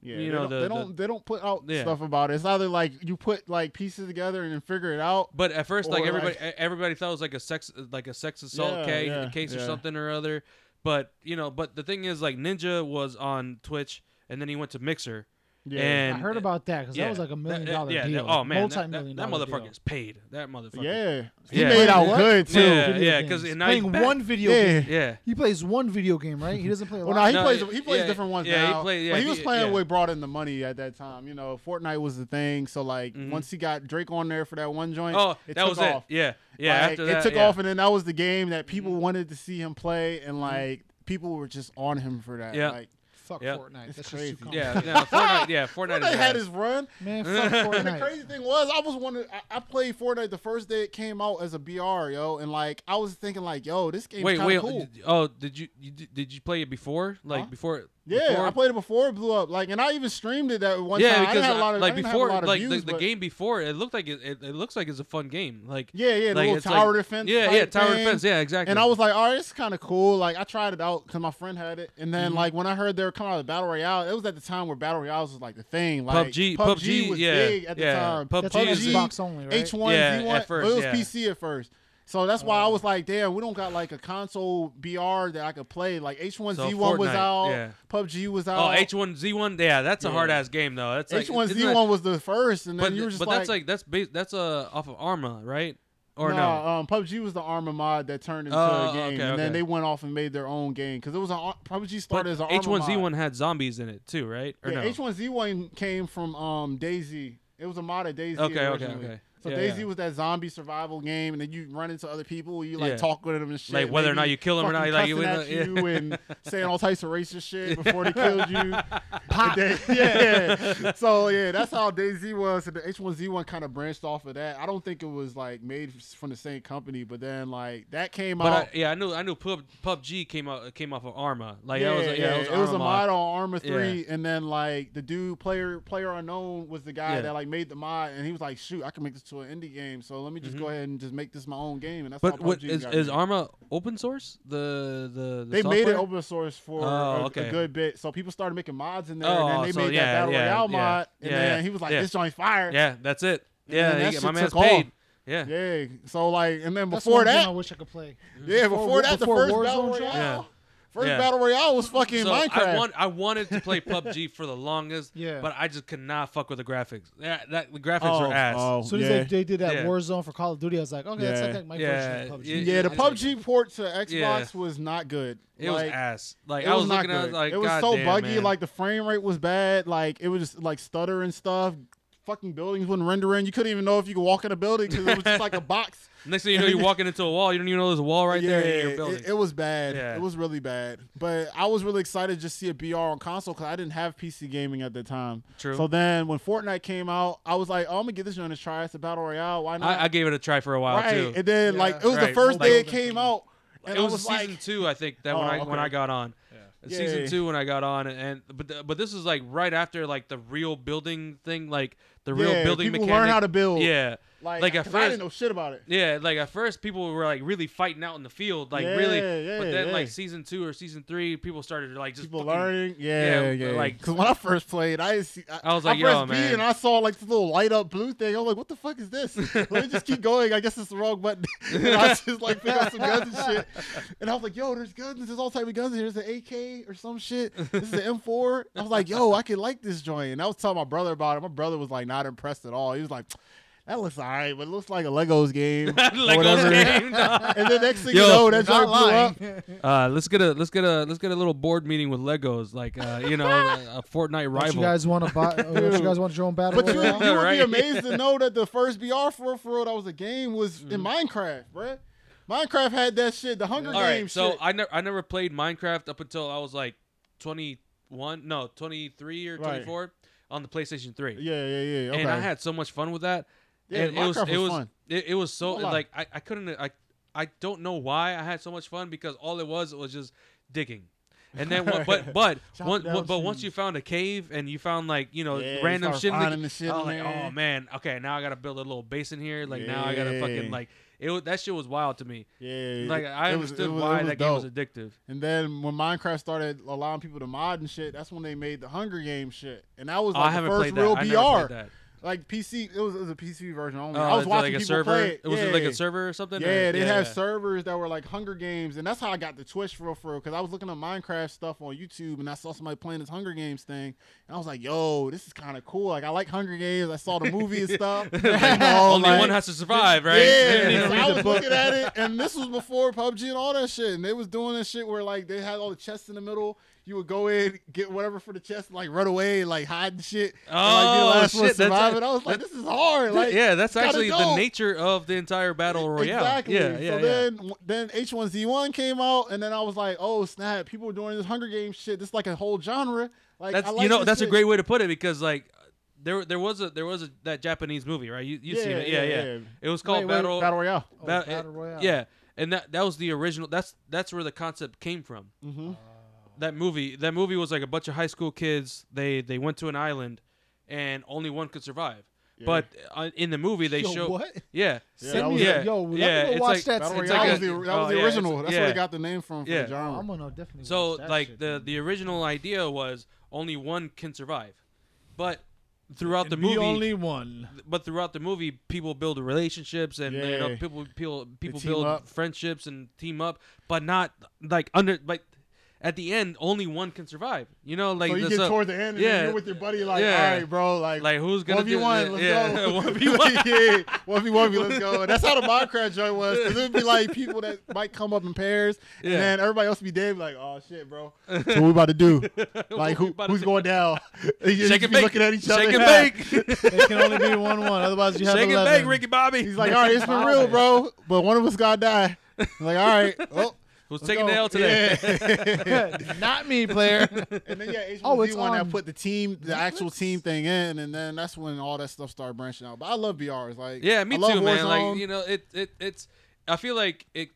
[SPEAKER 3] yeah,
[SPEAKER 2] you
[SPEAKER 3] they
[SPEAKER 2] know,
[SPEAKER 3] don't,
[SPEAKER 2] the-
[SPEAKER 3] they
[SPEAKER 2] the-
[SPEAKER 3] don't they don't put out
[SPEAKER 2] Yeah.
[SPEAKER 3] stuff about it. It's either like you put like pieces together and then figure it out.
[SPEAKER 2] But at first, like
[SPEAKER 3] Or,
[SPEAKER 2] everybody,
[SPEAKER 3] like-
[SPEAKER 2] e- everybody thought it was like a sex, like a sex assault
[SPEAKER 3] Yeah,
[SPEAKER 2] case,
[SPEAKER 3] yeah,
[SPEAKER 2] case or
[SPEAKER 3] yeah.
[SPEAKER 2] something or other. But you know, but the thing is, like Ninja was on Twitch, and then he went to Mixer.
[SPEAKER 3] Yeah.
[SPEAKER 2] and
[SPEAKER 1] I heard about that because
[SPEAKER 2] yeah,
[SPEAKER 1] that was like a million
[SPEAKER 2] that-
[SPEAKER 1] dollar
[SPEAKER 2] yeah,
[SPEAKER 1] deal.
[SPEAKER 2] That, oh man, that- that,
[SPEAKER 1] multi-million
[SPEAKER 2] that
[SPEAKER 1] dollar
[SPEAKER 2] motherfucker
[SPEAKER 1] deal.
[SPEAKER 2] is paid. That motherfucker.
[SPEAKER 3] yeah. He
[SPEAKER 2] Yeah.
[SPEAKER 3] made out
[SPEAKER 1] What?
[SPEAKER 3] good too.
[SPEAKER 2] Yeah,
[SPEAKER 1] Video
[SPEAKER 2] yeah, 'cause
[SPEAKER 1] games.
[SPEAKER 2] now he's
[SPEAKER 1] playing
[SPEAKER 2] back.
[SPEAKER 1] one video
[SPEAKER 3] Yeah.
[SPEAKER 1] game.
[SPEAKER 2] Yeah.
[SPEAKER 1] He plays one video game, right? He doesn't play a
[SPEAKER 3] Well,
[SPEAKER 1] lot.
[SPEAKER 3] no, he
[SPEAKER 2] No,
[SPEAKER 3] plays.
[SPEAKER 2] yeah,
[SPEAKER 3] He plays
[SPEAKER 2] yeah,
[SPEAKER 3] different ones
[SPEAKER 2] yeah, he
[SPEAKER 3] now.
[SPEAKER 2] played- yeah,
[SPEAKER 3] But he
[SPEAKER 2] he-
[SPEAKER 3] was playing
[SPEAKER 2] yeah.
[SPEAKER 3] with brought in the money at that time. You know, Fortnite was the thing. So like,
[SPEAKER 2] Mhm.
[SPEAKER 3] once he got Drake on there for that one joint,
[SPEAKER 2] Oh,
[SPEAKER 3] it
[SPEAKER 2] that
[SPEAKER 3] took
[SPEAKER 2] was
[SPEAKER 3] off.
[SPEAKER 2] it. Yeah, yeah.
[SPEAKER 3] Like,
[SPEAKER 2] after
[SPEAKER 3] it
[SPEAKER 2] that,
[SPEAKER 3] took
[SPEAKER 2] yeah. Mm-hmm.
[SPEAKER 3] off, and then that was the game that people wanted to see him play, and like people were just on him for that.
[SPEAKER 2] Yeah.
[SPEAKER 3] Like,
[SPEAKER 1] Fuck
[SPEAKER 2] Yeah.
[SPEAKER 1] Fortnite.
[SPEAKER 3] It's
[SPEAKER 1] That's
[SPEAKER 3] crazy.
[SPEAKER 1] just too
[SPEAKER 2] Yeah,
[SPEAKER 1] complicated.
[SPEAKER 2] no, Fortnite. Yeah, Fortnite. is
[SPEAKER 3] Fortnite had
[SPEAKER 2] bad.
[SPEAKER 3] his run.
[SPEAKER 1] Man, fuck
[SPEAKER 3] And the
[SPEAKER 1] Fortnite.
[SPEAKER 3] crazy thing was, I was wondering. I, I played Fortnite the first day it came out as a BR, yo, and like I was thinking, like, yo, this game
[SPEAKER 2] Wait,
[SPEAKER 3] kind
[SPEAKER 2] wait.
[SPEAKER 3] of cool.
[SPEAKER 2] d- Oh, did you, you did- did you play it before? Like
[SPEAKER 3] Huh?
[SPEAKER 2] before?
[SPEAKER 3] Yeah,
[SPEAKER 2] before?
[SPEAKER 3] I played it before it blew up. Like, and I even streamed it that one
[SPEAKER 2] yeah,
[SPEAKER 3] time. I
[SPEAKER 2] because
[SPEAKER 3] didn't have a lot of, I
[SPEAKER 2] like
[SPEAKER 3] didn't have a
[SPEAKER 2] before,
[SPEAKER 3] lot of
[SPEAKER 2] like
[SPEAKER 3] views,
[SPEAKER 2] the, the
[SPEAKER 3] but-
[SPEAKER 2] game before, it looked like it, it. It looks like it's a fun game. Like
[SPEAKER 3] Yeah, yeah, the
[SPEAKER 2] like,
[SPEAKER 3] little
[SPEAKER 2] it's like-
[SPEAKER 3] tower defense.
[SPEAKER 2] Yeah,
[SPEAKER 3] type
[SPEAKER 2] yeah, tower
[SPEAKER 3] thing.
[SPEAKER 2] defense. Yeah, exactly. Mm-hmm.
[SPEAKER 3] And I was like, all right, it's kind of cool. Like I tried it out because my friend had it, and then like when I heard they were coming out of the battle royale, it was at the time where battle royales was like the thing. Like
[SPEAKER 2] PUBG,
[SPEAKER 3] PUBG,
[SPEAKER 2] PUBG,
[SPEAKER 3] was
[SPEAKER 2] yeah,
[SPEAKER 3] big at the
[SPEAKER 2] yeah.
[SPEAKER 3] time.
[SPEAKER 1] That's
[SPEAKER 2] PUBG
[SPEAKER 1] on
[SPEAKER 2] is-
[SPEAKER 1] Xbox only, right?
[SPEAKER 3] H1,
[SPEAKER 2] Yeah,
[SPEAKER 3] Z1,
[SPEAKER 2] at first,
[SPEAKER 3] it was
[SPEAKER 2] yeah. Oh.
[SPEAKER 3] PC at first. So that's why I was like, damn, we don't got like a console BR that I could play. Like H1Z1
[SPEAKER 2] So
[SPEAKER 3] was
[SPEAKER 2] Fortnite,
[SPEAKER 3] out,
[SPEAKER 2] yeah.
[SPEAKER 3] PUBG was
[SPEAKER 2] Oh,
[SPEAKER 3] out.
[SPEAKER 2] H1Z1. Yeah, that's a
[SPEAKER 3] Yeah.
[SPEAKER 2] hard ass game though. That's like,
[SPEAKER 3] H1Z1
[SPEAKER 2] isn't that-
[SPEAKER 3] was the first, and then
[SPEAKER 2] But,
[SPEAKER 3] you were just
[SPEAKER 2] but
[SPEAKER 3] like,
[SPEAKER 2] that's like that's bas- that's uh off of Arma, right? Or no?
[SPEAKER 3] Nah, um, PUBG was the armor mod that turned into
[SPEAKER 2] Oh,
[SPEAKER 3] a game,
[SPEAKER 2] okay,
[SPEAKER 3] and then
[SPEAKER 2] okay.
[SPEAKER 3] they went off and made their own game because it was a ar- PUBG
[SPEAKER 2] But
[SPEAKER 3] started as an armor mod.
[SPEAKER 2] H1Z1 had zombies in it too, right? Or
[SPEAKER 3] Yeah,
[SPEAKER 2] no?
[SPEAKER 3] H1Z1 came from um, Daisy. It was a mod of Daisy.
[SPEAKER 2] Okay, okay,
[SPEAKER 3] originally.
[SPEAKER 2] okay.
[SPEAKER 3] So
[SPEAKER 2] Yeah,
[SPEAKER 3] Daisy
[SPEAKER 2] yeah.
[SPEAKER 3] was that zombie survival game, and then you run into other people, you like
[SPEAKER 2] Yeah.
[SPEAKER 3] talk with them and shit.
[SPEAKER 2] Like, whether or
[SPEAKER 3] maybe
[SPEAKER 2] not you kill 'em or
[SPEAKER 3] fucking
[SPEAKER 2] not, like, you
[SPEAKER 3] cussing
[SPEAKER 2] wouldn't-
[SPEAKER 3] at
[SPEAKER 2] yeah.
[SPEAKER 3] you and saying all types of racist shit before they killed you. And then- yeah. So yeah, that's how Daisy was. And the H1Z1 kind of branched off of that. I don't think it was like made from the same company, but then like that came
[SPEAKER 2] But
[SPEAKER 3] out.
[SPEAKER 2] I, yeah, I knew I knew Pub, PUBG came out came off of Arma. Like that was yeah, it was,
[SPEAKER 3] it was a
[SPEAKER 2] Arma.
[SPEAKER 3] mod on Armor Three, and then like the dude player player unknown was the guy
[SPEAKER 2] Yeah.
[SPEAKER 3] that like made the mod, and he was like, "Shoot, I can make this to an indie game, so let me just go ahead and just make this my own game." And that's
[SPEAKER 2] Mm-hmm. But
[SPEAKER 3] how
[SPEAKER 2] what
[SPEAKER 3] PUBG
[SPEAKER 2] is
[SPEAKER 3] got
[SPEAKER 2] is
[SPEAKER 3] made.
[SPEAKER 2] Arma open source? The the, the
[SPEAKER 3] They made it
[SPEAKER 2] software?
[SPEAKER 3] open source for
[SPEAKER 2] Oh,
[SPEAKER 3] a,
[SPEAKER 2] okay.
[SPEAKER 3] a good bit, so people started making mods in there,
[SPEAKER 2] Oh,
[SPEAKER 3] and then they
[SPEAKER 2] so
[SPEAKER 3] made
[SPEAKER 2] yeah,
[SPEAKER 3] that battle
[SPEAKER 2] yeah,
[SPEAKER 3] royale
[SPEAKER 2] yeah,
[SPEAKER 3] mod, and
[SPEAKER 2] yeah,
[SPEAKER 3] then he was like,
[SPEAKER 2] yeah.
[SPEAKER 3] "This joint fire."
[SPEAKER 2] Yeah, that's it.
[SPEAKER 3] then
[SPEAKER 2] Yeah,
[SPEAKER 3] that
[SPEAKER 2] he-
[SPEAKER 3] shit
[SPEAKER 2] my man's
[SPEAKER 3] took off.
[SPEAKER 2] paid. Yeah.
[SPEAKER 3] Yeah. So like, and then
[SPEAKER 1] That's
[SPEAKER 3] before
[SPEAKER 1] one game
[SPEAKER 3] that,
[SPEAKER 1] I wish I could play.
[SPEAKER 3] yeah, before,
[SPEAKER 1] Before-
[SPEAKER 3] that, the
[SPEAKER 1] before
[SPEAKER 3] first battle
[SPEAKER 1] Warzone
[SPEAKER 3] royale,
[SPEAKER 1] dropped?
[SPEAKER 2] Yeah.
[SPEAKER 3] first
[SPEAKER 2] Yeah.
[SPEAKER 3] battle royale was fucking
[SPEAKER 2] So
[SPEAKER 3] Minecraft.
[SPEAKER 2] I want I wanted to play PUBG for the longest,
[SPEAKER 1] Yeah.
[SPEAKER 2] but I just could not fuck with the graphics. Yeah, that the graphics
[SPEAKER 3] oh,
[SPEAKER 2] were ass.
[SPEAKER 3] oh,
[SPEAKER 1] As soon as
[SPEAKER 3] yeah.
[SPEAKER 1] they, they did that
[SPEAKER 2] Yeah.
[SPEAKER 1] Warzone for Call of Duty, I was like, okay,
[SPEAKER 3] Yeah.
[SPEAKER 1] that's like my
[SPEAKER 2] Yeah.
[SPEAKER 1] version of PUBG.
[SPEAKER 2] Yeah.
[SPEAKER 3] Yeah, the
[SPEAKER 2] It-
[SPEAKER 3] PUBG port to Xbox
[SPEAKER 2] Yeah.
[SPEAKER 3] was not good.
[SPEAKER 2] It
[SPEAKER 3] like,
[SPEAKER 2] was ass. Like
[SPEAKER 3] It
[SPEAKER 2] I was,
[SPEAKER 3] was, not
[SPEAKER 2] looking at
[SPEAKER 3] good.
[SPEAKER 2] it, like
[SPEAKER 3] it was
[SPEAKER 2] God
[SPEAKER 3] so
[SPEAKER 2] damn,
[SPEAKER 3] buggy.
[SPEAKER 2] man.
[SPEAKER 3] Like the frame rate was bad. Like it was just like stutter and stuff. Fucking buildings wouldn't render in. You couldn't even know if you could walk in a building because it was just like a box.
[SPEAKER 2] next thing you know, you're walking into a wall. You don't even know there's a wall right
[SPEAKER 3] yeah,
[SPEAKER 2] there in your building.
[SPEAKER 3] It, it was bad.
[SPEAKER 2] Yeah.
[SPEAKER 3] It was really bad. But I was really excited to just see a BR on console because I didn't have PC gaming at the time.
[SPEAKER 2] True.
[SPEAKER 3] So then when Fortnite came out, I was like, oh, I'm gonna get this joint a try. It's a battle royale. Why not?
[SPEAKER 2] I, I gave it a try for a while
[SPEAKER 3] right.
[SPEAKER 2] too.
[SPEAKER 3] And then like it was
[SPEAKER 2] Right.
[SPEAKER 3] the first
[SPEAKER 2] Like-
[SPEAKER 3] day it came out. And
[SPEAKER 2] it
[SPEAKER 3] I
[SPEAKER 2] was,
[SPEAKER 3] was
[SPEAKER 2] season
[SPEAKER 3] like,
[SPEAKER 2] two, I think that when
[SPEAKER 3] Oh,
[SPEAKER 2] I when
[SPEAKER 3] okay.
[SPEAKER 2] I got on,
[SPEAKER 3] Yeah.
[SPEAKER 2] season
[SPEAKER 3] Yeah.
[SPEAKER 2] two when I got on, and but the, but this is like right after like the real building thing, like the real
[SPEAKER 3] yeah,
[SPEAKER 2] building
[SPEAKER 3] people
[SPEAKER 2] mechanic.
[SPEAKER 3] learn how to build.
[SPEAKER 2] yeah,
[SPEAKER 3] Like,
[SPEAKER 2] Like, at
[SPEAKER 3] 'cause I
[SPEAKER 2] first-
[SPEAKER 3] didn't know shit about it.
[SPEAKER 2] yeah, like at first people were like really fighting out in the field, like really.
[SPEAKER 3] Yeah,
[SPEAKER 2] but
[SPEAKER 3] yeah,
[SPEAKER 2] then
[SPEAKER 3] yeah.
[SPEAKER 2] like season two or season three, people started like just
[SPEAKER 3] People
[SPEAKER 2] fucking-
[SPEAKER 3] learning, yeah,
[SPEAKER 2] yeah,
[SPEAKER 3] yeah.
[SPEAKER 2] like-
[SPEAKER 3] Like, cause when I first played, I didn't see. I,
[SPEAKER 2] I was like,
[SPEAKER 3] I
[SPEAKER 2] yo,
[SPEAKER 3] pressed B
[SPEAKER 2] man.
[SPEAKER 3] and I saw like this little light up blue thing. I'm like, what the fuck is this? Let me just keep going. I guess it's the wrong button. and I just like pick up some guns and shit. And I was like, yo, there's guns. There's all type of guns here. There's an AK or some shit. This is an M4. I was like, yo, I could like this joint. And I was telling my brother about it. My brother was like not impressed at all. He was like. That looks alright, but it looks like a Legos game. or
[SPEAKER 2] Legos
[SPEAKER 3] whatever."
[SPEAKER 2] game.
[SPEAKER 3] and then next thing
[SPEAKER 2] Yo,
[SPEAKER 3] you know, that
[SPEAKER 1] Not
[SPEAKER 3] joint blew up.
[SPEAKER 1] lying.
[SPEAKER 2] Uh, let's get a let's get a let's get a little board meeting with Legos, like uh, you know, a, a Fortnite
[SPEAKER 1] Don't you
[SPEAKER 2] rival.
[SPEAKER 1] guys want to buy? uh, don't you
[SPEAKER 3] Dude.
[SPEAKER 1] guys want your own battle
[SPEAKER 3] But you,
[SPEAKER 1] royale?
[SPEAKER 3] you would
[SPEAKER 2] Right.
[SPEAKER 3] be amazed to know that the first BR for real, for real that was a game was in Minecraft, bruh. Minecraft had that shit, the Hunger
[SPEAKER 2] All
[SPEAKER 3] Games
[SPEAKER 2] right, so
[SPEAKER 3] shit.
[SPEAKER 2] I never I never played Minecraft up until I was like 21, no, 23 or
[SPEAKER 3] Right.
[SPEAKER 2] 24 on the PlayStation 3.
[SPEAKER 3] yeah, yeah, yeah. Okay.
[SPEAKER 2] And I had so much fun with that.
[SPEAKER 3] Yeah,
[SPEAKER 2] and it was,
[SPEAKER 3] Minecraft
[SPEAKER 2] it
[SPEAKER 3] was
[SPEAKER 2] was
[SPEAKER 3] fun.
[SPEAKER 2] It, it was so
[SPEAKER 3] Won't lie.
[SPEAKER 2] like I, I couldn't I I don't know why I had so much fun because all it was was just digging. And then, what, but but
[SPEAKER 3] Chop
[SPEAKER 2] one,
[SPEAKER 3] down
[SPEAKER 2] but once
[SPEAKER 3] trees.
[SPEAKER 2] you found a cave and you found like you know
[SPEAKER 3] Yeah, you
[SPEAKER 2] random
[SPEAKER 3] start
[SPEAKER 2] shit, in the-
[SPEAKER 3] finding the shit
[SPEAKER 2] I was
[SPEAKER 3] in
[SPEAKER 2] like,
[SPEAKER 3] there.
[SPEAKER 2] oh man, okay, now I gotta build a little base in here. Like now I gotta fucking
[SPEAKER 3] Yeah.
[SPEAKER 2] like it. was- That shit was wild to me.
[SPEAKER 3] yeah,
[SPEAKER 2] Like I
[SPEAKER 3] it was-
[SPEAKER 2] understood
[SPEAKER 3] it was- it
[SPEAKER 2] why
[SPEAKER 3] was
[SPEAKER 2] that
[SPEAKER 3] dope.
[SPEAKER 2] game was addictive.
[SPEAKER 3] And then when Minecraft started allowing people to mod and shit, that's when they made the Hunger Games shit, and that was
[SPEAKER 2] Oh,
[SPEAKER 3] like
[SPEAKER 2] I
[SPEAKER 3] the
[SPEAKER 2] haven't
[SPEAKER 3] first
[SPEAKER 2] played
[SPEAKER 3] real
[SPEAKER 2] that. I never
[SPEAKER 3] BR.
[SPEAKER 2] played that.
[SPEAKER 3] Like PC, it was, it was a PC version only.
[SPEAKER 2] Oh,
[SPEAKER 3] I was
[SPEAKER 2] is it
[SPEAKER 3] watching
[SPEAKER 2] like a
[SPEAKER 3] people
[SPEAKER 2] server.
[SPEAKER 3] play it.
[SPEAKER 2] was it like
[SPEAKER 3] Yeah.
[SPEAKER 2] a server or something? or-
[SPEAKER 3] Yeah, they'd have
[SPEAKER 2] yeah.
[SPEAKER 3] servers that were like Hunger Games, and that's how I got the Twitch for real, for because I was looking at Minecraft stuff on YouTube, and I saw somebody playing this Hunger Games thing, and I was like, "Yo, this is kind of cool. Like, I like Hunger Games. I saw the movie and stuff. You know,
[SPEAKER 2] Only
[SPEAKER 3] like-
[SPEAKER 2] one has to survive, right?
[SPEAKER 3] Yeah,
[SPEAKER 2] They need to
[SPEAKER 3] so
[SPEAKER 2] read
[SPEAKER 3] I
[SPEAKER 2] the
[SPEAKER 3] was
[SPEAKER 2] book.
[SPEAKER 3] looking at it, and this was before PUBG and all that shit, and they was doing this shit where like they had all the chests in the middle. You would go in, get whatever for the chest, and, like run away, and, like hide and shit, and like be the
[SPEAKER 2] Oh,
[SPEAKER 3] last one
[SPEAKER 2] shit, that's
[SPEAKER 3] surviving.
[SPEAKER 2] it.
[SPEAKER 3] I was like, "This is hard. Like,
[SPEAKER 2] yeah, that's
[SPEAKER 3] gotta
[SPEAKER 2] actually the
[SPEAKER 3] go. E-,
[SPEAKER 2] nature of the entire battle royale.
[SPEAKER 3] Exactly.
[SPEAKER 2] Yeah, yeah,
[SPEAKER 3] so
[SPEAKER 2] yeah.
[SPEAKER 3] then then H1Z1 came out and then I was like, "Oh, snap, people are doing this Hunger Games shit. This is like a whole genre." Like
[SPEAKER 2] that's
[SPEAKER 3] I like
[SPEAKER 2] you know
[SPEAKER 3] this
[SPEAKER 2] that's a
[SPEAKER 3] shit.
[SPEAKER 2] great way to put it because like there there was a there was a that Japanese movie right you you seen it yeah yeah, it was called
[SPEAKER 3] Wait, wait,
[SPEAKER 2] battle,
[SPEAKER 3] Battle Royale.
[SPEAKER 1] Oh,
[SPEAKER 2] Ba-
[SPEAKER 1] battle royale.
[SPEAKER 2] yeah and that that was the original that's that's where the concept came from
[SPEAKER 1] Mm-hmm.
[SPEAKER 3] Mhm.
[SPEAKER 2] that movie that movie was like a bunch of high school kids they they went to an island and only one could survive
[SPEAKER 3] Yeah.
[SPEAKER 2] But uh, in the movie, they
[SPEAKER 1] Yo,
[SPEAKER 2] show
[SPEAKER 1] what?
[SPEAKER 2] yeah,
[SPEAKER 3] Yeah,
[SPEAKER 1] Send
[SPEAKER 3] that
[SPEAKER 1] me
[SPEAKER 3] was-
[SPEAKER 1] that.
[SPEAKER 2] yeah,
[SPEAKER 1] Yo, let
[SPEAKER 2] yeah,
[SPEAKER 1] me go
[SPEAKER 2] it's
[SPEAKER 1] watch
[SPEAKER 2] like-
[SPEAKER 1] that.
[SPEAKER 3] Battle
[SPEAKER 1] tonight.
[SPEAKER 2] It's
[SPEAKER 3] Royale
[SPEAKER 2] like
[SPEAKER 3] was
[SPEAKER 2] a-
[SPEAKER 3] the, that
[SPEAKER 2] oh,
[SPEAKER 3] was the
[SPEAKER 2] yeah, it's-
[SPEAKER 3] original. That's where
[SPEAKER 2] yeah.
[SPEAKER 3] they got the name from, from
[SPEAKER 2] Yeah.
[SPEAKER 3] the genre.
[SPEAKER 1] I'm gonna definitely.
[SPEAKER 2] So
[SPEAKER 1] watch that
[SPEAKER 2] like
[SPEAKER 1] shit,
[SPEAKER 2] the
[SPEAKER 1] man.
[SPEAKER 2] the original idea was only one can survive, but throughout the
[SPEAKER 1] And
[SPEAKER 2] movie,
[SPEAKER 1] only one.
[SPEAKER 2] but throughout the movie, people build relationships and you know,
[SPEAKER 3] Yeah.
[SPEAKER 2] people people people
[SPEAKER 3] team
[SPEAKER 2] build
[SPEAKER 3] up.
[SPEAKER 2] friendships and team up, but not like under like at the end only one can survive. You know, like
[SPEAKER 3] so you
[SPEAKER 2] the-
[SPEAKER 3] get
[SPEAKER 2] so-
[SPEAKER 3] toward the end, and
[SPEAKER 2] yeah.
[SPEAKER 3] then you're with your buddy, like,
[SPEAKER 2] Yeah.
[SPEAKER 3] all right, bro, like,
[SPEAKER 2] Like, who's gonna do
[SPEAKER 3] one
[SPEAKER 2] it?
[SPEAKER 3] let's
[SPEAKER 2] Yeah.
[SPEAKER 3] go,
[SPEAKER 2] 1v1.
[SPEAKER 3] yeah, one v one, let's go. That's how the Minecraft joint was. 'cause it'd be like people that might come up in pairs,
[SPEAKER 2] Yeah.
[SPEAKER 3] and then everybody else would be dead, be like, oh shit, bro, so what we about to do? Like,
[SPEAKER 2] What we
[SPEAKER 3] who,
[SPEAKER 2] about to
[SPEAKER 3] who's
[SPEAKER 2] do?
[SPEAKER 3] going down? You just
[SPEAKER 2] shake and
[SPEAKER 3] be
[SPEAKER 2] bake,
[SPEAKER 3] looking at each other.
[SPEAKER 2] shake and bake,
[SPEAKER 1] It can only be one one. Otherwise, you have
[SPEAKER 2] shake and
[SPEAKER 1] 11.
[SPEAKER 2] bake, Ricky Bobby.
[SPEAKER 3] He's like, all right, it's been real, bro, but one of us gotta die. I'm like, all right, well,
[SPEAKER 2] who's
[SPEAKER 3] let's
[SPEAKER 2] taking
[SPEAKER 3] go.
[SPEAKER 2] the L today?
[SPEAKER 3] Yeah.
[SPEAKER 1] Not me, player.
[SPEAKER 3] And then yeah, H1Z1
[SPEAKER 1] Oh, it's
[SPEAKER 3] that
[SPEAKER 1] on
[SPEAKER 3] put the team, the actual team thing in, and then that's when all that stuff started branching out. But I love BRs, like
[SPEAKER 2] Yeah, me
[SPEAKER 3] I love
[SPEAKER 2] too, man.
[SPEAKER 3] Warzone.
[SPEAKER 2] Like you know, it it it's. I feel like it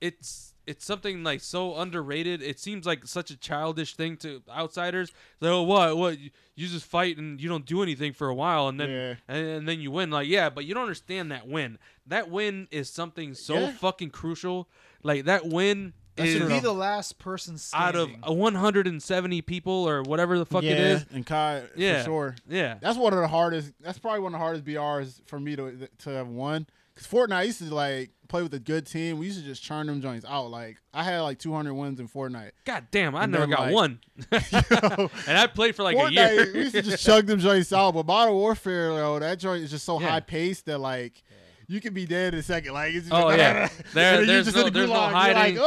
[SPEAKER 2] it's it's something like so underrated. It seems like such a childish thing to outsiders. Like, oh, what what you you just fight and you don't do anything for a while, and then
[SPEAKER 3] Yeah.
[SPEAKER 2] and, and then you win. Like yeah, but you don't understand that win. That win is something so
[SPEAKER 3] Yeah.
[SPEAKER 2] fucking crucial. Like that win
[SPEAKER 1] to be
[SPEAKER 2] is
[SPEAKER 1] the last person
[SPEAKER 2] out of
[SPEAKER 1] standing.
[SPEAKER 2] 170 people or whatever the fuck
[SPEAKER 3] yeah,
[SPEAKER 2] it is.
[SPEAKER 3] and Kai,
[SPEAKER 2] Yeah.
[SPEAKER 3] for sure.
[SPEAKER 2] Yeah.
[SPEAKER 3] That's one of the hardest. That's probably one of the hardest BRs for me to to have won. Cause Fortnite, I used to like play with a good team. We used to just churn them joints out. Like I had like 200 wins in Fortnite.
[SPEAKER 2] God damn, I
[SPEAKER 3] And
[SPEAKER 2] never
[SPEAKER 3] then,
[SPEAKER 2] got
[SPEAKER 3] like,
[SPEAKER 2] one. and I played for like a year.
[SPEAKER 3] Fortnite, we used to just chug them joints out. But Modern Warfare, though, that joint is just so
[SPEAKER 2] Yeah.
[SPEAKER 3] high paced that like you could be dead in a second. Like it's just
[SPEAKER 2] Oh, yeah. There-
[SPEAKER 3] And then you
[SPEAKER 2] there's
[SPEAKER 3] just
[SPEAKER 2] no-
[SPEAKER 3] in the
[SPEAKER 2] there's no
[SPEAKER 3] gulag, you're
[SPEAKER 2] hiding.
[SPEAKER 3] Like, oh,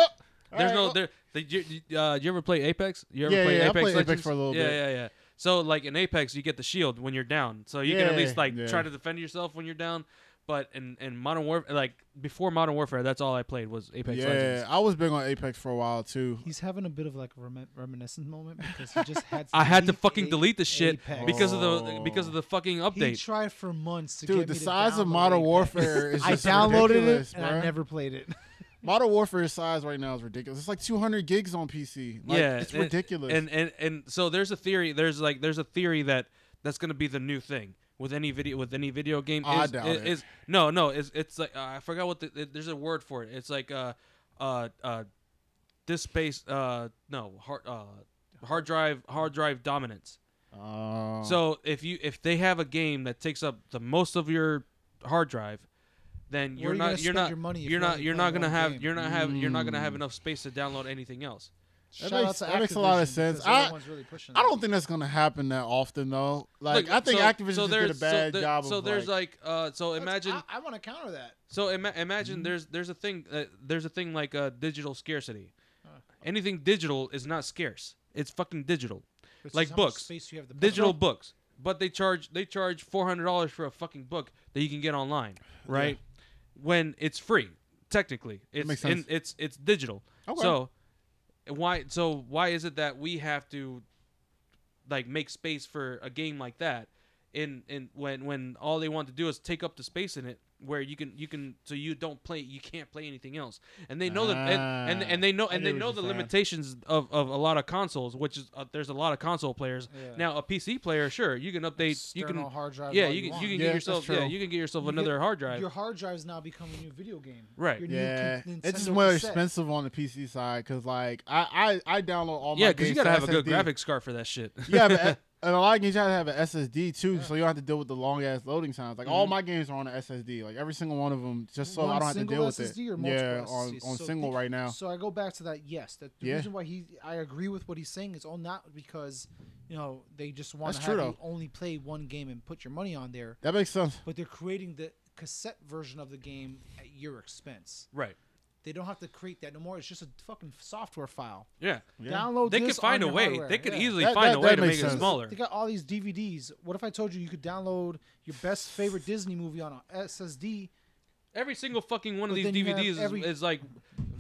[SPEAKER 3] all
[SPEAKER 2] There's
[SPEAKER 3] right,
[SPEAKER 2] no
[SPEAKER 3] oh.
[SPEAKER 2] there. Did you, you- uh, you ever play Apex? You ever
[SPEAKER 3] Yeah,
[SPEAKER 2] play
[SPEAKER 3] yeah, I
[SPEAKER 2] Apex?
[SPEAKER 3] played Apex
[SPEAKER 2] Legends?
[SPEAKER 3] for a little
[SPEAKER 2] yeah,
[SPEAKER 3] bit.
[SPEAKER 2] Yeah, yeah, So like in Apex, you get the shield when you're down, so you can at
[SPEAKER 3] Yeah,
[SPEAKER 2] least like
[SPEAKER 3] yeah.
[SPEAKER 2] try to defend yourself when you're down. But in, in Modern Warfare, like before Modern Warfare, that's all I played was Apex
[SPEAKER 3] yeah,
[SPEAKER 2] Legends.
[SPEAKER 3] I was big on Apex for a while too.
[SPEAKER 1] He's having a bit of like a rem- reminiscent moment because he just had. To
[SPEAKER 2] I had to
[SPEAKER 1] delete
[SPEAKER 2] fucking
[SPEAKER 1] A-
[SPEAKER 2] delete the shit
[SPEAKER 1] Apex.
[SPEAKER 2] because of the
[SPEAKER 3] Oh.
[SPEAKER 2] because of the fucking
[SPEAKER 1] He
[SPEAKER 2] update.
[SPEAKER 1] tried for months to
[SPEAKER 3] Dude,
[SPEAKER 1] get
[SPEAKER 3] the
[SPEAKER 1] me to
[SPEAKER 3] size of
[SPEAKER 1] download
[SPEAKER 3] Modern
[SPEAKER 1] Apex.
[SPEAKER 3] Warfare is
[SPEAKER 1] I
[SPEAKER 3] just
[SPEAKER 1] downloaded it
[SPEAKER 3] ridiculous,
[SPEAKER 1] and I
[SPEAKER 3] bruh.
[SPEAKER 1] never played it.
[SPEAKER 3] Modern Warfare size right now is ridiculous. It's like 200 gigs on PC. Like,
[SPEAKER 2] yeah,
[SPEAKER 3] it's
[SPEAKER 2] and-
[SPEAKER 3] ridiculous.
[SPEAKER 2] And, and and so there's a theory. There's like there's a theory that that's gonna be the new thing with any video with any video game.
[SPEAKER 3] I
[SPEAKER 2] is,
[SPEAKER 3] doubt
[SPEAKER 2] is,
[SPEAKER 3] it.
[SPEAKER 2] is- no no. It's it's like uh, I forgot what the, it- there's a word for it. It's like uh uh uh this space uh no hard uh hard drive hard drive dominance.
[SPEAKER 3] Oh.
[SPEAKER 2] So if you if they have a game that takes up the most of your hard drive, then
[SPEAKER 1] Where
[SPEAKER 2] you're
[SPEAKER 1] are you
[SPEAKER 2] not
[SPEAKER 1] gonna
[SPEAKER 2] you're
[SPEAKER 1] spend
[SPEAKER 2] not
[SPEAKER 1] your money if
[SPEAKER 2] you're
[SPEAKER 1] you're
[SPEAKER 2] not
[SPEAKER 1] only
[SPEAKER 2] you're
[SPEAKER 1] playing
[SPEAKER 2] not gonna
[SPEAKER 1] one
[SPEAKER 2] have
[SPEAKER 1] game?
[SPEAKER 2] you're not have you're not gonna
[SPEAKER 3] Mm.
[SPEAKER 2] have enough space to download anything else.
[SPEAKER 1] Shout
[SPEAKER 3] makes-
[SPEAKER 1] out to
[SPEAKER 3] that makes a lot of
[SPEAKER 1] Activision,
[SPEAKER 3] sense.
[SPEAKER 1] because they're the
[SPEAKER 3] I-
[SPEAKER 1] ones really pushing
[SPEAKER 3] I
[SPEAKER 1] it.
[SPEAKER 3] don't think that's gonna happen that often though. Like
[SPEAKER 2] Look,
[SPEAKER 3] I think
[SPEAKER 2] so-
[SPEAKER 3] Activision
[SPEAKER 2] so
[SPEAKER 3] just did a
[SPEAKER 2] there's- so
[SPEAKER 3] bad
[SPEAKER 2] there-
[SPEAKER 3] job.
[SPEAKER 2] So
[SPEAKER 3] of,
[SPEAKER 2] there's
[SPEAKER 3] like,
[SPEAKER 2] like, uh, so
[SPEAKER 1] That's-
[SPEAKER 2] imagine,
[SPEAKER 1] I, I want to counter that.
[SPEAKER 2] so ima- imagine
[SPEAKER 3] Mm-hmm.
[SPEAKER 2] there's there's a thing uh, there's a thing like uh, digital scarcity.
[SPEAKER 3] Oh,
[SPEAKER 1] Huh.
[SPEAKER 2] Anything digital is not scarce. It's fucking digital,
[SPEAKER 1] It's
[SPEAKER 2] Like
[SPEAKER 1] just how much
[SPEAKER 2] books.
[SPEAKER 1] space you have to put
[SPEAKER 2] digital
[SPEAKER 1] up.
[SPEAKER 2] books. But they charge they charge four hundred dollars for a fucking book that you can get online, right? When it's free, technically, it's
[SPEAKER 3] makes
[SPEAKER 2] and
[SPEAKER 3] sense.
[SPEAKER 2] it's it's digital.
[SPEAKER 3] Okay.
[SPEAKER 2] So why so why is it that we have to like make space for a game like that in in when when all they want to do is take up the space in it where you can you can so you don't play you can't play anything else and they know that and, and
[SPEAKER 3] Ah,
[SPEAKER 2] and they know
[SPEAKER 3] I
[SPEAKER 2] and
[SPEAKER 3] get
[SPEAKER 2] they
[SPEAKER 3] what
[SPEAKER 2] know
[SPEAKER 3] you're
[SPEAKER 2] the
[SPEAKER 3] saying.
[SPEAKER 2] limitations of, of a lot of consoles which is uh, there's a lot of console players
[SPEAKER 1] Yeah.
[SPEAKER 2] now a pc player sure you can update you
[SPEAKER 1] External
[SPEAKER 2] can
[SPEAKER 1] hard drive.
[SPEAKER 2] yeah
[SPEAKER 1] all
[SPEAKER 2] you can
[SPEAKER 1] want.
[SPEAKER 2] you can
[SPEAKER 3] Yeah,
[SPEAKER 2] get
[SPEAKER 3] that's
[SPEAKER 2] yourself yeah
[SPEAKER 3] true.
[SPEAKER 2] you can get yourself
[SPEAKER 1] You get-
[SPEAKER 2] another hard drive
[SPEAKER 1] Your hard drives now become a new video game.
[SPEAKER 2] Right.
[SPEAKER 1] Your new
[SPEAKER 3] yeah,
[SPEAKER 1] con-
[SPEAKER 3] it's just
[SPEAKER 1] Nintendo
[SPEAKER 3] more
[SPEAKER 1] cassette.
[SPEAKER 3] expensive on the PC side because like I, I I download all my
[SPEAKER 2] yeah because you
[SPEAKER 3] games
[SPEAKER 2] gotta
[SPEAKER 3] to
[SPEAKER 2] have a good
[SPEAKER 3] SSD.
[SPEAKER 2] graphics card for that shit
[SPEAKER 3] yeah, but a- and a lot of games you have to have an SSD too, so you don't have to deal with the long ass loading times. Like
[SPEAKER 2] Mm-hmm.
[SPEAKER 3] all my games are on an SSD, like every single one of them, just so I
[SPEAKER 1] One
[SPEAKER 3] don't have to
[SPEAKER 1] single
[SPEAKER 3] deal with
[SPEAKER 1] SSD
[SPEAKER 3] it.
[SPEAKER 1] or
[SPEAKER 3] yeah,
[SPEAKER 1] multiple
[SPEAKER 3] on,
[SPEAKER 1] SSDs?
[SPEAKER 3] on
[SPEAKER 1] So
[SPEAKER 3] single
[SPEAKER 1] think-
[SPEAKER 3] right now.
[SPEAKER 1] So I go back to that. Yes, that the
[SPEAKER 3] Yeah.
[SPEAKER 1] reason why he I agree with what he's saying is all not because you know they just want to
[SPEAKER 3] That's
[SPEAKER 1] have
[SPEAKER 3] true,
[SPEAKER 1] you
[SPEAKER 3] though.
[SPEAKER 1] only play one game and put your money on there,
[SPEAKER 3] That makes sense.
[SPEAKER 1] but they're creating the cassette version of the game at your expense.
[SPEAKER 2] right
[SPEAKER 1] They don't have to create that no more. It's just a fucking software file.
[SPEAKER 2] yeah
[SPEAKER 3] Yeah.
[SPEAKER 1] Download.
[SPEAKER 2] they
[SPEAKER 1] this
[SPEAKER 2] could find
[SPEAKER 1] on
[SPEAKER 2] a
[SPEAKER 1] your
[SPEAKER 2] way
[SPEAKER 1] hardware.
[SPEAKER 2] they could
[SPEAKER 1] Yeah.
[SPEAKER 2] easily
[SPEAKER 3] That-
[SPEAKER 2] find
[SPEAKER 3] that-
[SPEAKER 2] a way
[SPEAKER 3] that
[SPEAKER 2] to make
[SPEAKER 3] makes
[SPEAKER 2] it
[SPEAKER 3] sense.
[SPEAKER 2] smaller
[SPEAKER 1] They got all these DVDs. What if I told you you could download your best favorite Disney movie on a SSD?
[SPEAKER 2] every single fucking one of
[SPEAKER 1] But
[SPEAKER 2] these
[SPEAKER 1] then you have
[SPEAKER 2] DVDs is,
[SPEAKER 1] every-
[SPEAKER 2] is like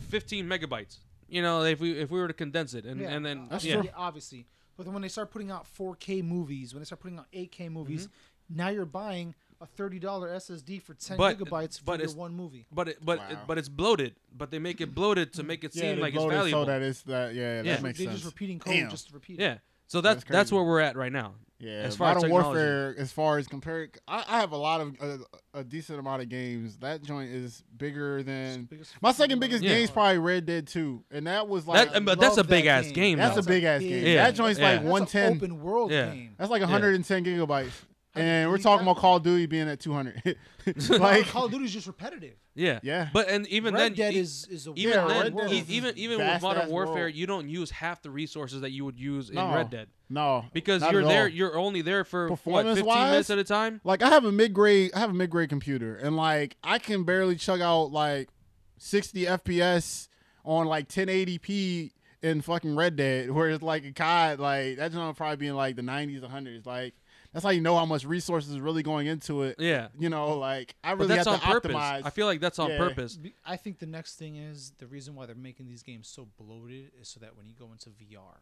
[SPEAKER 2] 15 megabytes. You know, if we if we were to condense it and
[SPEAKER 1] Yeah,
[SPEAKER 2] and then
[SPEAKER 1] that's
[SPEAKER 2] yeah.
[SPEAKER 1] true. obviously. But then when they start putting out 4K movies, when they start putting out 8K movies, now you're buying a thirty dollar SSD for ten
[SPEAKER 2] Mm-hmm. But-
[SPEAKER 1] gigabytes for
[SPEAKER 2] but
[SPEAKER 1] your
[SPEAKER 2] it's-
[SPEAKER 1] one movie.
[SPEAKER 2] But it, but it,
[SPEAKER 3] Wow.
[SPEAKER 2] but it's bloated. But they make it bloated to make it
[SPEAKER 3] Yeah,
[SPEAKER 2] seem
[SPEAKER 3] they
[SPEAKER 2] like it's
[SPEAKER 3] load it
[SPEAKER 2] valuable.
[SPEAKER 3] so that it's that
[SPEAKER 2] Yeah.
[SPEAKER 3] yeah, that makes
[SPEAKER 1] They're
[SPEAKER 3] sense.
[SPEAKER 1] just repeating code
[SPEAKER 3] Damn.
[SPEAKER 1] just to repeat. it.
[SPEAKER 2] yeah. So that's
[SPEAKER 3] That's
[SPEAKER 2] that's
[SPEAKER 3] crazy.
[SPEAKER 2] where we're at right now.
[SPEAKER 3] Yeah,
[SPEAKER 2] As far as
[SPEAKER 3] Modern
[SPEAKER 2] technology.
[SPEAKER 3] Warfare, as far as compared, I, I have a lot of uh, a decent amount of games. That joint is bigger than my second biggest
[SPEAKER 2] Yeah.
[SPEAKER 3] game is probably Red Dead Two, and that was like
[SPEAKER 2] That- but that's
[SPEAKER 1] love
[SPEAKER 2] a big ass
[SPEAKER 1] game.
[SPEAKER 2] game.
[SPEAKER 3] That's
[SPEAKER 2] though.
[SPEAKER 3] a big ass game.
[SPEAKER 2] Yeah.
[SPEAKER 3] That joint's
[SPEAKER 2] Yeah.
[SPEAKER 3] like
[SPEAKER 1] That's an
[SPEAKER 3] 110.
[SPEAKER 1] open world
[SPEAKER 2] Yeah.
[SPEAKER 1] game.
[SPEAKER 3] that's like 110 gigabytes, and we're
[SPEAKER 1] you
[SPEAKER 3] talking
[SPEAKER 1] got-
[SPEAKER 3] about Call of Duty being at 200. like
[SPEAKER 1] Call of Duty is just repetitive.
[SPEAKER 2] Yeah.
[SPEAKER 3] Yeah.
[SPEAKER 2] But and even
[SPEAKER 1] Red
[SPEAKER 2] then
[SPEAKER 1] Dead
[SPEAKER 2] e-
[SPEAKER 1] is is a
[SPEAKER 2] even
[SPEAKER 1] weird
[SPEAKER 3] Red
[SPEAKER 2] then
[SPEAKER 3] Dead
[SPEAKER 1] world.
[SPEAKER 2] e-
[SPEAKER 3] is this
[SPEAKER 2] even even with
[SPEAKER 3] vast
[SPEAKER 2] Modern
[SPEAKER 3] ass
[SPEAKER 2] Warfare,
[SPEAKER 3] world.
[SPEAKER 2] you don't use half the resources that you would use in
[SPEAKER 3] No.
[SPEAKER 2] Red Dead
[SPEAKER 3] no,
[SPEAKER 2] because
[SPEAKER 3] not
[SPEAKER 2] you're
[SPEAKER 3] at
[SPEAKER 2] there.
[SPEAKER 3] all.
[SPEAKER 2] You're only there for what 15
[SPEAKER 3] Performance-wise,
[SPEAKER 2] minutes at a time.
[SPEAKER 3] like I have a mid grade, I have a mid grade computer, and like I can barely chug out like 60 FPS on like 1080p in fucking Red Dead, whereas like a COD, like that's gonna probably be in like the 90s, 100s. Like that's how you know how much resources is really going into it.
[SPEAKER 2] Yeah.
[SPEAKER 3] You know, like I
[SPEAKER 2] But
[SPEAKER 3] really
[SPEAKER 2] that's
[SPEAKER 3] have
[SPEAKER 2] on
[SPEAKER 3] to
[SPEAKER 2] purpose.
[SPEAKER 3] optimize.
[SPEAKER 2] I feel like that's on
[SPEAKER 3] Yeah.
[SPEAKER 2] purpose.
[SPEAKER 1] Be- I think the next thing is the reason why they're making these games so bloated is so that when you go into VR,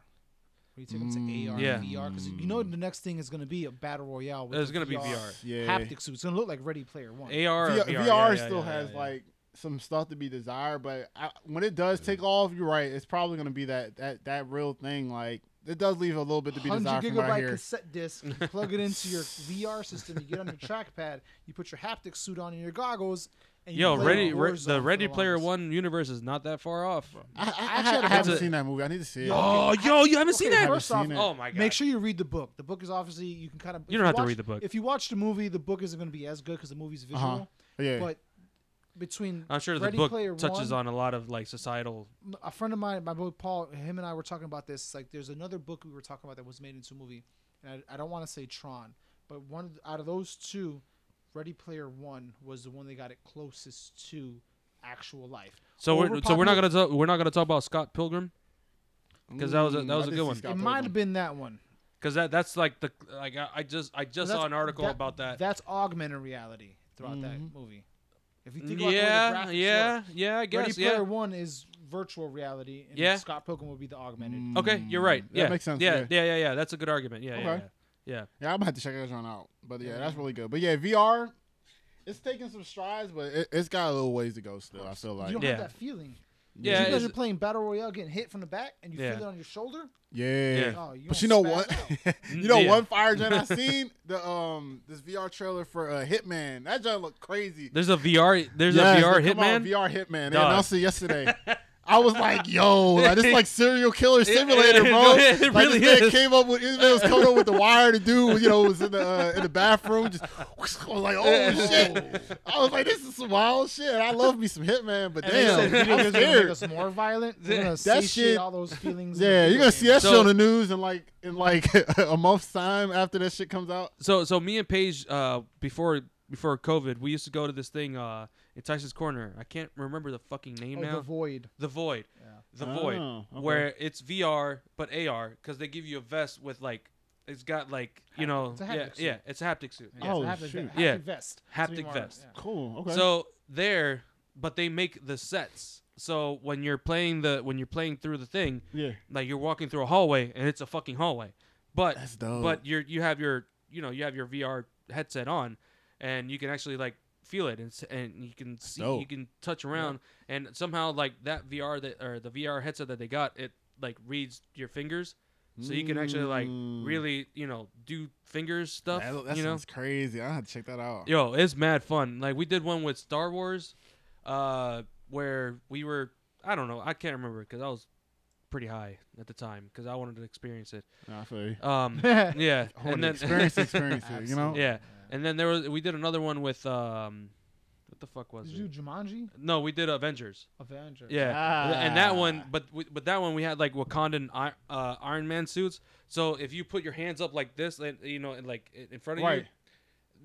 [SPEAKER 1] when you take them
[SPEAKER 3] Mm.
[SPEAKER 1] to AR
[SPEAKER 2] Yeah.
[SPEAKER 1] and VR, because you know the next thing is going to be a battle royale. With
[SPEAKER 2] It's
[SPEAKER 1] going
[SPEAKER 2] gonna
[SPEAKER 1] to
[SPEAKER 2] be VR.
[SPEAKER 3] yeah.
[SPEAKER 1] haptic suit. It's going to look like Ready Player One.
[SPEAKER 2] AR, or
[SPEAKER 3] VR,
[SPEAKER 2] VR, yeah,
[SPEAKER 3] VR
[SPEAKER 2] yeah,
[SPEAKER 3] still
[SPEAKER 2] yeah,
[SPEAKER 3] has
[SPEAKER 2] yeah.
[SPEAKER 3] like some stuff to be desired, but I, when it does take off, you're right. It's probably gonna be that that that real thing. Like it does leave a little bit to be desired from what I
[SPEAKER 1] gigabyte
[SPEAKER 3] hear.
[SPEAKER 1] cassette disc. You plug it into your VR system. You get on your trackpad. You put your haptic suit on and your goggles. And you
[SPEAKER 2] Yo,
[SPEAKER 1] play
[SPEAKER 2] Ready, Re-
[SPEAKER 1] Warzone for
[SPEAKER 2] the Ready
[SPEAKER 1] longest.
[SPEAKER 2] Player One universe is not that far off.
[SPEAKER 3] I, I, I,
[SPEAKER 1] Actually, I
[SPEAKER 3] haven't
[SPEAKER 2] haven't-
[SPEAKER 3] seen that movie. I need to see it. Uh-huh.
[SPEAKER 1] Yo,
[SPEAKER 2] Oh,
[SPEAKER 1] okay,
[SPEAKER 2] yo, you
[SPEAKER 1] I-
[SPEAKER 2] haven't seen
[SPEAKER 1] okay,
[SPEAKER 2] that?
[SPEAKER 1] First off,
[SPEAKER 3] Haven't seen it.
[SPEAKER 2] Oh my god!
[SPEAKER 1] Make sure you read the book. The book is obviously you can kind of
[SPEAKER 2] You don't have to read the book.
[SPEAKER 1] If you watch the movie, the book isn't going to be as good because the movie's visual.
[SPEAKER 3] Uh-huh. yeah,
[SPEAKER 1] But between
[SPEAKER 2] I'm sure the
[SPEAKER 1] Ready
[SPEAKER 2] book
[SPEAKER 1] Player
[SPEAKER 2] touches
[SPEAKER 1] One,
[SPEAKER 2] on a lot of like societal.
[SPEAKER 1] a friend of mine, my boy Paul, him and I were talking about this. Like, there's another book we were talking about that was made into a movie, and I, I don't want to say Tron, but one of the- out of those two, Ready Player One was the one they got it closest to actual life.
[SPEAKER 2] So we're so we're
[SPEAKER 1] Overpopulation-
[SPEAKER 2] not gonna talk, we're not gonna talk about Scott Pilgrim because that was a,
[SPEAKER 3] Mm,
[SPEAKER 2] that was
[SPEAKER 3] I
[SPEAKER 2] a
[SPEAKER 3] did
[SPEAKER 2] good
[SPEAKER 3] see
[SPEAKER 2] one
[SPEAKER 3] Scott
[SPEAKER 1] it might
[SPEAKER 3] Pilgrim.
[SPEAKER 1] have been that one.
[SPEAKER 2] because that that's like the like I, I just I just
[SPEAKER 1] Well,
[SPEAKER 2] saw
[SPEAKER 1] that's-
[SPEAKER 2] an article about that. Mm-hmm.
[SPEAKER 1] That's augmented reality throughout
[SPEAKER 3] Mhm.
[SPEAKER 1] that movie. If you think about the way
[SPEAKER 2] yeah,
[SPEAKER 1] the graphics
[SPEAKER 2] yeah,
[SPEAKER 1] work,
[SPEAKER 2] yeah. I guess
[SPEAKER 1] Ready
[SPEAKER 2] yeah.
[SPEAKER 1] Player One is virtual reality, and
[SPEAKER 2] Yeah.
[SPEAKER 1] Scott Pilgrim will be the augmented.
[SPEAKER 3] Mm.
[SPEAKER 2] Okay, you're right.
[SPEAKER 3] That
[SPEAKER 2] Yeah,
[SPEAKER 3] makes sense,
[SPEAKER 2] Yeah,
[SPEAKER 3] yeah.
[SPEAKER 2] yeah, yeah, yeah. That's a good argument. Yeah, yeah,
[SPEAKER 3] Okay.
[SPEAKER 2] yeah. yeah.
[SPEAKER 3] Yeah, I'm gonna have to check that one out. But yeah,
[SPEAKER 1] Yeah.
[SPEAKER 3] that's really good. But yeah, VR, it's taking some strides, but it, it's got a little ways to go still. I feel
[SPEAKER 1] You
[SPEAKER 3] like.
[SPEAKER 1] don't
[SPEAKER 2] Yeah.
[SPEAKER 1] have that feeling.
[SPEAKER 2] Yeah,
[SPEAKER 1] you guys
[SPEAKER 2] it's-
[SPEAKER 1] are playing battle royale, getting hit from the back, and you
[SPEAKER 2] Yeah.
[SPEAKER 1] feel it on your shoulder.
[SPEAKER 3] yeah.
[SPEAKER 2] Yeah.
[SPEAKER 1] Oh, you
[SPEAKER 3] But
[SPEAKER 1] gonna
[SPEAKER 3] you know
[SPEAKER 1] spaz
[SPEAKER 3] what?
[SPEAKER 1] out.
[SPEAKER 3] you know
[SPEAKER 2] Yeah.
[SPEAKER 3] one fire gen I seen the um this VR trailer for uh, Hitman. That joint looked crazy.
[SPEAKER 2] There's a VR. There's
[SPEAKER 3] Yes,
[SPEAKER 2] a VR
[SPEAKER 3] they come out
[SPEAKER 2] Hitman.
[SPEAKER 3] with VR Hitman. They
[SPEAKER 2] Dog.
[SPEAKER 3] announced it yesterday. I was like, yo, like, this is like serial killer simulator, bro.
[SPEAKER 2] no, it
[SPEAKER 3] like
[SPEAKER 2] really
[SPEAKER 3] this man
[SPEAKER 2] is.
[SPEAKER 3] came up with this man was coming up with the wire to do, you know, was in the uh, in the bathroom. Just I was like, oh shit. I was like, this is some wild shit. I love me some Hitman, but
[SPEAKER 1] And they said
[SPEAKER 3] damn,
[SPEAKER 1] video
[SPEAKER 3] I'm
[SPEAKER 1] games are gonna make
[SPEAKER 3] scared.
[SPEAKER 1] us more violent. We're gonna
[SPEAKER 3] That
[SPEAKER 1] satiate
[SPEAKER 3] shit-
[SPEAKER 1] all those feelings. in
[SPEAKER 3] Yeah,
[SPEAKER 1] the
[SPEAKER 3] you're
[SPEAKER 1] video
[SPEAKER 3] gonna see
[SPEAKER 1] game.
[SPEAKER 3] that shit
[SPEAKER 2] So-
[SPEAKER 3] on the news in like in like a month's time after that shit comes out.
[SPEAKER 2] so so me and Paige uh before before COVID we used to go to this thing uh in Tyson's Corner. I can't remember the fucking name
[SPEAKER 1] Oh,
[SPEAKER 2] now.
[SPEAKER 1] the void.
[SPEAKER 2] The Void.
[SPEAKER 1] Yeah.
[SPEAKER 2] The
[SPEAKER 3] Oh,
[SPEAKER 2] Void.
[SPEAKER 3] okay.
[SPEAKER 2] Where it's VR but AR because they give you a vest with like it's got like you know
[SPEAKER 1] It's a
[SPEAKER 2] yeah
[SPEAKER 1] haptic suit.
[SPEAKER 2] yeah it's a haptic suit.
[SPEAKER 1] Yeah,
[SPEAKER 3] Oh,
[SPEAKER 1] it's a haptic,
[SPEAKER 3] shoot.
[SPEAKER 1] haptic
[SPEAKER 2] Yeah.
[SPEAKER 1] vest. to be
[SPEAKER 2] Haptic
[SPEAKER 1] more-
[SPEAKER 2] vest.
[SPEAKER 1] yeah.
[SPEAKER 3] Cool. Okay.
[SPEAKER 2] So there, but they make the sets. So when you're playing the when you're playing through the thing,
[SPEAKER 3] yeah,
[SPEAKER 2] like you're walking through a hallway and it's a fucking hallway, but
[SPEAKER 3] that's dope.
[SPEAKER 2] but you're you have your you know you have your VR headset on, and you can actually like feel it and s- and you can see
[SPEAKER 3] dope.
[SPEAKER 2] you can touch around and somehow like that VR that or the VR headset that they got it like reads your fingers. So you can actually like
[SPEAKER 3] Mm.
[SPEAKER 2] really, you know, do fingers stuff.
[SPEAKER 3] That, that
[SPEAKER 2] you know,
[SPEAKER 3] sounds crazy. I had to check that out.
[SPEAKER 2] Yo, it's mad fun. Like we did one with Star Wars, uh, where we were. I don't know. I can't remember because I was pretty high at the time because I wanted to experience it.
[SPEAKER 3] Nah, I feel you.
[SPEAKER 2] Um,
[SPEAKER 1] Yeah.
[SPEAKER 2] yeah,
[SPEAKER 3] I
[SPEAKER 2] and
[SPEAKER 3] wanna
[SPEAKER 2] then
[SPEAKER 3] experience, experience it. You know.
[SPEAKER 1] Absolutely.
[SPEAKER 2] yeah, and then there was we did another one with um, what the fuck was
[SPEAKER 1] Did
[SPEAKER 2] it?
[SPEAKER 1] you do Jumanji?
[SPEAKER 2] No, we did Avengers.
[SPEAKER 1] Avenger.
[SPEAKER 2] Yeah, and that one,
[SPEAKER 3] Ah.
[SPEAKER 2] but we, but that one we had like Wakandan Ir- uh, Iron Man suits. So if you put your hands up like this, and you know, and like in front of you,
[SPEAKER 3] Right.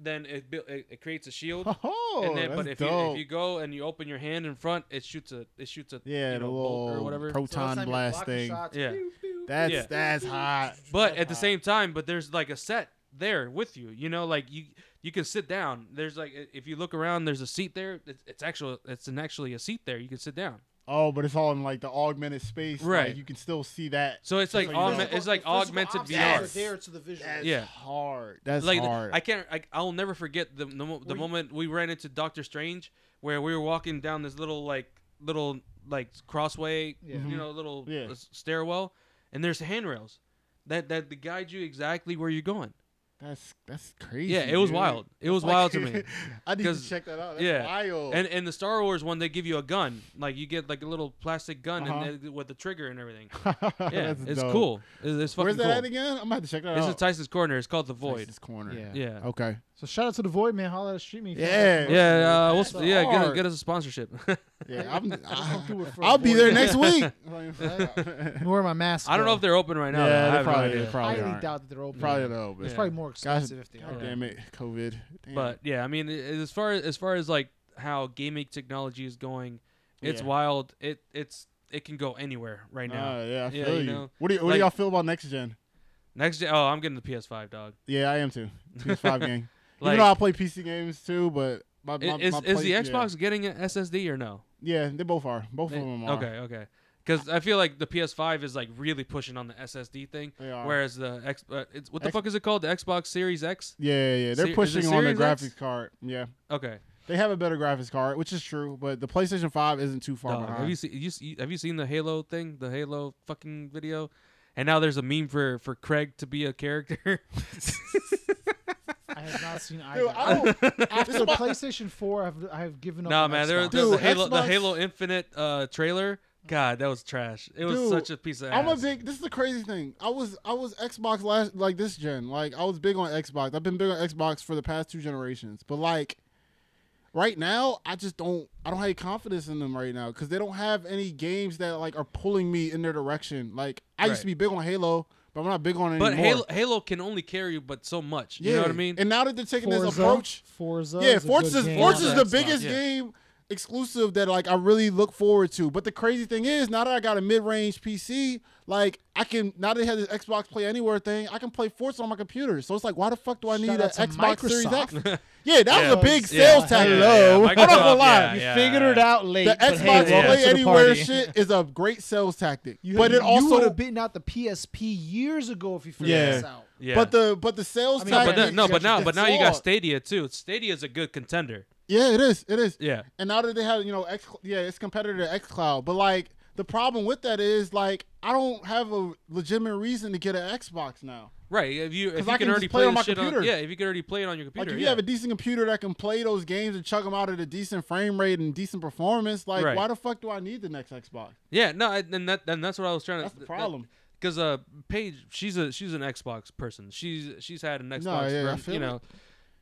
[SPEAKER 2] then it, buil- it it creates a shield.
[SPEAKER 3] Oh,
[SPEAKER 2] and then,
[SPEAKER 3] that's
[SPEAKER 2] but if you,
[SPEAKER 3] dope.
[SPEAKER 2] if you go and you open your hand in front, it shoots a it shoots a
[SPEAKER 3] yeah,
[SPEAKER 2] you
[SPEAKER 3] the
[SPEAKER 2] know, bolt
[SPEAKER 3] little
[SPEAKER 2] or whatever.
[SPEAKER 1] So last
[SPEAKER 3] proton
[SPEAKER 1] time you're
[SPEAKER 3] blast
[SPEAKER 1] blocking
[SPEAKER 3] thing.
[SPEAKER 1] shots,
[SPEAKER 2] Yeah.
[SPEAKER 1] pew, pew,
[SPEAKER 3] That's
[SPEAKER 2] Yeah.
[SPEAKER 3] that's hot.
[SPEAKER 2] but at the
[SPEAKER 3] hot.
[SPEAKER 2] same time, but there's like a set there with you. You know, like you you can sit down. There's like i- if you look around, there's a seat there. It's, it's actual it's an actually a seat there. You can sit down.
[SPEAKER 3] Oh, but it's all in like the augmented space.
[SPEAKER 2] Right.
[SPEAKER 3] Like, you can still see that.
[SPEAKER 2] So it's like
[SPEAKER 3] like
[SPEAKER 2] augme-
[SPEAKER 3] physical-
[SPEAKER 2] it's like
[SPEAKER 1] physical
[SPEAKER 2] augmented
[SPEAKER 1] objects
[SPEAKER 2] VR.
[SPEAKER 1] are there to the visual.
[SPEAKER 3] That's
[SPEAKER 2] Yeah.
[SPEAKER 3] hard. That's
[SPEAKER 2] like
[SPEAKER 3] hard.
[SPEAKER 2] I can't. I, I'll never forget the the, mo- the
[SPEAKER 1] Were you-
[SPEAKER 2] moment we ran into Doctor Strange, where we were walking down this little like little like crossway,
[SPEAKER 1] Yeah.
[SPEAKER 2] you know, little
[SPEAKER 3] Yeah.
[SPEAKER 2] uh, stairwell, and there's handrails. that that they guide you exactly where you're going.
[SPEAKER 3] That's that's crazy.
[SPEAKER 2] Yeah, it was
[SPEAKER 3] dude.
[SPEAKER 2] wild. It was wild to me.
[SPEAKER 3] I need to
[SPEAKER 2] 'Cause-
[SPEAKER 3] check that out. That's
[SPEAKER 2] yeah,
[SPEAKER 3] wild.
[SPEAKER 2] And and the Star Wars one, they give you a gun. Like you get like a little plastic gun
[SPEAKER 3] Uh-huh.
[SPEAKER 2] and then with the trigger and everything. Yeah,
[SPEAKER 3] That's
[SPEAKER 2] it's
[SPEAKER 3] dope.
[SPEAKER 2] cool. It's, it's fucking
[SPEAKER 3] Where's that
[SPEAKER 2] cool.
[SPEAKER 3] at again? I'm gonna have to check that
[SPEAKER 2] This
[SPEAKER 3] out.
[SPEAKER 2] is Tyson's Corner. It's called the Void.
[SPEAKER 3] Tyson's corner.
[SPEAKER 1] Yeah.
[SPEAKER 2] Yeah.
[SPEAKER 3] Okay.
[SPEAKER 1] So shout out to the Void man. Holla at Street me. if y'all
[SPEAKER 3] Yeah.
[SPEAKER 1] want.
[SPEAKER 2] Yeah, uh, we'll,
[SPEAKER 3] So
[SPEAKER 2] sp- yeah, get,
[SPEAKER 3] hard.
[SPEAKER 2] get us a sponsorship.
[SPEAKER 3] Yeah. I'm,
[SPEAKER 1] Just don't
[SPEAKER 3] I,
[SPEAKER 1] do it for a
[SPEAKER 3] I'll be
[SPEAKER 1] Void.
[SPEAKER 3] there next week.
[SPEAKER 1] I'm wearing my mask.
[SPEAKER 2] I don't know
[SPEAKER 1] though.
[SPEAKER 2] if they're open right now. though. I
[SPEAKER 3] yeah, they
[SPEAKER 2] have no
[SPEAKER 3] probably,
[SPEAKER 2] idea.
[SPEAKER 3] they probably
[SPEAKER 1] highly
[SPEAKER 3] aren't.
[SPEAKER 1] doubt that they're open.
[SPEAKER 3] Probably though, but
[SPEAKER 1] It's
[SPEAKER 2] Yeah.
[SPEAKER 1] probably more expensive if they
[SPEAKER 3] God
[SPEAKER 1] are.
[SPEAKER 3] damn it, COVID. Damn.
[SPEAKER 2] But yeah, I mean, i- as far as as far as like how gaming technology is going, it's
[SPEAKER 3] Yeah. Uh,
[SPEAKER 2] wild. It it's it can go anywhere right now.
[SPEAKER 3] Nah, yeah, I
[SPEAKER 2] Yeah,
[SPEAKER 3] feel
[SPEAKER 2] you
[SPEAKER 3] you.
[SPEAKER 2] know,
[SPEAKER 3] What do you, what
[SPEAKER 2] like-
[SPEAKER 3] do y'all feel about next gen?
[SPEAKER 2] Next, gen- oh, I'm getting the PS5, dog.
[SPEAKER 3] Yeah, I am too. PS5 game.
[SPEAKER 2] Like,
[SPEAKER 3] Even though I play PC games too, but my, my,
[SPEAKER 2] i- is
[SPEAKER 3] my
[SPEAKER 2] is the
[SPEAKER 3] play- yeah.
[SPEAKER 2] Xbox getting an SSD or no?
[SPEAKER 3] Yeah. they both are. Both of them are.
[SPEAKER 2] Okay, okay. Because I feel like the PS5 is like really pushing on the SSD thing,
[SPEAKER 3] They are.
[SPEAKER 2] whereas the X, uh, it's, what the
[SPEAKER 3] X-
[SPEAKER 2] fuck is it called? The Xbox Series X.
[SPEAKER 3] yeah, yeah, yeah.
[SPEAKER 2] Se- is
[SPEAKER 3] They're
[SPEAKER 2] it
[SPEAKER 3] pushing on the
[SPEAKER 2] Series X?
[SPEAKER 3] graphics card. Yeah,
[SPEAKER 2] Okay,
[SPEAKER 3] they have a better graphics card, which is true. But the PlayStation Five isn't too far
[SPEAKER 2] Dog,
[SPEAKER 3] behind.
[SPEAKER 2] have you seen you, see- have you seen the Halo thing? The Halo fucking video, and now there's a meme for for Craig to be a character.
[SPEAKER 1] I have not seen either.
[SPEAKER 3] Dude, I don't,
[SPEAKER 1] After the PlayStation 4, I've, I have given up.
[SPEAKER 2] nah,
[SPEAKER 1] on
[SPEAKER 2] man, there,
[SPEAKER 1] Xbox.
[SPEAKER 2] there- the
[SPEAKER 3] Dude,
[SPEAKER 2] Halo the
[SPEAKER 3] Xbox-
[SPEAKER 2] Halo Infinite uh, trailer. God, that was trash. It was
[SPEAKER 3] Dude,
[SPEAKER 2] such a piece of.
[SPEAKER 3] I'm a
[SPEAKER 2] ass.
[SPEAKER 3] big. This is the crazy thing. I was I was Xbox last like this gen. Like I was big on Xbox. I've been big on Xbox for the past two generations. But like right now, I just don't. I don't have any confidence in them right now because they don't have any games that like are pulling me in their direction. Like I used to be big on Halo, but I'm not big on it
[SPEAKER 2] But
[SPEAKER 3] anymore.
[SPEAKER 2] Halo, Halo can only carry you but so much. You know what I mean?
[SPEAKER 3] And now that they're taking this
[SPEAKER 1] Forza,
[SPEAKER 3] approach,
[SPEAKER 1] Forza.
[SPEAKER 3] yeah,
[SPEAKER 1] is a
[SPEAKER 3] Forza
[SPEAKER 1] good
[SPEAKER 3] is
[SPEAKER 1] game.
[SPEAKER 3] Forza is the
[SPEAKER 2] Xbox,
[SPEAKER 3] biggest
[SPEAKER 2] yeah.
[SPEAKER 3] game exclusive that like I really look forward to. But the crazy thing is, now that I got a mid-range PC, like I can now that it has this Xbox Play Anywhere thing, I can play Forza on my computer. So it's like, why the fuck do I
[SPEAKER 1] Shout
[SPEAKER 3] need an
[SPEAKER 1] out to
[SPEAKER 3] Xbox Series X?
[SPEAKER 1] Microsoft.
[SPEAKER 3] Yeah, that
[SPEAKER 1] Yeah.
[SPEAKER 3] was a big
[SPEAKER 1] Yeah.
[SPEAKER 3] sales tax.
[SPEAKER 1] Yeah,
[SPEAKER 3] Hello,
[SPEAKER 2] yeah,
[SPEAKER 3] I'm not
[SPEAKER 2] Microsoft,
[SPEAKER 3] gonna lie.
[SPEAKER 2] yeah.
[SPEAKER 1] You figured it out late.
[SPEAKER 3] The
[SPEAKER 1] but hey,
[SPEAKER 3] Xbox
[SPEAKER 1] welcome
[SPEAKER 3] Play
[SPEAKER 1] to the
[SPEAKER 3] Anywhere
[SPEAKER 1] party.
[SPEAKER 3] shit is a great sales tactic,
[SPEAKER 1] You,
[SPEAKER 3] but it
[SPEAKER 1] you would
[SPEAKER 3] also,
[SPEAKER 1] have been out the PSP years ago if you figured
[SPEAKER 3] Yeah.
[SPEAKER 1] this out.
[SPEAKER 2] yeah.
[SPEAKER 3] but the but the sales
[SPEAKER 1] I mean,
[SPEAKER 2] no,
[SPEAKER 1] fact
[SPEAKER 2] but,
[SPEAKER 3] tactic.
[SPEAKER 2] then- no, but now,
[SPEAKER 3] is
[SPEAKER 2] but now you got
[SPEAKER 3] flawed.
[SPEAKER 2] Stadia too. Stadia's a good contender.
[SPEAKER 3] Yeah, it is. It is.
[SPEAKER 2] Yeah.
[SPEAKER 3] And now that they have, you know, X, yeah, it's competitor to XCloud. But like the problem with that is like I don't have a legitimate reason to get an Xbox now.
[SPEAKER 2] Right. If you if
[SPEAKER 3] 'Cause
[SPEAKER 2] you can,
[SPEAKER 3] I can
[SPEAKER 2] already
[SPEAKER 3] just play it on
[SPEAKER 2] this
[SPEAKER 3] my
[SPEAKER 2] shit on
[SPEAKER 3] computer.
[SPEAKER 2] yeah, if you can already play it on your computer.
[SPEAKER 3] Like if you
[SPEAKER 2] yeah.
[SPEAKER 3] have a decent computer that can play those games and chuck them out at a decent frame rate and decent performance, like
[SPEAKER 2] Right.
[SPEAKER 3] why the fuck do I need the next Xbox?
[SPEAKER 2] yeah, no, I- and that and that's what I was trying to
[SPEAKER 3] That's the problem.
[SPEAKER 2] because uh Paige she's a she's an Xbox person. She's she's had an Xbox
[SPEAKER 3] yeah, I
[SPEAKER 2] for,
[SPEAKER 3] feel
[SPEAKER 2] you
[SPEAKER 3] it.
[SPEAKER 2] know.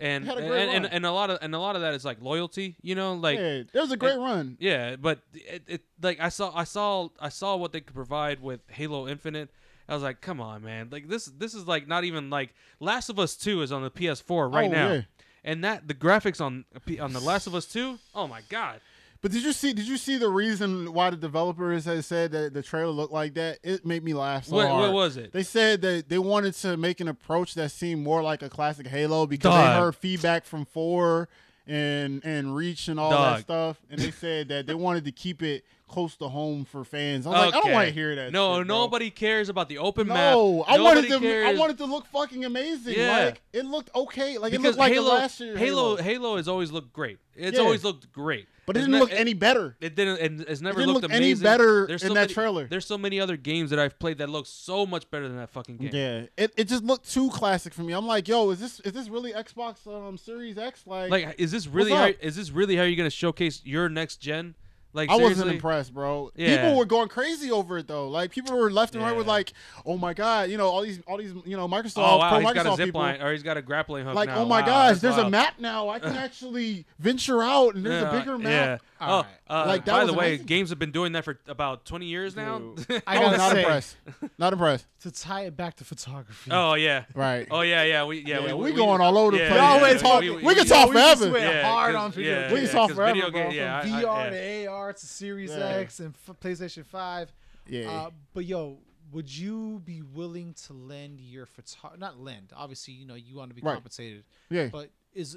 [SPEAKER 2] And
[SPEAKER 3] They had
[SPEAKER 2] and,
[SPEAKER 3] a great
[SPEAKER 2] and
[SPEAKER 3] run.
[SPEAKER 2] and a lot of and a lot of that is like loyalty, you know, like yeah,
[SPEAKER 3] yeah, there was a great run.
[SPEAKER 2] but it, it like I saw I saw I saw what they could provide with Halo Infinite. I was like, come on, man! Like this this is like not even like Last of Us Two is on the PS4 right
[SPEAKER 3] Oh,
[SPEAKER 2] now,
[SPEAKER 3] yeah.
[SPEAKER 2] and that the graphics on on the Last of Us Two, oh my god!
[SPEAKER 3] But did you see? Did you see the reason why the developers had said that the trailer looked like that? It made me laugh so
[SPEAKER 2] what,
[SPEAKER 3] hard.
[SPEAKER 2] what was it?
[SPEAKER 3] They said that they wanted to make an approach that seemed more like a classic Halo because
[SPEAKER 2] Dog.
[SPEAKER 3] they heard feedback from four and and Reach and all
[SPEAKER 2] Dog.
[SPEAKER 3] that stuff, and they said that they wanted to keep it close to home for fans. I'm like, I don't
[SPEAKER 2] Okay.
[SPEAKER 3] want to hear that.
[SPEAKER 2] No,
[SPEAKER 3] shit, bro.
[SPEAKER 2] nobody cares about the open map.
[SPEAKER 3] No, I
[SPEAKER 2] Nobody
[SPEAKER 3] wanted to.
[SPEAKER 2] Cares.
[SPEAKER 3] I wanted to look fucking amazing.
[SPEAKER 2] Yeah.
[SPEAKER 3] Like it looked okay. Like it
[SPEAKER 2] because
[SPEAKER 3] looked like
[SPEAKER 2] Halo,
[SPEAKER 3] the last year.
[SPEAKER 2] Halo, Halo has always looked great. It's
[SPEAKER 3] Yeah.
[SPEAKER 2] always looked great,
[SPEAKER 3] but it
[SPEAKER 2] It's
[SPEAKER 3] didn't
[SPEAKER 2] ne-
[SPEAKER 3] look
[SPEAKER 2] it-
[SPEAKER 3] any better.
[SPEAKER 2] It didn't. and It's never
[SPEAKER 3] didn't
[SPEAKER 2] looked
[SPEAKER 3] look any
[SPEAKER 2] amazing.
[SPEAKER 3] better
[SPEAKER 2] There's
[SPEAKER 3] in
[SPEAKER 2] so
[SPEAKER 3] that
[SPEAKER 2] many-
[SPEAKER 3] trailer.
[SPEAKER 2] There's so many other games that I've played that look so much better than that fucking game.
[SPEAKER 3] Yeah, it, it just looked too classic for me. I'm like, yo, is this is this really Xbox um, Series X?
[SPEAKER 2] Like, is this really? How,
[SPEAKER 3] up?
[SPEAKER 2] is this really how you're gonna showcase your next gen? Like,
[SPEAKER 3] I wasn't
[SPEAKER 2] seriously?
[SPEAKER 3] impressed, bro.
[SPEAKER 2] Yeah.
[SPEAKER 3] People were going crazy over it though. Like people were left and right with
[SPEAKER 2] Yeah.
[SPEAKER 3] like, "Oh my god, you know, all these all these, you know, Microsoft
[SPEAKER 2] Oh wow,
[SPEAKER 3] pro
[SPEAKER 2] he's got a
[SPEAKER 3] Microsoft
[SPEAKER 2] zip
[SPEAKER 3] people."
[SPEAKER 2] line, or he's got a grappling hook.
[SPEAKER 3] Like,
[SPEAKER 2] now.
[SPEAKER 3] "Oh my
[SPEAKER 2] Wow,
[SPEAKER 3] gosh,
[SPEAKER 2] that's
[SPEAKER 3] there's a
[SPEAKER 2] wild.
[SPEAKER 3] map now. I can actually venture out and there's
[SPEAKER 2] Yeah,
[SPEAKER 3] a bigger map."
[SPEAKER 2] Yeah.
[SPEAKER 1] All
[SPEAKER 2] Oh,
[SPEAKER 1] right.
[SPEAKER 2] uh,
[SPEAKER 3] Like, that
[SPEAKER 2] by
[SPEAKER 3] was
[SPEAKER 2] the way,
[SPEAKER 3] amazing.
[SPEAKER 2] games have been doing that for about 20 years
[SPEAKER 1] I
[SPEAKER 2] now.
[SPEAKER 3] I was
[SPEAKER 1] gotta
[SPEAKER 3] not
[SPEAKER 1] say,
[SPEAKER 3] impressed. Not impressed.
[SPEAKER 1] to tie it back to photography.
[SPEAKER 2] oh yeah.
[SPEAKER 3] Right.
[SPEAKER 2] Oh yeah, yeah, we yeah,
[SPEAKER 3] Yeah,
[SPEAKER 2] we,
[SPEAKER 3] we going all over the
[SPEAKER 2] yeah,
[SPEAKER 3] place.
[SPEAKER 2] yeah,
[SPEAKER 1] Y'all always
[SPEAKER 2] yeah,
[SPEAKER 1] talk-
[SPEAKER 3] we can
[SPEAKER 1] Yo,
[SPEAKER 3] talk
[SPEAKER 1] we just
[SPEAKER 3] forever.
[SPEAKER 1] went hard
[SPEAKER 2] 'cause-
[SPEAKER 1] on video
[SPEAKER 2] yeah,
[SPEAKER 1] games.
[SPEAKER 3] We can talk
[SPEAKER 2] 'cause
[SPEAKER 3] forever,
[SPEAKER 2] video game-
[SPEAKER 3] bro.
[SPEAKER 2] yeah,
[SPEAKER 1] From
[SPEAKER 2] I- I-
[SPEAKER 1] VR
[SPEAKER 2] yeah.
[SPEAKER 1] to AR to Series
[SPEAKER 3] Yeah.
[SPEAKER 1] X and f- PlayStation Five.
[SPEAKER 3] Yeah.
[SPEAKER 1] Uh, but yo, would you be willing to lend your photo? Not lend. Obviously, you know you want to be
[SPEAKER 3] Right.
[SPEAKER 1] compensated.
[SPEAKER 3] yeah.
[SPEAKER 1] But is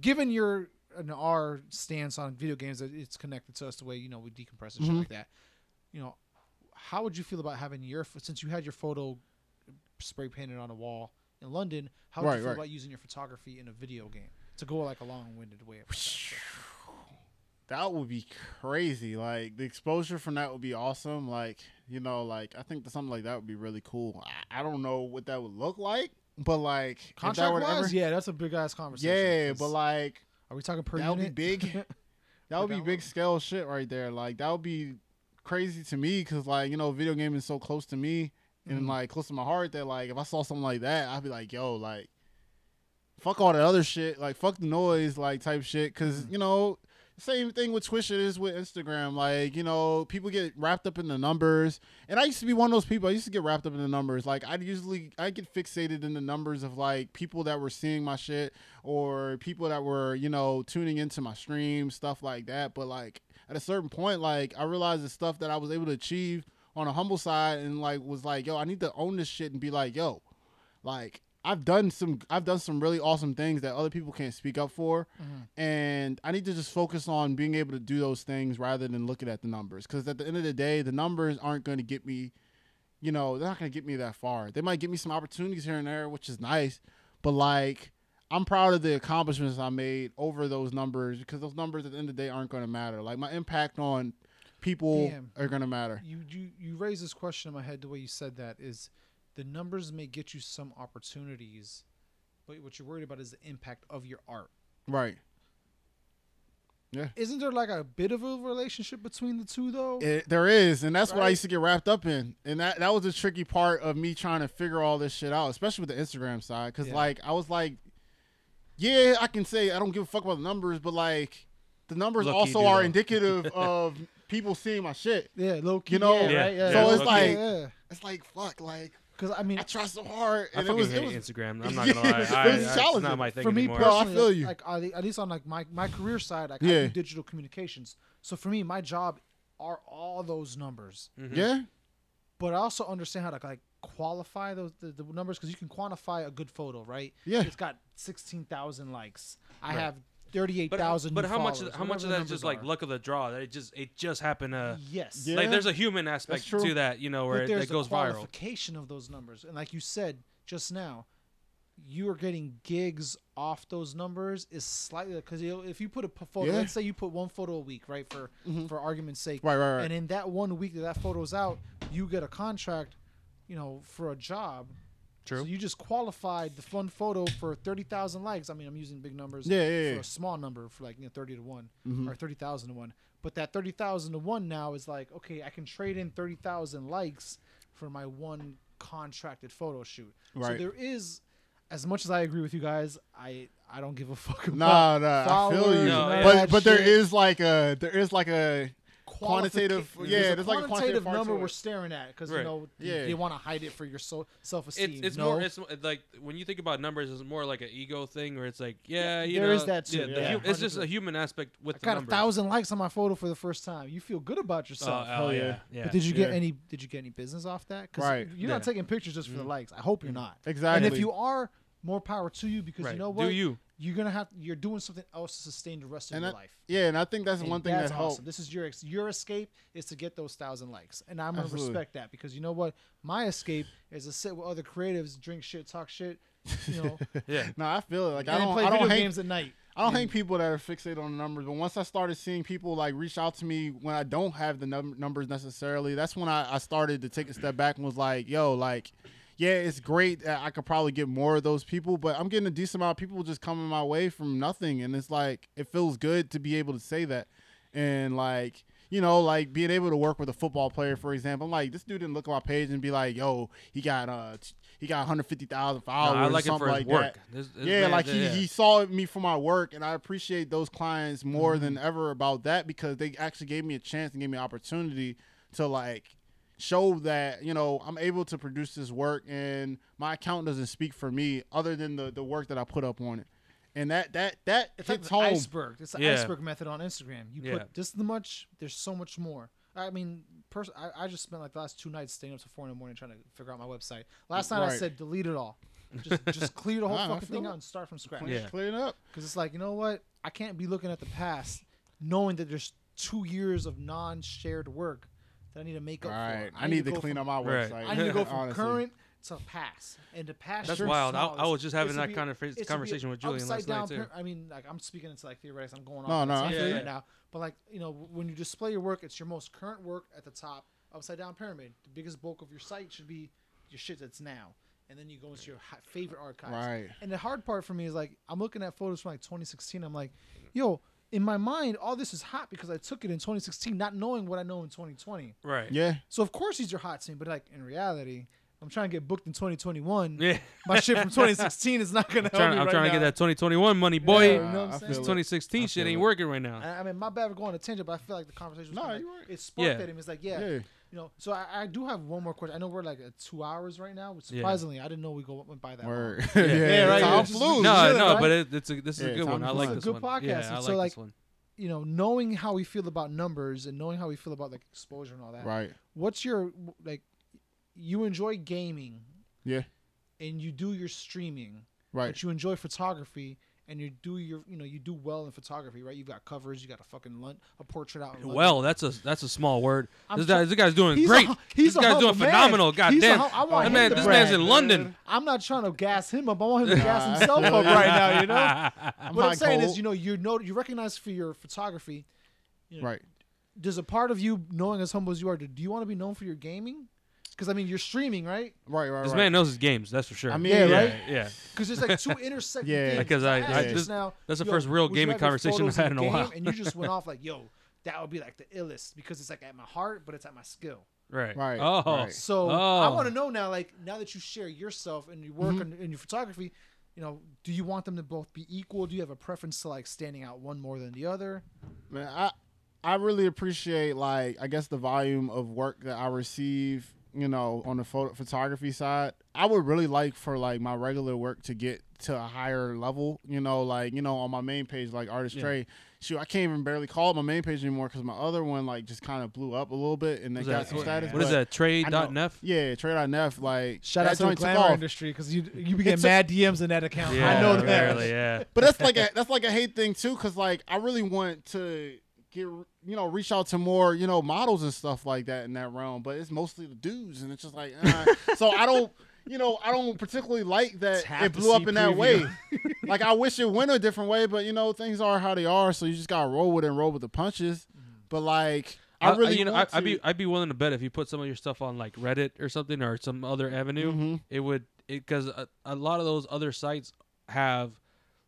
[SPEAKER 1] given your an R stance on video games that it's connected to us the way you know we decompress and shit
[SPEAKER 3] Mhm.
[SPEAKER 1] like that. You know, how would you feel about having your ph- since you had your photo spray painted on a wall in London? How would
[SPEAKER 3] Right,
[SPEAKER 1] you feel
[SPEAKER 3] right.
[SPEAKER 1] about using your photography in a video game to go like a long winded way? about that?
[SPEAKER 3] That would be crazy. Like the exposure from that would be awesome. Like you know, like I think that something like that would be really cool. I, I don't know what that would look like, but like if that
[SPEAKER 1] Contract
[SPEAKER 3] were to
[SPEAKER 1] wise,
[SPEAKER 3] ever-
[SPEAKER 1] yeah, that's a big ass conversation.
[SPEAKER 3] yeah,
[SPEAKER 1] 'cause
[SPEAKER 3] but like
[SPEAKER 1] are we talking per
[SPEAKER 3] that would be
[SPEAKER 1] unit?
[SPEAKER 3] big. That would be
[SPEAKER 1] that
[SPEAKER 3] big
[SPEAKER 1] one.
[SPEAKER 3] scale shit right there. Like that would be crazy to me because like you know, video gaming is so close to me and
[SPEAKER 1] Mhm.
[SPEAKER 3] like close to my heart that like if I saw something like that, I'd be like, yo, like fuck all the other shit, like fuck the noise, like type shit. because you know, same thing with Twitch it is with Instagram. Like you know, people get wrapped up in the numbers, and I used to be one of those people. I used to get wrapped up in the numbers. Like I'd usually I get fixated in the numbers of like people that were seeing my shit or people that were you know tuning into my stream stuff like that but like at a certain point like i realized the stuff that i was able to achieve on a humble side and like was like yo i need to own this shit and be like yo like i've done some i've done some really awesome things that other people can't speak up for and i need to just focus on being able to do those things rather than looking at the numbers because at the end of the day the numbers aren't going to get me you know they're not going to get me that far they might give me some opportunities here and there which is nice but like I'm proud of the accomplishments I made over those numbers because those numbers at the end of the day aren't going to matter. Like my impact on people
[SPEAKER 1] Damn.
[SPEAKER 3] are going to matter.
[SPEAKER 1] you you you raise this question in my head the way you said that is the numbers may get you some opportunities but what you're worried about is the impact of your art
[SPEAKER 3] Right.
[SPEAKER 1] isn't there like a bit of a relationship between the two though
[SPEAKER 3] It, there is, and that's what I
[SPEAKER 1] Right.
[SPEAKER 3] used to get wrapped up in, and that that was the tricky part of me trying to figure all this shit out, especially with the Instagram side, because
[SPEAKER 1] Yeah.
[SPEAKER 3] like I was like, yeah, I can say I don't give a fuck about the numbers, but like the numbers
[SPEAKER 2] Look, you
[SPEAKER 3] also
[SPEAKER 2] do,
[SPEAKER 3] are
[SPEAKER 2] though.
[SPEAKER 3] indicative of people seeing my shit.
[SPEAKER 1] yeah low key,
[SPEAKER 3] You know,
[SPEAKER 1] yeah,
[SPEAKER 2] Yeah.
[SPEAKER 1] right? yeah.
[SPEAKER 2] so it's
[SPEAKER 3] like-
[SPEAKER 1] yeah,
[SPEAKER 3] It's like fuck, like
[SPEAKER 1] cuz i mean
[SPEAKER 3] I tried so hard,
[SPEAKER 2] I
[SPEAKER 3] and it
[SPEAKER 2] fucking
[SPEAKER 3] was it
[SPEAKER 2] hate
[SPEAKER 3] was
[SPEAKER 2] Instagram. I'm not gonna lie.
[SPEAKER 3] It
[SPEAKER 2] I,
[SPEAKER 3] was
[SPEAKER 2] I- it's
[SPEAKER 3] challenging.
[SPEAKER 2] not my thing
[SPEAKER 1] for me
[SPEAKER 2] anymore.
[SPEAKER 3] bro, I
[SPEAKER 1] personally,
[SPEAKER 3] feel you.
[SPEAKER 1] like I- at least on like my my career side like i
[SPEAKER 3] Yeah.
[SPEAKER 1] do digital communications so for me my job are all those numbers
[SPEAKER 2] Mhm.
[SPEAKER 3] yeah,
[SPEAKER 1] but I also understand how to like qualify those the, the numbers because you can quantify a good photo, right?
[SPEAKER 3] Yeah.
[SPEAKER 1] it's got sixteen thousand likes. I
[SPEAKER 2] Right.
[SPEAKER 1] have thirty-eight
[SPEAKER 2] But, how-
[SPEAKER 1] thousand.
[SPEAKER 2] but how much? How much of that
[SPEAKER 1] that's
[SPEAKER 2] is just like luck of the draw? That it just it just happened to.
[SPEAKER 1] yes,
[SPEAKER 3] Yeah.
[SPEAKER 2] Like there's a human aspect
[SPEAKER 3] true.
[SPEAKER 2] to that, you know,
[SPEAKER 1] But
[SPEAKER 2] where it,
[SPEAKER 1] there's
[SPEAKER 2] that goes
[SPEAKER 1] a
[SPEAKER 2] viral.
[SPEAKER 1] qualification of those numbers, and like you said just now, you are getting gigs off those numbers is slightly because if you put a p- photo,
[SPEAKER 3] Yeah. Mm-hmm.
[SPEAKER 1] let's say you put one photo a week, right? For for argument's sake,
[SPEAKER 3] Right, right, right.
[SPEAKER 1] And in that one week that that photo's out, you get a contract, you know, for a job.
[SPEAKER 2] True.
[SPEAKER 1] So you just qualified the fun photo for thirty thousand likes. I mean, I'm using big numbers.
[SPEAKER 3] Yeah, yeah,
[SPEAKER 1] for
[SPEAKER 3] yeah. Mm-hmm.
[SPEAKER 1] a small number for like you know, thirty to one or thirty thousand to one. But that thirty thousand to one now is like okay, I can trade in thirty thousand likes for my one contracted photo shoot. So
[SPEAKER 3] Right.
[SPEAKER 1] there is, as much as I agree with you guys, I I don't give a fuck about
[SPEAKER 3] Nah, nah, I feel
[SPEAKER 1] followers
[SPEAKER 3] you.
[SPEAKER 1] and
[SPEAKER 2] No,
[SPEAKER 1] all
[SPEAKER 2] yeah.
[SPEAKER 1] that
[SPEAKER 3] But but there
[SPEAKER 1] shit.
[SPEAKER 3] is like a there is like a quantitative-
[SPEAKER 1] Qualifica-
[SPEAKER 3] yeah,
[SPEAKER 1] there's
[SPEAKER 3] there's like a quantitative part
[SPEAKER 1] number
[SPEAKER 3] to it.
[SPEAKER 1] we're staring at because
[SPEAKER 2] Right.
[SPEAKER 1] you know
[SPEAKER 3] Yeah.
[SPEAKER 1] they want to hide it for your so- self esteem.
[SPEAKER 2] It's it's
[SPEAKER 1] no?
[SPEAKER 2] more it's it's like when you think about numbers, it's more like an ego thing, where it's like, yeah, you
[SPEAKER 1] there
[SPEAKER 2] know,
[SPEAKER 1] is that too,
[SPEAKER 2] Yeah, the
[SPEAKER 1] yeah.
[SPEAKER 2] hu- it's just a human aspect with
[SPEAKER 1] I
[SPEAKER 2] the
[SPEAKER 1] got
[SPEAKER 2] numbers.
[SPEAKER 1] a thousand likes on my photo for the first time. You feel good about
[SPEAKER 2] Oh,
[SPEAKER 1] yourself.
[SPEAKER 2] oh,
[SPEAKER 3] yeah.
[SPEAKER 2] yeah, yeah.
[SPEAKER 1] But did you get
[SPEAKER 3] Yeah.
[SPEAKER 1] any? Did you get any business off that? 'Cause
[SPEAKER 3] Right. Mm-hmm.
[SPEAKER 1] You're not
[SPEAKER 2] Yeah.
[SPEAKER 1] taking pictures just for the likes. I hope you're not.
[SPEAKER 3] Exactly.
[SPEAKER 1] And if you are, more power to you because
[SPEAKER 2] right.
[SPEAKER 1] you know what?
[SPEAKER 2] Do you?
[SPEAKER 1] You're gonna have. You're doing something else to sustain the rest of
[SPEAKER 3] And
[SPEAKER 1] your
[SPEAKER 3] that-
[SPEAKER 1] life.
[SPEAKER 3] yeah, and I think that's
[SPEAKER 1] And
[SPEAKER 3] one thing
[SPEAKER 1] that's
[SPEAKER 3] that
[SPEAKER 1] awesome.
[SPEAKER 3] helped.
[SPEAKER 1] This is your ex- your escape is to get those thousand likes, and I'm gonna
[SPEAKER 3] Absolutely.
[SPEAKER 1] respect that because you know what? My escape is to sit with other creatives, drink shit, talk shit, you know,
[SPEAKER 2] Yeah.
[SPEAKER 3] No, I feel it. Like I
[SPEAKER 1] and
[SPEAKER 3] don't,
[SPEAKER 1] play
[SPEAKER 3] I
[SPEAKER 1] video
[SPEAKER 3] don't hate,
[SPEAKER 1] games at night.
[SPEAKER 3] I don't hate people that are fixated on the numbers. But once I started seeing people like reach out to me when I don't have the num- numbers necessarily, that's when I, I started to take a step back and was like, yo, like, yeah, it's great. that I could probably get more of those people, but I'm getting a decent amount of people just coming my way from nothing, and it's like it feels good to be able to say that, and like. You know, like being able to work with a football player, for example. I'm like, this dude didn't look at my page and be like, "Yo, he got uh, t- he got 150,000
[SPEAKER 2] No,
[SPEAKER 3] followers."
[SPEAKER 2] I
[SPEAKER 3] or
[SPEAKER 2] like it for
[SPEAKER 3] something
[SPEAKER 2] his
[SPEAKER 3] like
[SPEAKER 2] work.
[SPEAKER 3] That
[SPEAKER 2] This- this
[SPEAKER 3] yeah,
[SPEAKER 2] man-
[SPEAKER 3] like he,
[SPEAKER 2] yeah.
[SPEAKER 3] he saw me for my work, and I appreciate those clients more than
[SPEAKER 2] Mm-hmm.
[SPEAKER 3] ever about that because they actually gave me a chance and gave me an opportunity to like show that you know I'm able to produce this work, and my account doesn't speak for me other than the the work that I put up on it, and that that that
[SPEAKER 1] It's like
[SPEAKER 3] hits
[SPEAKER 1] the
[SPEAKER 3] home.
[SPEAKER 1] iceberg. It's the
[SPEAKER 2] Yeah.
[SPEAKER 1] iceberg method on Instagram. You
[SPEAKER 2] Yeah.
[SPEAKER 1] put this the much. There's so much more. I mean, pers- I, I just spent like the last two nights staying up till four in the morning trying to figure out my website. Last night I
[SPEAKER 3] Right.
[SPEAKER 1] said delete it all. Just, just clear the whole
[SPEAKER 3] Nah, I
[SPEAKER 1] fucking thing
[SPEAKER 3] feel
[SPEAKER 1] out
[SPEAKER 3] it.
[SPEAKER 1] and start from scratch.
[SPEAKER 2] Yeah.
[SPEAKER 3] Clear it up.
[SPEAKER 1] Because it's like, you know what? I can't be looking at the past knowing that there's two years of non shared work that I need to make up
[SPEAKER 3] All right,
[SPEAKER 1] for.
[SPEAKER 3] I need to
[SPEAKER 1] go
[SPEAKER 3] clean
[SPEAKER 1] from,
[SPEAKER 3] up my
[SPEAKER 2] Right.
[SPEAKER 3] website.
[SPEAKER 1] I need to go from
[SPEAKER 3] honestly.
[SPEAKER 1] current to pass, and the pass.
[SPEAKER 2] That's
[SPEAKER 1] shirt's
[SPEAKER 2] wild. I,
[SPEAKER 1] smallest.
[SPEAKER 2] I was just having
[SPEAKER 1] It's to
[SPEAKER 2] that
[SPEAKER 1] be-
[SPEAKER 2] kind of phrase-
[SPEAKER 1] it's to be
[SPEAKER 2] conversation with Julian
[SPEAKER 1] upside
[SPEAKER 2] last night
[SPEAKER 1] down
[SPEAKER 2] too.
[SPEAKER 1] pyra- I mean, like I'm speaking into like theoretics. I'm going
[SPEAKER 3] No,
[SPEAKER 1] on
[SPEAKER 3] no, I
[SPEAKER 1] right
[SPEAKER 2] feel you.
[SPEAKER 1] now. But like you know, when you display your work, it's your most current work at the top, upside down pyramid. The biggest bulk of your site should be your shit that's now, and then you go into your hi- favorite archives.
[SPEAKER 3] Right.
[SPEAKER 1] And the hard part for me is like I'm looking at photos from like 2016. I'm like, yo. In my mind, all this is hot because I took it in 2016, not knowing what I know in 2020.
[SPEAKER 2] Right.
[SPEAKER 3] Yeah.
[SPEAKER 1] So of course these are hot scene, but like in reality, I'm trying to get booked in 2021.
[SPEAKER 2] Yeah.
[SPEAKER 1] My shit from 2016 is not gonna
[SPEAKER 2] I'm trying,
[SPEAKER 1] help me
[SPEAKER 2] I'm
[SPEAKER 1] right
[SPEAKER 2] trying to
[SPEAKER 1] now.
[SPEAKER 2] get that 2021 money, boy.
[SPEAKER 1] you know what I'm
[SPEAKER 3] I
[SPEAKER 1] saying?
[SPEAKER 3] feel
[SPEAKER 2] this
[SPEAKER 3] it.
[SPEAKER 2] 2016
[SPEAKER 3] I
[SPEAKER 2] shit
[SPEAKER 3] feel
[SPEAKER 2] ain't
[SPEAKER 3] it.
[SPEAKER 2] working right now.
[SPEAKER 1] I I mean, my bad for going on a tangent, but I feel like the conversation was
[SPEAKER 3] No,
[SPEAKER 1] kinda like,
[SPEAKER 3] you're right.
[SPEAKER 1] it sparked
[SPEAKER 2] Yeah.
[SPEAKER 1] at him. It's like, yeah,
[SPEAKER 3] Yeah.
[SPEAKER 1] you know. So I, I do have one more question. I know we're like at two hours right now. Which surprisingly, I didn't know we go went by that. long.
[SPEAKER 3] Word.
[SPEAKER 2] Yeah.
[SPEAKER 3] Yeah,
[SPEAKER 2] Yeah,
[SPEAKER 1] right,
[SPEAKER 3] Time
[SPEAKER 1] yeah.
[SPEAKER 3] flew.
[SPEAKER 2] no,
[SPEAKER 1] Really,
[SPEAKER 2] no,
[SPEAKER 1] right?
[SPEAKER 2] but it, it's a, this is
[SPEAKER 3] Yeah,
[SPEAKER 2] a good
[SPEAKER 3] Tom
[SPEAKER 2] one. I
[SPEAKER 3] Cruise.
[SPEAKER 2] like
[SPEAKER 1] It's
[SPEAKER 2] this
[SPEAKER 1] a
[SPEAKER 2] one.
[SPEAKER 1] good podcast,
[SPEAKER 2] Yeah,
[SPEAKER 1] and
[SPEAKER 2] I like
[SPEAKER 1] so, like,
[SPEAKER 2] this one.
[SPEAKER 1] You know, knowing how we feel about numbers and knowing how we feel about like exposure and all that.
[SPEAKER 3] Right.
[SPEAKER 1] What's your like? You enjoy gaming.
[SPEAKER 3] Yeah.
[SPEAKER 1] And you do your streaming.
[SPEAKER 3] Right.
[SPEAKER 1] but you enjoy photography and you do your you know you do well in photography right you've got covers you got a fucking lun- a portrait out in London.
[SPEAKER 2] Well, that's a that's a small word.
[SPEAKER 1] I'm
[SPEAKER 2] This,
[SPEAKER 1] try-
[SPEAKER 2] guy, this guy's doing
[SPEAKER 1] He's a
[SPEAKER 2] great.
[SPEAKER 1] hu- he's
[SPEAKER 2] this
[SPEAKER 1] a
[SPEAKER 2] guy's doing
[SPEAKER 1] humble man.
[SPEAKER 2] phenomenal. God
[SPEAKER 1] He's a
[SPEAKER 2] damn.
[SPEAKER 1] hu- I want
[SPEAKER 2] That
[SPEAKER 1] him
[SPEAKER 2] man,
[SPEAKER 1] to
[SPEAKER 2] this
[SPEAKER 1] brag.
[SPEAKER 2] man's in London.
[SPEAKER 1] i'm not trying to gas him up i want him to
[SPEAKER 3] Nah,
[SPEAKER 1] gas
[SPEAKER 3] I
[SPEAKER 1] himself
[SPEAKER 3] feel
[SPEAKER 1] up
[SPEAKER 3] you.
[SPEAKER 1] right now you know
[SPEAKER 3] I'm
[SPEAKER 1] what i'm
[SPEAKER 3] hot
[SPEAKER 1] saying
[SPEAKER 3] cold.
[SPEAKER 1] is you know you're no you're recognized for your photography
[SPEAKER 3] Right.
[SPEAKER 1] there's a part of you knowing as humble as you are do you want to be known for your gaming because i mean you're streaming right
[SPEAKER 3] Right. Right.
[SPEAKER 2] This
[SPEAKER 3] right.
[SPEAKER 2] man knows his games. That's for sure.
[SPEAKER 3] I mean,
[SPEAKER 1] Yeah,
[SPEAKER 3] yeah.
[SPEAKER 1] right?
[SPEAKER 2] yeah.
[SPEAKER 1] because there's like two intersecting
[SPEAKER 3] Yeah.
[SPEAKER 1] things.
[SPEAKER 2] Because I-
[SPEAKER 1] asked
[SPEAKER 2] I-
[SPEAKER 1] you
[SPEAKER 2] this-
[SPEAKER 1] now,
[SPEAKER 2] that's the
[SPEAKER 1] yo,
[SPEAKER 2] first real
[SPEAKER 1] would you
[SPEAKER 2] gaming
[SPEAKER 1] have your
[SPEAKER 2] conversation
[SPEAKER 1] photos
[SPEAKER 2] I've had
[SPEAKER 1] in
[SPEAKER 2] in a
[SPEAKER 1] game?
[SPEAKER 2] while.
[SPEAKER 1] and you just went off like, "Yo, that would be like the illest because it's like at my heart, but it's at my skill."
[SPEAKER 2] Right.
[SPEAKER 3] Right,
[SPEAKER 2] Oh.
[SPEAKER 3] right.
[SPEAKER 1] So I
[SPEAKER 2] Oh. Mm-hmm.
[SPEAKER 1] want to know now, like now that you share yourself and your work and, and your photography, you know, do you want them to both be equal? Do you have a preference to like standing out one more than the other?
[SPEAKER 3] man, I I really appreciate like I guess the volume of work that I receive. You know, on the photo- photography side, I would really like for like my regular work to get to a higher level. You know, like you know on my main page, like artist
[SPEAKER 2] Yeah.
[SPEAKER 3] Trey. Shoot, I can't even barely call it my main page anymore because my other one like just kind of blew up a little bit and they
[SPEAKER 2] What's
[SPEAKER 3] got
[SPEAKER 2] that?
[SPEAKER 3] some
[SPEAKER 2] What-
[SPEAKER 3] status.
[SPEAKER 2] What is
[SPEAKER 3] but
[SPEAKER 2] that?
[SPEAKER 3] I know-
[SPEAKER 2] Trade.nef?
[SPEAKER 3] Yeah, Trade.nef. Like
[SPEAKER 1] Shout out
[SPEAKER 3] that's
[SPEAKER 1] to the
[SPEAKER 3] only took
[SPEAKER 1] glamour
[SPEAKER 3] off.
[SPEAKER 1] industry because you you began
[SPEAKER 3] It's a-
[SPEAKER 1] mad DMs in that account.
[SPEAKER 2] Yeah,
[SPEAKER 1] I know that.
[SPEAKER 2] barely, yeah.
[SPEAKER 3] but that's like a that's like a hate thing too, because like I really want to get you know reach out to more you know models and stuff like that in that realm, but it's mostly the dudes, and it's just like uh, so I don't you know I don't particularly like that
[SPEAKER 1] Tap
[SPEAKER 3] it
[SPEAKER 1] to
[SPEAKER 3] blew up
[SPEAKER 1] see
[SPEAKER 3] in that
[SPEAKER 1] preview.
[SPEAKER 3] way. like I wish it went a different way, but you know things are how they are, so you just gotta roll with it and roll with the punches. But like I really
[SPEAKER 2] you know,
[SPEAKER 3] want
[SPEAKER 2] I, I'd be
[SPEAKER 3] to-
[SPEAKER 2] I'd be willing to bet if you put some of your stuff on like Reddit or something or some other avenue,
[SPEAKER 3] Mhm.
[SPEAKER 2] it would because a, a lot of those other sites have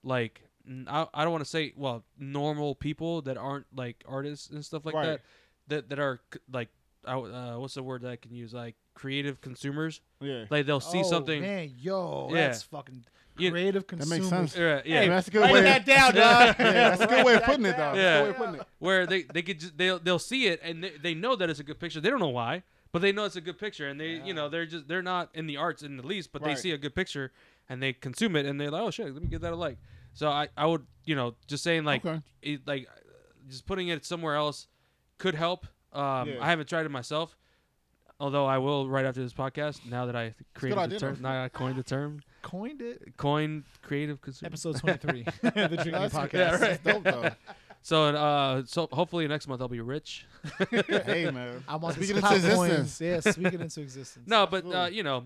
[SPEAKER 2] like n- I, I don't want to say well normal people that aren't like artists and stuff like
[SPEAKER 3] Right.
[SPEAKER 2] that that that are c- like I w uh, what's the word that I can use like creative consumers
[SPEAKER 3] yeah.
[SPEAKER 2] like they'll see
[SPEAKER 1] Oh,
[SPEAKER 2] something
[SPEAKER 1] man, yo,
[SPEAKER 2] Yeah.
[SPEAKER 1] that's fucking
[SPEAKER 2] You-
[SPEAKER 1] creative
[SPEAKER 3] That
[SPEAKER 1] consumers.
[SPEAKER 3] makes sense.
[SPEAKER 2] Uh, yeah
[SPEAKER 3] Yeah, that's a good
[SPEAKER 1] Write
[SPEAKER 3] way.
[SPEAKER 1] that down,
[SPEAKER 3] yeah,
[SPEAKER 1] dog.
[SPEAKER 3] that's a good way of
[SPEAKER 1] Write
[SPEAKER 3] putting it,
[SPEAKER 1] that down.
[SPEAKER 3] though. That's a good way
[SPEAKER 2] Yeah.
[SPEAKER 3] of putting it.
[SPEAKER 2] where they they could just, they'll they'll see it and they, they know that it's a good picture. They don't know why, but they know it's a good picture, and they you know they're just they're not in the arts in the least, but they
[SPEAKER 3] Right.
[SPEAKER 2] see a good picture and they consume it and they're like, oh shit, let me give that a like. So I I would you know just saying like
[SPEAKER 3] Okay.
[SPEAKER 2] it, like uh, just putting it somewhere else could help. Um,
[SPEAKER 3] Yeah.
[SPEAKER 2] I haven't tried it myself. Although I will right after this podcast. Now that I created the
[SPEAKER 3] idea,
[SPEAKER 2] term,
[SPEAKER 3] though.
[SPEAKER 2] now I coined the term,
[SPEAKER 1] Coined it.
[SPEAKER 2] coined creative consumer.
[SPEAKER 1] Episode 23, the drinking
[SPEAKER 3] That's,
[SPEAKER 1] podcast.
[SPEAKER 3] that's dope though.
[SPEAKER 2] So uh, so hopefully next month I'll be rich.
[SPEAKER 3] hey man.
[SPEAKER 1] I want
[SPEAKER 3] Speaking
[SPEAKER 1] this
[SPEAKER 3] into
[SPEAKER 1] pop
[SPEAKER 3] existence.
[SPEAKER 1] coins. Yeah, speaking into existence.
[SPEAKER 2] No, but uh,
[SPEAKER 3] Absolutely.
[SPEAKER 2] you know,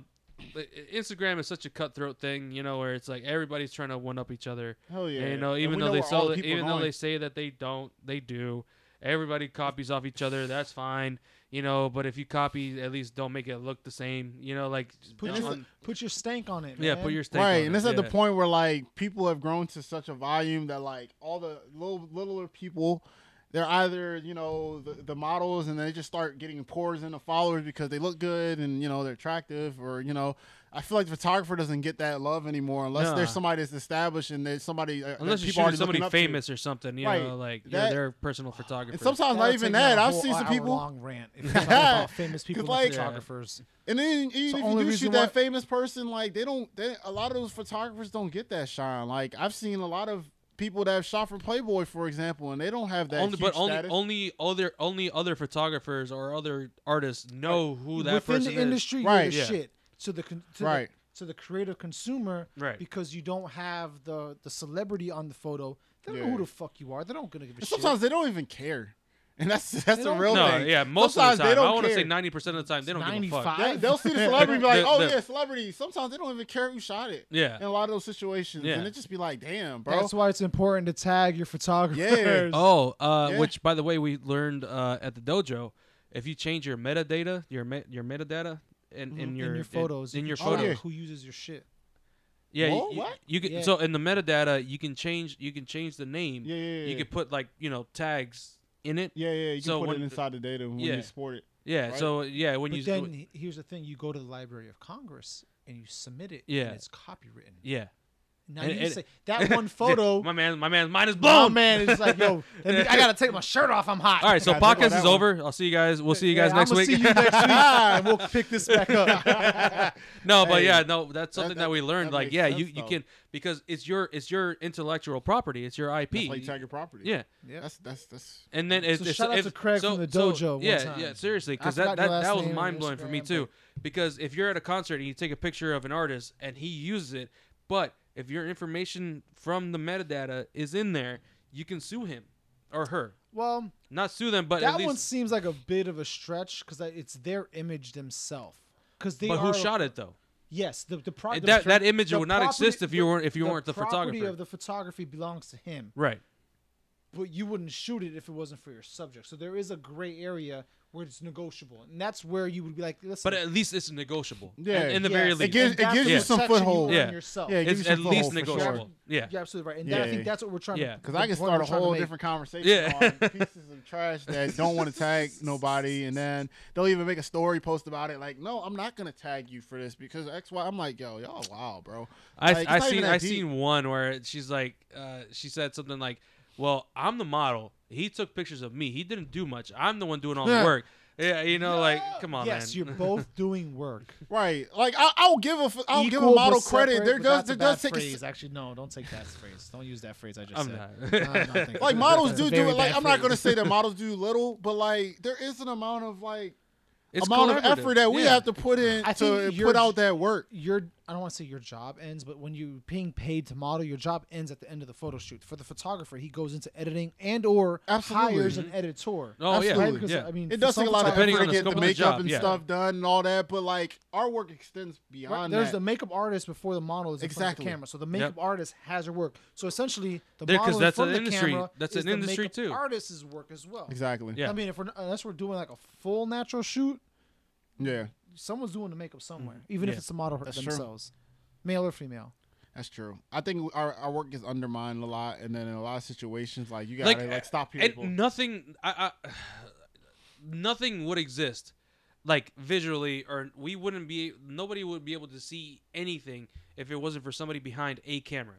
[SPEAKER 2] i- Instagram is such a cutthroat thing. You know, where it's like everybody's trying to one up each other.
[SPEAKER 3] Hell yeah.
[SPEAKER 2] And, you know,
[SPEAKER 3] And
[SPEAKER 2] even
[SPEAKER 3] we
[SPEAKER 2] though they
[SPEAKER 3] where all
[SPEAKER 2] sell,
[SPEAKER 3] the
[SPEAKER 2] it,
[SPEAKER 3] people
[SPEAKER 2] even though
[SPEAKER 3] going.
[SPEAKER 2] they say that they don't, they do. Everybody copies off each other. That's fine. You know, but if you copy, at least don't make it look the same. You know, like
[SPEAKER 1] Put
[SPEAKER 2] on-
[SPEAKER 1] your
[SPEAKER 2] on-
[SPEAKER 1] put your stank on it.
[SPEAKER 2] yeah,
[SPEAKER 1] man.
[SPEAKER 2] put your stake
[SPEAKER 3] right,
[SPEAKER 2] on
[SPEAKER 3] and
[SPEAKER 2] it,
[SPEAKER 3] it's at the
[SPEAKER 2] yeah.
[SPEAKER 3] point where like people have grown to such a volume that like all the little littler people, they're either you know the, the models and they just start getting pores in the followers because they look good and you know they're attractive or you know. I feel like the photographer doesn't get that love anymore unless
[SPEAKER 2] Nah.
[SPEAKER 3] there's somebody that's established and there's somebody uh, that
[SPEAKER 2] Unless you're
[SPEAKER 3] people already
[SPEAKER 2] shooting somebody
[SPEAKER 3] looking up to.
[SPEAKER 2] famous or something, you
[SPEAKER 3] Right,
[SPEAKER 2] know, like you're
[SPEAKER 3] that-
[SPEAKER 2] their personal photographer.
[SPEAKER 3] And sometimes
[SPEAKER 1] That'll
[SPEAKER 3] not even
[SPEAKER 1] take me on
[SPEAKER 3] that.
[SPEAKER 1] a
[SPEAKER 3] I've
[SPEAKER 1] whole
[SPEAKER 3] seen some
[SPEAKER 1] hour
[SPEAKER 3] people.
[SPEAKER 1] long rant. If you're talking about famous people, and
[SPEAKER 3] like-
[SPEAKER 1] photographers.
[SPEAKER 3] And then even if
[SPEAKER 1] only
[SPEAKER 3] you do
[SPEAKER 1] reason
[SPEAKER 3] shoot
[SPEAKER 1] why-
[SPEAKER 3] that famous person, like they don't, they, a lot of those photographers don't get that shine. Like I've seen a lot of people that have shot for Playboy, for example, and they don't have that.
[SPEAKER 2] only,
[SPEAKER 3] huge
[SPEAKER 2] but only,
[SPEAKER 3] status.
[SPEAKER 2] only other, only other photographers or other artists know who that
[SPEAKER 1] Within
[SPEAKER 2] person
[SPEAKER 1] the
[SPEAKER 2] is.
[SPEAKER 1] industry, you're
[SPEAKER 3] Right.
[SPEAKER 1] the
[SPEAKER 2] Yeah.
[SPEAKER 1] shit. To the con- to
[SPEAKER 3] Right.
[SPEAKER 1] The, to the creative consumer,
[SPEAKER 2] Right.
[SPEAKER 1] Because you don't have the the celebrity on the photo. They don't know
[SPEAKER 3] Yeah.
[SPEAKER 1] who the fuck you are. They don't gonna give a shit.
[SPEAKER 3] sometimes they don't even care. and that's that's the
[SPEAKER 1] don't-
[SPEAKER 3] real
[SPEAKER 2] no,
[SPEAKER 3] thing.
[SPEAKER 2] yeah, most
[SPEAKER 3] Sometimes
[SPEAKER 2] of the
[SPEAKER 3] they
[SPEAKER 2] time, I
[SPEAKER 3] don't
[SPEAKER 2] want to
[SPEAKER 3] care.
[SPEAKER 2] say ninety percent of the time they don't give a fuck.
[SPEAKER 3] They,
[SPEAKER 1] 95?
[SPEAKER 3] they'll see the celebrity be like,
[SPEAKER 2] The-
[SPEAKER 3] "Oh
[SPEAKER 2] the-
[SPEAKER 3] yeah, celebrity." Sometimes they don't even care who shot it.
[SPEAKER 2] Yeah.
[SPEAKER 3] In a lot of those situations,
[SPEAKER 2] Yeah.
[SPEAKER 3] and it just be like, "Damn, bro."
[SPEAKER 1] That's why it's important to tag your photographers.
[SPEAKER 2] Oh, uh,
[SPEAKER 3] Yeah.
[SPEAKER 2] which by the way, we learned uh, at the dojo, if you change your metadata, your me- your metadata, and in, your
[SPEAKER 1] Mm-hmm. in your photos,
[SPEAKER 2] in,
[SPEAKER 1] you
[SPEAKER 2] your
[SPEAKER 1] can check
[SPEAKER 2] photo,
[SPEAKER 3] Oh, yeah.
[SPEAKER 1] who uses your shit.
[SPEAKER 2] yeah, you-
[SPEAKER 3] Whoa,
[SPEAKER 2] you,
[SPEAKER 3] what?
[SPEAKER 2] you can.
[SPEAKER 1] Yeah.
[SPEAKER 2] So in the metadata, you can change you can change the name.
[SPEAKER 3] Yeah, yeah, yeah.
[SPEAKER 2] You
[SPEAKER 3] yeah.
[SPEAKER 2] can put like you know tags in it.
[SPEAKER 3] yeah, yeah. You can
[SPEAKER 2] So
[SPEAKER 3] put
[SPEAKER 2] when-
[SPEAKER 3] it inside the data when
[SPEAKER 2] yeah.
[SPEAKER 3] you sport it.
[SPEAKER 2] Yeah.
[SPEAKER 3] Right.
[SPEAKER 2] So yeah, when
[SPEAKER 1] but
[SPEAKER 2] you
[SPEAKER 1] then he- here's the thing: you go to the Library of Congress and you submit it.
[SPEAKER 2] Yeah.
[SPEAKER 1] and it's copywritten.
[SPEAKER 2] yeah,
[SPEAKER 1] Now
[SPEAKER 2] And-
[SPEAKER 1] you
[SPEAKER 2] and-
[SPEAKER 1] say that one photo.
[SPEAKER 2] my man, my man's mind is
[SPEAKER 1] Oh
[SPEAKER 2] blown.
[SPEAKER 1] man, it's like yo, let me- I gotta take my shirt off. I'm hot.
[SPEAKER 2] All right, so
[SPEAKER 3] I forgot
[SPEAKER 2] podcast
[SPEAKER 3] that
[SPEAKER 2] is
[SPEAKER 3] one.
[SPEAKER 2] over. I'll see you guys. We'll see you guys
[SPEAKER 1] Yeah,
[SPEAKER 2] next
[SPEAKER 1] I'ma
[SPEAKER 2] week.
[SPEAKER 1] See you next week, and we'll pick this back up.
[SPEAKER 2] No, but
[SPEAKER 3] Hey,
[SPEAKER 2] yeah, no, that's something that,
[SPEAKER 3] that-
[SPEAKER 2] we learned.
[SPEAKER 3] that
[SPEAKER 2] Like,
[SPEAKER 3] makes
[SPEAKER 2] yeah,
[SPEAKER 3] sense,
[SPEAKER 2] you, you
[SPEAKER 3] though.
[SPEAKER 2] can because it's your it's your intellectual property. It's your IP.
[SPEAKER 3] That's like tag your property.
[SPEAKER 2] yeah,
[SPEAKER 1] Yeah.
[SPEAKER 3] That's that's that's.
[SPEAKER 2] and then it's, it's,
[SPEAKER 1] shout out
[SPEAKER 2] it's-
[SPEAKER 1] to Craig
[SPEAKER 2] so-
[SPEAKER 1] from the
[SPEAKER 2] so,
[SPEAKER 1] dojo one
[SPEAKER 2] yeah,
[SPEAKER 1] time.
[SPEAKER 2] yeah, seriously,
[SPEAKER 1] I
[SPEAKER 2] because that
[SPEAKER 1] forgot
[SPEAKER 2] that,
[SPEAKER 1] your last
[SPEAKER 2] that was
[SPEAKER 1] name and
[SPEAKER 2] mind blowing for me
[SPEAKER 1] Instagram,
[SPEAKER 2] too. Because if you're at a concert and you take a picture of an artist and he uses it, but if your information from the metadata is in there, you can sue him or her.
[SPEAKER 1] Well,
[SPEAKER 2] Not sue them, but at
[SPEAKER 1] that
[SPEAKER 2] least.
[SPEAKER 1] one seems like a bit of a stretch because it's their image themselves. Because they
[SPEAKER 2] but who
[SPEAKER 1] are,
[SPEAKER 2] shot it though?
[SPEAKER 1] Yes, the the, pro-
[SPEAKER 2] That-
[SPEAKER 1] the
[SPEAKER 2] that image
[SPEAKER 1] the
[SPEAKER 2] would not
[SPEAKER 1] property-
[SPEAKER 2] exist if you weren't- if you
[SPEAKER 1] the
[SPEAKER 2] weren't the
[SPEAKER 1] property
[SPEAKER 2] photographer.
[SPEAKER 1] Of the photography belongs to him,
[SPEAKER 2] Right.
[SPEAKER 1] but you wouldn't shoot it if it wasn't for your subject. So there is a gray area where it's negotiable, and that's where you would be like, listen.
[SPEAKER 2] But at least it's negotiable.
[SPEAKER 3] Yeah.
[SPEAKER 2] In, in the very
[SPEAKER 1] Yes,
[SPEAKER 2] least.
[SPEAKER 3] It gives-
[SPEAKER 1] and that's
[SPEAKER 3] gives
[SPEAKER 1] the
[SPEAKER 2] you
[SPEAKER 3] some
[SPEAKER 1] protection
[SPEAKER 3] foothold.
[SPEAKER 1] You earn
[SPEAKER 2] Yeah.
[SPEAKER 1] Yourself.
[SPEAKER 3] Yeah, it gives
[SPEAKER 2] it's
[SPEAKER 3] you
[SPEAKER 2] at
[SPEAKER 3] some
[SPEAKER 2] least
[SPEAKER 3] foothold for sure.
[SPEAKER 2] negotiable. Yeah.
[SPEAKER 1] You're absolutely right, and
[SPEAKER 3] Yeah.
[SPEAKER 1] that, I think that's what we're trying
[SPEAKER 2] Yeah.
[SPEAKER 1] to.
[SPEAKER 3] Because I
[SPEAKER 1] the
[SPEAKER 3] can
[SPEAKER 1] point
[SPEAKER 3] start a
[SPEAKER 1] we're trying to
[SPEAKER 3] whole
[SPEAKER 1] make.
[SPEAKER 3] different conversation
[SPEAKER 2] Yeah.
[SPEAKER 3] on pieces of trash that don't want to tag nobody, and then they'll even make a story post about it. Like, no, I'm not gonna tag you for this because X Y. I'm like, yo, y'all, wow, bro.
[SPEAKER 2] I
[SPEAKER 3] Like, it's
[SPEAKER 2] I
[SPEAKER 3] not even
[SPEAKER 2] seen
[SPEAKER 3] that
[SPEAKER 2] I
[SPEAKER 3] deep.
[SPEAKER 2] seen one where she's like uh, she said something like, "Well, I'm the model. He took pictures of me. He didn't do much. I'm the one doing all the
[SPEAKER 3] Yeah.
[SPEAKER 2] work." Yeah, you know, like come on,
[SPEAKER 1] Yes,
[SPEAKER 2] man.
[SPEAKER 1] you're both doing work.
[SPEAKER 3] Right? Like, I, I'll give a f- I'll give a
[SPEAKER 1] Equal
[SPEAKER 3] model
[SPEAKER 1] but
[SPEAKER 3] credit.
[SPEAKER 1] separate,
[SPEAKER 3] There
[SPEAKER 1] but
[SPEAKER 3] does
[SPEAKER 1] that's
[SPEAKER 3] there
[SPEAKER 1] a
[SPEAKER 3] does
[SPEAKER 1] bad
[SPEAKER 3] take a
[SPEAKER 1] phrase. Actually, no, don't take that phrase. Don't use that phrase I just
[SPEAKER 2] I'm
[SPEAKER 1] said.
[SPEAKER 2] not.
[SPEAKER 1] I'm not thinking
[SPEAKER 3] like
[SPEAKER 1] that.
[SPEAKER 3] models
[SPEAKER 1] That's a
[SPEAKER 3] do do
[SPEAKER 1] very
[SPEAKER 3] it. Like
[SPEAKER 1] bad
[SPEAKER 3] I'm not
[SPEAKER 1] phrase.
[SPEAKER 3] gonna say that models do little, but like there is an amount of like
[SPEAKER 2] It's
[SPEAKER 3] amount of
[SPEAKER 2] collaborative.
[SPEAKER 3] effort that we
[SPEAKER 2] Yeah.
[SPEAKER 3] have to put in
[SPEAKER 1] I think
[SPEAKER 3] to
[SPEAKER 1] you're-
[SPEAKER 3] put out that work.
[SPEAKER 1] your I don't want to say your job ends, but when you're being paid to model, your job ends at the end of the photo shoot. For the photographer, he goes into editing and or
[SPEAKER 3] Absolutely.
[SPEAKER 1] hires an editor.
[SPEAKER 2] Oh
[SPEAKER 3] Absolutely.
[SPEAKER 1] Because,
[SPEAKER 2] yeah, yeah.
[SPEAKER 1] I mean,
[SPEAKER 3] It
[SPEAKER 1] for
[SPEAKER 3] does
[SPEAKER 1] some
[SPEAKER 3] take a lot of effort
[SPEAKER 2] Depending
[SPEAKER 3] to
[SPEAKER 2] on the
[SPEAKER 1] photographers-
[SPEAKER 2] scope
[SPEAKER 3] get the
[SPEAKER 2] of the
[SPEAKER 3] makeup
[SPEAKER 2] job,
[SPEAKER 3] and
[SPEAKER 2] yeah.
[SPEAKER 3] stuff done and all that, but like our work extends
[SPEAKER 1] Right,
[SPEAKER 3] beyond
[SPEAKER 1] there's
[SPEAKER 3] that.
[SPEAKER 1] the makeup artist before the model is in front of
[SPEAKER 3] Exactly.
[SPEAKER 1] the camera, so the makeup artist has her work. So essentially, the
[SPEAKER 2] Yeah, 'cause
[SPEAKER 1] model in
[SPEAKER 2] that's
[SPEAKER 1] front
[SPEAKER 2] an
[SPEAKER 1] of the
[SPEAKER 2] industry-
[SPEAKER 1] camera
[SPEAKER 2] that's
[SPEAKER 1] is
[SPEAKER 2] an
[SPEAKER 1] the
[SPEAKER 2] industry
[SPEAKER 1] makeup
[SPEAKER 2] too.
[SPEAKER 1] Artist's work as well.
[SPEAKER 3] exactly.
[SPEAKER 2] Yeah.
[SPEAKER 1] I mean, if we're unless we're doing like a full natural shoot,
[SPEAKER 3] Yeah,
[SPEAKER 1] someone's doing the makeup somewhere, even
[SPEAKER 2] Mm-hmm. Yeah.
[SPEAKER 1] if it's the model
[SPEAKER 3] That's true.
[SPEAKER 1] themselves, male or female.
[SPEAKER 3] that's true. I think our, our work is undermined a lot, and then in a lot of situations, like you
[SPEAKER 2] Like,
[SPEAKER 3] gotta like, stop
[SPEAKER 2] And
[SPEAKER 3] people.
[SPEAKER 2] nothing, I, I, nothing would exist, like visually, or we wouldn't be. Nobody would be able to see anything if it wasn't for somebody behind a camera,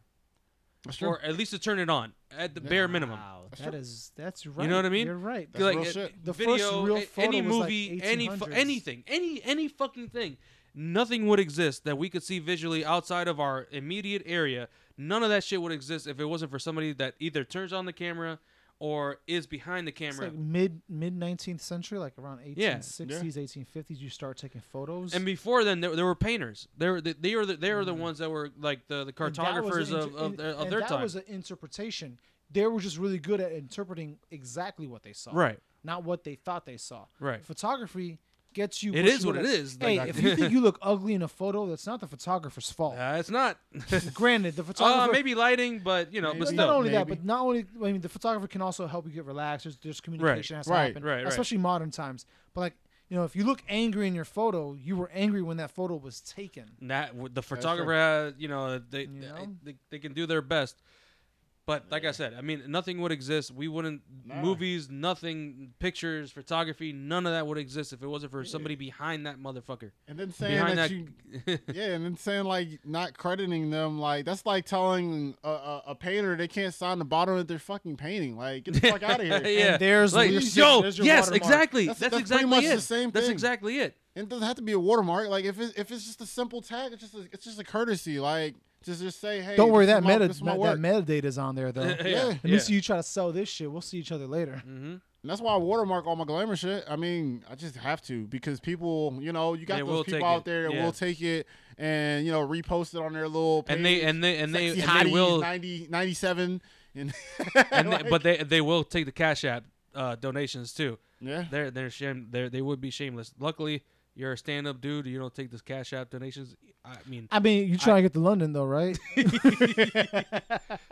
[SPEAKER 3] That's true.
[SPEAKER 2] or at least to turn it on at the bare minimum.
[SPEAKER 1] Wow,
[SPEAKER 3] That's
[SPEAKER 1] that
[SPEAKER 3] true.
[SPEAKER 1] is that's right.
[SPEAKER 2] what I mean?
[SPEAKER 1] You're right.
[SPEAKER 3] That's
[SPEAKER 2] like
[SPEAKER 3] real
[SPEAKER 2] uh,
[SPEAKER 3] shit.
[SPEAKER 1] The
[SPEAKER 2] video,
[SPEAKER 1] first real
[SPEAKER 2] a-
[SPEAKER 1] photo
[SPEAKER 2] any
[SPEAKER 1] was, like,
[SPEAKER 2] movie, any fu-
[SPEAKER 1] 1800s.
[SPEAKER 2] anything, any any fucking thing, nothing would exist that we could see visually outside of our immediate area. None of that shit would exist if it wasn't for somebody that either turns on the camera or is behind the
[SPEAKER 1] It's
[SPEAKER 2] camera.
[SPEAKER 1] like mid mid nineteenth century, like around
[SPEAKER 2] Yeah.
[SPEAKER 1] eighteen sixties, eighteen fifties. You start taking photos,
[SPEAKER 2] and before then, there, there were painters. They were they, they were the, they were the ones that were like the, the
[SPEAKER 1] Mm. And that was
[SPEAKER 2] cartographers
[SPEAKER 1] an
[SPEAKER 2] of,
[SPEAKER 1] inter-
[SPEAKER 2] of
[SPEAKER 1] and-
[SPEAKER 2] their, of
[SPEAKER 1] and
[SPEAKER 2] their
[SPEAKER 1] that
[SPEAKER 2] time.
[SPEAKER 1] was an interpretation. They were just really good at interpreting exactly what they saw,
[SPEAKER 2] Right.
[SPEAKER 1] Not what they thought they saw.
[SPEAKER 2] Right.
[SPEAKER 1] Photography gets you.
[SPEAKER 2] It
[SPEAKER 1] what
[SPEAKER 2] is
[SPEAKER 1] you
[SPEAKER 2] what
[SPEAKER 1] wanna-
[SPEAKER 2] it is,
[SPEAKER 1] Hey,
[SPEAKER 2] like-
[SPEAKER 1] if you think you look ugly in a photo, that's not the photographer's fault.
[SPEAKER 2] Uh, it's not.
[SPEAKER 1] Granted, the
[SPEAKER 2] uh,
[SPEAKER 1] photographer
[SPEAKER 2] maybe lighting, but you know, but
[SPEAKER 3] Maybe.
[SPEAKER 1] not
[SPEAKER 2] still.
[SPEAKER 1] only that,
[SPEAKER 3] maybe.
[SPEAKER 1] but not only I mean the photographer can also help you get relaxed. There's, there's communication has to
[SPEAKER 3] right,
[SPEAKER 1] happen,
[SPEAKER 2] right, right.
[SPEAKER 1] especially modern times. But like you know, if you look angry in your photo, you were angry when that photo was taken.
[SPEAKER 2] That w- the photographer, has, you know, they,
[SPEAKER 1] You
[SPEAKER 2] they-
[SPEAKER 1] know?
[SPEAKER 2] They, they can do their best. But like I said, I mean, nothing would exist. We wouldn't
[SPEAKER 3] Nah.
[SPEAKER 2] movies, nothing, pictures, photography, none of that would exist if it wasn't for somebody behind that motherfucker.
[SPEAKER 3] and then saying
[SPEAKER 2] Behind that,
[SPEAKER 3] that you yeah, and then saying like not crediting them, like that's like telling a, a, a painter they can't sign the bottom of their fucking painting. Like get the fuck out of here.
[SPEAKER 2] yeah.
[SPEAKER 1] And there's
[SPEAKER 2] like,
[SPEAKER 1] where you're
[SPEAKER 2] yo,
[SPEAKER 1] sitting, there's your
[SPEAKER 2] yes,
[SPEAKER 1] watermark.
[SPEAKER 2] exactly. That's,
[SPEAKER 3] That's- that's pretty
[SPEAKER 2] exactly
[SPEAKER 3] much
[SPEAKER 2] it.
[SPEAKER 3] the same
[SPEAKER 2] That's
[SPEAKER 3] thing.
[SPEAKER 2] exactly it.
[SPEAKER 3] And it doesn't have to be a watermark. Like if it, if it's just a simple tag, it's just a, it's just a courtesy. Like just just say hey.
[SPEAKER 1] Don't worry,
[SPEAKER 3] this
[SPEAKER 1] that
[SPEAKER 3] is my-
[SPEAKER 1] meta
[SPEAKER 3] this is my
[SPEAKER 1] that
[SPEAKER 3] work.
[SPEAKER 1] metadata's on there though.
[SPEAKER 2] Yeah.
[SPEAKER 1] Let
[SPEAKER 3] Uh, Yeah.
[SPEAKER 1] me see you try to sell this shit. We'll see each other later.
[SPEAKER 2] Mm-hmm.
[SPEAKER 3] And that's why I watermark all my glamour shit. I mean, I just have to because people, you know, you got
[SPEAKER 2] They will
[SPEAKER 3] those people
[SPEAKER 2] take
[SPEAKER 3] out
[SPEAKER 2] it.
[SPEAKER 3] there that
[SPEAKER 2] Yeah.
[SPEAKER 3] will take it and you know repost it on their little page.
[SPEAKER 2] And they and they and they,
[SPEAKER 3] Sexy
[SPEAKER 2] and they
[SPEAKER 3] hotties,
[SPEAKER 2] will
[SPEAKER 3] 90, 97 and,
[SPEAKER 2] and they,
[SPEAKER 3] like-
[SPEAKER 2] but they they will take the cash app uh, donations too.
[SPEAKER 3] Yeah.
[SPEAKER 2] They're they're shame they they would be shameless. Luckily, you're a stand up dude. You don't take this cash out donations. I mean,
[SPEAKER 5] I mean, you trying to get to London though, right?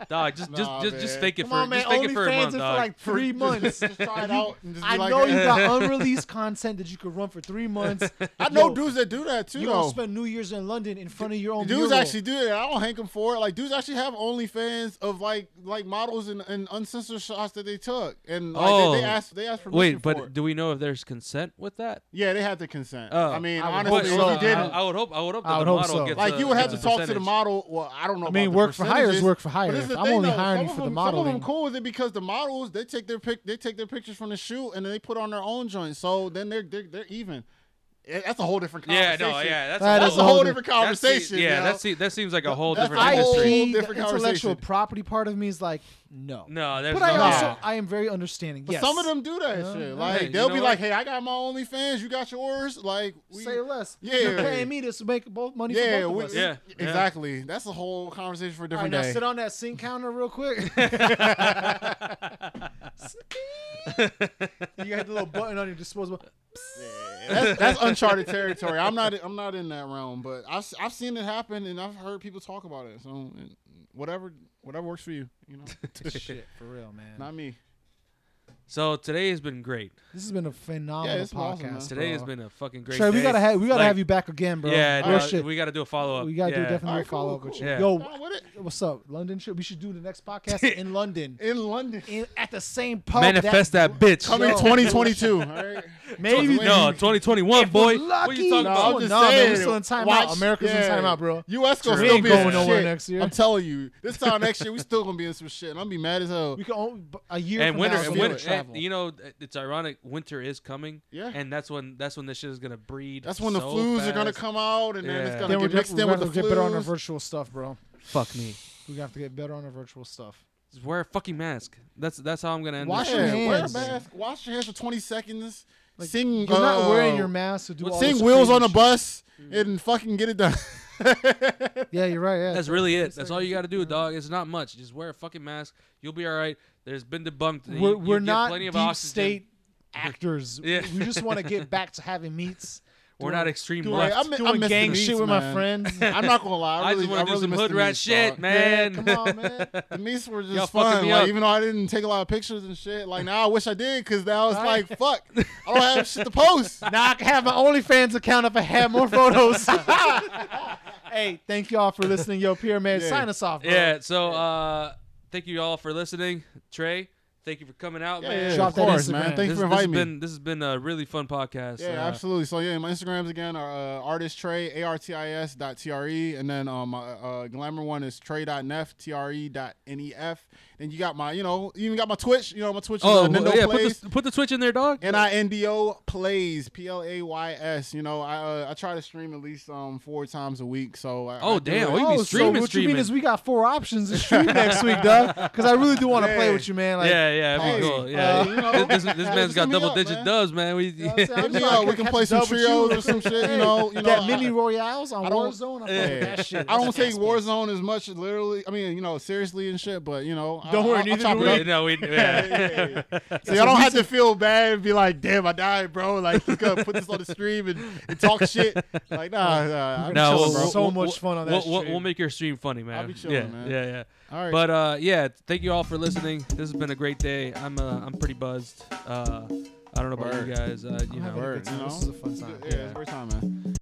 [SPEAKER 2] dog, just just
[SPEAKER 3] Nah,
[SPEAKER 2] just, just
[SPEAKER 3] man.
[SPEAKER 2] fake it
[SPEAKER 5] Come
[SPEAKER 2] for
[SPEAKER 5] on, man.
[SPEAKER 2] just fake it for a
[SPEAKER 5] OnlyFans
[SPEAKER 2] month,
[SPEAKER 5] is for
[SPEAKER 2] dog.
[SPEAKER 5] like three months.
[SPEAKER 3] Just try it out and just be
[SPEAKER 5] I
[SPEAKER 3] like,
[SPEAKER 5] know
[SPEAKER 3] "Hey."
[SPEAKER 5] you got unreleased content that you could run for three months.
[SPEAKER 3] I know
[SPEAKER 5] Yo,
[SPEAKER 3] dudes that do that too.
[SPEAKER 5] You
[SPEAKER 3] though.
[SPEAKER 5] gonna spend New Year's in London in front of your
[SPEAKER 3] Oh.
[SPEAKER 5] own
[SPEAKER 3] dudes
[SPEAKER 5] mural.
[SPEAKER 3] actually do that. I don't hate them for it. Like dudes actually have OnlyFans of like like models and, and uncensored shots that they took, and like
[SPEAKER 2] Oh.
[SPEAKER 3] they, they ask they ask permission
[SPEAKER 2] Wait,
[SPEAKER 3] for
[SPEAKER 2] but
[SPEAKER 3] it.
[SPEAKER 2] do we know if there's consent with that?
[SPEAKER 3] yeah, they had to consent.
[SPEAKER 2] Oh.
[SPEAKER 3] I mean,
[SPEAKER 5] I would
[SPEAKER 3] honestly, if
[SPEAKER 5] hope so.
[SPEAKER 3] you didn't,
[SPEAKER 2] I, I would hope. I would hope. That
[SPEAKER 5] I would
[SPEAKER 2] the
[SPEAKER 5] hope
[SPEAKER 2] model
[SPEAKER 5] so.
[SPEAKER 2] Gets
[SPEAKER 3] like
[SPEAKER 2] a-
[SPEAKER 3] you would have to
[SPEAKER 2] gets a
[SPEAKER 3] talk to the
[SPEAKER 2] percentage.
[SPEAKER 3] model. Well, I don't know.
[SPEAKER 5] I mean,
[SPEAKER 3] about the
[SPEAKER 5] work for hire is
[SPEAKER 3] percentages,
[SPEAKER 5] work for
[SPEAKER 3] but
[SPEAKER 5] hire.
[SPEAKER 3] this is
[SPEAKER 5] If
[SPEAKER 3] the
[SPEAKER 5] I'm
[SPEAKER 3] thing,
[SPEAKER 5] only
[SPEAKER 3] though.
[SPEAKER 5] hiring you
[SPEAKER 3] Some
[SPEAKER 5] for
[SPEAKER 3] of them-
[SPEAKER 5] the
[SPEAKER 3] Some of
[SPEAKER 5] modeling.
[SPEAKER 3] them cool with it because the models they take their pic, they take their pictures from the shoot and then they put on their own joint. So then they're they're, they're even. Yeah, That's a whole different
[SPEAKER 2] Yeah,
[SPEAKER 3] conversation.
[SPEAKER 2] no, yeah, that's
[SPEAKER 5] That
[SPEAKER 3] That's
[SPEAKER 5] is
[SPEAKER 3] a whole
[SPEAKER 5] whole
[SPEAKER 3] different
[SPEAKER 2] that's the-
[SPEAKER 3] conversation.
[SPEAKER 2] yeah,
[SPEAKER 3] you know?
[SPEAKER 2] that seems that seems like a whole
[SPEAKER 3] That's
[SPEAKER 2] different
[SPEAKER 3] the
[SPEAKER 5] I
[SPEAKER 3] whole
[SPEAKER 2] industry.
[SPEAKER 5] see the
[SPEAKER 3] different
[SPEAKER 5] intellectual
[SPEAKER 3] conversation.
[SPEAKER 5] property part of me is like no,
[SPEAKER 2] No, there's
[SPEAKER 5] but
[SPEAKER 2] no.
[SPEAKER 5] I
[SPEAKER 3] Nah.
[SPEAKER 5] also I am very understanding.
[SPEAKER 3] But
[SPEAKER 5] yes.
[SPEAKER 3] some of them do that
[SPEAKER 5] Yeah.
[SPEAKER 3] shit. Like
[SPEAKER 2] Hey, you
[SPEAKER 3] they'll
[SPEAKER 2] know
[SPEAKER 3] be
[SPEAKER 2] what?
[SPEAKER 3] like, "Hey, I got my OnlyFans. You got yours." Like, we,
[SPEAKER 5] say less.
[SPEAKER 3] Yeah.
[SPEAKER 5] you're paying me to make both money
[SPEAKER 3] yeah,
[SPEAKER 5] for both
[SPEAKER 3] we-
[SPEAKER 5] of us.
[SPEAKER 2] Yeah, yeah.
[SPEAKER 3] exactly. That's a whole conversation for a
[SPEAKER 5] All
[SPEAKER 3] different
[SPEAKER 5] right, now
[SPEAKER 3] day.
[SPEAKER 5] sit on that sink counter real quick. you had the little button on your disposable.
[SPEAKER 3] Yeah, that's, that's uncharted territory. I'm not. I'm not in that realm, but I've, I've seen it happen, and I've heard people talk about it. So whatever, whatever works for you. You know,
[SPEAKER 5] Shit, for real, man.
[SPEAKER 3] not me.
[SPEAKER 2] So today has been great.
[SPEAKER 5] This has been a phenomenal
[SPEAKER 3] Yeah, it's been
[SPEAKER 5] podcast.
[SPEAKER 3] awesome, man.
[SPEAKER 2] Today has
[SPEAKER 5] bro.
[SPEAKER 2] been a fucking great.
[SPEAKER 5] Uh-huh. Trey,
[SPEAKER 2] day.
[SPEAKER 5] we gotta have we gotta
[SPEAKER 2] Like-
[SPEAKER 5] have you back again, bro.
[SPEAKER 2] Yeah,
[SPEAKER 5] Real
[SPEAKER 2] no,
[SPEAKER 5] shit.
[SPEAKER 2] we gotta do a follow up.
[SPEAKER 5] We gotta
[SPEAKER 2] yeah.
[SPEAKER 5] do definitely
[SPEAKER 3] All
[SPEAKER 5] a
[SPEAKER 3] right, cool,
[SPEAKER 5] follow up with
[SPEAKER 3] cool.
[SPEAKER 5] you.
[SPEAKER 2] Yeah.
[SPEAKER 5] Yo,
[SPEAKER 3] Down with it.
[SPEAKER 5] what's up, London? Shit, we should do the next podcast in London,
[SPEAKER 3] In London,
[SPEAKER 5] in, at the same pub.
[SPEAKER 2] Manifest that, bitch.
[SPEAKER 3] coming
[SPEAKER 5] Yo.
[SPEAKER 3] 2022. All right.
[SPEAKER 5] Maybe
[SPEAKER 2] No, 2021,
[SPEAKER 5] we're
[SPEAKER 2] boy. what are
[SPEAKER 5] lucky,
[SPEAKER 2] you talking
[SPEAKER 5] no,
[SPEAKER 2] about?
[SPEAKER 5] I'm just- man, we're still in timeout. America's in timeout, bro.
[SPEAKER 3] U.S. gonna
[SPEAKER 5] We
[SPEAKER 3] still
[SPEAKER 5] ain't
[SPEAKER 3] be in
[SPEAKER 5] going
[SPEAKER 3] some
[SPEAKER 5] nowhere
[SPEAKER 3] shit.
[SPEAKER 5] next year.
[SPEAKER 3] I'm telling you, this time next year we still gonna be in some shit, and I'm gonna be mad as hell.
[SPEAKER 5] We can only a year
[SPEAKER 2] and
[SPEAKER 5] from
[SPEAKER 2] winter,
[SPEAKER 5] now,
[SPEAKER 2] and
[SPEAKER 5] we
[SPEAKER 2] winter,
[SPEAKER 5] can travel.
[SPEAKER 2] and, you know, it's ironic. Winter is coming.
[SPEAKER 3] Yeah.
[SPEAKER 2] And that's when that's when this shit is gonna breed.
[SPEAKER 3] That's when the
[SPEAKER 2] so
[SPEAKER 3] flus are gonna
[SPEAKER 2] fast.
[SPEAKER 3] come out, and then
[SPEAKER 2] Yeah.
[SPEAKER 3] it's gonna
[SPEAKER 5] then we're
[SPEAKER 3] get mixed
[SPEAKER 5] just
[SPEAKER 3] in
[SPEAKER 5] gonna
[SPEAKER 3] with the
[SPEAKER 5] have to get better on our
[SPEAKER 3] flus.
[SPEAKER 5] virtual stuff, bro.
[SPEAKER 2] Fuck me.
[SPEAKER 5] We have to get better on our virtual stuff.
[SPEAKER 2] Just wear a fucking mask. That's that's how I'm gonna end.
[SPEAKER 3] Wash
[SPEAKER 2] this
[SPEAKER 5] your
[SPEAKER 3] your
[SPEAKER 2] shit.
[SPEAKER 3] hands. Wear a
[SPEAKER 5] hands.
[SPEAKER 3] mask. Wash your hands for 20 seconds.
[SPEAKER 5] Like,
[SPEAKER 3] sing.
[SPEAKER 5] You're not wearing
[SPEAKER 3] uh,
[SPEAKER 5] your mask to do all
[SPEAKER 3] Sing
[SPEAKER 5] this
[SPEAKER 3] wheels on a
[SPEAKER 5] crazy
[SPEAKER 3] bus
[SPEAKER 2] Mm.
[SPEAKER 3] and fucking get it done.
[SPEAKER 5] shit. Yeah, you're right. Yeah,
[SPEAKER 2] That's really it. That's all you gotta do, dog. It's not much. Just wear a fucking mask. You'll be all right. There's been debunked. that you-
[SPEAKER 5] we're,
[SPEAKER 2] you
[SPEAKER 5] we're
[SPEAKER 2] get
[SPEAKER 5] not
[SPEAKER 2] plenty of
[SPEAKER 5] deep
[SPEAKER 2] oxygen.
[SPEAKER 5] state actors.
[SPEAKER 2] Yeah.
[SPEAKER 5] We just want to get back to having meets.
[SPEAKER 2] We're
[SPEAKER 5] doing-
[SPEAKER 2] not extreme
[SPEAKER 5] doing,
[SPEAKER 2] left.
[SPEAKER 3] I mi- I
[SPEAKER 5] doing
[SPEAKER 3] miss the
[SPEAKER 5] gang
[SPEAKER 3] meets,
[SPEAKER 5] shit with my
[SPEAKER 3] man.
[SPEAKER 5] friends.
[SPEAKER 3] I'm not gonna lie. I,
[SPEAKER 2] I
[SPEAKER 3] really,
[SPEAKER 2] just want to do
[SPEAKER 3] really
[SPEAKER 2] some
[SPEAKER 3] miss
[SPEAKER 2] hood
[SPEAKER 3] the
[SPEAKER 2] rat
[SPEAKER 3] meets,
[SPEAKER 2] shit,
[SPEAKER 3] dog.
[SPEAKER 2] man.
[SPEAKER 5] Yeah, come on, man.
[SPEAKER 3] The meets were just
[SPEAKER 2] Y'all fucking
[SPEAKER 3] fun.
[SPEAKER 2] me up.
[SPEAKER 3] Like, even though I didn't take a lot of pictures and shit, like now I wish I did because now it's like fuck. I don't have shit to post.
[SPEAKER 5] Now I can have my OnlyFans account if I had more photos. hey, thank y'all for listening. Yo, Pierre man,
[SPEAKER 3] Yeah.
[SPEAKER 5] sign us off. Bro.
[SPEAKER 2] Yeah. So uh, thank you all for listening, Trey. Thank you for coming out,
[SPEAKER 3] Yeah,
[SPEAKER 2] man.
[SPEAKER 3] yeah,
[SPEAKER 5] Drop
[SPEAKER 3] of
[SPEAKER 5] that
[SPEAKER 3] course,
[SPEAKER 5] Instagram.
[SPEAKER 3] man. Thanks
[SPEAKER 2] this,
[SPEAKER 3] for
[SPEAKER 2] this has
[SPEAKER 3] inviting me.
[SPEAKER 2] been this has been a really fun podcast.
[SPEAKER 3] Yeah,
[SPEAKER 2] Uh,
[SPEAKER 3] absolutely. So yeah, my Instagrams again are uh, artist Trey A R T I S dot T R E, and then um, my uh, glamour one is Trey dot Nef T R E dot N E F. Then you got my, you know, you even got my Twitch. You know, my Twitch is
[SPEAKER 2] Oh
[SPEAKER 3] uh, Nendo
[SPEAKER 2] well, yeah, put
[SPEAKER 3] Plays.
[SPEAKER 2] the, put the Twitch in there, dog.
[SPEAKER 3] N I N D O plays P L A Y S. You know, I uh, I try to stream at least um four times a week. So I,
[SPEAKER 2] Oh,
[SPEAKER 3] I do
[SPEAKER 2] damn.
[SPEAKER 3] it.
[SPEAKER 2] Oh, you be
[SPEAKER 5] Oh, so
[SPEAKER 2] streaming,
[SPEAKER 5] what you
[SPEAKER 2] streaming.
[SPEAKER 5] mean is we got four options to stream next week, Doug? Because I really do want to play
[SPEAKER 3] Yeah.
[SPEAKER 5] with you, man. Like,
[SPEAKER 2] yeah, yeah, that'd be
[SPEAKER 3] Hey,
[SPEAKER 2] cool.
[SPEAKER 3] uh,
[SPEAKER 2] Yeah,
[SPEAKER 3] you know,
[SPEAKER 2] this, this, this
[SPEAKER 3] yeah,
[SPEAKER 2] man's
[SPEAKER 3] just hit
[SPEAKER 2] got
[SPEAKER 3] me
[SPEAKER 2] double
[SPEAKER 3] up,
[SPEAKER 2] digit
[SPEAKER 3] man.
[SPEAKER 2] dubs, man. We,
[SPEAKER 5] know what I'm saying?
[SPEAKER 3] Hit
[SPEAKER 5] I'm
[SPEAKER 3] me
[SPEAKER 5] just
[SPEAKER 3] up.
[SPEAKER 5] like,
[SPEAKER 3] uh, We can
[SPEAKER 5] catch
[SPEAKER 3] play
[SPEAKER 5] a
[SPEAKER 3] some
[SPEAKER 5] dub with
[SPEAKER 3] trios
[SPEAKER 5] you.
[SPEAKER 3] or some shit.
[SPEAKER 5] Hey,
[SPEAKER 3] You know, you know.
[SPEAKER 5] that
[SPEAKER 3] I-
[SPEAKER 5] mini royales on
[SPEAKER 3] I don't-
[SPEAKER 5] Warzone. I'm
[SPEAKER 3] Yeah.
[SPEAKER 5] fucking with that shit.
[SPEAKER 3] I don't
[SPEAKER 5] That's
[SPEAKER 3] take
[SPEAKER 5] ass
[SPEAKER 3] Warzone as much, literally. I mean, you know, seriously and shit. But you know,
[SPEAKER 5] Don't
[SPEAKER 3] I,
[SPEAKER 5] worry,
[SPEAKER 3] I,
[SPEAKER 5] neither
[SPEAKER 3] I chop
[SPEAKER 5] do
[SPEAKER 3] it up.
[SPEAKER 5] we.
[SPEAKER 2] no, we, yeah.
[SPEAKER 3] So y'all don't have to feel bad and be like, damn, I died, bro. Like, you gotta put this on the stream and, and talk shit. Like, nah, nah. I'm
[SPEAKER 5] No,
[SPEAKER 3] chilling,
[SPEAKER 5] we'll-
[SPEAKER 3] bro.
[SPEAKER 5] So much fun on that
[SPEAKER 2] We'll, we'll,
[SPEAKER 5] stream.
[SPEAKER 2] we'll make your stream funny, man.
[SPEAKER 3] I'll be chilling,
[SPEAKER 2] yeah,
[SPEAKER 3] man.
[SPEAKER 2] Yeah, yeah.
[SPEAKER 3] All right.
[SPEAKER 2] But uh, yeah, thank you all for listening. This has been a great day. I'm uh, I'm pretty buzzed. Uh, I don't know about you
[SPEAKER 3] Word.
[SPEAKER 2] guys. Uh, you
[SPEAKER 5] I'm
[SPEAKER 2] know,
[SPEAKER 5] having a good
[SPEAKER 3] Word, you
[SPEAKER 5] time.
[SPEAKER 3] know?
[SPEAKER 5] This is a fun time.
[SPEAKER 3] yeah, it's first time, man.